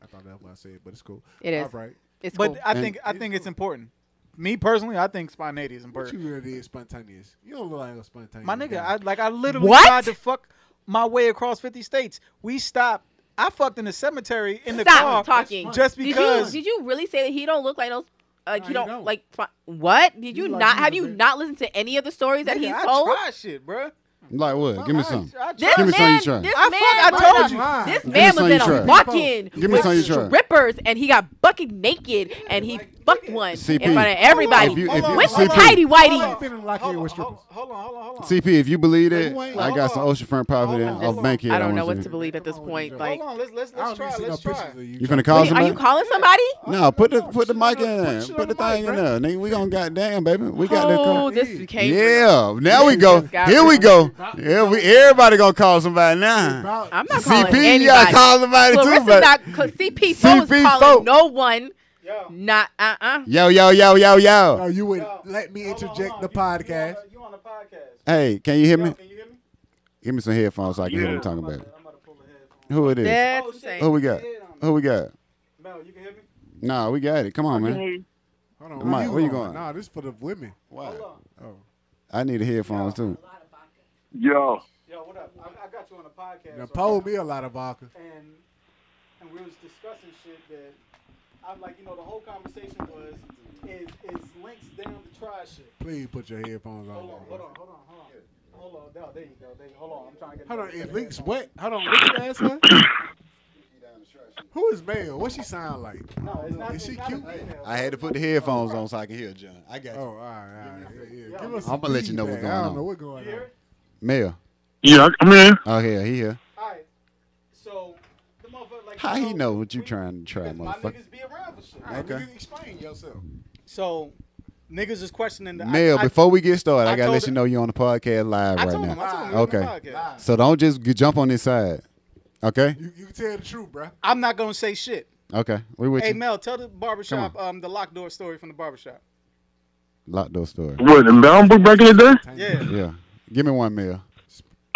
Speaker 4: I thought that was what I said, but it's cool.
Speaker 5: It is.
Speaker 4: All right.
Speaker 5: It's
Speaker 3: But
Speaker 5: cool.
Speaker 3: I
Speaker 2: And-
Speaker 3: think I think it's important. Me personally, I think spontaneity is
Speaker 4: What
Speaker 3: important.
Speaker 4: you really is spontaneous. You don't look like a spontaneous.
Speaker 3: My nigga,
Speaker 4: guy.
Speaker 3: I like I literally
Speaker 5: What?
Speaker 3: tried to fuck my way across 50 states. We stopped. I fucked in the cemetery in the car
Speaker 5: Stop talking.
Speaker 3: just
Speaker 5: Did
Speaker 3: because
Speaker 5: you, did you really say that he don't look like those? Like
Speaker 4: No,
Speaker 5: you
Speaker 4: he
Speaker 5: don't
Speaker 4: don't.
Speaker 5: like fi- what? Did
Speaker 4: You
Speaker 5: you,
Speaker 4: like
Speaker 5: not?
Speaker 4: you
Speaker 5: Have
Speaker 4: a
Speaker 5: you
Speaker 4: bit.
Speaker 5: not listened to any of the stories that
Speaker 3: Nigga,
Speaker 5: he's
Speaker 3: I
Speaker 5: told?
Speaker 3: tried shit, bro.
Speaker 2: Like what? Give me
Speaker 3: I-
Speaker 2: some.
Speaker 3: I tried.
Speaker 5: This
Speaker 2: Give me some you
Speaker 5: man,
Speaker 2: tried.
Speaker 5: this
Speaker 3: I
Speaker 5: man,
Speaker 3: fuck- I
Speaker 5: was
Speaker 3: told
Speaker 5: in
Speaker 3: you.
Speaker 5: a- This
Speaker 4: Give
Speaker 2: me
Speaker 5: man
Speaker 2: some
Speaker 5: was
Speaker 2: you
Speaker 5: in a
Speaker 2: tried.
Speaker 5: walk-in
Speaker 2: Give me some you
Speaker 5: with
Speaker 2: tried.
Speaker 5: strippers, and he got bucket naked, and he fucked one
Speaker 2: CP,
Speaker 5: in front of
Speaker 2: if
Speaker 5: everybody
Speaker 2: you- if you-
Speaker 5: with
Speaker 2: CP.
Speaker 5: some tidy
Speaker 4: I ain't
Speaker 5: whitey.
Speaker 4: been in the locker room with strippers.
Speaker 3: Hold on, hold on, hold on.
Speaker 2: CP, if you believe it,
Speaker 4: Wait,
Speaker 2: I got some
Speaker 3: hold on.
Speaker 2: oceanfront property
Speaker 3: Hold on,
Speaker 2: off
Speaker 3: hold
Speaker 2: bank here.
Speaker 5: I don't know what
Speaker 2: see.
Speaker 5: to believe at this
Speaker 4: Come on,
Speaker 5: point.
Speaker 4: Joe.
Speaker 5: like,
Speaker 3: hold on, let's let's
Speaker 4: I
Speaker 3: let's
Speaker 4: don't
Speaker 3: try,
Speaker 4: even see no
Speaker 3: let's try.
Speaker 4: pictures of you.
Speaker 2: You finna call
Speaker 5: wait, are
Speaker 2: somebody?
Speaker 5: you calling somebody?
Speaker 2: No, put the put the
Speaker 3: shit on
Speaker 2: mic
Speaker 3: the-
Speaker 2: in
Speaker 3: put
Speaker 2: there.
Speaker 3: shit
Speaker 2: Put
Speaker 3: on
Speaker 2: the
Speaker 3: the mic,
Speaker 2: thing in
Speaker 3: bro.
Speaker 2: there. Nigga, we gonna goddamn, baby. We got that
Speaker 5: Oh,
Speaker 2: cover.
Speaker 5: this became
Speaker 2: Yeah, now we go.
Speaker 5: This guy
Speaker 2: Here we
Speaker 5: really-
Speaker 2: go. Here we everybody gonna call somebody now.
Speaker 4: About-
Speaker 5: I'm not calling
Speaker 2: CP,
Speaker 5: anybody.
Speaker 2: you gotta call somebody too,
Speaker 5: Clarissa's
Speaker 2: but
Speaker 5: not. Cause CP folk
Speaker 2: CP
Speaker 5: is calling
Speaker 2: folk.
Speaker 5: no one.
Speaker 3: Yo,
Speaker 5: Not uh uh
Speaker 2: yo, yo, yo, yo,
Speaker 4: No,
Speaker 2: yo.
Speaker 4: you would
Speaker 3: yo,
Speaker 4: let me
Speaker 3: hold on,
Speaker 4: interject
Speaker 3: hold
Speaker 4: the
Speaker 3: on. You- you on
Speaker 4: podcast.
Speaker 3: the- You on the podcast?
Speaker 2: Hey, can you hear me?
Speaker 3: Yo, can you hear me?
Speaker 2: Give me some headphones so I can hear what I'm
Speaker 3: I'm
Speaker 2: talking
Speaker 3: about
Speaker 2: about.
Speaker 3: to- I'm about to pull the headphones.
Speaker 2: Who it is?
Speaker 5: That's
Speaker 3: Oh,
Speaker 5: the
Speaker 3: shit.
Speaker 5: same.
Speaker 2: Who we got? Who we got?
Speaker 3: Mel, you can hear me?
Speaker 2: Nah, we got it. Come on, man.
Speaker 4: Hold on,
Speaker 2: Mike, where you going?
Speaker 4: Nah, this is for the women.
Speaker 3: Hold on.
Speaker 4: Oh,
Speaker 2: I need headphones too.
Speaker 6: Yo,
Speaker 3: Yo, what up? I, I got you on the podcast.
Speaker 4: now
Speaker 3: right
Speaker 4: poll
Speaker 3: now.
Speaker 4: me a lot of vodka.
Speaker 3: and and we was discussing shit that I'm like, you know, the whole conversation was is is links down to try shit.
Speaker 4: Please put your headphones on.
Speaker 3: Hold on, hold on, hold on, hold on. Hold on, no, there you go. There you, hold on, I'm trying to get.
Speaker 4: Hold on,
Speaker 3: another
Speaker 4: is
Speaker 3: set
Speaker 4: Links
Speaker 3: of
Speaker 4: what? Hold on, what you ask her? Who is Mel? What she sound like?
Speaker 3: headphones. No, it's not.
Speaker 4: Is she
Speaker 3: it's not
Speaker 4: cute?
Speaker 3: A female.
Speaker 2: I had to put the headphones on so I can hear John. I got
Speaker 4: Oh, all
Speaker 2: you.
Speaker 4: right, all right. Yeah, yeah. Give us
Speaker 2: I'ma
Speaker 4: some
Speaker 2: let you know what's
Speaker 4: feedback.
Speaker 2: going
Speaker 4: I don't
Speaker 2: on.
Speaker 4: know what's going
Speaker 3: You hear
Speaker 4: on.
Speaker 3: it?
Speaker 2: Mel.
Speaker 6: yeah, I'm here.
Speaker 2: Oh yeah, he here.
Speaker 3: All right. So the motherfucker like.
Speaker 2: How
Speaker 3: you
Speaker 2: he
Speaker 3: know
Speaker 2: know what you
Speaker 3: we-
Speaker 2: trying to try,
Speaker 3: because My
Speaker 2: motherfucker?
Speaker 3: niggas be around for shit.
Speaker 4: All right,
Speaker 2: Okay.
Speaker 4: nigga, explain yourself.
Speaker 3: So niggas is questioning the. I-
Speaker 2: Mel,
Speaker 3: I,
Speaker 2: before we get started, I,
Speaker 3: I
Speaker 2: gotta let
Speaker 3: told
Speaker 2: you
Speaker 3: her-
Speaker 2: know you're on the podcast live
Speaker 3: I,
Speaker 2: right
Speaker 3: told
Speaker 2: now.
Speaker 3: him. I told him.
Speaker 2: Okay.
Speaker 3: on the podcast.
Speaker 4: Lies.
Speaker 2: So don't just g- jump on this side. Okay?
Speaker 4: You you can tell the truth, bruh.
Speaker 3: I'm not gonna say shit.
Speaker 2: Okay. We with
Speaker 3: Hey
Speaker 2: you.
Speaker 3: Mel, tell the barbershop um the locked door story from the barbershop.
Speaker 2: Lock door story.
Speaker 6: What, in Bound Book back in the day?
Speaker 3: Yeah.
Speaker 2: Yeah. Give me one Mel.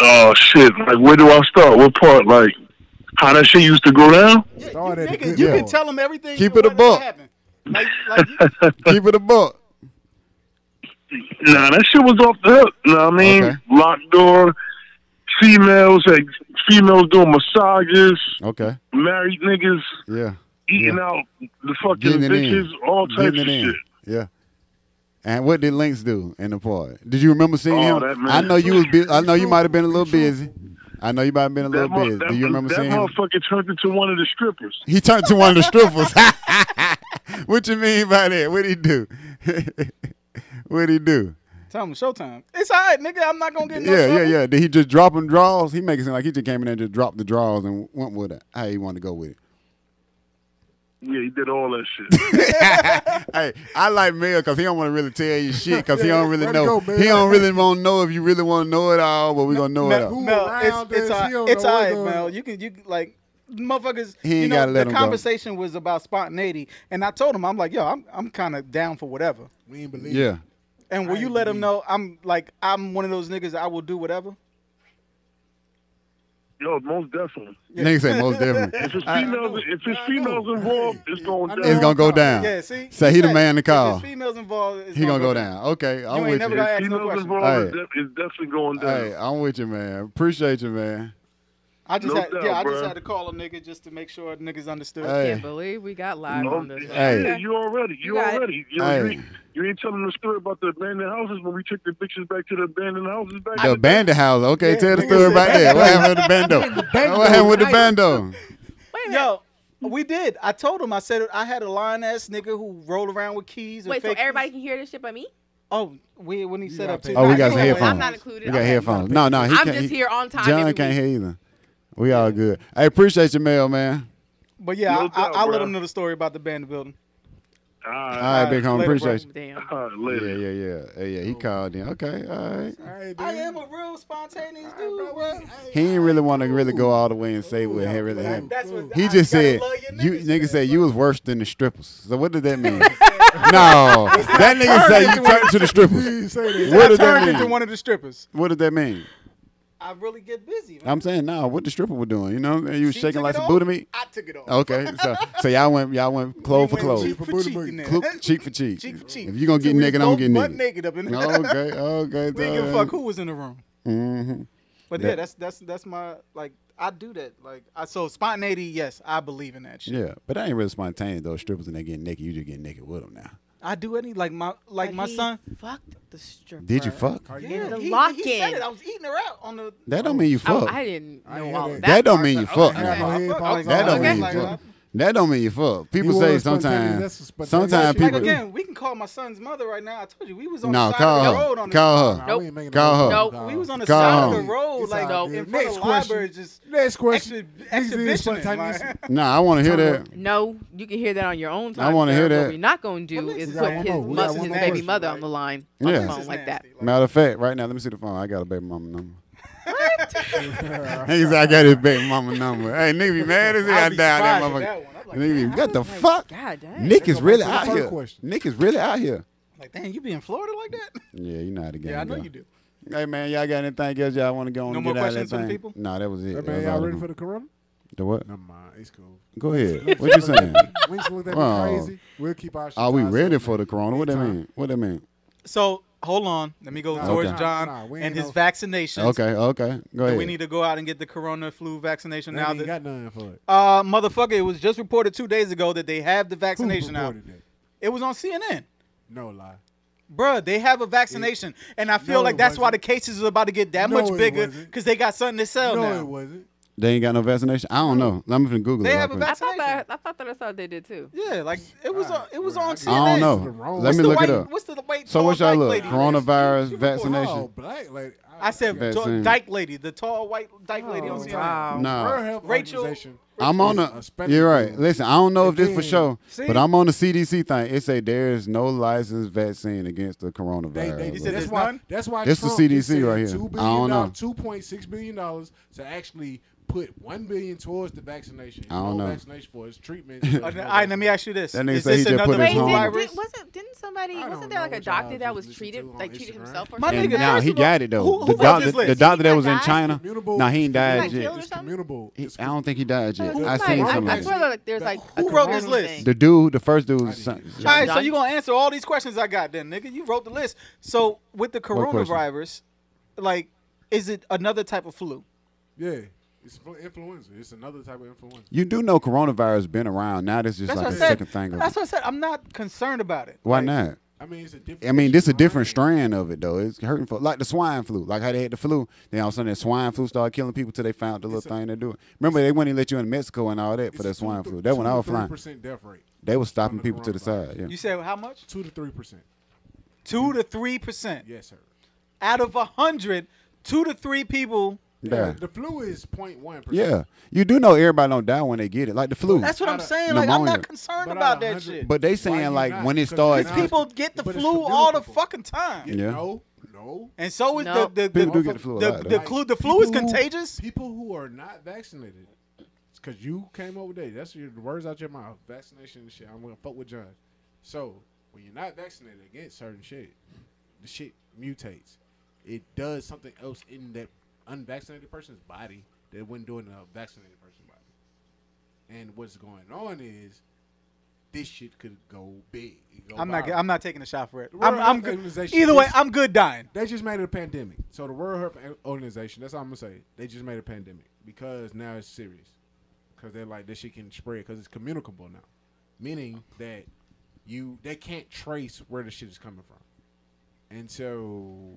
Speaker 6: Oh, shit. Like, where do I start? What part? Like, how that shit used to go down?
Speaker 3: Yeah, you,
Speaker 4: Start at a
Speaker 3: nigga,
Speaker 4: good
Speaker 3: you
Speaker 2: level.
Speaker 3: can tell them everything.
Speaker 2: Keep
Speaker 3: you
Speaker 2: it a
Speaker 3: want
Speaker 2: buck.
Speaker 3: to happen. Like, like you,
Speaker 2: Keep it a buck.
Speaker 6: Nah, that shit was off the hook. You know what I mean?
Speaker 2: Okay.
Speaker 6: Locked door, females, like, females doing massages,
Speaker 2: Okay.
Speaker 6: married niggas
Speaker 2: Yeah.
Speaker 6: eating
Speaker 2: Yeah.
Speaker 6: out the fucking
Speaker 2: Getting it
Speaker 6: bitches,
Speaker 2: in.
Speaker 6: all types
Speaker 2: Getting
Speaker 6: of
Speaker 2: it in.
Speaker 6: shit.
Speaker 2: Yeah. And what did Lynx do in the part? Did you remember seeing
Speaker 6: Oh, that
Speaker 2: him?
Speaker 6: man.
Speaker 2: I know you was. Bu- I know you might have been a little
Speaker 4: Be truthful.
Speaker 2: busy. I know you might have been a little
Speaker 6: mo-
Speaker 2: busy. Do you remember
Speaker 6: that
Speaker 2: seeing him?
Speaker 6: motherfucker turned into one of the strippers.
Speaker 2: He turned to one of the strippers. what you mean by that? What would he do? what would he do?
Speaker 3: tell them showtime. It's all right, nigga. I'm not gonna get no
Speaker 2: yeah, yeah,
Speaker 3: trouble.
Speaker 2: yeah. Did he just drop him draws? He make it seem like he just came in there and just dropped the draws and went with it. How he wanted to go with it.
Speaker 6: Yeah, he did all that shit.
Speaker 2: hey, I like Mel because he don't want to really tell you shit because he don't really
Speaker 4: Let it
Speaker 2: know.
Speaker 4: go, Mel.
Speaker 2: he don't really want to know if you really want to know it all, but we're gonna know it
Speaker 3: Mel,
Speaker 2: all.
Speaker 3: Mel,
Speaker 4: around
Speaker 3: it's
Speaker 4: this,
Speaker 3: it's all
Speaker 4: he don't
Speaker 3: right, it's
Speaker 4: know
Speaker 3: all
Speaker 4: what's
Speaker 3: right,
Speaker 4: going
Speaker 3: Mel.
Speaker 4: on.
Speaker 3: You can you can, like motherfuckers.
Speaker 2: He ain't
Speaker 3: you know,
Speaker 2: gotta let
Speaker 3: the
Speaker 2: 'em go.
Speaker 3: conversation was about spontaneity, and I told him I'm like, yo, I'm I'm kind of down for whatever.
Speaker 4: We ain't believe.
Speaker 2: Yeah.
Speaker 3: And will
Speaker 4: I
Speaker 3: you let him
Speaker 4: agree.
Speaker 3: know I'm like I'm one of those niggas that I will do whatever.
Speaker 6: Yo, most definitely.
Speaker 2: Nigga say most definitely.
Speaker 6: If it's
Speaker 2: I-
Speaker 6: females, if it's
Speaker 4: I
Speaker 6: females
Speaker 4: know.
Speaker 6: involved, it's going
Speaker 4: I
Speaker 6: down.
Speaker 4: know.
Speaker 2: It's gonna go down.
Speaker 3: Yeah, see.
Speaker 2: Say he the
Speaker 3: said,
Speaker 2: man to
Speaker 3: if
Speaker 2: call.
Speaker 3: there's females involved. It's
Speaker 2: He gonna go down. Okay, I'm
Speaker 3: ain't
Speaker 2: with
Speaker 3: never
Speaker 2: you.
Speaker 3: gonna ask no
Speaker 6: females
Speaker 3: question.
Speaker 6: involved,
Speaker 2: Hey.
Speaker 6: it's, de- it's definitely going down.
Speaker 2: Hey, I'm with you, man. Appreciate you, man.
Speaker 3: I just
Speaker 6: No
Speaker 3: had,
Speaker 6: doubt,
Speaker 3: yeah, I just
Speaker 6: bruh.
Speaker 3: had to call a nigga just to make sure niggas understood.
Speaker 2: Hey.
Speaker 5: Can't believe we got live
Speaker 6: Oh,
Speaker 5: on this.
Speaker 2: Hey.
Speaker 6: yeah, you already,
Speaker 5: You
Speaker 6: you,
Speaker 5: got it.
Speaker 6: already, you,
Speaker 2: Hey.
Speaker 6: you, ain't, you ain't telling the story about the abandoned houses when we took the bitches back to the abandoned houses back. in
Speaker 2: The
Speaker 6: day.
Speaker 2: bandit house. Okay,
Speaker 3: Yeah,
Speaker 2: tell the
Speaker 3: nigga
Speaker 2: story
Speaker 3: said
Speaker 2: about that. What happened with the bando? What happened with the bando?
Speaker 5: Wait a minute.
Speaker 3: Yo, we did. I told him. I said I had a lying ass nigga who rolled around with keys. and
Speaker 5: Wait, so
Speaker 3: fake
Speaker 5: everybody
Speaker 3: keys.
Speaker 5: can hear this shit but me?
Speaker 3: Oh, we when he
Speaker 4: You
Speaker 3: set
Speaker 4: gotta
Speaker 3: up.
Speaker 4: pay
Speaker 3: to-
Speaker 2: Oh, we got
Speaker 5: I'm
Speaker 2: some
Speaker 5: not-
Speaker 2: headphones.
Speaker 5: I'm not included.
Speaker 2: We got
Speaker 5: Okay.
Speaker 2: headphones. No, no, he
Speaker 5: I'm
Speaker 2: can't.
Speaker 5: just
Speaker 2: he-
Speaker 5: here on time.
Speaker 2: John
Speaker 5: every
Speaker 2: can't
Speaker 5: week.
Speaker 2: hear either. We all good. Hey, appreciate you, mail, man.
Speaker 3: But yeah,
Speaker 6: No
Speaker 3: I, I,
Speaker 6: doubt,
Speaker 3: I'll let
Speaker 6: bruh.
Speaker 3: them know the story about the band building.
Speaker 6: All right,
Speaker 2: All right, big homie.
Speaker 3: Later, bro.
Speaker 2: Appreciate you.
Speaker 5: Damn.
Speaker 6: all right,
Speaker 2: Yeah,
Speaker 6: Ah, later.
Speaker 2: yeah, yeah. Hey, yeah, he called in. Okay, all right.
Speaker 3: I am a real spontaneous dude. Bro.
Speaker 2: He didn't really want to really go all the way and say what had really happened.
Speaker 3: That's what
Speaker 2: He
Speaker 3: I
Speaker 2: just
Speaker 3: gotta
Speaker 2: said
Speaker 3: love your
Speaker 2: you
Speaker 3: niggas,
Speaker 2: nigga
Speaker 3: man.
Speaker 2: said you was worse than the strippers. So what did that mean? no, that nigga said you turned to the strippers. What
Speaker 3: I
Speaker 2: did that
Speaker 3: turned into
Speaker 2: mean?
Speaker 3: one of the strippers.
Speaker 2: What did that mean?
Speaker 3: I really get busy. Man.
Speaker 2: I'm saying no. What the stripper was doing? You know, and you was
Speaker 3: She
Speaker 2: shaking
Speaker 3: took
Speaker 2: like
Speaker 3: it
Speaker 2: some
Speaker 3: off,
Speaker 2: booty meat. Oh,
Speaker 3: I took it off.
Speaker 2: Okay, so so y'all went y'all went clove for
Speaker 3: Went
Speaker 2: clove,
Speaker 3: cheek for cheek in there.
Speaker 2: Clo- cheek for cheek.
Speaker 3: Cheek for cheek.
Speaker 2: If you gonna
Speaker 3: So
Speaker 2: get
Speaker 3: we
Speaker 2: naked, I'm
Speaker 3: both
Speaker 2: getting Oh,
Speaker 3: butt
Speaker 2: naked.
Speaker 3: naked up in there.
Speaker 2: okay, okay.
Speaker 3: We didn't give a fuck who was in the room.
Speaker 2: hmm
Speaker 3: But
Speaker 2: That-
Speaker 3: yeah, that's that's that's my like I do that. Like I so spontaneity, yes, I believe in that shit.
Speaker 2: Yeah, but that ain't really spontaneous though. Strippers and they getting naked, you just getting naked with them now.
Speaker 3: I do any like my like
Speaker 5: But
Speaker 3: my
Speaker 5: he
Speaker 3: son.
Speaker 5: fucked the stripper.
Speaker 2: Did you fuck?
Speaker 5: Yeah, the
Speaker 3: he, he said
Speaker 5: lock-in.
Speaker 3: it. I was eating her out on the
Speaker 2: That don't mean you
Speaker 5: Oh,
Speaker 2: fuck.
Speaker 5: I didn't
Speaker 4: I
Speaker 5: know
Speaker 4: hear
Speaker 5: all
Speaker 4: that.
Speaker 5: of
Speaker 2: that
Speaker 5: that.
Speaker 2: don't mean you fuck.
Speaker 4: I
Speaker 2: now.
Speaker 4: know.
Speaker 3: I
Speaker 4: head
Speaker 3: fuck-
Speaker 4: pop.
Speaker 3: okay,
Speaker 2: That don't
Speaker 3: okay.
Speaker 2: mean you
Speaker 3: Like,
Speaker 2: fuck.
Speaker 3: uh,
Speaker 2: That don't mean you fuck. People
Speaker 4: You
Speaker 2: say
Speaker 4: were spontaneous, that's a
Speaker 2: sometimes.
Speaker 4: spontaneous
Speaker 2: Sometimes
Speaker 4: shit.
Speaker 3: Like
Speaker 2: people.
Speaker 3: again, we can call my son's mother right now. I told you we was on
Speaker 2: no,
Speaker 3: the side of the
Speaker 2: call
Speaker 3: road
Speaker 2: her.
Speaker 3: on the
Speaker 2: Call her.
Speaker 5: Nope.
Speaker 2: Call her.
Speaker 5: Nope.
Speaker 3: We was on the
Speaker 2: Call
Speaker 3: side of
Speaker 2: him.
Speaker 3: the road,
Speaker 4: It's
Speaker 3: like
Speaker 4: all good.
Speaker 3: in front
Speaker 4: Next
Speaker 3: of the library,
Speaker 4: question.
Speaker 3: just
Speaker 4: Next question.
Speaker 3: exhi- exhibitioning. like-
Speaker 2: Nah, I want to hear that.
Speaker 5: No, you can hear that on your own time.
Speaker 2: wanna
Speaker 5: sir.
Speaker 2: hear that.
Speaker 5: What we're not going to do
Speaker 3: Well,
Speaker 5: is
Speaker 3: listen,
Speaker 5: put
Speaker 4: man.
Speaker 5: his,
Speaker 4: We got
Speaker 5: mu-
Speaker 4: one
Speaker 5: his
Speaker 4: more
Speaker 5: baby
Speaker 4: question,
Speaker 5: mother
Speaker 3: right?
Speaker 5: on the line
Speaker 2: Yeah.
Speaker 5: on the
Speaker 2: This
Speaker 5: phone
Speaker 2: is
Speaker 5: like that.
Speaker 2: Matter of fact, right now, let me see the phone. I got a baby mama number. Nigga said I got his baby mama number. Hey, nigga be mad as hell. I down
Speaker 3: I'd be
Speaker 2: that
Speaker 3: surprised at
Speaker 2: motherfucker.
Speaker 3: that one. I'm like,
Speaker 2: Nigga be,
Speaker 5: I
Speaker 2: what the
Speaker 5: was like,
Speaker 2: fuck?
Speaker 5: God damn.
Speaker 2: Nick
Speaker 4: go
Speaker 2: is
Speaker 4: back
Speaker 2: really
Speaker 4: to the
Speaker 2: out
Speaker 4: first
Speaker 2: here.
Speaker 4: question.
Speaker 2: Nick is really out here.
Speaker 3: Like, damn, you be in Florida like that?
Speaker 2: Yeah, you know how the game
Speaker 3: Yeah, I know
Speaker 2: go.
Speaker 3: you do.
Speaker 2: Hey man, y'all got anything else y'all want to go on
Speaker 3: No
Speaker 2: and
Speaker 3: more
Speaker 2: get out of that
Speaker 3: questions from the
Speaker 2: thing?
Speaker 3: people?
Speaker 2: No, that was it. That
Speaker 4: man,
Speaker 2: was
Speaker 4: y'all
Speaker 2: all
Speaker 4: ready
Speaker 2: the-
Speaker 4: for the corona?
Speaker 2: the what?
Speaker 4: Never mind, it's cool.
Speaker 2: Go ahead. What you saying?
Speaker 4: Wings look that
Speaker 2: Wow.
Speaker 4: crazy. We'll keep our. shit
Speaker 2: Are we
Speaker 4: to
Speaker 2: ready
Speaker 4: ourselves,
Speaker 2: for the
Speaker 4: man.
Speaker 2: corona? What that
Speaker 4: Anytime.
Speaker 2: mean? What that mean?
Speaker 3: So hold on, let me go
Speaker 4: Nah,
Speaker 3: towards
Speaker 2: okay.
Speaker 3: John
Speaker 4: Nah, we ain't
Speaker 3: and his
Speaker 4: no-
Speaker 3: vaccinations.
Speaker 2: Okay, okay. Go
Speaker 3: Do
Speaker 2: ahead.
Speaker 3: we need to go out and get the corona flu vaccination
Speaker 4: They
Speaker 3: now?
Speaker 4: ain't
Speaker 3: That
Speaker 4: got nothing for it.
Speaker 3: uh, motherfucker, it was just reported two days ago that they have the
Speaker 4: Who
Speaker 3: vaccination out.
Speaker 4: reported that?
Speaker 3: It was on CNN.
Speaker 4: No lie.
Speaker 3: Bruh, they have a vaccination, and I feel
Speaker 4: No,
Speaker 3: like
Speaker 4: it
Speaker 3: that's why the
Speaker 4: wasn't.
Speaker 3: cases are about to get that
Speaker 4: No,
Speaker 3: much
Speaker 4: it
Speaker 3: bigger
Speaker 4: wasn't.
Speaker 3: because they got something to sell
Speaker 4: no,
Speaker 3: now.
Speaker 4: it wasn't.
Speaker 2: they ain't got no vaccination. I don't know. I'm gonna Google
Speaker 3: They
Speaker 2: it. real
Speaker 3: have a
Speaker 2: quick.
Speaker 5: I
Speaker 3: vac-
Speaker 5: thought that I thought that I saw what they did too.
Speaker 3: Yeah, like it was on. It was on CNN.
Speaker 2: I don't
Speaker 4: It's the
Speaker 2: know.
Speaker 4: wrong-
Speaker 2: Let
Speaker 4: What's
Speaker 2: me
Speaker 3: the
Speaker 2: look
Speaker 3: white,
Speaker 2: it up.
Speaker 3: What's the white?
Speaker 2: So
Speaker 3: tall
Speaker 2: what's y'all
Speaker 3: dyke
Speaker 2: look?
Speaker 3: lady?
Speaker 2: Coronavirus
Speaker 3: She reported-
Speaker 2: vaccination.
Speaker 4: Oh, black lady.
Speaker 3: I said
Speaker 2: Vaccine.
Speaker 3: tall dyke lady, the tall white dyke lady on
Speaker 5: Oh,
Speaker 3: CNN.
Speaker 5: wow.
Speaker 4: World
Speaker 2: Nah,
Speaker 4: Health
Speaker 3: Rachel-
Speaker 4: Organization.
Speaker 2: I'm on
Speaker 4: is
Speaker 2: the.
Speaker 4: spectacle.
Speaker 2: You're right. Listen, I don't know if this for
Speaker 4: Again.
Speaker 2: sure,
Speaker 3: See?
Speaker 2: but I'm on the CDC thing. It say there is no licensed vaccine against the
Speaker 4: They,
Speaker 2: coronavirus.
Speaker 4: they,
Speaker 3: You said
Speaker 4: that's
Speaker 3: there's
Speaker 4: why.
Speaker 3: none?
Speaker 4: That's why.
Speaker 2: This the
Speaker 4: Trump
Speaker 2: CDC
Speaker 4: is saying
Speaker 2: right here.
Speaker 4: $2
Speaker 2: I don't know.
Speaker 4: Two point six billion dollars to actually put one billion towards the vaccination.
Speaker 2: I don't
Speaker 4: no
Speaker 2: know.
Speaker 4: Vaccination for its treatment.
Speaker 3: Uh, All right, let me ask you this:
Speaker 2: That nigga
Speaker 3: Is
Speaker 2: said he
Speaker 3: this
Speaker 2: just
Speaker 3: another
Speaker 2: put his
Speaker 5: Wait,
Speaker 2: home.
Speaker 5: did,
Speaker 3: virus?
Speaker 5: did, wasn't didn't somebody
Speaker 4: I
Speaker 5: wasn't
Speaker 4: don't
Speaker 5: there like
Speaker 4: know
Speaker 5: a
Speaker 4: what y'all
Speaker 5: doctor that
Speaker 4: just
Speaker 5: was
Speaker 4: listen
Speaker 5: treated
Speaker 4: to on
Speaker 5: like treated
Speaker 4: Instagram.
Speaker 5: himself or
Speaker 3: My
Speaker 5: something?
Speaker 2: And
Speaker 3: nigga,
Speaker 2: nah,
Speaker 3: first
Speaker 2: he
Speaker 3: of all,
Speaker 2: got it though.
Speaker 3: who- who
Speaker 2: the
Speaker 3: wrote
Speaker 2: doctor,
Speaker 3: this list?
Speaker 2: the doctor
Speaker 1: He
Speaker 2: that
Speaker 1: got
Speaker 2: was in
Speaker 1: died?
Speaker 2: China.
Speaker 4: Immutable-
Speaker 2: Nah, he ain't
Speaker 4: He
Speaker 2: died
Speaker 4: got
Speaker 2: yet.
Speaker 5: killed?
Speaker 4: It's
Speaker 5: or something?
Speaker 4: communicable.
Speaker 2: He-
Speaker 4: It's
Speaker 2: I don't think he died yet.
Speaker 5: Somebody-
Speaker 2: I
Speaker 4: Who-
Speaker 2: seen
Speaker 4: Right,
Speaker 2: something.
Speaker 5: I, I
Speaker 2: like
Speaker 5: swear
Speaker 2: that.
Speaker 5: like there's like
Speaker 3: Who
Speaker 5: a
Speaker 3: wrote this
Speaker 5: corona
Speaker 3: list?
Speaker 5: thing.
Speaker 2: The dude, the first dude, was son-
Speaker 3: All right, so
Speaker 5: Done.
Speaker 3: you gonna answer all these questions I got then, nigga? You wrote the list. So with the
Speaker 2: What question?
Speaker 3: coronavirus, like, is it another type of flu?
Speaker 4: Yeah, it's flu- influenza. It's another type of influenza.
Speaker 2: you do know coronavirus been around. Now this is just
Speaker 3: That's
Speaker 2: like
Speaker 3: what
Speaker 2: the
Speaker 3: I said.
Speaker 2: second thing. Of,
Speaker 3: That's what I said. I'm not concerned about it.
Speaker 2: why
Speaker 4: like-
Speaker 2: not?
Speaker 4: I mean, it's a different.
Speaker 2: I mean, this is a different
Speaker 4: strain.
Speaker 2: strand of it though. It's hurting for like the swine flu, like how they had the flu. Then all of a sudden, the swine flu started killing people till they found the little thing they're doing. Remember, they wouldn't let you in Mexico and all that for the swine flu. That went all flying.
Speaker 4: Percent death rate.
Speaker 2: They were stopping
Speaker 4: from the
Speaker 2: people to the
Speaker 4: coronavirus.
Speaker 2: side. Yeah.
Speaker 3: You said how much?
Speaker 4: Two to three percent.
Speaker 3: Two to three percent.
Speaker 4: Yes, sir.
Speaker 3: Out of a hundred, two to three people.
Speaker 2: Yeah.
Speaker 4: The flu is 0.1 percent.
Speaker 2: yeah, you do know everybody don't die when they get it, like the flu.
Speaker 3: That's what I'm
Speaker 4: Outta-
Speaker 3: saying. Like, I'm
Speaker 2: Pneumonia.
Speaker 3: not concerned
Speaker 4: But
Speaker 3: about
Speaker 4: outta
Speaker 3: that
Speaker 4: 100
Speaker 3: shit.
Speaker 2: But they
Speaker 4: Why you
Speaker 2: saying like
Speaker 4: not?
Speaker 2: when it
Speaker 4: 'Cause
Speaker 2: starts,
Speaker 4: it's
Speaker 3: people get the
Speaker 4: But it's
Speaker 3: flu all the
Speaker 4: communicable.
Speaker 3: fucking time.
Speaker 4: Yeah.
Speaker 2: Yeah.
Speaker 4: No, no.
Speaker 3: And so is
Speaker 5: Nope.
Speaker 3: the the
Speaker 2: People
Speaker 3: the,
Speaker 2: do get the flu a
Speaker 3: the,
Speaker 2: lot,
Speaker 3: the
Speaker 2: though.
Speaker 3: flu. The flu is
Speaker 4: People who-
Speaker 3: contagious.
Speaker 4: people who are not vaccinated, because you came over there. That's your the words out your mouth. Vaccination and shit. I'm gonna fuck with John. So when you're not vaccinated against certain shit, the shit mutates. It does something else in that unvaccinated person's body that it wouldn't do in a vaccinated person's body. And what's going on is this shit could go big. It go
Speaker 3: I'm not.
Speaker 4: viral.
Speaker 3: I'm not taking a shot for it.
Speaker 4: The World
Speaker 3: I'm. I'm
Speaker 4: Health
Speaker 3: good.
Speaker 4: Organization
Speaker 3: Either way,
Speaker 4: is-
Speaker 3: I'm good dying.
Speaker 4: They just made it a pandemic. So the World Health Organization, that's all I'm gonna say. They just made it a pandemic because now it's serious. Because they're like this shit can spread because it's communicable now, meaning that you they can't trace where the shit is coming from, and so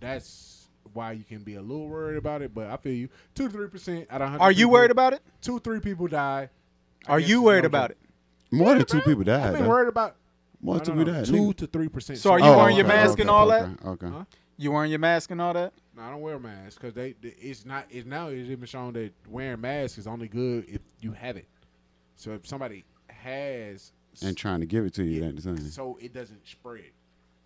Speaker 4: that's why you can be a little worried about it. But I feel you, two to three percent out of hundred.
Speaker 3: Are you worried about it?
Speaker 4: Two three people die. I
Speaker 3: Are
Speaker 4: guess
Speaker 3: you
Speaker 4: it's
Speaker 3: worried
Speaker 4: no
Speaker 3: about it?
Speaker 4: joke.
Speaker 2: more than two people
Speaker 4: I've
Speaker 2: died.
Speaker 4: been
Speaker 2: though.
Speaker 4: worried about
Speaker 2: More
Speaker 4: no,
Speaker 2: than two
Speaker 4: no,
Speaker 2: people
Speaker 4: no,
Speaker 2: died.
Speaker 4: two to three percent.
Speaker 3: So are you
Speaker 2: Oh,
Speaker 3: wearing your
Speaker 2: okay,
Speaker 3: mask
Speaker 2: okay,
Speaker 3: and all
Speaker 2: okay, Okay.
Speaker 4: Huh?
Speaker 3: You wearing your mask and all that?
Speaker 4: No, I don't wear masks because they, they- it's not it's now it's even shown that wearing masks is only good if you have it. So if somebody has
Speaker 2: and trying to give it to you
Speaker 4: it-
Speaker 2: at the time.
Speaker 4: so it doesn't spread.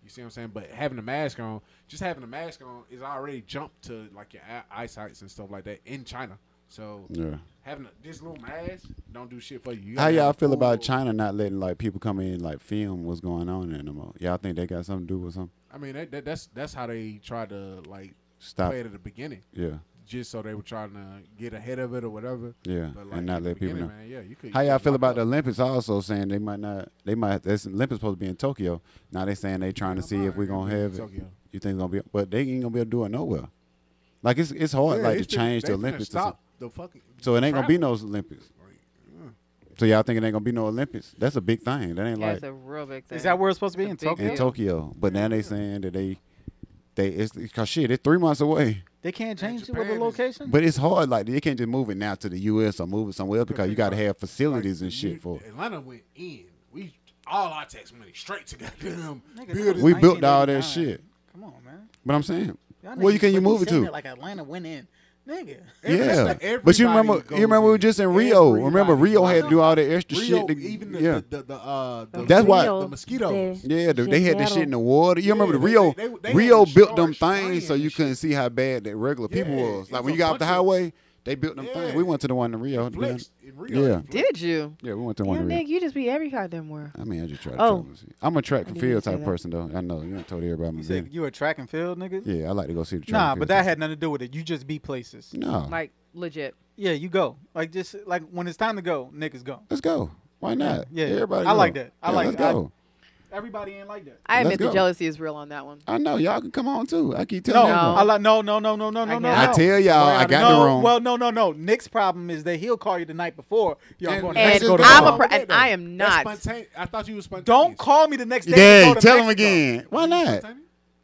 Speaker 4: You see what I'm saying? But having a mask on, just having a mask on, is already jumped to like your eye- eyesights and stuff like that in China. So
Speaker 2: Yeah.
Speaker 4: having a, this little mask don't do shit for you. You
Speaker 2: How
Speaker 4: gotta have
Speaker 2: y'all
Speaker 4: a
Speaker 2: feel about
Speaker 4: full-
Speaker 2: China not letting like people come in and, like film what's going on there no more? Y'all think they got something to do with something?
Speaker 4: I mean, that, that, that's that's how they tried to like
Speaker 2: Stop.
Speaker 4: play it at the beginning,
Speaker 2: Yeah.
Speaker 4: just so they were trying to get ahead of it or whatever.
Speaker 2: Yeah,
Speaker 4: But,
Speaker 2: and
Speaker 4: like,
Speaker 2: not
Speaker 4: at the
Speaker 2: let people
Speaker 4: beginning,
Speaker 2: know.
Speaker 4: Man, yeah, you could.
Speaker 2: How
Speaker 4: you
Speaker 2: y'all
Speaker 4: could
Speaker 2: feel
Speaker 4: lock
Speaker 2: about the
Speaker 4: up.
Speaker 2: Olympics? Also saying they might not, they might. This Olympics supposed to be in Tokyo. Now they saying they trying to see if we gonna
Speaker 4: Yeah,
Speaker 2: have it.
Speaker 4: Tokyo.
Speaker 2: You think it's gonna be? But they ain't gonna be able to do it nowhere. Like it's it's hard
Speaker 4: Yeah,
Speaker 2: like to
Speaker 4: it's just-
Speaker 2: change
Speaker 4: they
Speaker 2: the
Speaker 4: finna
Speaker 2: Olympics. to some-
Speaker 4: Stop the fucking.
Speaker 2: so it ain't gonna be
Speaker 4: travel.
Speaker 2: no Olympics. So y'all think it ain't gonna be no Olympics? That's a big thing. That ain't like
Speaker 5: That's a real big thing.
Speaker 3: Is that where it's supposed to be in
Speaker 5: It's a big
Speaker 3: Tokyo?
Speaker 2: in Tokyo. But now they saying that they they it's cause shit. It's three months away.
Speaker 3: They can't change it with
Speaker 4: Japan
Speaker 3: the
Speaker 4: is-
Speaker 3: location.
Speaker 2: But it's hard. Like you can't just move it now to the U.S. or move it somewhere else because you gotta have facilities and
Speaker 4: You-
Speaker 2: shit for. it.
Speaker 4: Atlanta went in. We all our tax money straight to goddamn
Speaker 3: Nigga, that was
Speaker 4: building.
Speaker 2: We built all that
Speaker 3: 1989.
Speaker 2: shit.
Speaker 3: Come on, man.
Speaker 2: But I'm saying,
Speaker 3: Y'all
Speaker 2: where you
Speaker 3: niggas-
Speaker 2: can you
Speaker 3: but
Speaker 2: move it
Speaker 3: saying
Speaker 2: to?
Speaker 3: Like Atlanta went in, nigga.
Speaker 2: Yeah,
Speaker 4: Everybody
Speaker 2: but you remember,
Speaker 4: goes
Speaker 2: you remember we
Speaker 4: in.
Speaker 2: were just in Rio.
Speaker 4: Everybody
Speaker 2: Remember Rio had to do all the extra
Speaker 4: Rio,
Speaker 2: shit. To,
Speaker 4: even the,
Speaker 2: yeah,
Speaker 4: the, the, the, uh, the
Speaker 2: That's why-
Speaker 4: the mosquitoes.
Speaker 2: yeah, the, they had the shit in the water. You remember the
Speaker 4: they-
Speaker 2: Rio?
Speaker 4: they- they- they
Speaker 2: Rio
Speaker 4: had to
Speaker 2: built them
Speaker 4: charge
Speaker 2: things so
Speaker 4: flying
Speaker 2: you
Speaker 4: and
Speaker 2: couldn't see how bad the regular people
Speaker 4: Yeah,
Speaker 2: was. Like
Speaker 4: it's
Speaker 2: when
Speaker 4: a
Speaker 2: you got off the
Speaker 4: bunch of-
Speaker 2: highway, they built them things.
Speaker 4: Yeah.
Speaker 2: We went to the one in Rio. to be
Speaker 4: Flex
Speaker 2: honest.
Speaker 4: in Rio.
Speaker 2: Yeah.
Speaker 5: Did you?
Speaker 2: Yeah, we went to the one
Speaker 5: Yeah,
Speaker 2: in Rio.
Speaker 5: Nick, you just be every goddamn where.
Speaker 2: I mean, I just tried.
Speaker 5: Oh.
Speaker 2: To tell I'm a track and
Speaker 5: didn't
Speaker 2: field
Speaker 5: say
Speaker 2: type
Speaker 5: that.
Speaker 2: person though. I know you ain't told everybody.
Speaker 3: You
Speaker 2: I'm
Speaker 3: said
Speaker 2: doing.
Speaker 3: you a track and field nigga?
Speaker 2: Yeah, I like to go see the track.
Speaker 3: nah,
Speaker 2: and field
Speaker 3: but that
Speaker 2: stuff.
Speaker 3: had nothing to do with it. You just be places.
Speaker 2: no.
Speaker 5: Like legit.
Speaker 3: Yeah, you go. Like just like when it's time to go, niggas go.
Speaker 2: let's go. Why not?
Speaker 3: yeah.
Speaker 2: everybody.
Speaker 3: I
Speaker 2: go.
Speaker 3: like that. I
Speaker 2: Yeah,
Speaker 3: like
Speaker 2: Let's
Speaker 3: that. I-
Speaker 2: go.
Speaker 3: Everybody ain't like that.
Speaker 5: I
Speaker 2: Let's
Speaker 5: admit the
Speaker 2: go.
Speaker 5: jealousy is real on that one.
Speaker 2: I know y'all can come on too. I keep
Speaker 3: No,
Speaker 2: telling y'all.
Speaker 3: I like no, no, no, no, no, no, no.
Speaker 5: can't.
Speaker 2: I tell y'all, I got
Speaker 3: no,
Speaker 2: the wrong.
Speaker 3: Well, no, no, no. Nick's problem is that he'll call you the night before. Y'all
Speaker 4: And-
Speaker 3: going
Speaker 4: Let's
Speaker 5: And
Speaker 3: to go to
Speaker 2: the
Speaker 5: I'm
Speaker 2: mall.
Speaker 5: a pro-
Speaker 4: Yeah,
Speaker 5: and
Speaker 4: though.
Speaker 5: I am
Speaker 4: That's
Speaker 5: not.
Speaker 4: spontaneous. I thought you was spontaneous.
Speaker 3: Don't call me the next day. to
Speaker 2: yeah,
Speaker 3: go to
Speaker 2: tell him
Speaker 3: Mexico.
Speaker 2: again. Why not?
Speaker 4: Spontaneous?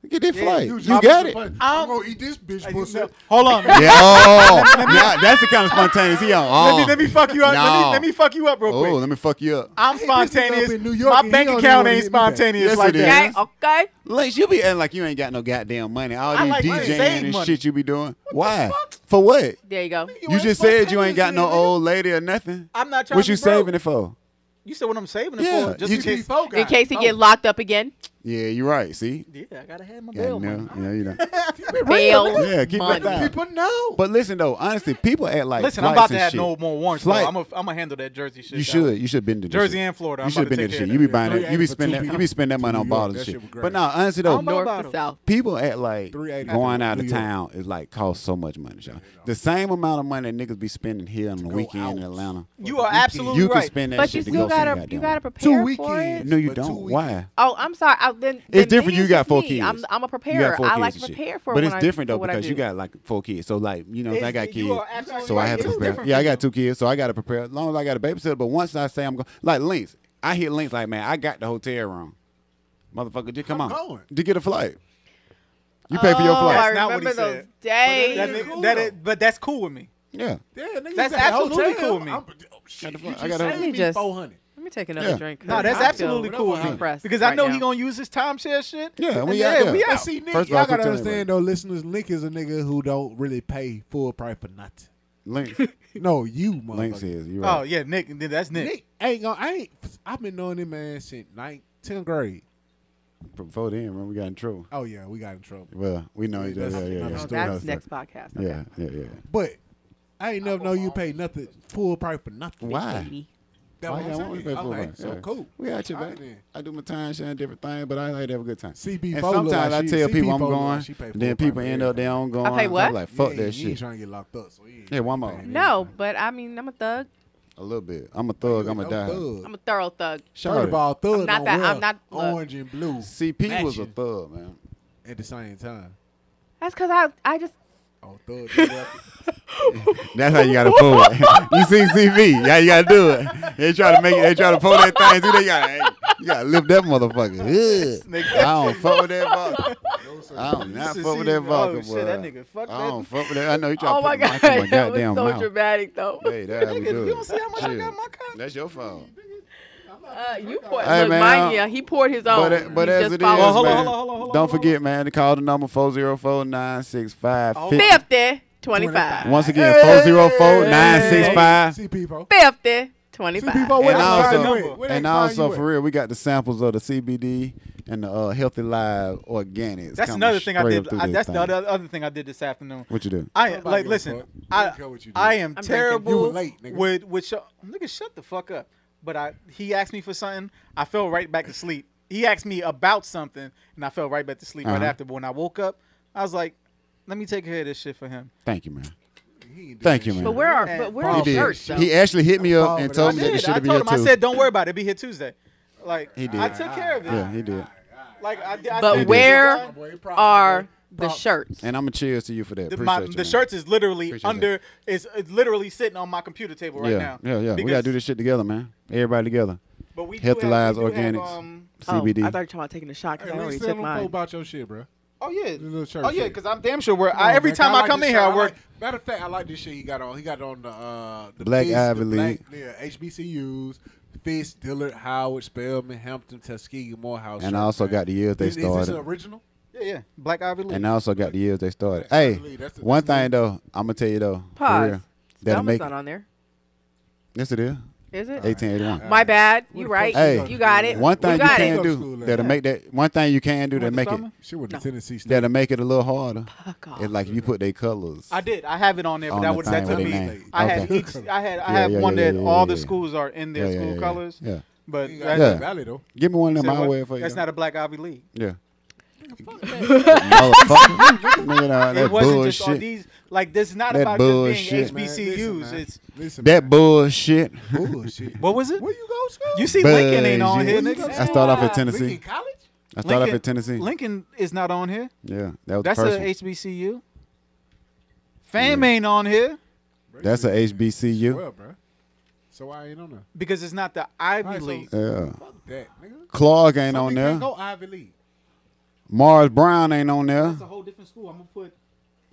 Speaker 2: Get that flight.
Speaker 4: You,
Speaker 2: You,
Speaker 4: was dropping
Speaker 2: got
Speaker 4: the
Speaker 2: it.
Speaker 4: button.
Speaker 3: I'm-
Speaker 4: I'm gonna eat this bitch
Speaker 3: Like,
Speaker 4: pussy.
Speaker 3: no, Hold on.
Speaker 2: Yeah, oh, yeah, that's the kind of spontaneous he on. Oh.
Speaker 3: Let me let me fuck you up. Let
Speaker 2: No.
Speaker 3: me let me fuck you up real quick.
Speaker 2: Oh, let me fuck you up.
Speaker 3: I'm
Speaker 4: He was
Speaker 3: spontaneous.
Speaker 4: up in New York
Speaker 3: My
Speaker 4: and he
Speaker 3: bank
Speaker 4: don't
Speaker 3: account
Speaker 4: even
Speaker 3: ain't
Speaker 4: hit me back.
Speaker 3: spontaneous
Speaker 2: Yes,
Speaker 3: like
Speaker 2: it is.
Speaker 3: that.
Speaker 5: Okay, okay.
Speaker 2: Lace, you be acting like you ain't got no goddamn money. All
Speaker 3: I
Speaker 2: these
Speaker 3: like money.
Speaker 2: DJing
Speaker 3: Save
Speaker 2: and
Speaker 3: money.
Speaker 2: shit you be doing. Why? For what?
Speaker 5: There you go.
Speaker 2: You just said you ain't got no old lady or nothing.
Speaker 3: I'm not trying
Speaker 2: What
Speaker 3: to
Speaker 2: you
Speaker 3: be broke.
Speaker 2: saving it for?
Speaker 3: You said what I'm saving it
Speaker 2: Yeah,
Speaker 3: for. Just
Speaker 2: you
Speaker 3: in
Speaker 2: keep-
Speaker 3: case.
Speaker 5: In case he
Speaker 4: Oh.
Speaker 5: get locked up again,
Speaker 2: Yeah, you're right. See,
Speaker 3: Yeah, I gotta have my
Speaker 2: yeah,
Speaker 3: bail money.
Speaker 2: no, yeah, you know.
Speaker 5: bail
Speaker 2: Yeah, keep
Speaker 5: money.
Speaker 2: it down.
Speaker 4: People know.
Speaker 2: But listen though, honestly, people act like
Speaker 3: Listen, I'm
Speaker 2: flights
Speaker 3: about to
Speaker 2: and
Speaker 3: have
Speaker 2: shit.
Speaker 3: no more warrants.
Speaker 2: Flight-
Speaker 3: I'm gonna handle that Jersey shit.
Speaker 2: You
Speaker 3: though.
Speaker 2: should. You should have been to this
Speaker 3: Jersey
Speaker 2: shit.
Speaker 3: and Florida.
Speaker 2: You
Speaker 3: I'm
Speaker 2: should have
Speaker 3: about
Speaker 2: been to
Speaker 3: to take
Speaker 2: this
Speaker 3: care
Speaker 2: shit.
Speaker 3: of Oh,
Speaker 2: You
Speaker 3: that.
Speaker 2: be buying
Speaker 4: Three
Speaker 2: that. You be
Speaker 4: eighty for
Speaker 2: spending
Speaker 4: two
Speaker 2: that. You
Speaker 4: people.
Speaker 2: be spending that money
Speaker 4: Two
Speaker 2: on
Speaker 4: people.
Speaker 2: bottles and
Speaker 4: That
Speaker 2: shit.
Speaker 4: shit was great.
Speaker 2: But no, honestly though,
Speaker 3: I'm about-
Speaker 5: north to
Speaker 3: Colorado.
Speaker 5: south.
Speaker 2: people act like
Speaker 4: 380
Speaker 2: going out of
Speaker 4: New York.
Speaker 2: town is like costs so much money, y'all. The same amount of money that niggas be spending here on the weekend in
Speaker 4: out.
Speaker 2: Atlanta.
Speaker 3: You are absolutely
Speaker 2: You
Speaker 3: right.
Speaker 2: can spend that
Speaker 5: But you
Speaker 2: shit
Speaker 5: still
Speaker 2: to go see
Speaker 5: gotta
Speaker 2: goddamn
Speaker 5: you
Speaker 2: one.
Speaker 5: gotta prepare for
Speaker 4: weekends.
Speaker 5: it.
Speaker 2: No, you
Speaker 4: But two
Speaker 2: don't.
Speaker 4: weekends.
Speaker 2: Why?
Speaker 5: Oh, I'm sorry. I, then, then
Speaker 2: different,
Speaker 5: me
Speaker 2: you
Speaker 5: is
Speaker 2: got
Speaker 5: just
Speaker 2: four
Speaker 5: me.
Speaker 2: kids.
Speaker 5: I'm, I'm a
Speaker 2: You
Speaker 5: preparer.
Speaker 2: got four
Speaker 5: I
Speaker 2: kids
Speaker 5: like to
Speaker 2: and shit.
Speaker 5: prepare for.
Speaker 2: But
Speaker 5: when
Speaker 2: it's
Speaker 5: I-
Speaker 2: different though
Speaker 5: for what I
Speaker 2: because you
Speaker 5: do.
Speaker 2: got like four kids. So like you know, if I
Speaker 3: It's-
Speaker 2: got
Speaker 3: you
Speaker 2: kids.
Speaker 3: are absolutely
Speaker 2: So I
Speaker 3: right.
Speaker 2: have to
Speaker 3: It's
Speaker 2: prepare.
Speaker 3: different
Speaker 2: Yeah,
Speaker 3: for
Speaker 2: I got
Speaker 3: you.
Speaker 2: two kids, so I got to prepare. As long as I got a babysitter, but once I say I'm going, like links, I hit links like man, I got the hotel room. Motherfucker, just come
Speaker 4: I'm
Speaker 2: on,
Speaker 4: going.
Speaker 2: to get a flight. You pay for your
Speaker 5: Oh,
Speaker 2: flight.
Speaker 5: I
Speaker 3: That's not what
Speaker 5: remember
Speaker 3: he
Speaker 5: those
Speaker 3: said.
Speaker 5: days.
Speaker 3: That
Speaker 4: Yeah,
Speaker 3: nigga-
Speaker 4: cool
Speaker 3: that
Speaker 4: though.
Speaker 3: is- but that's cool with me.
Speaker 2: Yeah,
Speaker 4: Yeah, nigga,
Speaker 3: That's
Speaker 4: you got a
Speaker 3: absolutely
Speaker 4: hotel.
Speaker 3: cool with me.
Speaker 4: I'm- oh, shit,
Speaker 2: the
Speaker 4: you
Speaker 2: fuck- I
Speaker 4: just
Speaker 2: gotta-
Speaker 4: saved
Speaker 5: Let me
Speaker 4: me
Speaker 5: just-
Speaker 4: 400.
Speaker 5: Let me take another
Speaker 2: Yeah.
Speaker 5: drink.
Speaker 3: No, that's
Speaker 5: I feel
Speaker 3: absolutely cool with me
Speaker 5: depressed
Speaker 3: because I
Speaker 5: right
Speaker 3: know
Speaker 5: now.
Speaker 3: he gonna use his timeshare shit.
Speaker 2: yeah,
Speaker 3: and
Speaker 2: we
Speaker 3: yeah,
Speaker 2: out. Yeah.
Speaker 3: we out.
Speaker 4: But see, Nick,
Speaker 2: First of all,
Speaker 4: y'all
Speaker 2: quit
Speaker 4: gotta
Speaker 2: telling
Speaker 4: understand though, listeners, Nick is a nigga who don't really pay full price for nothing.
Speaker 2: Links,
Speaker 4: No, you
Speaker 2: links
Speaker 4: motherfucker.
Speaker 2: is you
Speaker 3: Oh
Speaker 2: right.
Speaker 3: yeah, Nick. That's Nick.
Speaker 4: Nick ain't gonna. I ain't. I've been knowing him man since ninth, tenth grade.
Speaker 2: Before then, remember we got in trouble.
Speaker 4: Oh yeah, we got in trouble.
Speaker 2: Well, we know each other.
Speaker 4: That's
Speaker 2: Yeah, yeah,
Speaker 4: another
Speaker 2: yeah.
Speaker 5: Oh,
Speaker 4: story.
Speaker 5: that's next podcast. Okay.
Speaker 2: Yeah, yeah, yeah.
Speaker 4: But I ain't never know you pay nothing full price for nothing.
Speaker 2: Why?
Speaker 5: Baby.
Speaker 4: That's
Speaker 2: Why
Speaker 4: what I'm
Speaker 2: y'all
Speaker 4: saying.
Speaker 2: want me to pay full
Speaker 4: Okay,
Speaker 2: price?
Speaker 4: so
Speaker 2: Yeah.
Speaker 4: cool.
Speaker 2: We out your
Speaker 4: All right
Speaker 2: back.
Speaker 4: then.
Speaker 2: I do my time, sharing different things, but I like to have a good time.
Speaker 4: CB
Speaker 2: and
Speaker 4: Fo look
Speaker 2: sometimes
Speaker 4: like
Speaker 2: I
Speaker 4: she-
Speaker 2: tell
Speaker 4: CB
Speaker 2: people I'm
Speaker 4: Fo look like
Speaker 2: going,
Speaker 4: she pay full
Speaker 2: then people
Speaker 4: price for
Speaker 2: end up they
Speaker 4: everything.
Speaker 2: don't going.
Speaker 5: I pay
Speaker 2: so I'm
Speaker 5: what?
Speaker 2: like, fuck
Speaker 4: Yeah,
Speaker 2: that
Speaker 4: you ain't
Speaker 2: shit.
Speaker 4: trying to get locked up. So yeah.
Speaker 2: Yeah, one more.
Speaker 5: No, but I mean, I'm a thug.
Speaker 2: A little bit. I'm a thug. I'm a die.
Speaker 4: thug.
Speaker 5: I'm a thorough thug.
Speaker 4: First
Speaker 2: Shout
Speaker 4: of
Speaker 2: out.
Speaker 4: all, thug
Speaker 5: I'm not
Speaker 4: don't
Speaker 5: that-
Speaker 4: wear
Speaker 5: I'm not- look.
Speaker 4: orange and blue
Speaker 2: CP was a
Speaker 4: matching
Speaker 2: thug, man.
Speaker 4: at the same time.
Speaker 5: That's because I I just
Speaker 4: Oh, thug. don't wear-
Speaker 2: That's how you gotta pull it. you see CP. Yeah, you gotta do it. They try to make it. They try to pull that thing. See, they got. Hey, you gotta lift that motherfucker. Ugh. I don't fuck with that vodka. I don't not
Speaker 3: Shit,
Speaker 2: fuck with
Speaker 3: see,
Speaker 2: that vodka,
Speaker 3: oh, shit,
Speaker 2: boy.
Speaker 3: that nigga fuck
Speaker 2: I don't
Speaker 3: that-
Speaker 2: fuck with that. I know you try
Speaker 5: oh
Speaker 2: to
Speaker 5: my
Speaker 2: put
Speaker 5: god,
Speaker 2: mic in my
Speaker 5: that was
Speaker 2: goddamn
Speaker 5: so
Speaker 2: mouth.
Speaker 5: dramatic though.
Speaker 2: Hey, that how we
Speaker 3: Nigga,
Speaker 2: do
Speaker 3: you
Speaker 2: it.
Speaker 3: don't see how much I
Speaker 2: Shit.
Speaker 3: got in my cup?
Speaker 2: That's your fault.
Speaker 5: Uh, you poured.
Speaker 2: Hey,
Speaker 5: look,
Speaker 2: man,
Speaker 5: mine,
Speaker 2: I'm-
Speaker 5: yeah, he poured his own.
Speaker 2: But, it- but
Speaker 5: He
Speaker 2: as
Speaker 5: just
Speaker 2: it is,
Speaker 5: followed
Speaker 3: Well, Oh, hold on,
Speaker 2: man,
Speaker 3: hold on, hold on, hold on,
Speaker 2: don't
Speaker 3: hold on.
Speaker 2: forget, man, to call the number 404 965
Speaker 3: Oh,
Speaker 5: Fifty, twenty-five.
Speaker 2: Once again, 404 965
Speaker 4: See people.
Speaker 5: 50, Twenty
Speaker 4: See, people,
Speaker 3: Oh,
Speaker 5: five.
Speaker 4: where
Speaker 2: And
Speaker 4: they find
Speaker 2: also-
Speaker 4: you at? Where they
Speaker 2: and
Speaker 4: find you
Speaker 2: also
Speaker 4: at?
Speaker 2: for real, we got the samples of the CBD and the uh, Healthy Live Organics.
Speaker 3: That's
Speaker 2: coming
Speaker 3: another thing I
Speaker 2: straight
Speaker 3: did.
Speaker 2: up through
Speaker 3: I,
Speaker 2: this
Speaker 3: that's the
Speaker 2: thing.
Speaker 3: other, other thing I did this afternoon.
Speaker 2: What you do?
Speaker 3: I
Speaker 4: Nobody
Speaker 3: like
Speaker 4: give a
Speaker 3: listen.
Speaker 4: fuck. I
Speaker 3: I
Speaker 4: don't care what you do.
Speaker 3: I am
Speaker 5: I'm drinking.
Speaker 4: You
Speaker 3: terrible
Speaker 4: were late, nigga.
Speaker 3: with with sh- nigga. Shut the fuck up. But I he asked me for something. I fell right back to sleep. He asked me about something, and I fell right back to sleep right
Speaker 2: Uh-huh.
Speaker 3: after. But when I woke up, I was like, "Let me take care of this shit for him."
Speaker 2: Thank you, man.
Speaker 4: He ain't doing
Speaker 2: Thank you,
Speaker 4: that
Speaker 2: man.
Speaker 5: But where are but where
Speaker 3: Oh,
Speaker 2: He
Speaker 5: are
Speaker 2: did.
Speaker 5: shirts though?
Speaker 2: He actually hit me up
Speaker 4: Oh,
Speaker 2: and
Speaker 4: but I
Speaker 2: told me
Speaker 3: I
Speaker 2: that the
Speaker 3: did.
Speaker 2: shit
Speaker 3: I
Speaker 2: would be
Speaker 3: told
Speaker 2: here
Speaker 3: him. I
Speaker 2: too.
Speaker 3: said, "Don't worry about it. It'll Be here Tuesday." Like
Speaker 2: He did.
Speaker 3: I took care of it.
Speaker 2: yeah, he did.
Speaker 3: Like I did. I
Speaker 5: But
Speaker 3: said,
Speaker 5: where
Speaker 4: Boy, it probably
Speaker 5: are
Speaker 4: good.
Speaker 5: the
Speaker 4: Prob-
Speaker 5: shirts?
Speaker 2: And I'm gonna cheers to you for that.
Speaker 3: The,
Speaker 2: Appreciate
Speaker 3: my,
Speaker 2: you,
Speaker 3: the
Speaker 2: man.
Speaker 3: shirts is literally
Speaker 2: Appreciate
Speaker 3: under is it's literally sitting on my computer table right
Speaker 2: yeah,
Speaker 3: now.
Speaker 2: yeah, yeah. We
Speaker 3: Because-
Speaker 2: gotta do this shit together, man. Everybody together.
Speaker 3: But we do
Speaker 2: Healthy
Speaker 3: have-
Speaker 2: Lives
Speaker 3: we do have,
Speaker 2: Organics,
Speaker 3: um,
Speaker 5: Oh, I thought you
Speaker 2: CBD.
Speaker 5: were talking about taking a shot
Speaker 4: Hey,
Speaker 5: because I
Speaker 4: Reese, tell
Speaker 5: already took
Speaker 4: them folk
Speaker 5: mine.
Speaker 4: about your shit, bro.
Speaker 3: Oh yeah.
Speaker 4: little church
Speaker 3: Oh yeah,
Speaker 4: shit.
Speaker 3: because I'm damn sure where
Speaker 4: Come on,
Speaker 3: I, every
Speaker 4: man.
Speaker 3: time I,
Speaker 4: like
Speaker 3: come
Speaker 4: this
Speaker 3: in
Speaker 4: shit.
Speaker 3: here, I
Speaker 4: like-
Speaker 3: work.
Speaker 4: matter of fact, I like this shit he got on. He got on the uh, the
Speaker 2: Black
Speaker 4: Fist,
Speaker 2: Ivy
Speaker 4: the
Speaker 2: League.
Speaker 4: yeah, HBCUs, Fist, Dillard, Howard, Spelman, Hampton, Tuskegee, Morehouse,
Speaker 2: And
Speaker 4: shirt,
Speaker 2: I also
Speaker 4: man.
Speaker 2: got the years they
Speaker 4: Is- Is this
Speaker 2: started.
Speaker 4: an original?
Speaker 3: Yeah, yeah. Black Ivy League.
Speaker 2: And I also got the years they started.
Speaker 4: That's
Speaker 2: Hey,
Speaker 4: not illegal. That's the-
Speaker 2: one
Speaker 4: that's
Speaker 2: thing though, I'm gonna tell you though. For
Speaker 5: Pause.
Speaker 2: real, that'll
Speaker 5: Velma's
Speaker 2: make
Speaker 5: not on there.
Speaker 2: yes it is.
Speaker 5: Is it?
Speaker 2: 1881.
Speaker 5: My bad. You
Speaker 4: What the
Speaker 5: right.
Speaker 4: fuck
Speaker 2: Hey.
Speaker 5: You got it.
Speaker 2: One thing
Speaker 5: you
Speaker 2: you
Speaker 5: got
Speaker 2: can
Speaker 5: it.
Speaker 2: do
Speaker 4: School,
Speaker 2: that'll
Speaker 4: yeah.
Speaker 2: make that one thing you can do
Speaker 3: You
Speaker 2: to
Speaker 3: went to
Speaker 2: make it
Speaker 3: summer?
Speaker 4: She went to Tennessee State.
Speaker 2: that'll make it a little harder.
Speaker 5: Fuck off.
Speaker 2: It's like if you put their colors.
Speaker 3: I did. I have it on there, but
Speaker 2: On
Speaker 3: that
Speaker 2: the
Speaker 3: was
Speaker 2: thing with
Speaker 3: that took
Speaker 2: they
Speaker 3: me.
Speaker 2: name.
Speaker 3: I had
Speaker 2: Okay.
Speaker 3: each. I had. I
Speaker 2: Yeah,
Speaker 3: have
Speaker 2: yeah,
Speaker 3: one
Speaker 2: yeah,
Speaker 3: that
Speaker 2: yeah,
Speaker 3: all
Speaker 2: yeah,
Speaker 3: the
Speaker 2: yeah.
Speaker 3: schools are in their
Speaker 2: Yeah, yeah,
Speaker 3: school
Speaker 2: yeah,
Speaker 3: colors.
Speaker 2: Yeah.
Speaker 3: But
Speaker 4: You
Speaker 3: that-
Speaker 4: got
Speaker 2: Yeah.
Speaker 4: that Valley though.
Speaker 2: Give me one of
Speaker 3: said
Speaker 2: them
Speaker 3: what?
Speaker 2: my way for you.
Speaker 3: that's not a Black Ivy League.
Speaker 2: Yeah. Motherfucker. Nigga, nah, that
Speaker 3: it wasn't just on
Speaker 2: bullshit.
Speaker 3: these. Like this is not
Speaker 2: That
Speaker 3: about
Speaker 2: bullshit.
Speaker 3: just
Speaker 4: Man,
Speaker 3: being HBCUs.
Speaker 4: listen, man.
Speaker 3: It's
Speaker 4: Listen,
Speaker 2: That bullshit.
Speaker 4: man. bullshit.
Speaker 3: what was it?
Speaker 4: Where you go, school?
Speaker 3: You see, Lincoln ain't on
Speaker 2: Bullshit.
Speaker 3: here,
Speaker 2: I
Speaker 3: nigga.
Speaker 2: start off in
Speaker 4: Lincoln
Speaker 2: Tennessee.
Speaker 4: College?
Speaker 2: I start off
Speaker 3: Lincoln-
Speaker 2: in Tennessee.
Speaker 3: Lincoln is not on here.
Speaker 2: Yeah, that was
Speaker 3: That's
Speaker 2: the
Speaker 3: a
Speaker 2: first one.
Speaker 3: HBCU. Fame ain't on here
Speaker 2: That's a HBCU.
Speaker 4: Well, bro. So I ain't on there.
Speaker 3: because it's not the Ivy
Speaker 4: Alright, so-
Speaker 3: League.
Speaker 2: Yeah.
Speaker 4: Fuck that, nigga.
Speaker 2: Clark ain't
Speaker 4: Some
Speaker 2: on
Speaker 4: niggas
Speaker 2: there.
Speaker 4: ain't Go Ivy League.
Speaker 2: Mars Brown ain't on there.
Speaker 3: That's a whole different school. I'm gonna put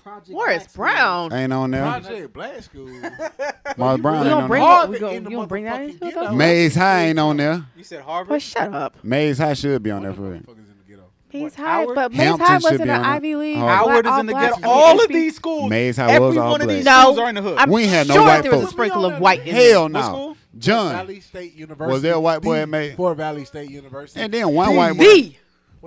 Speaker 3: Project.
Speaker 5: Morris
Speaker 3: Black School.
Speaker 5: Brown.
Speaker 2: Ain't on there.
Speaker 4: Project Black School.
Speaker 2: Mars Brown
Speaker 5: You
Speaker 2: ain't
Speaker 5: don't
Speaker 2: on
Speaker 5: bring
Speaker 2: there.
Speaker 5: that.
Speaker 4: Harvard
Speaker 5: We
Speaker 4: in
Speaker 5: going
Speaker 4: the
Speaker 5: you don't bring that
Speaker 4: motherfucking
Speaker 5: into it
Speaker 4: ghetto.
Speaker 5: though.
Speaker 2: Maze High ain't on there.
Speaker 3: You said Harvard.
Speaker 5: Well, shut up.
Speaker 2: Maze High should be on there
Speaker 4: What the
Speaker 2: for real.
Speaker 4: motherfuckers in the ghetto?
Speaker 5: He's
Speaker 3: What,
Speaker 5: high,
Speaker 3: Howard?
Speaker 5: but Maze
Speaker 2: Hampton
Speaker 5: High
Speaker 2: should be
Speaker 5: wasn't an
Speaker 2: on it.
Speaker 5: Ivy League.
Speaker 2: Howard.
Speaker 5: Black-
Speaker 3: Howard is
Speaker 5: all
Speaker 3: in the
Speaker 5: black
Speaker 3: ghetto.
Speaker 5: people.
Speaker 3: All of
Speaker 5: HB
Speaker 3: these schools.
Speaker 2: Maze High
Speaker 3: every
Speaker 2: was all
Speaker 3: one of
Speaker 2: black.
Speaker 3: these
Speaker 5: No.
Speaker 3: schools are in the hood.
Speaker 5: I'm
Speaker 2: We ain't had no
Speaker 5: sure
Speaker 2: white
Speaker 5: there was a
Speaker 2: folks.
Speaker 5: sprinkle of white in there.
Speaker 2: Hell
Speaker 3: What
Speaker 2: no.
Speaker 3: school?
Speaker 2: John.
Speaker 4: Valley State University.
Speaker 2: there a white boy
Speaker 4: The
Speaker 2: at May-
Speaker 4: Fort Valley State University.
Speaker 2: And then one white boy.
Speaker 5: The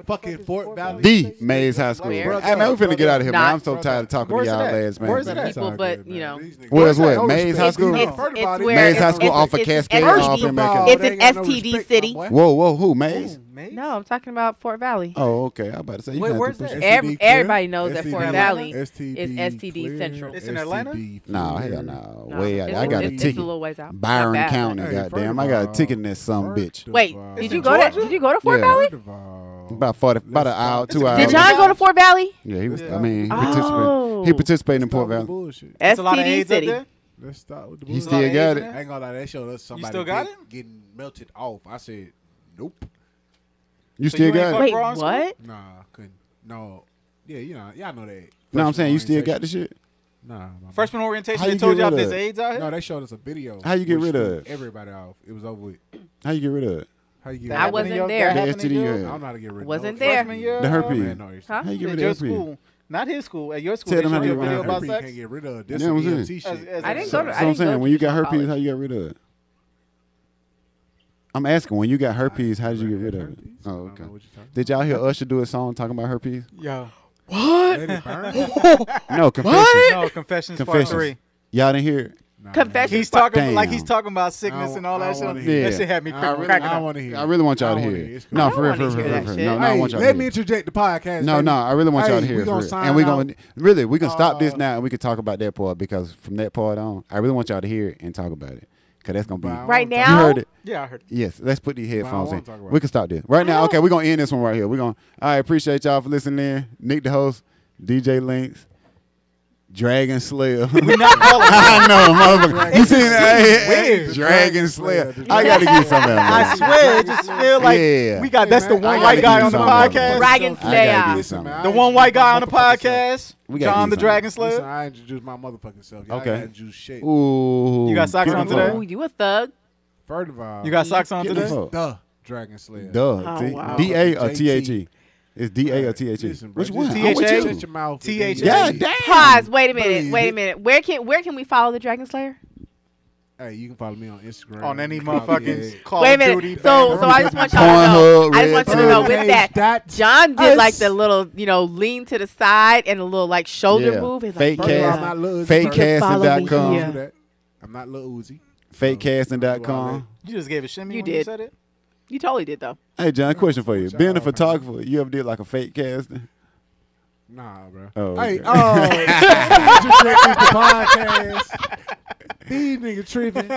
Speaker 4: fucking Fort Valley.
Speaker 2: The Maze High School.
Speaker 5: Where?
Speaker 2: Hey man, we finna get out of here, man.
Speaker 5: Not-
Speaker 2: I'm so tired of talking to
Speaker 3: Where's it
Speaker 2: y'all
Speaker 3: at?
Speaker 2: lads, man.
Speaker 3: Where's it at?
Speaker 4: That's all
Speaker 5: People, but,
Speaker 4: good,
Speaker 5: you
Speaker 4: man.
Speaker 5: know.
Speaker 4: These niggas-
Speaker 2: Where's
Speaker 4: Nobody
Speaker 2: what?
Speaker 4: don't
Speaker 2: Maze
Speaker 4: respect
Speaker 2: High School?
Speaker 4: you.
Speaker 5: It's,
Speaker 4: Heard about
Speaker 5: it's
Speaker 4: it.
Speaker 5: where
Speaker 2: Maze
Speaker 5: it's,
Speaker 2: High School
Speaker 5: it's,
Speaker 2: off of
Speaker 5: it's,
Speaker 2: Cascade
Speaker 5: it's,
Speaker 2: off in Macon.
Speaker 5: It's an
Speaker 4: They ain't got no
Speaker 5: STD
Speaker 4: respect, my
Speaker 5: city.
Speaker 4: boy.
Speaker 2: Whoa, whoa, who? Maze?
Speaker 3: Maze?
Speaker 5: No, I'm talking about Fort Valley.
Speaker 2: Oh, okay. I'm about to say. you
Speaker 3: Wait,
Speaker 2: gonna have
Speaker 3: where's
Speaker 2: to push
Speaker 3: that?
Speaker 2: it.
Speaker 5: Every-
Speaker 4: STD clear?
Speaker 5: everybody knows that
Speaker 4: STD
Speaker 5: Fort
Speaker 4: clear?
Speaker 5: Valley
Speaker 4: STD
Speaker 5: is STD
Speaker 4: clear.
Speaker 5: Central.
Speaker 3: It's in Atlanta?
Speaker 4: STD
Speaker 2: Nah,
Speaker 4: clear.
Speaker 2: hell no.
Speaker 5: No,
Speaker 2: Way out.
Speaker 5: it's,
Speaker 2: there. I got a
Speaker 5: it's, It's a
Speaker 2: ticket.
Speaker 5: little ways out. Not
Speaker 2: Byron
Speaker 5: bad, but-
Speaker 2: County,
Speaker 4: Hey,
Speaker 2: goddamn.
Speaker 4: first
Speaker 2: I got a
Speaker 4: of all-
Speaker 2: ticket in this some
Speaker 4: First
Speaker 2: bitch.
Speaker 4: of
Speaker 5: Wait,
Speaker 4: all-
Speaker 5: did
Speaker 3: It's
Speaker 5: you
Speaker 3: in
Speaker 5: go to
Speaker 3: Georgia?
Speaker 5: did you go to Fort
Speaker 2: Yeah.
Speaker 5: Valley?
Speaker 4: First of all-
Speaker 2: About forty, about an hour, two hours.
Speaker 5: Did John go to Fort Valley?
Speaker 2: Yeah, he was.
Speaker 3: Yeah.
Speaker 2: I mean, he
Speaker 5: Oh.
Speaker 2: participated. He participated in
Speaker 4: Stop
Speaker 2: Port
Speaker 4: with the
Speaker 2: Valley.
Speaker 4: bullshit.
Speaker 3: It's a lot of AIDS up
Speaker 5: STD city.
Speaker 3: there.
Speaker 4: Let's start with the
Speaker 2: He
Speaker 4: bullshit.
Speaker 2: still got it.
Speaker 4: I ain't gonna lie, that showed us somebody
Speaker 3: still got
Speaker 4: get- getting melted off. I said, nope.
Speaker 2: You
Speaker 3: So
Speaker 2: still
Speaker 3: you ain't
Speaker 2: got
Speaker 3: fuck-
Speaker 2: it.
Speaker 5: Wait,
Speaker 3: Brown School?
Speaker 5: what?
Speaker 4: Nah, couldn't. No. Yeah, you know, y'all know that.
Speaker 2: No, I'm saying you
Speaker 4: Freshman
Speaker 2: still got the shit.
Speaker 4: orientation. Nah, my bad.
Speaker 3: Freshman
Speaker 2: How
Speaker 3: orientation.
Speaker 2: you
Speaker 3: They told
Speaker 2: get
Speaker 3: y'all
Speaker 2: rid of
Speaker 3: there's
Speaker 2: it?
Speaker 3: AIDS out here.
Speaker 4: No, they showed us a video.
Speaker 2: How you get
Speaker 4: which
Speaker 2: rid of
Speaker 4: threw
Speaker 2: it?
Speaker 4: Everybody off. It was over with.
Speaker 2: How you get rid of it?
Speaker 4: How you get
Speaker 3: That
Speaker 4: rid
Speaker 5: I
Speaker 4: of
Speaker 3: happened
Speaker 4: it?
Speaker 5: wasn't
Speaker 3: in your-
Speaker 5: there.
Speaker 3: that
Speaker 2: The
Speaker 3: happened in
Speaker 2: STD
Speaker 3: your-
Speaker 2: you
Speaker 4: I
Speaker 2: had.
Speaker 4: don't know how to get rid of
Speaker 5: Wasn't
Speaker 4: no
Speaker 5: there.
Speaker 4: freshman year.
Speaker 2: The herpes.
Speaker 4: Man, no, it's-
Speaker 5: Huh?
Speaker 2: How you get
Speaker 3: At
Speaker 2: rid
Speaker 3: your
Speaker 2: of herpes?
Speaker 3: school, not his school. At your school,
Speaker 2: Tell
Speaker 3: they
Speaker 2: them how
Speaker 3: showed
Speaker 2: to
Speaker 3: you a
Speaker 2: get rid
Speaker 3: video
Speaker 2: of
Speaker 3: about
Speaker 4: Herpes
Speaker 3: sex.
Speaker 4: can't get rid of. That's
Speaker 2: Yeah,
Speaker 4: some
Speaker 2: I'm saying.
Speaker 4: EMT
Speaker 3: As-
Speaker 4: E shit.
Speaker 3: as
Speaker 5: I
Speaker 3: a-
Speaker 5: didn't
Speaker 2: So, so
Speaker 5: go to- I
Speaker 2: I'm
Speaker 5: didn't go
Speaker 2: saying
Speaker 5: to
Speaker 2: when you got
Speaker 5: John
Speaker 2: herpes,
Speaker 5: College.
Speaker 2: how you got rid of it? I'm asking when you got herpes, how did you get rid of it?
Speaker 4: Herpes? I
Speaker 2: Oh,
Speaker 4: don't
Speaker 2: okay.
Speaker 4: know what you're talking
Speaker 2: Did y'all hear Usher do a song talking about herpes?
Speaker 3: Yo,
Speaker 4: Let it burn.
Speaker 2: No, confession.
Speaker 3: no confessions,
Speaker 2: Confessions.
Speaker 3: part three.
Speaker 2: Y'all didn't hear it.
Speaker 4: Nah,
Speaker 5: Confession.
Speaker 3: He's talking
Speaker 2: Damn.
Speaker 3: like he's talking about
Speaker 4: I
Speaker 3: sickness
Speaker 4: don't-
Speaker 3: and all
Speaker 4: I
Speaker 3: that
Speaker 4: don't
Speaker 3: shit.
Speaker 4: wanna
Speaker 2: hear
Speaker 3: That
Speaker 2: it.
Speaker 3: shit had me
Speaker 4: I
Speaker 3: crack-
Speaker 4: really-
Speaker 3: cracking
Speaker 4: I
Speaker 3: up.
Speaker 4: want to hear.
Speaker 2: I really want y'all to
Speaker 4: I
Speaker 2: hear
Speaker 4: wanna hear it.
Speaker 2: it.
Speaker 4: It's cool.
Speaker 2: No,
Speaker 5: I
Speaker 2: for real,
Speaker 5: wanna
Speaker 2: for real, for
Speaker 5: hear
Speaker 2: real.
Speaker 5: that
Speaker 2: for
Speaker 5: shit.
Speaker 2: real. No, no, I
Speaker 4: Hey,
Speaker 2: want y'all to
Speaker 4: let
Speaker 2: hear
Speaker 4: me
Speaker 2: it.
Speaker 4: interject the podcast.
Speaker 2: No,
Speaker 4: baby.
Speaker 2: no, I really want y'all
Speaker 4: Hey,
Speaker 2: to hear
Speaker 4: we
Speaker 2: it.
Speaker 4: gonna
Speaker 2: for real.
Speaker 4: sign
Speaker 2: and we're
Speaker 4: out.
Speaker 2: going to really we can stop this
Speaker 4: Uh,
Speaker 2: now and we can talk about that part because from that part on, I really want y'all to hear it and talk about it because that's gonna be.
Speaker 4: Wow.
Speaker 5: Right
Speaker 4: You
Speaker 2: You
Speaker 5: now?
Speaker 2: heard it.
Speaker 3: Yeah, I heard. it.
Speaker 2: Yes, let's put these headphones
Speaker 4: wanna
Speaker 2: in.
Speaker 4: talk about
Speaker 2: We
Speaker 4: it.
Speaker 2: can stop this right now.
Speaker 5: don't-
Speaker 2: Okay, we're gonna end this one right here. We're gonna. I appreciate y'all for listening. in. Nick the host, DJ Links, Dragon Slayer.
Speaker 3: Not all of it.
Speaker 2: I know, motherfucker. You seen that? Hey, hey,
Speaker 4: weird.
Speaker 2: Dragon Slayer.
Speaker 4: Dragon
Speaker 2: I
Speaker 4: Slayer.
Speaker 2: gotta get some of
Speaker 3: I
Speaker 2: that. man.
Speaker 3: swear, it just feel like
Speaker 2: Yeah.
Speaker 3: we got. That's the
Speaker 4: Hey, man,
Speaker 3: one
Speaker 4: I gotta
Speaker 3: white guy
Speaker 4: do
Speaker 3: on the
Speaker 4: something about
Speaker 3: podcast.
Speaker 4: that.
Speaker 5: Dragon
Speaker 2: I gotta
Speaker 5: Slayer.
Speaker 2: get some.
Speaker 4: man,
Speaker 3: The
Speaker 4: I
Speaker 3: one white guy on the
Speaker 4: introduced my motherfucking
Speaker 3: podcast,
Speaker 2: We gotta
Speaker 3: John
Speaker 2: do something.
Speaker 3: the Dragon
Speaker 4: self. Listen,
Speaker 3: Slayer.
Speaker 4: I introduced my motherfucking self. Y'all
Speaker 2: Okay.
Speaker 4: okay. Juice shit.
Speaker 2: Ooh,
Speaker 3: You got socks
Speaker 2: get
Speaker 3: on
Speaker 2: the
Speaker 3: today?
Speaker 2: fuck.
Speaker 5: Ooh, Oh, you a thug.
Speaker 4: First of all,
Speaker 3: You got socks on
Speaker 2: Get
Speaker 3: today?
Speaker 2: the fuck.
Speaker 4: the Dragon Slayer.
Speaker 2: Duh. E
Speaker 5: Oh,
Speaker 2: T-
Speaker 5: wow.
Speaker 2: D-A or
Speaker 4: JT.
Speaker 2: T-H-E? It's D-A or
Speaker 4: Alright,
Speaker 2: T-H-E?
Speaker 4: listen, bro,
Speaker 2: Which
Speaker 4: just E.
Speaker 2: one?
Speaker 4: shut
Speaker 2: I'm with
Speaker 3: THA?
Speaker 2: you.
Speaker 4: Shut your mouth.
Speaker 3: THA.
Speaker 2: God damn.
Speaker 5: Pause. Wait a
Speaker 4: Believe
Speaker 5: minute. Wait a
Speaker 4: it.
Speaker 5: minute. Where can where can we follow the Dragon Slayer?
Speaker 4: Hey, you can follow me on Instagram.
Speaker 3: on any
Speaker 4: You can follow me
Speaker 3: motherfucking
Speaker 4: at-
Speaker 3: Call
Speaker 5: Wait a
Speaker 3: of Duty.
Speaker 5: minute. So,
Speaker 3: banger.
Speaker 5: so I just want y'all to know.
Speaker 2: Pornhub,
Speaker 5: I just want you to
Speaker 2: Red
Speaker 5: know with
Speaker 4: Thursdays
Speaker 5: that,
Speaker 4: dot
Speaker 5: John did like
Speaker 4: us.
Speaker 5: the little, you know, lean to the side and a little like shoulder
Speaker 2: Yeah.
Speaker 5: move. He's
Speaker 2: Fake
Speaker 5: like,
Speaker 4: First of all,
Speaker 2: cast.
Speaker 4: I'm not Lil Uzi.
Speaker 5: Fakecast.
Speaker 2: Fakecasting.com.
Speaker 5: Yeah.
Speaker 4: First, do that. I'm not Lil Uzi.
Speaker 2: Fakecasting.com.
Speaker 3: you just gave a shimmy.
Speaker 5: You
Speaker 3: when You
Speaker 5: did.
Speaker 3: said it.
Speaker 5: You totally did though.
Speaker 2: Hey, John, question for you. Being a photographer, you ever did like a fake casting?
Speaker 4: Nah, bro.
Speaker 2: Oh, okay.
Speaker 4: Hey, oh, niggas just referenced the podcast. These nigga tripping.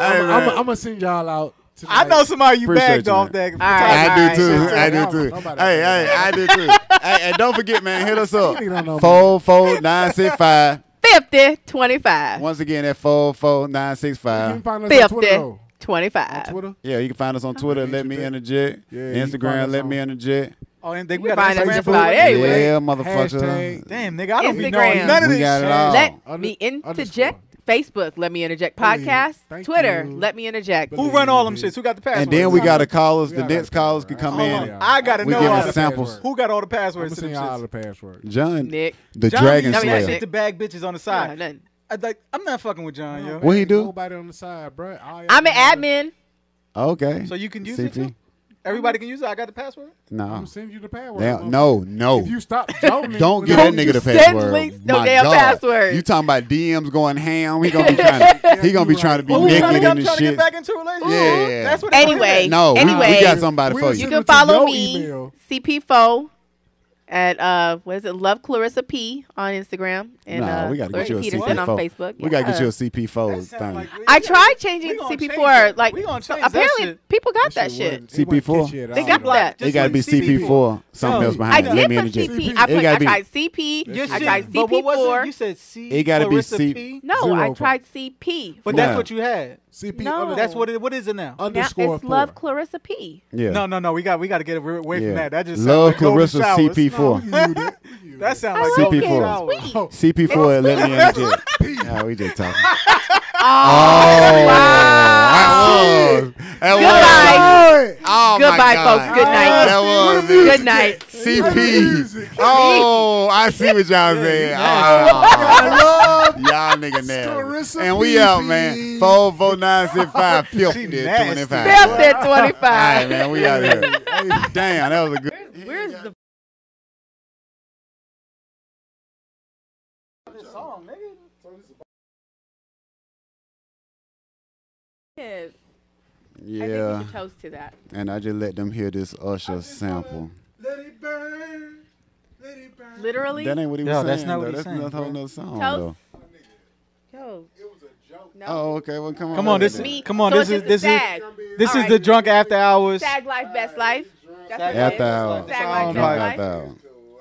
Speaker 4: I'm gonna send y'all out. Tonight.
Speaker 3: I know somebody you
Speaker 2: Appreciate
Speaker 3: bagged
Speaker 2: you,
Speaker 3: off
Speaker 2: man.
Speaker 3: that.
Speaker 5: right.
Speaker 2: I do
Speaker 3: photography
Speaker 2: too.
Speaker 3: shit,
Speaker 2: I do too.
Speaker 4: Nobody-
Speaker 2: Hey, hey, I do too. hey, and don't forget, man, hit us up.
Speaker 4: You niggas don't know me.
Speaker 2: Four four nine six five.
Speaker 5: 50, 25.
Speaker 2: Once again, at four four nine six
Speaker 4: You can
Speaker 2: five.
Speaker 4: find us on
Speaker 5: 50,
Speaker 4: Twitter. though. On
Speaker 5: 25.
Speaker 4: Twitter.
Speaker 2: Yeah, you can find us on Twitter. Let me interject.
Speaker 4: Yeah, you can find
Speaker 2: Instagram.
Speaker 4: us
Speaker 2: Let me
Speaker 4: on-
Speaker 2: interject.
Speaker 3: Oh, and they
Speaker 5: You
Speaker 3: we got
Speaker 5: find
Speaker 3: an
Speaker 5: us
Speaker 3: Instagram
Speaker 5: just
Speaker 3: for
Speaker 5: about
Speaker 3: it?
Speaker 5: every- Anyway.
Speaker 2: Yeah, motherfucker.
Speaker 4: Hashtag
Speaker 3: Damn, nigga, I don't be
Speaker 5: Instagram.
Speaker 3: knowing none of
Speaker 2: We
Speaker 3: this
Speaker 2: got it
Speaker 3: shit.
Speaker 2: all.
Speaker 5: Let
Speaker 4: Under-
Speaker 5: me interject.
Speaker 4: underscore.
Speaker 5: Facebook, let me interject.
Speaker 4: Please.
Speaker 5: Podcast,
Speaker 4: Thank
Speaker 5: Twitter,
Speaker 4: you.
Speaker 5: let me interject.
Speaker 3: Who run all them shits? Who got the passwords?
Speaker 2: And then we got
Speaker 3: Hold
Speaker 2: a callers.
Speaker 4: We
Speaker 2: The
Speaker 4: gotta-
Speaker 2: next callers can come
Speaker 4: Hold
Speaker 3: on.
Speaker 2: in.
Speaker 4: Yeah.
Speaker 3: I gotta
Speaker 2: We
Speaker 3: know
Speaker 2: giving
Speaker 3: all the
Speaker 2: samples.
Speaker 3: Who got all the
Speaker 4: I'm
Speaker 3: passwords to
Speaker 4: sending
Speaker 3: them
Speaker 4: y'all all the
Speaker 3: shits?
Speaker 4: passwords.
Speaker 2: John,
Speaker 5: Nick.
Speaker 2: the
Speaker 3: John
Speaker 2: Dragon
Speaker 3: be
Speaker 5: Let me
Speaker 3: that
Speaker 5: not
Speaker 2: Slayer.
Speaker 3: shit to bag bitches on the
Speaker 5: Nah,
Speaker 3: side.
Speaker 5: nothing.
Speaker 3: I, like, I'm not fucking with John, yo.
Speaker 2: What he
Speaker 4: Ain't
Speaker 2: do?
Speaker 4: Nobody on the side, bro. All y'all
Speaker 5: I'm an
Speaker 4: gotta-
Speaker 5: admin.
Speaker 2: Okay.
Speaker 3: So you can use it.
Speaker 2: CP?
Speaker 3: Too? Everybody can use it. I got the password.
Speaker 4: I'm
Speaker 2: No.
Speaker 4: gonna send you the password.
Speaker 2: Damn, No, no.
Speaker 4: If you stop joking,
Speaker 2: Don't give that
Speaker 5: Don't
Speaker 2: nigga
Speaker 5: you
Speaker 2: the
Speaker 5: send
Speaker 2: password.
Speaker 5: links, no
Speaker 2: My
Speaker 5: damn
Speaker 2: God.
Speaker 5: password.
Speaker 2: You talking about DMs going ham? He gonna be trying to, he gonna be
Speaker 4: you
Speaker 2: trying to be
Speaker 4: right.
Speaker 3: Oh, we trying to,
Speaker 2: naked
Speaker 3: I'm
Speaker 2: in
Speaker 3: trying
Speaker 2: this
Speaker 3: to get
Speaker 2: shit.
Speaker 3: back into a relationship.
Speaker 2: Yeah.
Speaker 3: That's what. it's all
Speaker 5: Anyway.
Speaker 2: No,
Speaker 3: about.
Speaker 2: we- we
Speaker 5: Anyway,
Speaker 2: got somebody for
Speaker 4: we'll
Speaker 5: You
Speaker 2: you.
Speaker 4: send
Speaker 5: can
Speaker 4: it to
Speaker 5: follow
Speaker 4: your
Speaker 5: me,
Speaker 4: email.
Speaker 5: CP4, at, uh, what is it, Love Clarissa P on Instagram. And,
Speaker 2: Nah,
Speaker 5: uh,
Speaker 2: we gotta get
Speaker 5: Clarissa
Speaker 2: you a
Speaker 5: Peterson
Speaker 2: CP4.
Speaker 5: on Facebook.
Speaker 2: We gotta get
Speaker 5: Yeah.
Speaker 2: you a CP4
Speaker 3: That sound
Speaker 2: thing.
Speaker 3: like- we-
Speaker 5: I
Speaker 3: we- we
Speaker 5: tried changing
Speaker 3: gonna change
Speaker 5: CP4.
Speaker 3: it.
Speaker 5: Like,
Speaker 3: we gonna change
Speaker 5: apparently,
Speaker 3: that shit.
Speaker 5: people got that
Speaker 4: Shit
Speaker 5: shit.
Speaker 4: wouldn't- it wouldn't
Speaker 2: CP4.
Speaker 4: catch you at
Speaker 5: They
Speaker 4: all,
Speaker 5: got
Speaker 4: bro.
Speaker 5: that.
Speaker 2: it gotta be
Speaker 3: Just like
Speaker 2: CP4. Something
Speaker 3: No,
Speaker 2: else
Speaker 3: I
Speaker 5: I
Speaker 2: behind it.
Speaker 5: did
Speaker 2: Let
Speaker 5: put
Speaker 2: me interject.
Speaker 5: CP.
Speaker 4: It
Speaker 5: I, put,
Speaker 2: gotta
Speaker 5: I
Speaker 2: be-
Speaker 5: tried CP.
Speaker 4: Your
Speaker 5: I
Speaker 4: shit-
Speaker 5: tried
Speaker 3: But what was it?
Speaker 5: CP4.
Speaker 3: You said C.
Speaker 2: It gotta be
Speaker 3: Clarissa
Speaker 2: C-
Speaker 3: P.
Speaker 5: no,
Speaker 4: Zero
Speaker 5: I
Speaker 4: point.
Speaker 5: tried CP.
Speaker 3: But
Speaker 2: Yeah.
Speaker 3: that's what you had.
Speaker 4: CP
Speaker 5: No.
Speaker 4: under-
Speaker 3: That's what it. What is it now?
Speaker 5: Now it's
Speaker 4: underscore four.
Speaker 5: Love Clarissa P.
Speaker 2: Oh, Yeah.
Speaker 3: No, no, no. We got we got to get away
Speaker 2: Yeah.
Speaker 3: from that. That just
Speaker 2: Love
Speaker 3: sounds like golden
Speaker 2: Clarissa
Speaker 3: showers.
Speaker 2: CP4.
Speaker 3: That sounds
Speaker 5: I
Speaker 3: like
Speaker 5: like
Speaker 3: golden
Speaker 5: it.
Speaker 2: CP4.
Speaker 5: It's
Speaker 3: showers.
Speaker 5: sweet.
Speaker 2: CP4 and let me interject. Yeah, we just talking.
Speaker 5: Oh,
Speaker 2: wow.
Speaker 5: Goodbye.
Speaker 2: Oh, my
Speaker 5: Goodbye,
Speaker 2: God.
Speaker 5: folks. Good night.
Speaker 2: That was it.
Speaker 5: Good night.
Speaker 2: CP. Oh, I see what y'all saying. Oh, y'all nigga nasty.
Speaker 4: Clarissa
Speaker 2: And we out,
Speaker 4: Beebe.
Speaker 2: man. 44965 50 25.
Speaker 3: nasty.
Speaker 2: All
Speaker 5: Fifth at 25.
Speaker 2: right, man. We out here. Damn, that was a good.
Speaker 5: Where's the kids? I think we
Speaker 2: Yeah.
Speaker 5: should toast to that.
Speaker 2: And I just let them hear this Usher sample.
Speaker 4: Let it burn. Let it burn.
Speaker 5: Literally.
Speaker 2: That ain't what he was
Speaker 3: No,
Speaker 2: saying.
Speaker 3: that's not
Speaker 2: though.
Speaker 3: what he's
Speaker 2: that's
Speaker 3: saying,
Speaker 2: another whole
Speaker 3: bro.
Speaker 2: nother song,
Speaker 5: Toast.
Speaker 2: though.
Speaker 5: Yo. It was a joke. No.
Speaker 2: Oh, okay. Well, come on.
Speaker 3: Come on,
Speaker 2: let's
Speaker 3: this
Speaker 2: do that.
Speaker 5: Me.
Speaker 3: come on.
Speaker 5: So
Speaker 3: this
Speaker 5: it's
Speaker 3: is
Speaker 5: just
Speaker 3: this
Speaker 5: a
Speaker 3: is
Speaker 5: sag.
Speaker 3: this
Speaker 5: All
Speaker 3: is
Speaker 5: right.
Speaker 3: the drunk after hours.
Speaker 5: Sag life, best life. That's what it
Speaker 2: After
Speaker 5: is.
Speaker 2: hour.
Speaker 3: Sound
Speaker 5: Sag life, best
Speaker 2: Drunk
Speaker 3: like-
Speaker 5: life.
Speaker 2: after hour.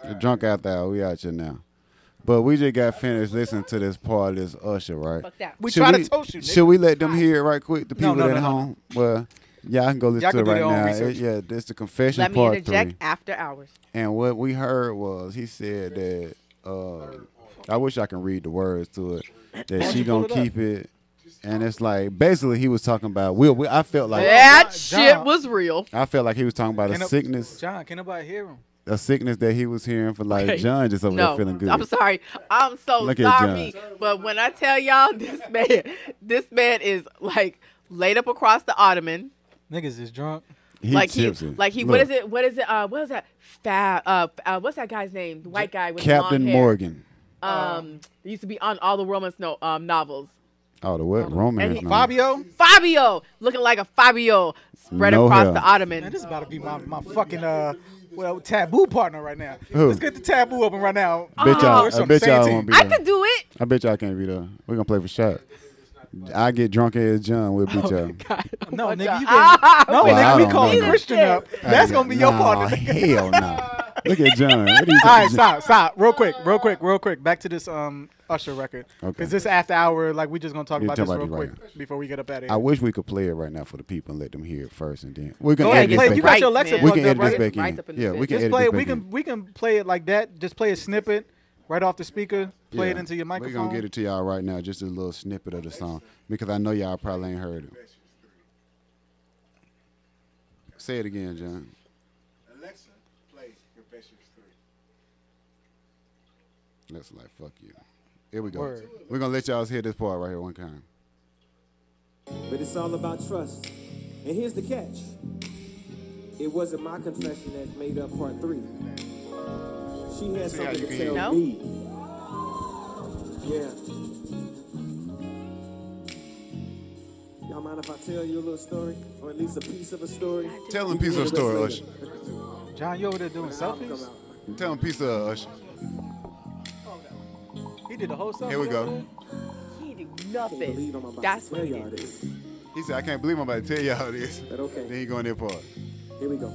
Speaker 2: The drunk after hour. We out here now. But we just got finished listening to this part of this Usher, right?
Speaker 5: Fuck that.
Speaker 3: We
Speaker 2: Should
Speaker 3: try
Speaker 2: we-
Speaker 3: to toast you. nigga.
Speaker 2: Should we let them hear it right quick? The
Speaker 3: No,
Speaker 2: people
Speaker 3: no,
Speaker 2: at
Speaker 3: no, no.
Speaker 2: home. Well, yeah, I can go listen
Speaker 3: Y'all
Speaker 2: to
Speaker 3: can
Speaker 2: it
Speaker 3: do
Speaker 2: right
Speaker 3: their own
Speaker 2: now.
Speaker 3: research.
Speaker 2: It- yeah, this the confession
Speaker 5: Let me
Speaker 2: part
Speaker 5: interject
Speaker 2: three.
Speaker 5: after hours.
Speaker 2: And what we heard was he said that. Uh, I wish I can read the words to it. That she
Speaker 3: you pull
Speaker 2: gonna
Speaker 3: it up?
Speaker 2: keep it. And it's like basically he was talking about. Will we, I felt like
Speaker 5: That
Speaker 3: John.
Speaker 5: shit was real.
Speaker 2: I felt like he was talking about
Speaker 3: Can
Speaker 2: a
Speaker 3: I-
Speaker 2: sickness,
Speaker 3: John, can nobody hear him?
Speaker 2: a sickness that he was hearing for like
Speaker 5: Okay.
Speaker 2: John just over there
Speaker 5: No,
Speaker 2: feeling good.
Speaker 5: I'm sorry. I'm so
Speaker 2: Look at
Speaker 5: sorry. But when I tell y'all this man, this man is like laid up across the ottoman.
Speaker 3: Niggas is drunk.
Speaker 2: He
Speaker 5: like he,
Speaker 2: chips it.
Speaker 5: like he. What is it? What is it? Uh, what is that? Fab. Uh, uh, what's that guy's name? The white guy with the long
Speaker 2: Captain
Speaker 5: hair.
Speaker 2: Morgan.
Speaker 5: Um, he used to be on all the romance no um novels.
Speaker 2: Oh, the what romance?
Speaker 5: he-
Speaker 2: novel.
Speaker 3: Fabio,
Speaker 5: Fabio, looking like a Fabio, spread
Speaker 2: No
Speaker 5: across
Speaker 2: hair.
Speaker 5: the
Speaker 3: man,
Speaker 5: ottoman.
Speaker 3: this is about to be my, my fucking uh well taboo partner right now.
Speaker 2: Who?
Speaker 3: Let's get the taboo open right now.
Speaker 2: Bitch,
Speaker 5: Oh,
Speaker 2: y'all, I
Speaker 3: We're on the
Speaker 2: bet
Speaker 3: same
Speaker 2: y'all
Speaker 3: team.
Speaker 2: won't be
Speaker 5: I
Speaker 2: there.
Speaker 5: could do it.
Speaker 2: I bet y'all can't be there. We're gonna play for shot. I get drunk as John. We'll beat y'all.
Speaker 5: God, oh
Speaker 3: No,
Speaker 5: my
Speaker 3: nigga,
Speaker 5: God.
Speaker 3: you
Speaker 5: Ah,
Speaker 3: get no,
Speaker 2: Well, I
Speaker 3: nigga,
Speaker 2: don't
Speaker 3: we calling
Speaker 2: know.
Speaker 3: Christian up.
Speaker 2: Hey,
Speaker 3: That's gonna be your
Speaker 2: nah,
Speaker 3: partner.
Speaker 2: Hell no. Look at John. What are you
Speaker 3: All right,
Speaker 2: talking-
Speaker 3: stop, stop, real quick, real quick, real quick. Back to this um Usher record, because
Speaker 2: Okay.
Speaker 3: this after hour, like we just gonna talk
Speaker 2: You
Speaker 3: about
Speaker 2: talk
Speaker 3: this
Speaker 2: about
Speaker 3: real
Speaker 2: it
Speaker 3: quick
Speaker 2: right
Speaker 3: before we get up out of
Speaker 2: I
Speaker 3: here.
Speaker 2: wish we could play it right now for the people and let them hear it first, and then we're
Speaker 3: Go
Speaker 2: gonna
Speaker 3: ahead,
Speaker 2: edit
Speaker 3: play.
Speaker 2: this
Speaker 3: it. You
Speaker 2: back.
Speaker 3: got
Speaker 5: right,
Speaker 3: your
Speaker 2: in.
Speaker 3: lecture
Speaker 5: man.
Speaker 2: We
Speaker 3: plugged
Speaker 2: can
Speaker 3: up,
Speaker 2: edit
Speaker 3: right?
Speaker 2: this back
Speaker 5: Right
Speaker 2: in.
Speaker 5: up in the
Speaker 2: Yeah,
Speaker 5: bit.
Speaker 2: we can
Speaker 3: Just
Speaker 2: edit
Speaker 3: play
Speaker 2: this
Speaker 3: it.
Speaker 2: back
Speaker 3: We
Speaker 2: in.
Speaker 3: can we can play it like that. Just play a snippet right off the speaker. Play it
Speaker 2: Yeah.
Speaker 3: into your microphone.
Speaker 2: We're gonna get it to y'all right now, just a little snippet of the song, because I know y'all probably ain't heard it. Say it again, John.
Speaker 4: Alexa, play Confessions 3.
Speaker 2: That's like fuck you. Here we go.
Speaker 3: Word.
Speaker 2: We're gonna let y'all hear this part right here one time.
Speaker 7: But it's all about trust. And here's the catch it wasn't my confession that made up part three. She had
Speaker 2: how
Speaker 7: something
Speaker 2: you
Speaker 7: to
Speaker 2: can
Speaker 7: tell
Speaker 5: No?
Speaker 7: me. Yeah. Y'all mind if I tell you a little story? Or at least a piece of a story?
Speaker 2: Tell him a piece of a story, Usher.
Speaker 3: John, you over there doing
Speaker 7: When the album
Speaker 3: selfies?
Speaker 7: come out.
Speaker 2: Tell him a piece of Usher.
Speaker 3: He did the whole selfie.
Speaker 2: Here we go.
Speaker 3: over there?
Speaker 5: He do
Speaker 7: can't believe I'm
Speaker 5: nothing.
Speaker 7: about
Speaker 5: That's
Speaker 7: to tell
Speaker 5: what he
Speaker 7: y'all
Speaker 5: did.
Speaker 7: this.
Speaker 2: He said, I can't believe I'm about to tell y'all this.
Speaker 7: But
Speaker 2: Then
Speaker 7: okay,
Speaker 2: he go in there part.
Speaker 7: here we go.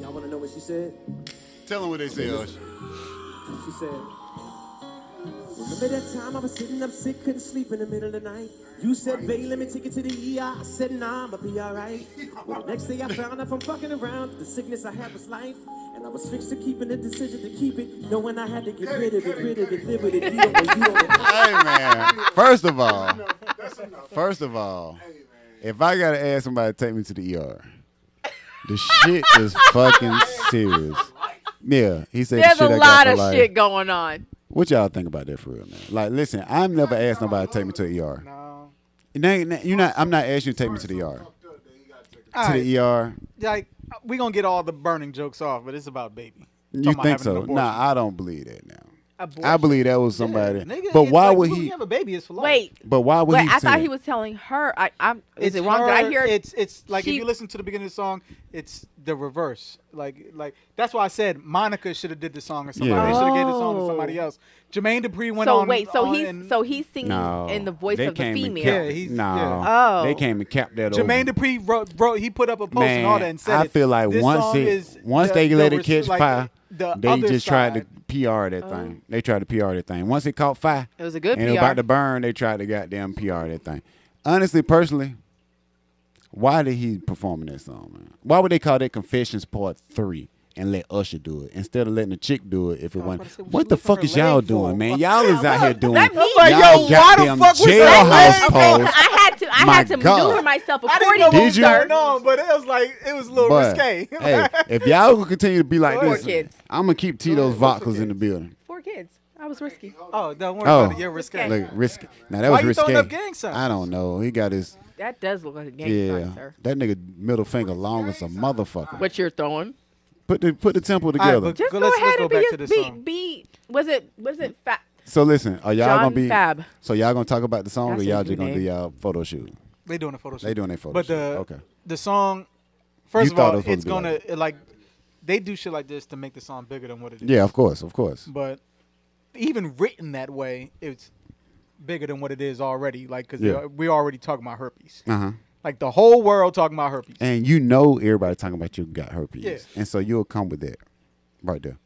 Speaker 7: Y'all want to know what she said?
Speaker 2: Tell him what they say, Usher.
Speaker 7: She said, Remember that time I was sitting up sick, couldn't sleep in the middle of the night? You said, babe, let me take you to the ER. I said, nah, I'ma be alright. Well, the next day I found out from fucking around, the sickness I had was life. And I was fixed to keeping the decision to keep it, knowing I had to get rid of it, rid of it, live with it, deal with it, deal with it.
Speaker 2: hey man. First of all, first of all, if I gotta ask somebody to take me to the ER, the shit is fucking serious. Yeah, he said
Speaker 5: There's
Speaker 2: the shit
Speaker 5: a
Speaker 2: I got
Speaker 5: lot
Speaker 2: for
Speaker 5: of
Speaker 2: life.
Speaker 5: shit going on.
Speaker 2: What y'all think about that for real, man? Like, listen, I'm never asked nobody to take me to the ER.
Speaker 3: No.
Speaker 2: And they- they- You're not. I'm not asking you to take me to the ER.
Speaker 3: All
Speaker 2: To
Speaker 3: right.
Speaker 2: the ER.
Speaker 3: Like we gonna get all the burning jokes off, but it's about baby. Talking
Speaker 2: You
Speaker 3: about
Speaker 2: think
Speaker 3: having an
Speaker 2: so?
Speaker 3: abortion.
Speaker 2: Nah, I don't believe that now. I
Speaker 5: Abortion.
Speaker 2: believe that was somebody.
Speaker 3: Yeah, nigga,
Speaker 2: but
Speaker 3: it's
Speaker 2: why
Speaker 3: like,
Speaker 2: would
Speaker 3: when
Speaker 2: he?
Speaker 3: you have a baby? It's for life.
Speaker 5: Wait,
Speaker 2: But why would
Speaker 5: wait.
Speaker 2: he?
Speaker 5: I thought
Speaker 2: sing?
Speaker 5: he was telling her. I, I'm. Is
Speaker 3: it's
Speaker 5: it wrong? Did I
Speaker 3: her-
Speaker 5: hear?
Speaker 3: It's it's like if
Speaker 5: she-
Speaker 3: you listen to the beginning of the song, it's the reverse. Like like that's why I said Monica should have did the song or somebody.
Speaker 2: Yeah.
Speaker 3: They should have gave the song to
Speaker 5: Oh.
Speaker 3: somebody else. Jermaine Dupri went
Speaker 5: so
Speaker 3: on.
Speaker 5: wait. So
Speaker 3: on
Speaker 5: he's
Speaker 3: and-
Speaker 5: so he's singing
Speaker 2: No,
Speaker 5: in the voice
Speaker 2: they
Speaker 5: of the
Speaker 2: came and
Speaker 5: female.
Speaker 2: Kept,
Speaker 3: Yeah, he's-
Speaker 2: no,
Speaker 5: yeah.
Speaker 2: they
Speaker 5: Oh.
Speaker 2: came and capped that.
Speaker 3: Jermaine
Speaker 2: over.
Speaker 3: Dupri wrote, wrote he put up a post
Speaker 2: Man,
Speaker 3: and all that and said
Speaker 2: I
Speaker 3: it.
Speaker 2: feel like
Speaker 3: This
Speaker 2: once
Speaker 3: song
Speaker 2: it,
Speaker 3: is
Speaker 2: once
Speaker 3: the-
Speaker 2: they
Speaker 3: the
Speaker 2: let it
Speaker 3: res-
Speaker 2: catch
Speaker 3: like,
Speaker 2: fire,
Speaker 3: the
Speaker 2: they
Speaker 3: other
Speaker 2: just tried to
Speaker 3: side.
Speaker 2: PR that thing.
Speaker 3: Oh.
Speaker 2: They tried to PR that thing. Once it caught fire,
Speaker 5: It was a good
Speaker 2: and it was
Speaker 5: PR.
Speaker 2: about to burn. They tried to goddamn PR that thing. Honestly, personally, why did he perform that song, man? Why would they call that Confessions Part Three? And let Usher do it instead of letting the chick do it. If it wasn't,
Speaker 3: about to say,
Speaker 2: what the
Speaker 3: leave her
Speaker 2: fuck is y'all
Speaker 3: leg for?
Speaker 2: doing, man? Y'all is out here doing
Speaker 5: Let me-
Speaker 2: y'all
Speaker 5: Like,
Speaker 3: yo, why the
Speaker 2: goddamn
Speaker 3: fuck was that
Speaker 2: jailhouse
Speaker 5: Okay,
Speaker 2: pose.
Speaker 5: I had to. I
Speaker 2: My
Speaker 5: had to
Speaker 2: God.
Speaker 5: maneuver myself
Speaker 3: I didn't know
Speaker 5: according
Speaker 2: Did
Speaker 5: to
Speaker 3: what was
Speaker 2: you?
Speaker 3: going on, but it was like it was a little
Speaker 2: But
Speaker 3: risque.
Speaker 2: hey, if y'all gonna continue to be like
Speaker 5: Poor
Speaker 2: this,
Speaker 5: kids.
Speaker 2: I'm gonna keep Tito's vodkas in the building.
Speaker 5: four kids. I was risky.
Speaker 3: oh, don't worry
Speaker 2: Oh,
Speaker 3: about it. You're risque.
Speaker 2: Look, risky. Now that
Speaker 3: Why
Speaker 2: was
Speaker 3: you
Speaker 2: risky.
Speaker 3: throwing up gang signs?
Speaker 2: I don't know. He got his
Speaker 5: That does look like a gang
Speaker 2: yeah.
Speaker 5: sign, sir.
Speaker 2: That nigga middle finger long as a motherfucker.
Speaker 5: What you're throwing?
Speaker 2: Put the put the temple
Speaker 3: All right,
Speaker 2: together.
Speaker 3: but
Speaker 5: Just
Speaker 3: Go-
Speaker 5: go,
Speaker 3: let's- let's
Speaker 5: ahead
Speaker 3: go
Speaker 5: and be
Speaker 3: back
Speaker 5: his
Speaker 3: to this
Speaker 5: beat.
Speaker 3: song.
Speaker 5: Beat. Was it? Was it fat?
Speaker 2: so listen, are y'all
Speaker 5: John
Speaker 2: gonna be
Speaker 5: Fab.
Speaker 2: so y'all gonna talk about the song or
Speaker 5: That's
Speaker 2: y'all
Speaker 5: his
Speaker 2: just
Speaker 5: new
Speaker 2: gonna do
Speaker 5: name.
Speaker 2: y'all photo shoot?
Speaker 3: They doing a photo shoot.
Speaker 2: They doing their photo
Speaker 3: But
Speaker 2: shoot.
Speaker 3: the
Speaker 2: Okay.
Speaker 3: the song, first of
Speaker 2: thought it
Speaker 3: all,
Speaker 2: was supposed
Speaker 3: it's
Speaker 2: to be
Speaker 3: gonna
Speaker 2: like-
Speaker 3: like, they do shit like this to make the song bigger than what it is.
Speaker 2: Yeah, of course, of course.
Speaker 3: But even written that way, it's bigger than what it is already. Like because
Speaker 2: Yeah.
Speaker 3: we're already talking about herpes.
Speaker 2: Uh huh.
Speaker 3: Like the whole world talking about herpes.
Speaker 2: And you know everybody talking about you got herpes,
Speaker 3: Yeah.
Speaker 2: and so you'll come with that, right there.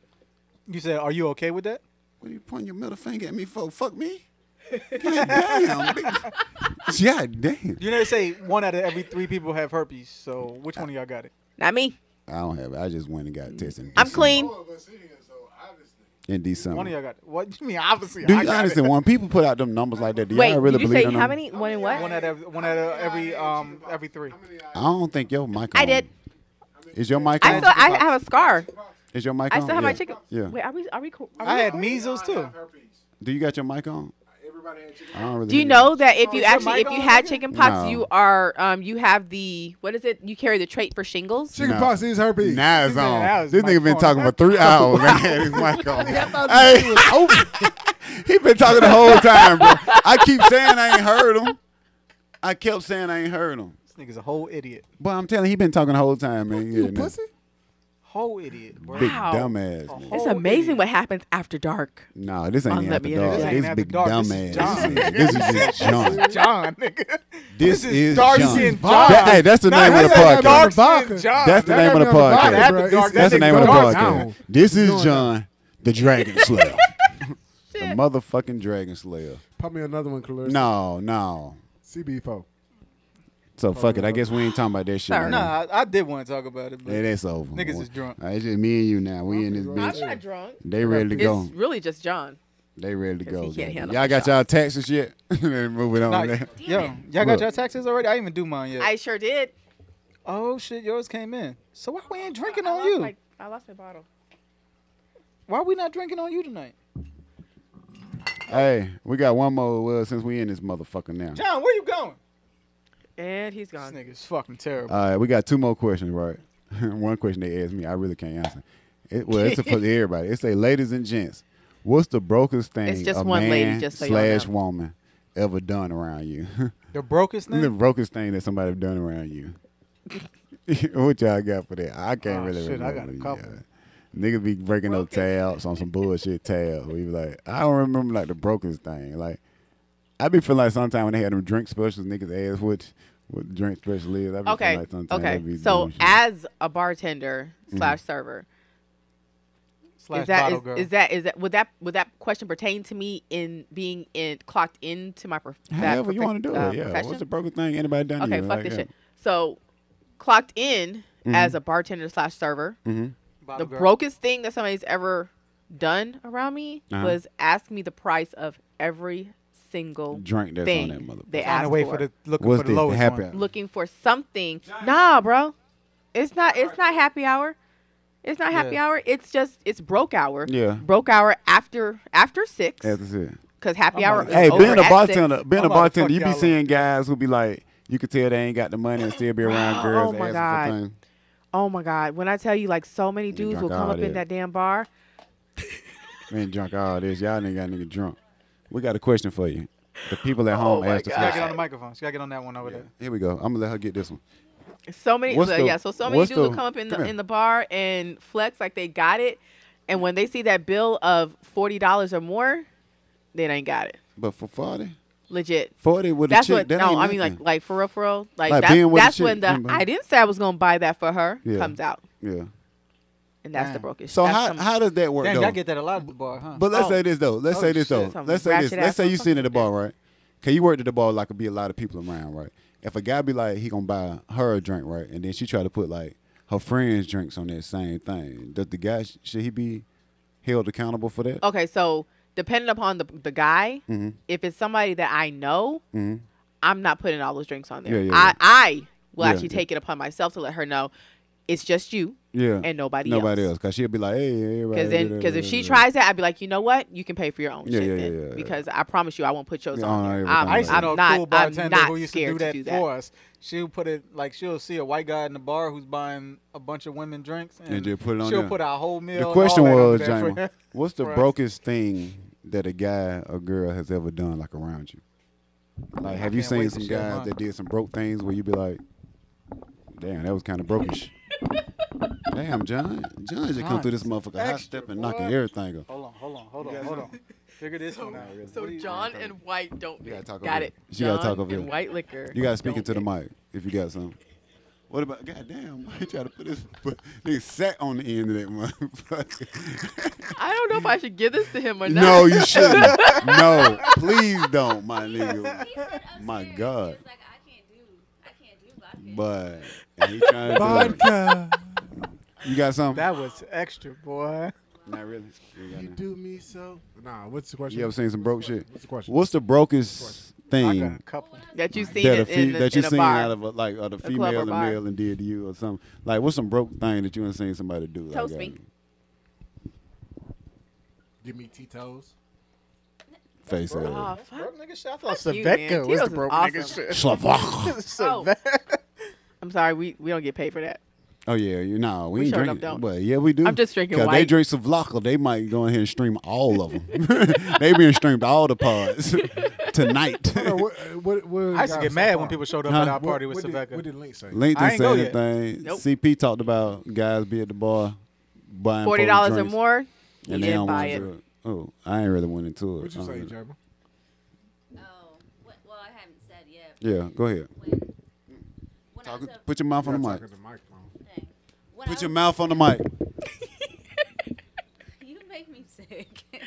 Speaker 3: You said, are you okay with that?
Speaker 2: What are you pointing your middle finger at me for? Fuck me. God damn. bitch. God damn.
Speaker 3: You never say one out of every three people have herpes. So which one of y'all got it?
Speaker 5: Not me.
Speaker 2: I don't have it. I just went and got tested. in
Speaker 5: Mm. I'm
Speaker 2: December-
Speaker 5: clean.
Speaker 2: In December.
Speaker 3: One of y'all got it. What do you mean? Obviously,
Speaker 2: do
Speaker 3: I
Speaker 2: you
Speaker 3: got
Speaker 2: honestly,
Speaker 3: it.
Speaker 2: when people put out them numbers like that, do
Speaker 5: Wait,
Speaker 2: y'all really
Speaker 5: did you
Speaker 2: believe
Speaker 5: say
Speaker 2: in
Speaker 5: how
Speaker 2: them?
Speaker 5: many? One and what?
Speaker 3: One out of one out of every um every three.
Speaker 2: I don't think your mic.
Speaker 5: I
Speaker 2: on.
Speaker 5: did.
Speaker 2: Is your mic
Speaker 5: I
Speaker 2: on?
Speaker 5: still. I have a scar.
Speaker 2: Is your mic
Speaker 5: I
Speaker 2: on?
Speaker 5: still have
Speaker 2: Oh, yeah.
Speaker 5: my chicken.
Speaker 2: Yeah.
Speaker 5: Wait, are we? Are we? co- Are we
Speaker 3: I had measles too.
Speaker 2: Do you got your mic on? I don't really
Speaker 5: Do you
Speaker 2: hear
Speaker 5: know that if you
Speaker 3: is your
Speaker 5: actually
Speaker 3: mic
Speaker 5: if you
Speaker 3: on?
Speaker 5: had chicken pox,
Speaker 2: No.
Speaker 5: you are um you have the what is it? You carry the trait for shingles.
Speaker 4: Chicken pox is herpes.
Speaker 2: Now it's
Speaker 3: Man, that
Speaker 2: on.
Speaker 3: was
Speaker 2: This
Speaker 3: my
Speaker 2: nigga been
Speaker 3: phone.
Speaker 2: talking for three hours. Man, his mic on.
Speaker 4: thought
Speaker 2: Hey, he been talking the whole time, bro. I keep saying I ain't heard him. I kept saying I ain't heard him.
Speaker 3: This nigga's a whole idiot.
Speaker 2: But I'm telling you, he been talking the whole time, man.
Speaker 4: You
Speaker 2: Yeah, no.
Speaker 4: pussy.
Speaker 3: Whole idiot. Bro.
Speaker 2: Big
Speaker 5: Wow.
Speaker 2: dumbass. man.
Speaker 5: It's
Speaker 3: Oh,
Speaker 5: amazing
Speaker 3: idiot.
Speaker 5: what happens after dark.
Speaker 2: Nah, this ain't
Speaker 5: Unlet
Speaker 2: after
Speaker 5: me
Speaker 2: dark. oh,
Speaker 5: interject.
Speaker 2: This
Speaker 3: Ain't
Speaker 2: big
Speaker 3: After Dark.
Speaker 2: dumbass.
Speaker 3: This
Speaker 2: This is just John.
Speaker 3: John, nigga.
Speaker 2: This is
Speaker 3: Darcy
Speaker 2: John.
Speaker 3: and John.
Speaker 2: That- hey, that's the
Speaker 3: Nah,
Speaker 2: name of the
Speaker 3: that's
Speaker 2: podcast.
Speaker 3: like Darcy and
Speaker 4: Barker.
Speaker 3: John.
Speaker 2: That's the
Speaker 4: That
Speaker 2: nafta name
Speaker 4: got
Speaker 2: of
Speaker 4: me
Speaker 2: the
Speaker 4: on
Speaker 2: podcast.
Speaker 4: body,
Speaker 3: Nafta
Speaker 4: bro.
Speaker 3: dark,
Speaker 4: It's-
Speaker 3: that
Speaker 2: That's the
Speaker 3: nigga
Speaker 2: name of the
Speaker 3: dark
Speaker 2: podcast.
Speaker 4: now.
Speaker 2: This is John, the Dragon Slayer. the motherfucking Dragon Slayer.
Speaker 4: Pop me another one, Clarissa.
Speaker 2: No, no.
Speaker 4: CB4.
Speaker 2: So fuck it. I guess we ain't talking about that shit.
Speaker 5: Sorry.
Speaker 2: right now.
Speaker 3: Nah, I, I did want to talk about it, but
Speaker 2: It is over.
Speaker 3: Niggas is drunk.
Speaker 2: Alright, it's just me and you now. We in this bitch.
Speaker 5: drunk.
Speaker 2: They ready to
Speaker 5: It's
Speaker 2: go.
Speaker 5: really just John.
Speaker 2: They ready to
Speaker 5: Cause he
Speaker 2: go.
Speaker 5: can't
Speaker 2: goddamn.
Speaker 5: handle
Speaker 2: Y'all
Speaker 5: my
Speaker 2: got
Speaker 5: shots.
Speaker 2: y'all taxes yet? Moving on.
Speaker 3: Nah,
Speaker 2: man.
Speaker 3: yo, y'all
Speaker 2: Look.
Speaker 3: got your taxes already? I didn't even do mine yet.
Speaker 5: I sure did.
Speaker 3: oh shit, yours came in. So why we ain't drinking
Speaker 5: I
Speaker 3: on
Speaker 5: lost
Speaker 3: you?
Speaker 5: My, I lost my bottle.
Speaker 3: why we not drinking on you tonight?
Speaker 2: Hey, we got one more. Well, uh, since we in this motherfucker now.
Speaker 3: John, where you going?
Speaker 5: And he's
Speaker 3: This
Speaker 5: gone.
Speaker 3: nigga's fucking terrible.
Speaker 2: All right, we got two more questions, right? One question they asked me, I really can't answer. It, well, it's for everybody. It say, ladies and gents, what's the brokest thing
Speaker 5: It's just
Speaker 2: a
Speaker 5: one
Speaker 2: man
Speaker 5: lady, just so y'all
Speaker 2: slash
Speaker 5: know.
Speaker 2: woman ever done around you?
Speaker 3: the brokest thing.
Speaker 2: the brokest thing that somebody done around you. what y'all got for that? I can't
Speaker 3: Oh,
Speaker 2: really
Speaker 3: shit, I got a
Speaker 2: remember,
Speaker 3: couple.
Speaker 2: yeah. Niggas be breaking up tabs on some bullshit tabs. We be like, I don't remember like the brokest thing. Like, I be feeling like sometimes when they had them drink specials, niggas ask what what drink special is. I be
Speaker 5: Okay.
Speaker 2: feeling like sometimes they
Speaker 5: Okay.
Speaker 2: be
Speaker 5: So
Speaker 2: doing shit. Mm-hmm.
Speaker 5: as a bartender slash server,
Speaker 3: slash
Speaker 5: is that
Speaker 3: bottle
Speaker 5: is,
Speaker 3: girl.
Speaker 5: is that is that would that would that question pertain to me in being in clocked into my prof- that
Speaker 2: However you
Speaker 5: profe-
Speaker 2: want to do
Speaker 5: uh,
Speaker 2: it, yeah. What's
Speaker 5: profession?
Speaker 2: the broken thing anybody done? to
Speaker 5: okay,
Speaker 2: you?
Speaker 5: fuck
Speaker 2: Like, uh,
Speaker 5: this
Speaker 2: yeah.
Speaker 5: shit. So clocked in
Speaker 2: Mm-hmm.
Speaker 5: as a bartender slash server, the
Speaker 3: Bottle girl.
Speaker 5: brokest thing that somebody's ever done around me
Speaker 2: Uh-huh.
Speaker 5: was ask me the price of every single
Speaker 2: Drink that's
Speaker 5: thing
Speaker 2: on that motherfucker.
Speaker 5: they
Speaker 3: Find
Speaker 5: asked
Speaker 3: a way
Speaker 5: for.
Speaker 3: for the looking
Speaker 2: What's
Speaker 3: for the
Speaker 2: this?
Speaker 3: lowest
Speaker 2: Happy
Speaker 3: one.
Speaker 2: hour.
Speaker 5: looking for something. Nah, bro, it's not. It's not happy hour. It's not happy
Speaker 3: Yeah.
Speaker 5: hour. It's just it's broke hour.
Speaker 2: Yeah.
Speaker 5: broke hour after after six.
Speaker 2: That's it.
Speaker 5: Cause happy
Speaker 3: I'm
Speaker 5: hour.
Speaker 3: like,
Speaker 5: is
Speaker 2: Hey,
Speaker 5: over
Speaker 2: being a
Speaker 5: at
Speaker 2: bartender,
Speaker 5: six.
Speaker 2: being
Speaker 3: I'm
Speaker 2: a
Speaker 3: about to
Speaker 2: bartender,
Speaker 3: fuck
Speaker 2: you be
Speaker 3: y'all up.
Speaker 2: seeing guys who be like, you could tell they ain't got the money and still be around
Speaker 5: Wow.
Speaker 2: girls.
Speaker 5: Oh my
Speaker 2: asking for
Speaker 5: God.
Speaker 2: things.
Speaker 5: Oh my god, when I tell you, like, so many dudes
Speaker 2: got
Speaker 5: will come
Speaker 2: all
Speaker 5: up
Speaker 2: that.
Speaker 5: in that damn bar.
Speaker 2: Man, drunk all this. Y'all nigga got nigga drunk. We got a question for you. The people at home
Speaker 5: Oh my
Speaker 2: asked the
Speaker 5: God.
Speaker 3: She gotta get on
Speaker 2: question.
Speaker 3: the microphone. She gotta get on that one over there.
Speaker 2: Here we go. I'm gonna let her get this one.
Speaker 5: So many, uh,
Speaker 2: What's the-
Speaker 5: yeah. So so many
Speaker 2: what's
Speaker 5: dudes will
Speaker 2: the-
Speaker 5: come up in the
Speaker 2: come here.
Speaker 5: in the bar and flex like they got it, and when they see that bill of forty dollars or more, they ain't got it.
Speaker 2: But for 40,
Speaker 5: Legit.
Speaker 2: 40 with a
Speaker 5: That's
Speaker 2: chick.
Speaker 5: what.
Speaker 2: that
Speaker 5: No,
Speaker 2: ain't
Speaker 5: I mean like
Speaker 2: nothing.
Speaker 5: like for real, for real. Like,
Speaker 2: Like,
Speaker 5: that's,
Speaker 2: being with a
Speaker 5: that's
Speaker 2: chick,
Speaker 5: when the
Speaker 2: anybody.
Speaker 5: I didn't say I was gonna buy that for her
Speaker 2: Yeah.
Speaker 5: comes out,
Speaker 2: yeah.
Speaker 5: and that's the
Speaker 3: Damn.
Speaker 5: broken.
Speaker 2: So
Speaker 5: that's
Speaker 2: how,
Speaker 5: some-
Speaker 2: how does that work
Speaker 3: Damn,
Speaker 2: though?
Speaker 3: y'all get that a lot at the bar, huh?
Speaker 2: But let's
Speaker 5: Oh.
Speaker 2: say this though. Let's
Speaker 3: Oh,
Speaker 2: say this
Speaker 5: shit.
Speaker 2: though.
Speaker 5: Some
Speaker 2: Let's say this.
Speaker 5: ratchet
Speaker 2: Let's
Speaker 5: ass
Speaker 2: say you seen at the
Speaker 5: motherfucker.
Speaker 2: bar, right? Can you work at the bar like be a lot of people around, right? If a guy be like he gonna buy her a drink, right, and then she try to put like her friends' drinks on that same thing, does the guy should he be held accountable for that?
Speaker 5: Okay, so depending upon the the guy,
Speaker 2: Mm-hmm.
Speaker 5: if it's somebody that I know, I'm not putting all those drinks on there.
Speaker 2: Yeah, yeah, yeah.
Speaker 5: I I will
Speaker 2: Yeah,
Speaker 5: actually
Speaker 2: yeah.
Speaker 5: take it upon myself to let her know it's just you
Speaker 2: Yeah,
Speaker 5: and nobody,
Speaker 2: nobody
Speaker 5: else.
Speaker 2: else, cause she'll be like, hey, everybody.
Speaker 5: Because then, because if she
Speaker 2: tries,
Speaker 5: tries that, I'd be like, you know what? You can pay for your own
Speaker 2: Yeah,
Speaker 5: shit
Speaker 2: yeah,
Speaker 5: then,
Speaker 2: yeah, yeah, yeah.
Speaker 5: because I promise you, I won't put yours
Speaker 2: Yeah,
Speaker 5: on.
Speaker 2: I
Speaker 5: there.
Speaker 2: know
Speaker 5: I'm,
Speaker 2: everything
Speaker 3: I used to
Speaker 5: I'm
Speaker 3: know a
Speaker 5: not,
Speaker 3: cool
Speaker 5: I'm
Speaker 3: bartender
Speaker 5: not
Speaker 3: who used to
Speaker 5: scared
Speaker 3: do that,
Speaker 5: to do
Speaker 3: for us. She'll put it like she'll see a white guy in the bar who's buying a bunch of women drinks, and,
Speaker 2: And just put it on
Speaker 3: she'll
Speaker 2: there.
Speaker 3: put our whole meal.
Speaker 2: the
Speaker 3: and
Speaker 2: question
Speaker 3: all
Speaker 2: was,
Speaker 3: that under there
Speaker 2: Jamal,
Speaker 3: for-
Speaker 2: what's the
Speaker 3: for us.
Speaker 2: brokest thing that a guy or girl has ever done like around you? Like, have you
Speaker 3: can't wait
Speaker 2: seen
Speaker 3: to
Speaker 2: some
Speaker 3: share
Speaker 2: guys
Speaker 3: mine.
Speaker 2: that did some broke things where you be like, damn, that was kind of brokish? damn, John, John just come
Speaker 3: John
Speaker 2: through this
Speaker 3: is
Speaker 2: motherfucker high
Speaker 3: extra,
Speaker 2: step and
Speaker 3: boy.
Speaker 2: knocking everything up.
Speaker 3: Hold on, hold on, hold on, hold on. Figure this one out.
Speaker 5: So
Speaker 3: What do you-
Speaker 5: John and White don't
Speaker 2: gotta talk
Speaker 5: got
Speaker 2: over
Speaker 5: it.
Speaker 2: here. She gotta
Speaker 5: John
Speaker 2: talk over
Speaker 5: and
Speaker 2: here.
Speaker 5: White liquor.
Speaker 2: You gotta speak
Speaker 5: don't
Speaker 2: into the
Speaker 5: mix.
Speaker 2: mic if you got something. What about goddamn? Why you try to put this put, nigga sat on the end of that motherfucker?
Speaker 5: I don't know if I should give this to him or not.
Speaker 2: no, you shouldn't. no, please don't, my nigga. My God.
Speaker 8: like, I can't do, I can't do vodka.
Speaker 2: But and he trying to do it. You got something?
Speaker 3: that was extra, boy.
Speaker 2: Not really. You got
Speaker 4: You
Speaker 2: nothing.
Speaker 4: do me so. Nah, what's the question?
Speaker 2: You ever seen some broke shit?
Speaker 4: What's the question?
Speaker 2: What's the brokest
Speaker 3: I got
Speaker 2: thing
Speaker 3: a couple.
Speaker 5: that you seen
Speaker 2: that a
Speaker 5: in,
Speaker 2: fe-
Speaker 5: in, the-
Speaker 2: that you
Speaker 5: in a
Speaker 2: seen
Speaker 5: bar.
Speaker 2: out of a, like a the
Speaker 5: or
Speaker 2: female and
Speaker 5: bar.
Speaker 2: male and did to you or something? Like what's some broke thing that you ain't seen somebody do? Like,
Speaker 5: Toast
Speaker 2: uh,
Speaker 5: me.
Speaker 4: Give me Tito's.
Speaker 2: Face
Speaker 5: Oh,
Speaker 2: ass.
Speaker 5: fuck.
Speaker 3: nigga shit. I thought
Speaker 5: you, man.
Speaker 3: Svetka was
Speaker 5: Tito's
Speaker 3: the
Speaker 5: is
Speaker 3: broke
Speaker 5: awesome.
Speaker 3: nigga shit.
Speaker 2: Slovak.
Speaker 5: Oh.
Speaker 3: Svetka.
Speaker 5: I'm sorry, we, we don't get paid for that.
Speaker 2: Oh yeah, you know we,
Speaker 5: We
Speaker 2: ain't
Speaker 5: sure
Speaker 2: drinking.
Speaker 5: don't.
Speaker 2: But yeah, we do.
Speaker 5: I'm just drinking
Speaker 2: 'Cause They
Speaker 5: white.
Speaker 2: drink some vodka. They might go in here and stream all of them. they being streamed all the pods tonight.
Speaker 4: Hold on, what, what, what
Speaker 3: I used to get mad when people showed up at our party with
Speaker 4: what did, what
Speaker 3: Svetka.
Speaker 4: did Link say?
Speaker 2: Link
Speaker 3: I
Speaker 2: didn't
Speaker 3: ain't go
Speaker 2: say
Speaker 3: yet.
Speaker 2: anything.
Speaker 5: Nope.
Speaker 2: CP talked about guys be at the bar buying
Speaker 5: Forty
Speaker 2: folks
Speaker 5: dollars or
Speaker 2: drinks,
Speaker 5: more, you
Speaker 2: and they
Speaker 5: didn't
Speaker 2: don't
Speaker 5: buy
Speaker 2: want
Speaker 5: it.
Speaker 2: to. Oh, I ain't really went into it.
Speaker 4: What'd you
Speaker 2: I
Speaker 4: say,
Speaker 2: don't know.
Speaker 4: Jeremy?
Speaker 8: Oh, what, well, I haven't said yet. but
Speaker 2: Yeah, go ahead.
Speaker 8: When, when I
Speaker 2: Talk-
Speaker 8: was up,
Speaker 2: put your mouth on the
Speaker 4: Y'all
Speaker 2: mic.
Speaker 4: talking to the microphone.
Speaker 8: thing, when I
Speaker 2: Put your
Speaker 8: was-
Speaker 2: mouth on the mic.
Speaker 8: You make me sick.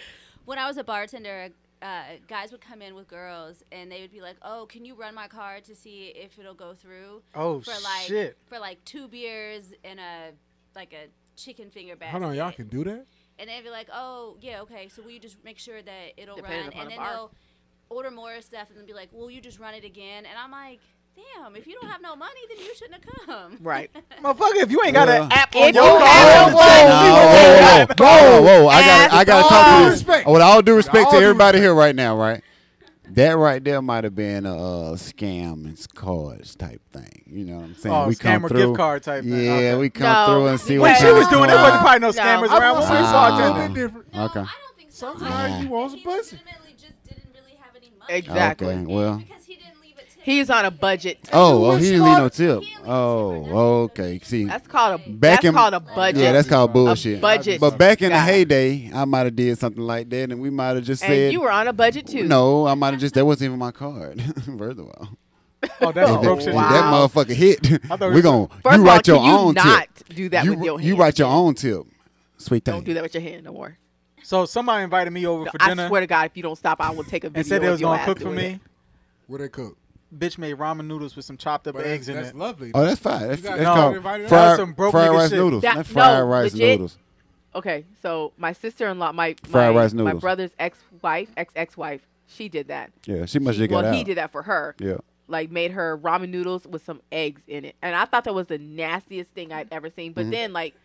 Speaker 8: when I was a bartender, uh, guys would come in with girls, and they would be like, "Oh, can you run my card to see if it'll go through?"
Speaker 3: Oh,
Speaker 8: for like,
Speaker 3: shit.
Speaker 8: For like two beers and a like a chicken finger basket.
Speaker 4: Hold on, y'all can do that?
Speaker 8: and they'd be like, "Oh, yeah, okay. So will you just make sure that it'll
Speaker 5: Depending
Speaker 8: run?"
Speaker 5: upon the
Speaker 8: And then
Speaker 5: bar.
Speaker 8: they'll order more stuff, and then be like, "Will you just run it again?" And I'm like, "Damn, if you don't have no money, then you shouldn't have come."
Speaker 5: Right.
Speaker 3: Motherfucker, if you ain't got
Speaker 2: Yeah.
Speaker 3: an app on
Speaker 5: If
Speaker 3: your
Speaker 5: you
Speaker 3: car,
Speaker 5: have
Speaker 2: Nah, whoa,
Speaker 5: one-
Speaker 2: whoa, whoa, whoa, whoa, whoa! I got, I got to talk to
Speaker 5: All
Speaker 2: you.
Speaker 4: respect.
Speaker 2: With all due respect
Speaker 4: All
Speaker 2: to
Speaker 4: due
Speaker 2: everybody here right now, right? That right there might have been a, uh scam and cards type thing. You know what I'm saying?
Speaker 3: Oh,
Speaker 2: we come
Speaker 3: scam or gift
Speaker 2: through,
Speaker 3: card type
Speaker 2: Yeah,
Speaker 3: thing. Okay.
Speaker 2: we come
Speaker 5: No,
Speaker 2: through and see
Speaker 5: because-
Speaker 2: what
Speaker 5: When
Speaker 3: She was
Speaker 2: kind of
Speaker 3: doing it. Wasn't
Speaker 2: card-
Speaker 3: probably no
Speaker 5: No.
Speaker 3: scammers
Speaker 5: I
Speaker 3: around.
Speaker 4: was
Speaker 3: when we
Speaker 4: saying
Speaker 3: saw
Speaker 4: it's
Speaker 3: it.
Speaker 4: all
Speaker 2: Ah.
Speaker 4: a bit different.
Speaker 8: No,
Speaker 2: Okay.
Speaker 8: I don't think so.
Speaker 4: Sometimes
Speaker 8: I
Speaker 4: you
Speaker 8: think
Speaker 4: want some
Speaker 8: he
Speaker 4: pussy.
Speaker 8: legitimately just didn't really have any money.
Speaker 5: Exactly.
Speaker 2: Okay, well.
Speaker 8: Because he didn't leave a tip.
Speaker 5: He's on a budget.
Speaker 2: Oh, oh, he didn't leave no
Speaker 8: He
Speaker 2: tip.
Speaker 8: didn't leave a tip or nothing.
Speaker 2: Oh, okay. See,
Speaker 5: That's called a.
Speaker 2: Back
Speaker 5: that's
Speaker 2: in-
Speaker 5: called a budget.
Speaker 2: yeah, that's called
Speaker 4: A
Speaker 2: bullshit.
Speaker 5: budget
Speaker 2: But back in the
Speaker 5: guy.
Speaker 2: heyday, I might have did something like that, and we might have just
Speaker 5: and
Speaker 2: said,
Speaker 5: you were on a budget too.
Speaker 2: "No, I might have just that wasn't even my card." First of all,
Speaker 3: Oh, that's
Speaker 2: If
Speaker 3: broke
Speaker 2: it-
Speaker 3: shit.
Speaker 2: if that
Speaker 5: Wow.
Speaker 2: motherfucker hit,
Speaker 3: thought
Speaker 2: we
Speaker 3: you-
Speaker 2: gon'
Speaker 5: First
Speaker 2: you
Speaker 5: of all,
Speaker 2: write your
Speaker 5: can you
Speaker 2: own
Speaker 5: not
Speaker 2: tip.
Speaker 5: do that
Speaker 2: you,
Speaker 5: with your
Speaker 2: You
Speaker 5: hand?
Speaker 2: write your own tip, sweet thing.
Speaker 5: Don't do that with your hand no more.
Speaker 3: So somebody invited me over for
Speaker 5: I
Speaker 3: dinner
Speaker 5: swear to God, if you don't stop, I will take a video
Speaker 3: and said they
Speaker 5: of
Speaker 3: was
Speaker 5: your
Speaker 3: gonna
Speaker 5: ass
Speaker 3: cook for
Speaker 5: doing
Speaker 3: me.
Speaker 4: Where they cook.
Speaker 3: Bitch made ramen noodles with some chopped up
Speaker 4: But
Speaker 3: eggs
Speaker 4: that's,
Speaker 3: in
Speaker 4: that's
Speaker 3: it.
Speaker 4: lovely.
Speaker 2: Oh, that's fine. That's,
Speaker 4: You got
Speaker 2: that's
Speaker 3: no
Speaker 2: called
Speaker 4: invited
Speaker 3: That
Speaker 2: fried,
Speaker 3: was some broke
Speaker 2: fried
Speaker 3: nigga
Speaker 2: rice
Speaker 3: shit.
Speaker 2: noodles.
Speaker 5: That-
Speaker 2: not fried
Speaker 5: no,
Speaker 2: rice
Speaker 5: legit.
Speaker 2: noodles.
Speaker 5: it. Okay, so my sister-in-law, my
Speaker 2: Fried
Speaker 5: my,
Speaker 2: rice
Speaker 5: my
Speaker 2: noodles.
Speaker 5: brother's ex-wife, ex-ex-wife, she did that.
Speaker 2: Yeah, she must
Speaker 5: She-
Speaker 2: have got
Speaker 5: well,
Speaker 2: out.
Speaker 5: he did that for her.
Speaker 2: Yeah.
Speaker 5: Like made her ramen noodles with some eggs in it, and I thought that was the nastiest thing I'd ever seen.
Speaker 2: Mm-hmm.
Speaker 5: But then, like,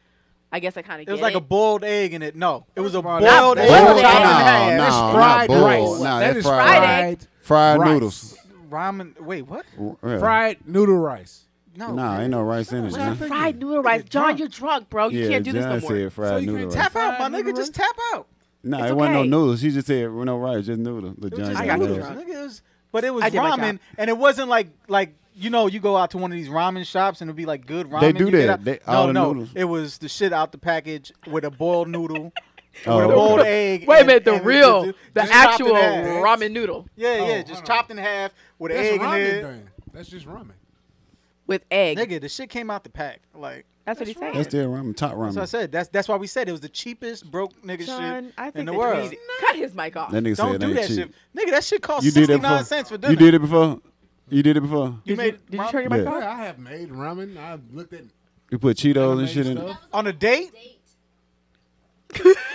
Speaker 5: I guess I kind of
Speaker 3: It was like a boiled egg in it. No, it was a boiled egg.
Speaker 5: Not
Speaker 2: Boiled,
Speaker 5: boiled
Speaker 2: no,
Speaker 5: egg.
Speaker 2: no,
Speaker 5: That's
Speaker 2: not
Speaker 4: fried
Speaker 2: boiled.
Speaker 4: rice.
Speaker 2: Nah,
Speaker 4: That
Speaker 2: that's
Speaker 4: is
Speaker 2: fried,
Speaker 5: fried
Speaker 2: rice. fried
Speaker 4: rice.
Speaker 2: noodles.
Speaker 3: Ramen. Wait, what?
Speaker 2: Yeah.
Speaker 4: Fried noodle rice.
Speaker 3: No.
Speaker 2: Nah, ain't no rice in it.
Speaker 4: What
Speaker 2: man.
Speaker 4: happened?
Speaker 5: fried noodle rice. John, you're drunk, bro. You
Speaker 2: yeah,
Speaker 5: can't do
Speaker 2: John
Speaker 5: this no more.
Speaker 2: said fried
Speaker 4: you
Speaker 2: noodle
Speaker 4: can't
Speaker 2: rice.
Speaker 3: Tap out, my nigga. Just tap out.
Speaker 2: No,
Speaker 5: It's
Speaker 2: it wasn't no
Speaker 5: okay.
Speaker 2: noodles. She just said no rice, just noodles. The
Speaker 3: It was
Speaker 2: John
Speaker 3: just
Speaker 5: I
Speaker 2: got
Speaker 5: got
Speaker 3: noodles,
Speaker 2: mad.
Speaker 5: drunk.
Speaker 3: nigga. It was- But it was
Speaker 5: I did my
Speaker 3: ramen,
Speaker 5: job.
Speaker 3: and it wasn't like like you know you go out to one of these ramen shops and it'll be like good ramen.
Speaker 2: They do
Speaker 3: you get
Speaker 2: that.
Speaker 3: out-
Speaker 2: They-
Speaker 3: no,
Speaker 2: all the
Speaker 3: no,
Speaker 2: noodles.
Speaker 3: it was the shit out the package with a boiled noodle,
Speaker 2: Oh,
Speaker 3: with a
Speaker 2: okay.
Speaker 3: boiled egg.
Speaker 5: Wait a
Speaker 3: and-
Speaker 5: minute, the
Speaker 3: and
Speaker 5: real, the
Speaker 3: just chopped in
Speaker 5: actual
Speaker 3: half.
Speaker 5: ramen noodle
Speaker 3: Yeah, yeah,
Speaker 4: Oh,
Speaker 3: just
Speaker 4: hold on.
Speaker 3: chopped in half with an
Speaker 4: That's
Speaker 3: egg in
Speaker 4: ramen
Speaker 3: it.
Speaker 4: then. That's just ramen.
Speaker 5: with egg.
Speaker 3: Nigga, the shit came out the pack. Like
Speaker 5: that's what he's saying.
Speaker 2: That's their ramen, top ramen.
Speaker 3: that's what I said. That's that's why we said it was the cheapest broke nigga
Speaker 5: John,
Speaker 3: shit
Speaker 5: I
Speaker 3: in
Speaker 5: think
Speaker 3: the
Speaker 5: that
Speaker 3: world.
Speaker 5: you need to cut his mic off.
Speaker 2: That nigga
Speaker 3: Don't
Speaker 2: said
Speaker 3: do
Speaker 2: it
Speaker 3: that
Speaker 2: ain't cheap.
Speaker 3: shit, nigga. That shit cost
Speaker 2: You did
Speaker 3: sixty
Speaker 2: it before.
Speaker 3: nine cents for dinner.
Speaker 2: you did it before. You did it before.
Speaker 5: Did you,
Speaker 3: made
Speaker 5: did you
Speaker 3: ramen-
Speaker 5: turn your mic
Speaker 2: Yeah.
Speaker 5: off?
Speaker 4: Yeah, I have made ramen. I've looked at
Speaker 2: You put Cheetos and
Speaker 4: made
Speaker 2: shit in. it.
Speaker 4: stuff.
Speaker 3: on a date.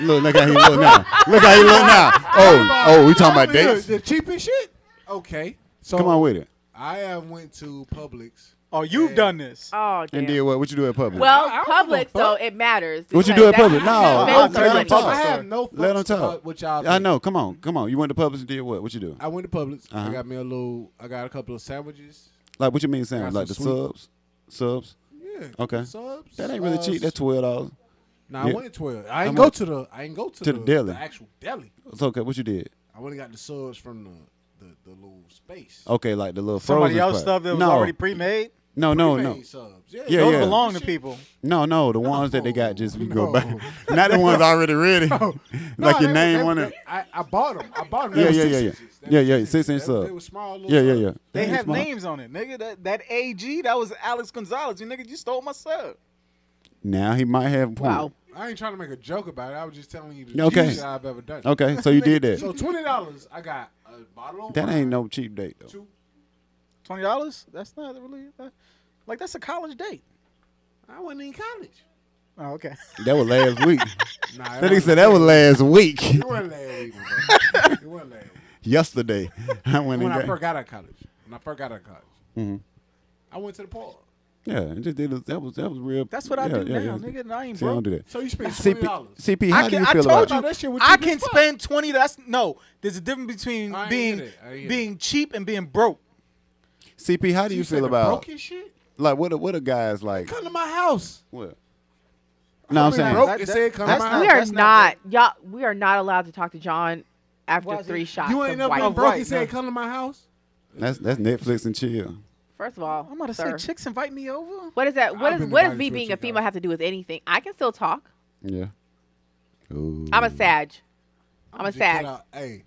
Speaker 2: Look, look how he look now. Look how he look now. Oh, oh, we talking about
Speaker 4: Probably the-
Speaker 2: dates?
Speaker 4: The cheapest shit. Okay. So
Speaker 2: Come on with it.
Speaker 4: I have went to Publix.
Speaker 3: Oh, you've
Speaker 4: Yeah.
Speaker 3: done this.
Speaker 5: Oh, damn.
Speaker 2: And did what? What you do at public?
Speaker 5: Well,
Speaker 4: I- I don't give a
Speaker 5: public, so
Speaker 4: fuck.
Speaker 5: it matters.
Speaker 2: What you
Speaker 5: because
Speaker 2: do at
Speaker 5: that's-
Speaker 2: public? No,
Speaker 5: that's
Speaker 2: I'll
Speaker 5: based
Speaker 2: tell
Speaker 5: on
Speaker 2: them
Speaker 5: money.
Speaker 2: talk.
Speaker 4: I have no
Speaker 2: Let him
Speaker 4: fucks
Speaker 2: talk.
Speaker 4: about what y'all
Speaker 2: I
Speaker 4: think.
Speaker 2: know. Come on, come on. You went to Publix and did what? What you do?
Speaker 4: I went to Publix.
Speaker 2: Uh-huh.
Speaker 4: I got me a little. I got a couple of sandwiches.
Speaker 2: Like what you mean, Sam?
Speaker 4: Got
Speaker 2: Like the
Speaker 4: some sweet-
Speaker 2: subs, subs.
Speaker 4: Yeah.
Speaker 2: Okay.
Speaker 4: Subs.
Speaker 2: That ain't really
Speaker 4: uh,
Speaker 2: cheap. That's twelve dollars.
Speaker 4: Nah,
Speaker 2: Yeah.
Speaker 4: I went twelve. I ain't
Speaker 2: I'm
Speaker 4: go
Speaker 2: like-
Speaker 4: to the. I ain't go to,
Speaker 2: to the deli.
Speaker 4: The actual deli.
Speaker 2: It's okay. What you did?
Speaker 4: I went and got the subs from the the, the little space.
Speaker 2: Okay, like the little
Speaker 3: Somebody
Speaker 2: frozen
Speaker 3: else
Speaker 2: part.
Speaker 3: stuff that was
Speaker 2: no.
Speaker 3: already pre-made.
Speaker 2: No, no,
Speaker 4: Prepaid
Speaker 2: no,
Speaker 4: Subs. Yeah. those
Speaker 2: Yeah,
Speaker 3: Those
Speaker 2: yeah.
Speaker 3: belong to
Speaker 4: Shit.
Speaker 3: people.
Speaker 2: no, no. The ones that they got just you go
Speaker 4: No.
Speaker 2: back. Not the ones already ready. like
Speaker 4: Nah,
Speaker 2: your
Speaker 4: they-
Speaker 2: name
Speaker 4: they-
Speaker 2: on
Speaker 4: they-
Speaker 2: it.
Speaker 4: I, I bought them. I bought them.
Speaker 2: Yeah, yeah, yeah, yeah. Yeah, yeah, six inch
Speaker 4: They,
Speaker 2: sub.
Speaker 4: they were small. Little
Speaker 2: Yeah, yeah, yeah.
Speaker 4: subs.
Speaker 3: They
Speaker 2: That
Speaker 3: have
Speaker 2: ain't
Speaker 3: names on it, nigga. That that AG, that was Alex Gonzalez. You nigga, you stole my sub.
Speaker 2: smart. Now he might have a point.
Speaker 5: Wow.
Speaker 4: I ain't trying to make a joke about it. I was just telling you the
Speaker 2: Okay.
Speaker 4: okay. shit I've ever done.
Speaker 2: Okay, so you did that.
Speaker 4: So twenty dollars, I got a bottle of
Speaker 2: That
Speaker 4: wine,
Speaker 2: ain't no cheap date though.
Speaker 4: Two,
Speaker 3: Twenty dollars? That's not really that- like that's a college date.
Speaker 4: I wasn't in college.
Speaker 3: Oh, okay.
Speaker 2: That was last week.
Speaker 4: Nah,
Speaker 2: that nigga said that was last week.
Speaker 4: It wasn't last week, bro. It wasn't last week.
Speaker 2: Yesterday, I Mm-hmm. went
Speaker 4: When
Speaker 2: and
Speaker 4: I
Speaker 2: got.
Speaker 4: first got out of college, when I first got out of college, I went to the park.
Speaker 2: Yeah, and just did a, that was that was real.
Speaker 3: That's what I
Speaker 2: yeah,
Speaker 3: do
Speaker 2: yeah,
Speaker 3: now,
Speaker 2: yeah.
Speaker 3: nigga. And I ain't
Speaker 2: See, I don't
Speaker 3: broke.
Speaker 2: do that.
Speaker 4: So you spent twenty
Speaker 2: CP,
Speaker 4: dollars.
Speaker 2: CP, how
Speaker 3: I,
Speaker 2: do
Speaker 3: can,
Speaker 2: you
Speaker 3: I
Speaker 2: feel
Speaker 3: told
Speaker 2: about
Speaker 3: you,
Speaker 4: it? That shit was
Speaker 3: I
Speaker 4: cheap
Speaker 3: can
Speaker 4: as fuck.
Speaker 3: spend twenty. That's no. There's a difference between
Speaker 4: I ain't
Speaker 3: being
Speaker 4: get it. I ain't get it.
Speaker 3: being cheap and being broke.
Speaker 2: CP, how do you, feel about
Speaker 4: broken shit?
Speaker 2: like what a, what a guy's like?
Speaker 4: Come to my house.
Speaker 2: What? No, I'm
Speaker 4: Coming
Speaker 2: saying
Speaker 4: broke.
Speaker 3: That-
Speaker 4: it
Speaker 3: that-
Speaker 4: said come
Speaker 3: that's
Speaker 4: out.
Speaker 3: not-
Speaker 5: We are
Speaker 3: that's
Speaker 5: not,
Speaker 3: not
Speaker 5: y'all. We are not allowed to talk to John after
Speaker 3: Why is
Speaker 5: three
Speaker 3: it-
Speaker 5: shots
Speaker 4: You ain't
Speaker 5: of
Speaker 4: never
Speaker 5: white.
Speaker 4: been broke. He
Speaker 3: Right,
Speaker 4: said
Speaker 3: no.
Speaker 4: come to my house.
Speaker 2: That's that's Netflix and chill.
Speaker 5: First of all,
Speaker 3: I'm about to
Speaker 5: sir,
Speaker 3: say chicks invite me over.
Speaker 5: What is that? What
Speaker 4: I've
Speaker 5: is
Speaker 4: been
Speaker 5: what does
Speaker 4: invited
Speaker 5: me
Speaker 4: to a
Speaker 5: being a
Speaker 4: chick out.
Speaker 5: female have to do with anything? I can still talk.
Speaker 2: Yeah. Ooh.
Speaker 5: I'm a sag. I'm a
Speaker 4: Just cut
Speaker 5: sag.
Speaker 4: out, Hey,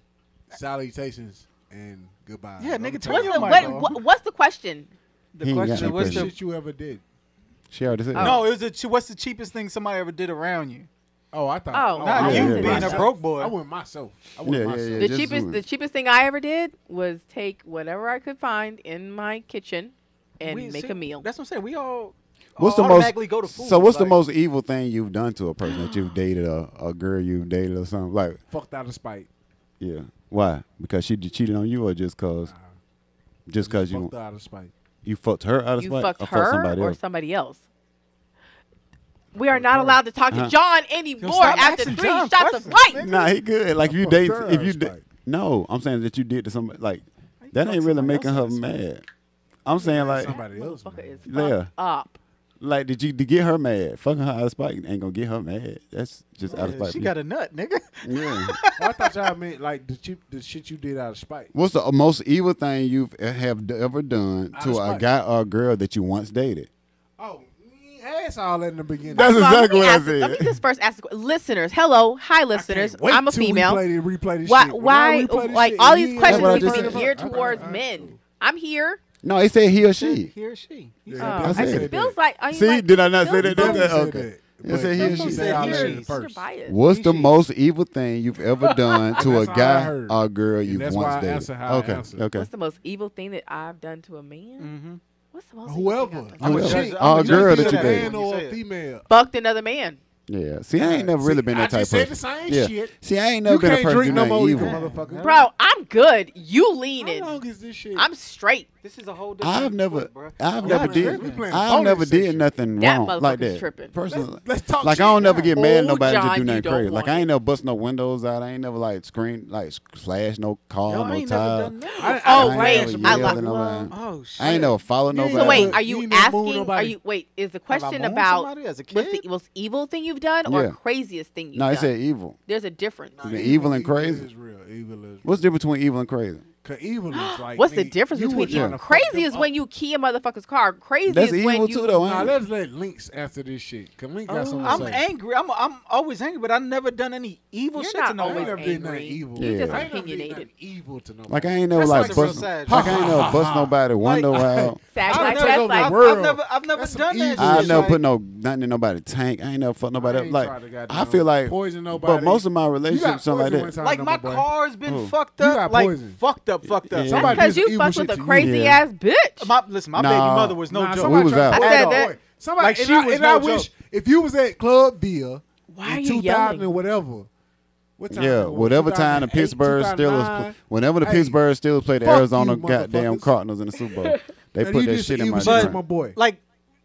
Speaker 4: salutations and goodbye.
Speaker 3: Yeah,
Speaker 4: Let me
Speaker 3: nigga,
Speaker 4: tell
Speaker 3: turn
Speaker 4: you
Speaker 3: your
Speaker 4: something.
Speaker 3: mic
Speaker 5: What,
Speaker 3: Michael.
Speaker 5: what what's the question?
Speaker 3: The
Speaker 2: He ain't got
Speaker 3: question
Speaker 2: no
Speaker 3: was
Speaker 2: question.
Speaker 3: the
Speaker 4: shit you ever did.
Speaker 2: She already said.
Speaker 3: no. It was a, chi- what's the cheapest thing somebody ever did around you?
Speaker 4: Oh, I thought.
Speaker 5: Oh,
Speaker 4: oh,
Speaker 5: Not
Speaker 4: I
Speaker 2: you
Speaker 4: went
Speaker 2: being
Speaker 4: myself.
Speaker 3: a broke boy.
Speaker 4: I went myself. I went
Speaker 2: Yeah, yeah,
Speaker 4: myself.
Speaker 2: yeah.
Speaker 5: The
Speaker 2: just
Speaker 5: cheapest
Speaker 2: do it.
Speaker 5: the cheapest thing I ever did was take whatever I could find in my kitchen and
Speaker 3: We-
Speaker 5: make
Speaker 3: see,
Speaker 5: a meal.
Speaker 3: That's what I'm saying. We all
Speaker 2: What's the most?
Speaker 3: automatically go to food.
Speaker 2: so what's the
Speaker 3: like-
Speaker 2: most evil thing you've done to a person that you've dated or a girl you've dated or something like?
Speaker 4: Fucked out of spite.
Speaker 2: Yeah. Why? Because she d- cheated on you, or just cause? Just cause you
Speaker 4: Fucked out of spite.
Speaker 2: you fucked her out of
Speaker 5: you
Speaker 2: spite,
Speaker 5: fucked
Speaker 2: or
Speaker 5: her
Speaker 2: fucked somebody
Speaker 5: or
Speaker 2: else.
Speaker 5: somebody else. We are not allowed to talk to
Speaker 2: Uh-huh.
Speaker 5: John anymore
Speaker 3: stop
Speaker 5: after
Speaker 3: asking
Speaker 5: three
Speaker 3: John
Speaker 5: shots of
Speaker 3: questions,
Speaker 5: white.
Speaker 3: man.
Speaker 2: Nah, he good. Like if you date,
Speaker 4: her out
Speaker 2: if
Speaker 4: of
Speaker 2: you da-
Speaker 4: spite.
Speaker 2: No, I'm saying that you did to somebody. Like that ain't really making her mad. I'm saying like,
Speaker 4: Somebody else.
Speaker 5: Motherfucker
Speaker 4: man.
Speaker 5: is
Speaker 2: Yeah.
Speaker 5: fucked up.
Speaker 2: like did you to get her mad? Fucking her out of spite ain't gonna get her mad. That's just out of spite.
Speaker 3: She got a nut, nigga.
Speaker 2: yeah.
Speaker 4: Well, Oh, I thought y'all meant like the, cheap, the shit you did out of spite.
Speaker 2: What's the most evil thing you've e, have d- ever done
Speaker 4: Out
Speaker 2: to
Speaker 4: of
Speaker 2: a
Speaker 4: spite.
Speaker 2: guy or a girl that you once dated?
Speaker 4: Oh, he asked all that in the beginning.
Speaker 2: That's
Speaker 5: Hold on,
Speaker 2: exactly
Speaker 5: let me
Speaker 2: what I
Speaker 5: ask- Let me
Speaker 2: said.
Speaker 5: just first ask the que- listeners. Hello, hi
Speaker 4: I can't
Speaker 5: listeners.
Speaker 4: wait
Speaker 5: I'm a
Speaker 4: till we
Speaker 5: female.
Speaker 4: play this- replay this
Speaker 5: Why?
Speaker 4: shit. When I
Speaker 5: Why?
Speaker 4: replay this
Speaker 5: Like
Speaker 4: shit,
Speaker 5: all
Speaker 4: he
Speaker 5: these
Speaker 4: ain't
Speaker 5: questions
Speaker 2: what I
Speaker 5: keep
Speaker 2: just
Speaker 5: being
Speaker 2: said.
Speaker 5: geared
Speaker 4: Okay,
Speaker 5: towards
Speaker 4: all right,
Speaker 5: men.
Speaker 4: cool.
Speaker 5: I'm here.
Speaker 2: No, he said he or she.
Speaker 3: He or she. He
Speaker 4: Yeah,
Speaker 5: Oh.
Speaker 4: I said
Speaker 2: Actually,
Speaker 4: that.
Speaker 5: Bill's like, are you
Speaker 2: See,
Speaker 5: like,
Speaker 2: did I not say
Speaker 5: Bill's
Speaker 2: that? Did I-
Speaker 4: Bill's
Speaker 2: Okay.
Speaker 4: said that,
Speaker 2: I
Speaker 4: but
Speaker 2: said he and
Speaker 4: she
Speaker 2: she.
Speaker 4: said
Speaker 3: He
Speaker 4: all
Speaker 3: or
Speaker 4: that
Speaker 3: she.
Speaker 4: in the
Speaker 3: She's
Speaker 5: You're
Speaker 4: first.
Speaker 5: biased.
Speaker 2: What's the most evil thing you've ever done to a
Speaker 4: That's how I
Speaker 2: guy
Speaker 4: heard.
Speaker 2: or a girl
Speaker 4: And
Speaker 2: you've
Speaker 4: that's why
Speaker 2: once
Speaker 4: I
Speaker 2: dated?
Speaker 4: answer how I
Speaker 2: okay,
Speaker 4: answer.
Speaker 2: okay.
Speaker 5: What's the most evil thing that I've done to a
Speaker 3: Mhm.
Speaker 5: man? What's the most evil
Speaker 4: Mm-hmm.
Speaker 5: thing
Speaker 4: Whoever.
Speaker 5: I've done to
Speaker 2: I'm
Speaker 5: a man?
Speaker 2: a
Speaker 4: Whoever.
Speaker 2: chick.
Speaker 4: Whoever.
Speaker 2: Oh, a girl that
Speaker 4: Either
Speaker 2: you
Speaker 4: a
Speaker 2: dated.
Speaker 4: Man or a female.
Speaker 5: Fucked another man.
Speaker 2: Yeah. See, I ain't never
Speaker 4: See,
Speaker 2: really been
Speaker 4: I
Speaker 2: that type of
Speaker 4: just
Speaker 2: person.
Speaker 4: said the same
Speaker 2: yeah.
Speaker 4: shit.
Speaker 2: See, I ain't never
Speaker 4: You
Speaker 2: been a
Speaker 4: can't
Speaker 2: person
Speaker 4: drink
Speaker 2: do
Speaker 4: no
Speaker 2: nothing
Speaker 4: more, you
Speaker 2: evil.
Speaker 4: motherfucker.
Speaker 5: Bro, I'm good. You
Speaker 4: How
Speaker 5: leaning.
Speaker 4: long is this shit?
Speaker 5: I'm straight.
Speaker 3: This is a whole different.
Speaker 2: I've never,
Speaker 3: book, bruh.
Speaker 2: I've
Speaker 3: Oh,
Speaker 2: never
Speaker 3: bruh.
Speaker 2: did,
Speaker 4: We playing
Speaker 2: I've
Speaker 4: bonus
Speaker 2: never did
Speaker 4: section.
Speaker 2: nothing
Speaker 5: That
Speaker 2: wrong like
Speaker 5: motherfucker's
Speaker 2: that.
Speaker 5: tripping.
Speaker 2: Personally, let's,
Speaker 4: let's talk
Speaker 2: Like
Speaker 4: shit.
Speaker 2: I don't never get mad at
Speaker 5: Oh,
Speaker 2: nobody to
Speaker 5: John,
Speaker 2: do
Speaker 5: you
Speaker 2: nothing
Speaker 5: don't
Speaker 2: crazy. Like
Speaker 5: want
Speaker 2: I ain't
Speaker 5: it.
Speaker 2: never bust no windows out. I ain't never like screen, like slash no car,
Speaker 3: Y'all
Speaker 2: no
Speaker 3: ain't never
Speaker 2: tire.
Speaker 3: done that.
Speaker 4: I-
Speaker 5: Oh,
Speaker 2: I
Speaker 5: wait,
Speaker 2: ain't never
Speaker 5: I
Speaker 2: yelled
Speaker 5: like-
Speaker 2: at nobody.
Speaker 3: Oh shit.
Speaker 2: I ain't never followed
Speaker 4: You ain't
Speaker 2: nobody.
Speaker 5: So wait,
Speaker 4: but
Speaker 5: are
Speaker 4: you
Speaker 5: you,
Speaker 4: ain't never moved
Speaker 5: asking? Are
Speaker 4: nobody.
Speaker 5: you wait? Is the
Speaker 3: Have I
Speaker 5: question
Speaker 3: moaned
Speaker 5: about
Speaker 3: somebody as a
Speaker 5: what's the
Speaker 3: kid?
Speaker 5: most evil thing you've done or
Speaker 2: Yeah.
Speaker 5: craziest thing you've
Speaker 2: no, I
Speaker 5: done?
Speaker 2: said evil.
Speaker 5: There's a difference.
Speaker 2: Is it evil and crazy?
Speaker 4: is real. Evil is
Speaker 2: What's the difference between evil and crazy?
Speaker 4: Cause evil is like
Speaker 5: What's the
Speaker 4: nigga,
Speaker 5: difference
Speaker 4: you
Speaker 5: between
Speaker 4: was trying to
Speaker 5: evil?
Speaker 4: fuck
Speaker 5: Crazy
Speaker 4: them
Speaker 5: is
Speaker 4: up.
Speaker 5: when you key a motherfucker's car. Crazy
Speaker 2: That's
Speaker 5: is when
Speaker 2: evil
Speaker 5: you.
Speaker 2: too, though.
Speaker 4: Nah,
Speaker 2: ain't it?
Speaker 4: let's let Lynx answer this shit. Cause Lynx got something
Speaker 3: I'm
Speaker 4: to say.
Speaker 3: angry. I'm I'm always angry, but I've never done any evil
Speaker 5: You're
Speaker 3: shit
Speaker 5: not
Speaker 3: to
Speaker 4: I
Speaker 3: nobody.
Speaker 4: ain't
Speaker 5: always
Speaker 4: never did nothing
Speaker 5: angry.
Speaker 4: evil.
Speaker 2: You're just
Speaker 4: I ain't never did
Speaker 5: opinionated.
Speaker 4: nothing evil to nobody.
Speaker 2: Like I ain't never
Speaker 3: That's
Speaker 2: like
Speaker 3: like the real
Speaker 2: bust,
Speaker 3: sad
Speaker 2: like I ain't never bust nobody window out.
Speaker 5: Sag
Speaker 3: I've
Speaker 5: like
Speaker 3: never-
Speaker 5: that's
Speaker 4: over
Speaker 5: like
Speaker 4: the
Speaker 3: I've,
Speaker 4: world.
Speaker 3: I've never I've never
Speaker 4: That's some
Speaker 3: done that.
Speaker 4: evil
Speaker 2: I
Speaker 4: It's
Speaker 3: shit.
Speaker 2: never
Speaker 3: like,
Speaker 2: put no nothing in nobody's tank. I ain't never fucked nobody
Speaker 4: I
Speaker 2: up.
Speaker 4: ain't tried to
Speaker 2: Like I
Speaker 4: goddamn
Speaker 2: feel like
Speaker 4: poison nobody.
Speaker 2: But most of my
Speaker 4: You got
Speaker 2: relationships, something
Speaker 4: poisoned
Speaker 2: like
Speaker 4: one
Speaker 2: that.
Speaker 4: time,
Speaker 3: Like
Speaker 4: though, boy.
Speaker 3: my car's been
Speaker 2: Who?
Speaker 3: fucked
Speaker 4: You
Speaker 3: up.
Speaker 4: got
Speaker 3: Like
Speaker 4: poisoned.
Speaker 3: fucked up, fucked up.
Speaker 2: Yeah.
Speaker 5: that's
Speaker 4: Somebody
Speaker 5: because
Speaker 4: did
Speaker 5: you
Speaker 4: evil
Speaker 5: fucked
Speaker 4: shit
Speaker 5: with a
Speaker 4: to you.
Speaker 5: crazy
Speaker 2: Yeah.
Speaker 5: ass bitch.
Speaker 3: My, listen, my baby
Speaker 2: Nah.
Speaker 3: mother was no
Speaker 4: Nah,
Speaker 3: joke.
Speaker 4: somebody
Speaker 2: We was
Speaker 4: tried
Speaker 2: out.
Speaker 4: to
Speaker 5: I
Speaker 4: fuck
Speaker 5: said
Speaker 4: up.
Speaker 5: that.
Speaker 4: Somebody
Speaker 3: Like,
Speaker 4: and,
Speaker 3: she
Speaker 4: I,
Speaker 3: was
Speaker 4: and
Speaker 3: no
Speaker 4: I wish
Speaker 3: joke.
Speaker 4: if you was at Club Villa
Speaker 5: Why are
Speaker 4: in
Speaker 5: you
Speaker 4: 2000
Speaker 5: yelling?
Speaker 4: and whatever. What time
Speaker 2: Yeah,
Speaker 4: it was,
Speaker 2: whatever time the
Speaker 4: 2008,
Speaker 2: Pittsburgh Steelers,
Speaker 4: 2009,
Speaker 2: play, whenever the
Speaker 4: Hey,
Speaker 2: Pittsburgh Steelers play the
Speaker 4: fuck
Speaker 2: Arizona
Speaker 4: you,
Speaker 2: goddamn
Speaker 4: motherfuckers.
Speaker 2: Cardinals in the Super Bowl, they
Speaker 4: now
Speaker 2: put
Speaker 4: you
Speaker 2: that
Speaker 4: did
Speaker 2: shit
Speaker 4: some
Speaker 2: in my
Speaker 4: evil shit to
Speaker 2: drink.
Speaker 4: my boy.
Speaker 3: Like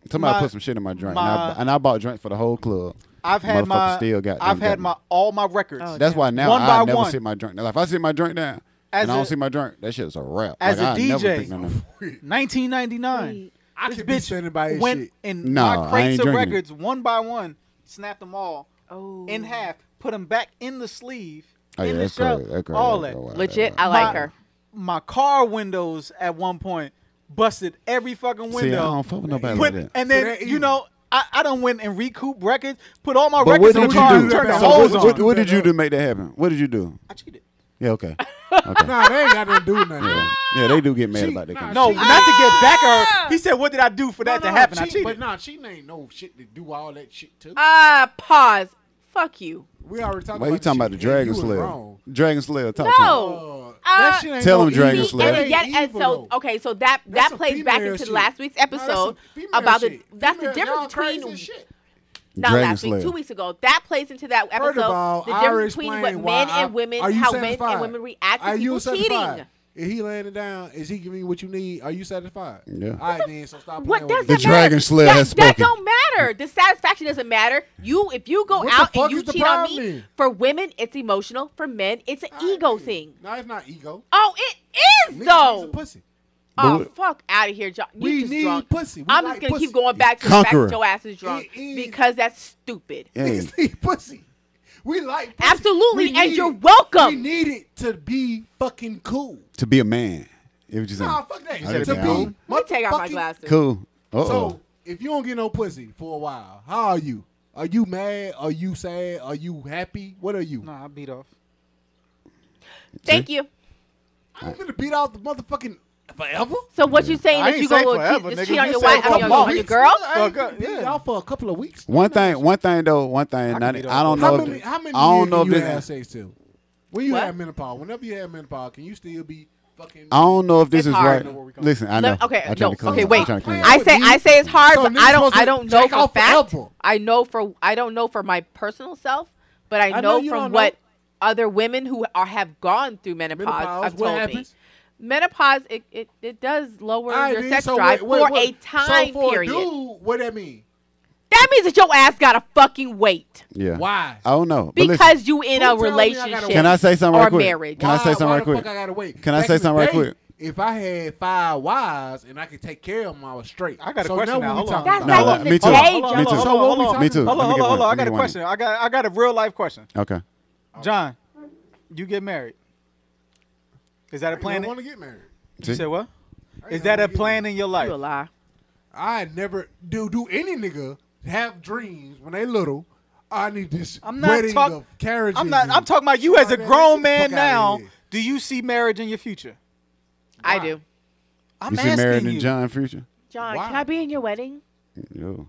Speaker 2: Somebody
Speaker 3: my-
Speaker 2: put some shit in my drink, and,
Speaker 3: my-
Speaker 2: I, and I bought drinks for the whole club.
Speaker 3: I've had
Speaker 2: Motherfucker
Speaker 3: my
Speaker 2: still got.
Speaker 3: I've
Speaker 2: them
Speaker 3: had
Speaker 2: goddamn-
Speaker 3: my all my records.
Speaker 5: Oh,
Speaker 2: That's why now
Speaker 3: One
Speaker 2: I
Speaker 3: by
Speaker 2: never
Speaker 3: one.
Speaker 2: sit my drink. down. If I sit my drink down
Speaker 3: As
Speaker 2: and I don't
Speaker 3: a-
Speaker 2: sit my drink, that shit's a wrap.
Speaker 3: as
Speaker 2: like,
Speaker 3: a
Speaker 2: I never
Speaker 3: DJ.
Speaker 2: drink none of-
Speaker 3: 1999.
Speaker 4: I
Speaker 3: this
Speaker 4: could
Speaker 3: bitch
Speaker 4: be standing by his
Speaker 3: went
Speaker 4: shit.
Speaker 3: and
Speaker 2: Nah, I
Speaker 3: my
Speaker 2: ain't
Speaker 3: crates of
Speaker 2: drinking it.
Speaker 3: records one by one, snapped them all
Speaker 5: Oh.
Speaker 3: in half, put them back in the sleeve,
Speaker 2: Oh yeah,
Speaker 3: in the
Speaker 2: that's
Speaker 3: shell,
Speaker 2: crazy. That's crazy. Oh,
Speaker 3: all
Speaker 2: That's
Speaker 3: that.
Speaker 2: wild.
Speaker 5: Legit,
Speaker 2: That's
Speaker 5: I
Speaker 2: wild.
Speaker 5: like
Speaker 3: My-
Speaker 5: her.
Speaker 3: My car windows at one point busted every fucking
Speaker 2: See, I
Speaker 3: window.
Speaker 2: don't fuck with nobody
Speaker 3: Put-
Speaker 2: like that.
Speaker 3: and
Speaker 4: So
Speaker 3: then
Speaker 4: that
Speaker 3: you
Speaker 4: evil.
Speaker 3: know I, I done went and recoup records, put all my
Speaker 2: But what
Speaker 3: records in
Speaker 2: did
Speaker 3: the
Speaker 2: you
Speaker 3: car and
Speaker 2: do?
Speaker 3: turned the
Speaker 2: So what-
Speaker 3: holes on.
Speaker 2: what, what did you do to make that happen? What did you do?
Speaker 3: I cheated.
Speaker 2: Yeah, okay.
Speaker 4: Nah, they ain't got nothing to do with nothing.
Speaker 2: Yeah, yeah they do get mad
Speaker 4: She-
Speaker 2: about that.
Speaker 4: nah,
Speaker 2: kind of
Speaker 3: No,
Speaker 2: shit.
Speaker 3: not to get back at her. He said, "What did I do for that
Speaker 4: No,
Speaker 3: to
Speaker 4: no,
Speaker 3: happen? I
Speaker 4: cheat-
Speaker 3: cheated."
Speaker 4: But nah, cheating ain't no shit to do all that shit too.
Speaker 5: Ah, pause. Fuck you.
Speaker 4: We already talked
Speaker 2: Why
Speaker 4: about
Speaker 2: you talking
Speaker 4: this
Speaker 2: about the
Speaker 4: shit.
Speaker 2: dragon
Speaker 4: You was
Speaker 2: slayer?
Speaker 4: wrong.
Speaker 2: Dragon slayer, talk to me.
Speaker 5: No.
Speaker 4: Uh,
Speaker 5: Uh,
Speaker 4: that shit ain't
Speaker 2: Tell
Speaker 4: no
Speaker 2: him, Dragon
Speaker 4: evil.
Speaker 5: See,
Speaker 2: Slayer.
Speaker 4: That
Speaker 5: and
Speaker 4: ain't
Speaker 5: yet, and
Speaker 4: evil,
Speaker 5: so
Speaker 4: though.
Speaker 5: okay, so that
Speaker 4: That's
Speaker 5: that
Speaker 4: a
Speaker 5: plays back
Speaker 4: female
Speaker 5: into
Speaker 4: shit.
Speaker 5: last week's
Speaker 4: No, that's
Speaker 5: episode
Speaker 4: some female
Speaker 5: about the
Speaker 4: shit.
Speaker 5: that's the
Speaker 4: Female- y'all
Speaker 5: difference
Speaker 4: crazy
Speaker 5: between
Speaker 4: as shit.
Speaker 5: not
Speaker 2: Dragon
Speaker 5: last
Speaker 2: Slayer.
Speaker 5: week, two weeks ago. That plays into that
Speaker 4: First
Speaker 5: episode.
Speaker 4: of all,
Speaker 5: the
Speaker 4: I already
Speaker 5: difference between
Speaker 4: explained
Speaker 5: what
Speaker 4: why
Speaker 5: men
Speaker 4: I-
Speaker 5: and women,
Speaker 4: are you
Speaker 5: how men
Speaker 4: satisfied?
Speaker 5: and women react to
Speaker 4: Are you
Speaker 5: people
Speaker 4: satisfied?
Speaker 5: cheating.
Speaker 4: Is he laying it down? Is he giving you what you need? Are you satisfied?
Speaker 2: Yeah.
Speaker 4: All right, then. So stop
Speaker 5: What
Speaker 4: playing with
Speaker 5: does
Speaker 2: The
Speaker 5: that
Speaker 4: me.
Speaker 2: Dragon
Speaker 5: matter?
Speaker 2: Slayer
Speaker 5: that,
Speaker 2: has
Speaker 5: that
Speaker 2: spoken.
Speaker 5: don't matter. The satisfaction doesn't matter. You, if you go
Speaker 4: What the
Speaker 5: out
Speaker 4: fuck
Speaker 5: and you
Speaker 4: is the
Speaker 5: cheat on
Speaker 4: problem
Speaker 5: me,
Speaker 4: then?
Speaker 5: for women it's emotional. For men, it's an ego thing.
Speaker 4: No, it's not ego.
Speaker 5: Oh, it is
Speaker 4: Niggas needs
Speaker 5: though.
Speaker 4: a pussy.
Speaker 5: Oh,
Speaker 2: But-
Speaker 5: fuck out of here, John. You
Speaker 4: We
Speaker 5: just
Speaker 4: need
Speaker 5: drunk.
Speaker 4: pussy. We
Speaker 5: I'm
Speaker 4: like
Speaker 5: just gonna keep
Speaker 4: pussy.
Speaker 5: going back to the fact
Speaker 2: Conqueror.
Speaker 5: that your ass is drunk
Speaker 4: It is.
Speaker 5: because that's stupid.
Speaker 2: Hey,
Speaker 4: Niggas need pussy. We like pussy.
Speaker 5: Absolutely,
Speaker 4: We
Speaker 5: and
Speaker 4: need
Speaker 5: you're
Speaker 4: it.
Speaker 5: welcome.
Speaker 4: We need it to be fucking cool.
Speaker 2: to be a man. It was just
Speaker 4: Nah, fuck that.
Speaker 2: said
Speaker 4: to
Speaker 2: it cool.
Speaker 4: be
Speaker 5: Let me take out my
Speaker 4: motherfucking
Speaker 5: glasses.
Speaker 2: cool. Uh
Speaker 4: So
Speaker 2: oh.
Speaker 4: if you don't get no pussy for a while, how are you? Are you mad? Are you sad? Are you happy? What are you?
Speaker 3: Nah, I beat off.
Speaker 5: Thank you.
Speaker 4: I'm gonna beat out the motherfucking forever.
Speaker 5: So what you saying
Speaker 3: I
Speaker 5: that
Speaker 3: ain't
Speaker 5: you
Speaker 3: say
Speaker 5: go
Speaker 3: forever,
Speaker 5: cheat,
Speaker 3: nigga.
Speaker 5: just cheat on
Speaker 3: You
Speaker 5: your
Speaker 3: said
Speaker 5: wife,
Speaker 3: a
Speaker 5: on your,
Speaker 3: couple
Speaker 5: on your
Speaker 4: weeks.
Speaker 5: girl?
Speaker 4: I ain't gonna
Speaker 3: Fuck,
Speaker 4: beat
Speaker 3: yeah.
Speaker 4: out for a couple of weeks.
Speaker 2: One thing, one thing though, one thing. Not,
Speaker 3: beat
Speaker 2: I
Speaker 3: up.
Speaker 2: don't
Speaker 4: How
Speaker 2: know.
Speaker 4: many?
Speaker 2: if,
Speaker 4: How many?
Speaker 2: I don't
Speaker 4: years
Speaker 2: know
Speaker 4: can
Speaker 2: if
Speaker 4: you have
Speaker 2: this.
Speaker 4: sex to? When you
Speaker 5: What?
Speaker 4: have menopause, whenever you have menopause, can you still be fucking?
Speaker 2: I don't know if this
Speaker 5: It's
Speaker 2: is
Speaker 5: hard.
Speaker 3: Know where we
Speaker 2: right.
Speaker 3: come
Speaker 2: Listen, I know.
Speaker 5: Let- okay,
Speaker 2: I tried
Speaker 5: no,
Speaker 2: to clean
Speaker 5: okay,
Speaker 2: it up.
Speaker 5: wait.
Speaker 2: I tried to clean it up.
Speaker 5: I say I say it's hard,
Speaker 4: So
Speaker 5: but
Speaker 4: niggas
Speaker 5: I don't
Speaker 4: supposed to
Speaker 5: I don't know
Speaker 4: jack
Speaker 5: for
Speaker 4: off
Speaker 5: fact.
Speaker 4: forever.
Speaker 5: I know for I don't know for my personal self, but I,
Speaker 4: I know
Speaker 5: know,
Speaker 4: you don't
Speaker 5: from
Speaker 4: know.
Speaker 5: what other women who are have gone through menopause,
Speaker 4: Menopause,
Speaker 5: have
Speaker 4: what
Speaker 5: told me.
Speaker 4: happens?
Speaker 5: Menopause it, it, it does lower
Speaker 4: All right,
Speaker 5: your
Speaker 4: then,
Speaker 5: sex
Speaker 4: so
Speaker 5: drive
Speaker 4: wait, wait,
Speaker 5: for
Speaker 4: wait.
Speaker 5: a time
Speaker 4: so for
Speaker 5: period.
Speaker 4: A dude, what that mean?
Speaker 5: That means that your ass gotta fucking wait
Speaker 2: Yeah.
Speaker 4: Why?
Speaker 2: I don't know. But listen,
Speaker 5: because you in
Speaker 4: Who told me
Speaker 5: a
Speaker 4: I gotta
Speaker 5: relationship.
Speaker 4: wait?
Speaker 2: can I say something right
Speaker 5: or
Speaker 2: quick?
Speaker 5: marriage.
Speaker 2: Can I say
Speaker 4: Why-
Speaker 2: something
Speaker 4: why
Speaker 2: right
Speaker 4: the
Speaker 2: quick?
Speaker 4: fuck I gotta wait?
Speaker 2: Can I
Speaker 4: Back
Speaker 2: say
Speaker 4: in the
Speaker 2: something right
Speaker 4: day,
Speaker 2: quick?
Speaker 4: If I had five wives and I could take care of them, I was straight.
Speaker 3: I got a
Speaker 4: so now
Speaker 3: question now.
Speaker 4: What
Speaker 3: Hold
Speaker 4: we
Speaker 3: on.
Speaker 4: talking
Speaker 2: No,
Speaker 5: That's not
Speaker 2: uh,
Speaker 3: hold
Speaker 5: even
Speaker 3: on.
Speaker 2: me too.
Speaker 5: a
Speaker 3: Hold on,
Speaker 5: job.
Speaker 2: Me too.
Speaker 3: hold on, hold on, hold on.
Speaker 2: Me too.
Speaker 3: Hold
Speaker 2: Let
Speaker 3: on,
Speaker 2: me
Speaker 3: hold
Speaker 2: get
Speaker 3: on, hold
Speaker 2: one.
Speaker 3: on. I
Speaker 2: Let me
Speaker 3: got a
Speaker 2: get one.
Speaker 3: question. I got I got a real life question.
Speaker 2: Okay.
Speaker 4: Oh.
Speaker 3: John, you get married. Is that a
Speaker 4: I
Speaker 3: plan?
Speaker 4: want to get married.
Speaker 3: You
Speaker 2: See?
Speaker 3: said what?
Speaker 4: I
Speaker 3: Is
Speaker 4: ain't
Speaker 3: that
Speaker 4: gonna
Speaker 3: a
Speaker 4: get
Speaker 3: plan in your life?
Speaker 5: You a lie.
Speaker 4: I never do do any nigga have dreams when they little. I need this
Speaker 3: I'm not
Speaker 4: wedding
Speaker 3: talk-
Speaker 4: of carriages.
Speaker 3: I'm not. I'm
Speaker 4: and-
Speaker 3: talking about you as a
Speaker 4: Get
Speaker 3: grown
Speaker 4: the
Speaker 3: man
Speaker 4: fuck outta
Speaker 3: now.
Speaker 4: here.
Speaker 3: Do you see marriage in your future?
Speaker 5: I do.
Speaker 3: I'm
Speaker 2: You see
Speaker 3: asking
Speaker 2: married
Speaker 3: you.
Speaker 2: in John Future?
Speaker 5: John,
Speaker 4: Why?
Speaker 5: can I be in your wedding?
Speaker 2: Yo,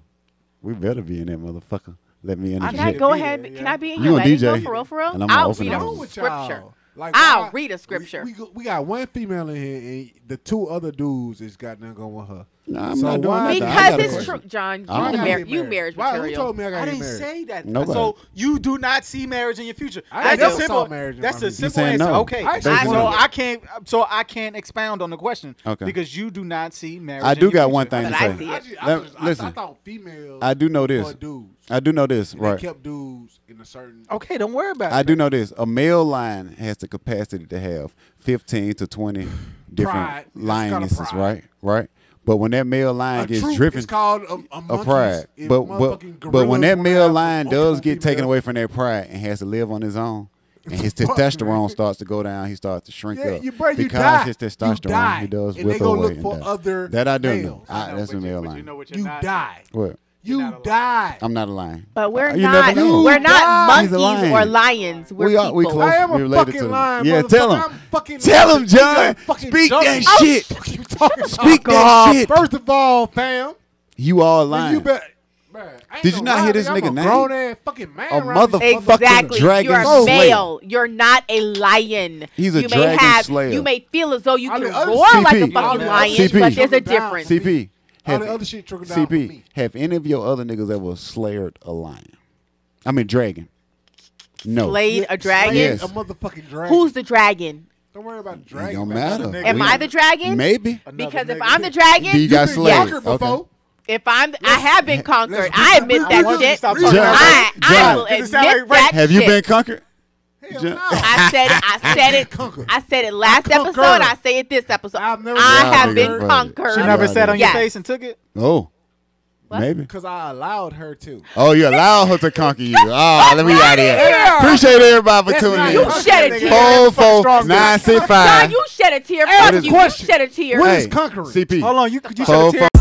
Speaker 2: we better be in that motherfucker. Let me in.
Speaker 3: I
Speaker 2: the
Speaker 5: Can
Speaker 3: need
Speaker 5: I
Speaker 3: to
Speaker 2: shit.
Speaker 5: go
Speaker 3: be
Speaker 5: ahead?
Speaker 3: there,
Speaker 5: Can
Speaker 3: yeah.
Speaker 5: I be in
Speaker 2: You
Speaker 5: your
Speaker 2: and
Speaker 5: wedding?
Speaker 2: DJ,
Speaker 5: though, for real, for
Speaker 2: and
Speaker 5: real.
Speaker 2: I'm gonna
Speaker 5: I'll
Speaker 2: open it
Speaker 5: read a
Speaker 2: up.
Speaker 4: Wrong with y'all?
Speaker 5: scripture.
Speaker 4: Like,
Speaker 5: I'll
Speaker 4: why-
Speaker 5: read a scripture.
Speaker 4: We, we, go- we got one female in here, and the two other dudes is got nothing going with her.
Speaker 2: Nah, I'm
Speaker 4: So
Speaker 2: not doing
Speaker 4: why-
Speaker 2: nothing. I
Speaker 5: Because
Speaker 2: got a
Speaker 5: it's
Speaker 2: question.
Speaker 5: true, John. You,
Speaker 2: I don't
Speaker 5: the
Speaker 2: know.
Speaker 5: mar- you marriage
Speaker 4: Why? Who
Speaker 5: material.
Speaker 4: told me I got
Speaker 3: I
Speaker 4: to
Speaker 3: didn't
Speaker 4: married?
Speaker 3: say that.
Speaker 2: Nobody.
Speaker 3: So you do not see marriage in your future.
Speaker 4: I
Speaker 3: that's
Speaker 5: never
Speaker 3: a
Speaker 5: saw
Speaker 3: simple.
Speaker 4: marriage in
Speaker 3: That's
Speaker 4: my
Speaker 3: a
Speaker 4: future. You
Speaker 3: simple
Speaker 2: saying
Speaker 3: answer.
Speaker 2: no.
Speaker 3: Okay.
Speaker 4: I
Speaker 2: said
Speaker 3: so
Speaker 2: no.
Speaker 3: I can't. So I can't expound on the question.
Speaker 2: Okay.
Speaker 3: Because you do not see marriage.
Speaker 2: I
Speaker 3: in
Speaker 2: do
Speaker 3: your
Speaker 2: got one
Speaker 3: future.
Speaker 2: thing
Speaker 5: But
Speaker 2: to
Speaker 5: I
Speaker 2: say.
Speaker 5: see it.
Speaker 4: I, just, I,
Speaker 2: Let-
Speaker 4: just, I, I
Speaker 2: listen,
Speaker 4: thought females.
Speaker 2: I do know this.
Speaker 4: Or dudes.
Speaker 2: I do know this,
Speaker 4: Right.
Speaker 2: right?
Speaker 4: They kept dudes in a certain.
Speaker 3: Okay. Don't worry about
Speaker 2: I
Speaker 3: it.
Speaker 2: do know this. A male lion has the capacity to have 15 to 20 different
Speaker 4: Pride. It's called a
Speaker 2: lionesses,
Speaker 4: pride.
Speaker 2: right? Right? But when that male
Speaker 4: A
Speaker 2: lion gets
Speaker 4: troop
Speaker 2: driven,
Speaker 4: is called a, a,
Speaker 2: a
Speaker 4: monkey's-
Speaker 2: pride.
Speaker 4: if
Speaker 2: But but,
Speaker 4: motherfucking
Speaker 2: but when
Speaker 4: gorillas wanna
Speaker 2: that male
Speaker 4: have
Speaker 2: lion
Speaker 4: multiple
Speaker 2: does get taken
Speaker 4: females-
Speaker 2: away from that pride and has to live on his own, and his
Speaker 4: Fuck,
Speaker 2: testosterone
Speaker 4: man.
Speaker 2: starts to go down, he starts to shrink
Speaker 4: Yeah,
Speaker 2: up.
Speaker 4: you- bro, you
Speaker 2: because
Speaker 4: die.
Speaker 2: his
Speaker 4: You
Speaker 2: testosterone,
Speaker 4: die.
Speaker 2: he does
Speaker 4: And
Speaker 2: with
Speaker 4: they go
Speaker 2: away
Speaker 4: look
Speaker 2: and
Speaker 4: for
Speaker 2: does.
Speaker 4: other
Speaker 2: That I do know.
Speaker 4: males.
Speaker 2: I- that's a
Speaker 3: but you-
Speaker 2: male
Speaker 3: but
Speaker 2: lion.
Speaker 3: You know what you're
Speaker 4: You
Speaker 3: not-
Speaker 4: die.
Speaker 2: what?
Speaker 4: You
Speaker 3: not allowed.
Speaker 4: die.
Speaker 2: I'm not a lion.
Speaker 5: But we're
Speaker 2: Uh, you
Speaker 5: not.
Speaker 2: never know.
Speaker 5: We're
Speaker 2: You
Speaker 5: not
Speaker 2: die. He's a
Speaker 5: monkeys
Speaker 2: lion.
Speaker 5: or lions. We're
Speaker 2: we
Speaker 5: people.
Speaker 2: are we close.
Speaker 4: I am a
Speaker 2: we related
Speaker 4: fucking
Speaker 2: to them.
Speaker 4: lion,
Speaker 2: Yeah,
Speaker 4: motherfucker.
Speaker 2: tell him.
Speaker 4: I'm fucking-
Speaker 2: tell him,
Speaker 4: You gotta
Speaker 2: John.
Speaker 4: fucking
Speaker 2: Speak
Speaker 4: jump.
Speaker 2: that
Speaker 4: Oh,
Speaker 2: shit.
Speaker 4: fuck you talking about?
Speaker 2: Speak that shit.
Speaker 4: First of all, fam,
Speaker 2: You all lying.
Speaker 4: you bet. Man, I ain't
Speaker 2: Did you
Speaker 4: no
Speaker 2: not hear
Speaker 4: lie,
Speaker 2: this
Speaker 4: nigga,
Speaker 2: nigga
Speaker 4: I'm a
Speaker 2: name?
Speaker 4: grown ass fucking man.
Speaker 2: A
Speaker 4: around this
Speaker 2: motherfucker.
Speaker 4: motherfucker.
Speaker 5: Exactly.
Speaker 2: dragon
Speaker 5: You're a
Speaker 2: slayer.
Speaker 5: male. You're not a lion.
Speaker 2: He's a
Speaker 5: you may
Speaker 2: dragon
Speaker 5: have,
Speaker 2: slayer.
Speaker 5: You may feel as though you
Speaker 4: I
Speaker 5: can
Speaker 4: mean, other-
Speaker 5: roar like a
Speaker 2: CP.
Speaker 5: fucking
Speaker 4: Yeah,
Speaker 5: lion,
Speaker 2: CP.
Speaker 5: but there's a
Speaker 4: Shut them down.
Speaker 5: difference.
Speaker 2: CP.
Speaker 4: All
Speaker 2: Have
Speaker 4: the other shit trickled down for
Speaker 2: CP.
Speaker 4: me.
Speaker 2: Have any of your other niggas ever slayered a lion? I mean dragon. No.
Speaker 5: Slayed a dragon.
Speaker 4: Slaying
Speaker 2: Yes.
Speaker 4: A motherfucking dragon.
Speaker 5: Who's the dragon?
Speaker 4: Don't worry about dragon.
Speaker 2: It don't
Speaker 4: man.
Speaker 2: matter.
Speaker 3: Another nigga.
Speaker 5: Am
Speaker 2: We-
Speaker 5: I the dragon?
Speaker 2: Maybe.
Speaker 3: Another
Speaker 5: Because if
Speaker 3: nigga.
Speaker 5: I'm the
Speaker 2: Do
Speaker 5: dragon,
Speaker 2: you got
Speaker 4: You've been
Speaker 2: slayed?
Speaker 4: conquered
Speaker 2: Okay.
Speaker 4: before.
Speaker 5: if I'm, I have been conquered.
Speaker 4: let's-
Speaker 5: I admit
Speaker 4: I
Speaker 5: that
Speaker 4: want you to
Speaker 5: shit.
Speaker 4: stop
Speaker 2: talking about
Speaker 5: I,
Speaker 2: that.
Speaker 5: I
Speaker 2: John,
Speaker 5: will
Speaker 3: does it
Speaker 5: admit
Speaker 3: sound like
Speaker 5: that.
Speaker 3: right?
Speaker 2: Have you
Speaker 5: shit.
Speaker 2: been conquered?
Speaker 4: Hell
Speaker 2: Ju-
Speaker 4: no.
Speaker 5: I said it. I said it.
Speaker 4: Conquered.
Speaker 5: I said it last
Speaker 4: I
Speaker 5: episode.
Speaker 4: conquered.
Speaker 5: I say it this episode.
Speaker 4: I've never
Speaker 5: I
Speaker 4: been
Speaker 5: have
Speaker 4: conquered.
Speaker 5: been
Speaker 2: She
Speaker 3: She
Speaker 5: conquered.
Speaker 3: never
Speaker 2: Yeah,
Speaker 3: sat on
Speaker 5: yeah.
Speaker 3: your face and took it.
Speaker 2: Oh.
Speaker 5: What?
Speaker 2: Maybe.
Speaker 4: Because I allowed her to.
Speaker 2: Oh, you allow her to conquer you. Ah, let me out of here.
Speaker 5: Yeah.
Speaker 2: Appreciate everybody for
Speaker 4: That's
Speaker 2: tuning
Speaker 4: not-
Speaker 2: in.
Speaker 5: You shed a
Speaker 4: Fuck
Speaker 5: tear.
Speaker 2: Four,
Speaker 4: Fucking
Speaker 2: four,
Speaker 4: strong
Speaker 2: nine,
Speaker 4: dude.
Speaker 2: six,
Speaker 5: John,
Speaker 2: five.
Speaker 5: you shed a tear.
Speaker 4: Ask
Speaker 5: Fuck
Speaker 4: a
Speaker 5: you. You
Speaker 4: question.
Speaker 5: shed a tear.
Speaker 4: What
Speaker 2: Hey,
Speaker 4: is conquering?
Speaker 2: CP.
Speaker 3: Hold on. You you should
Speaker 2: Four,
Speaker 3: have
Speaker 2: four,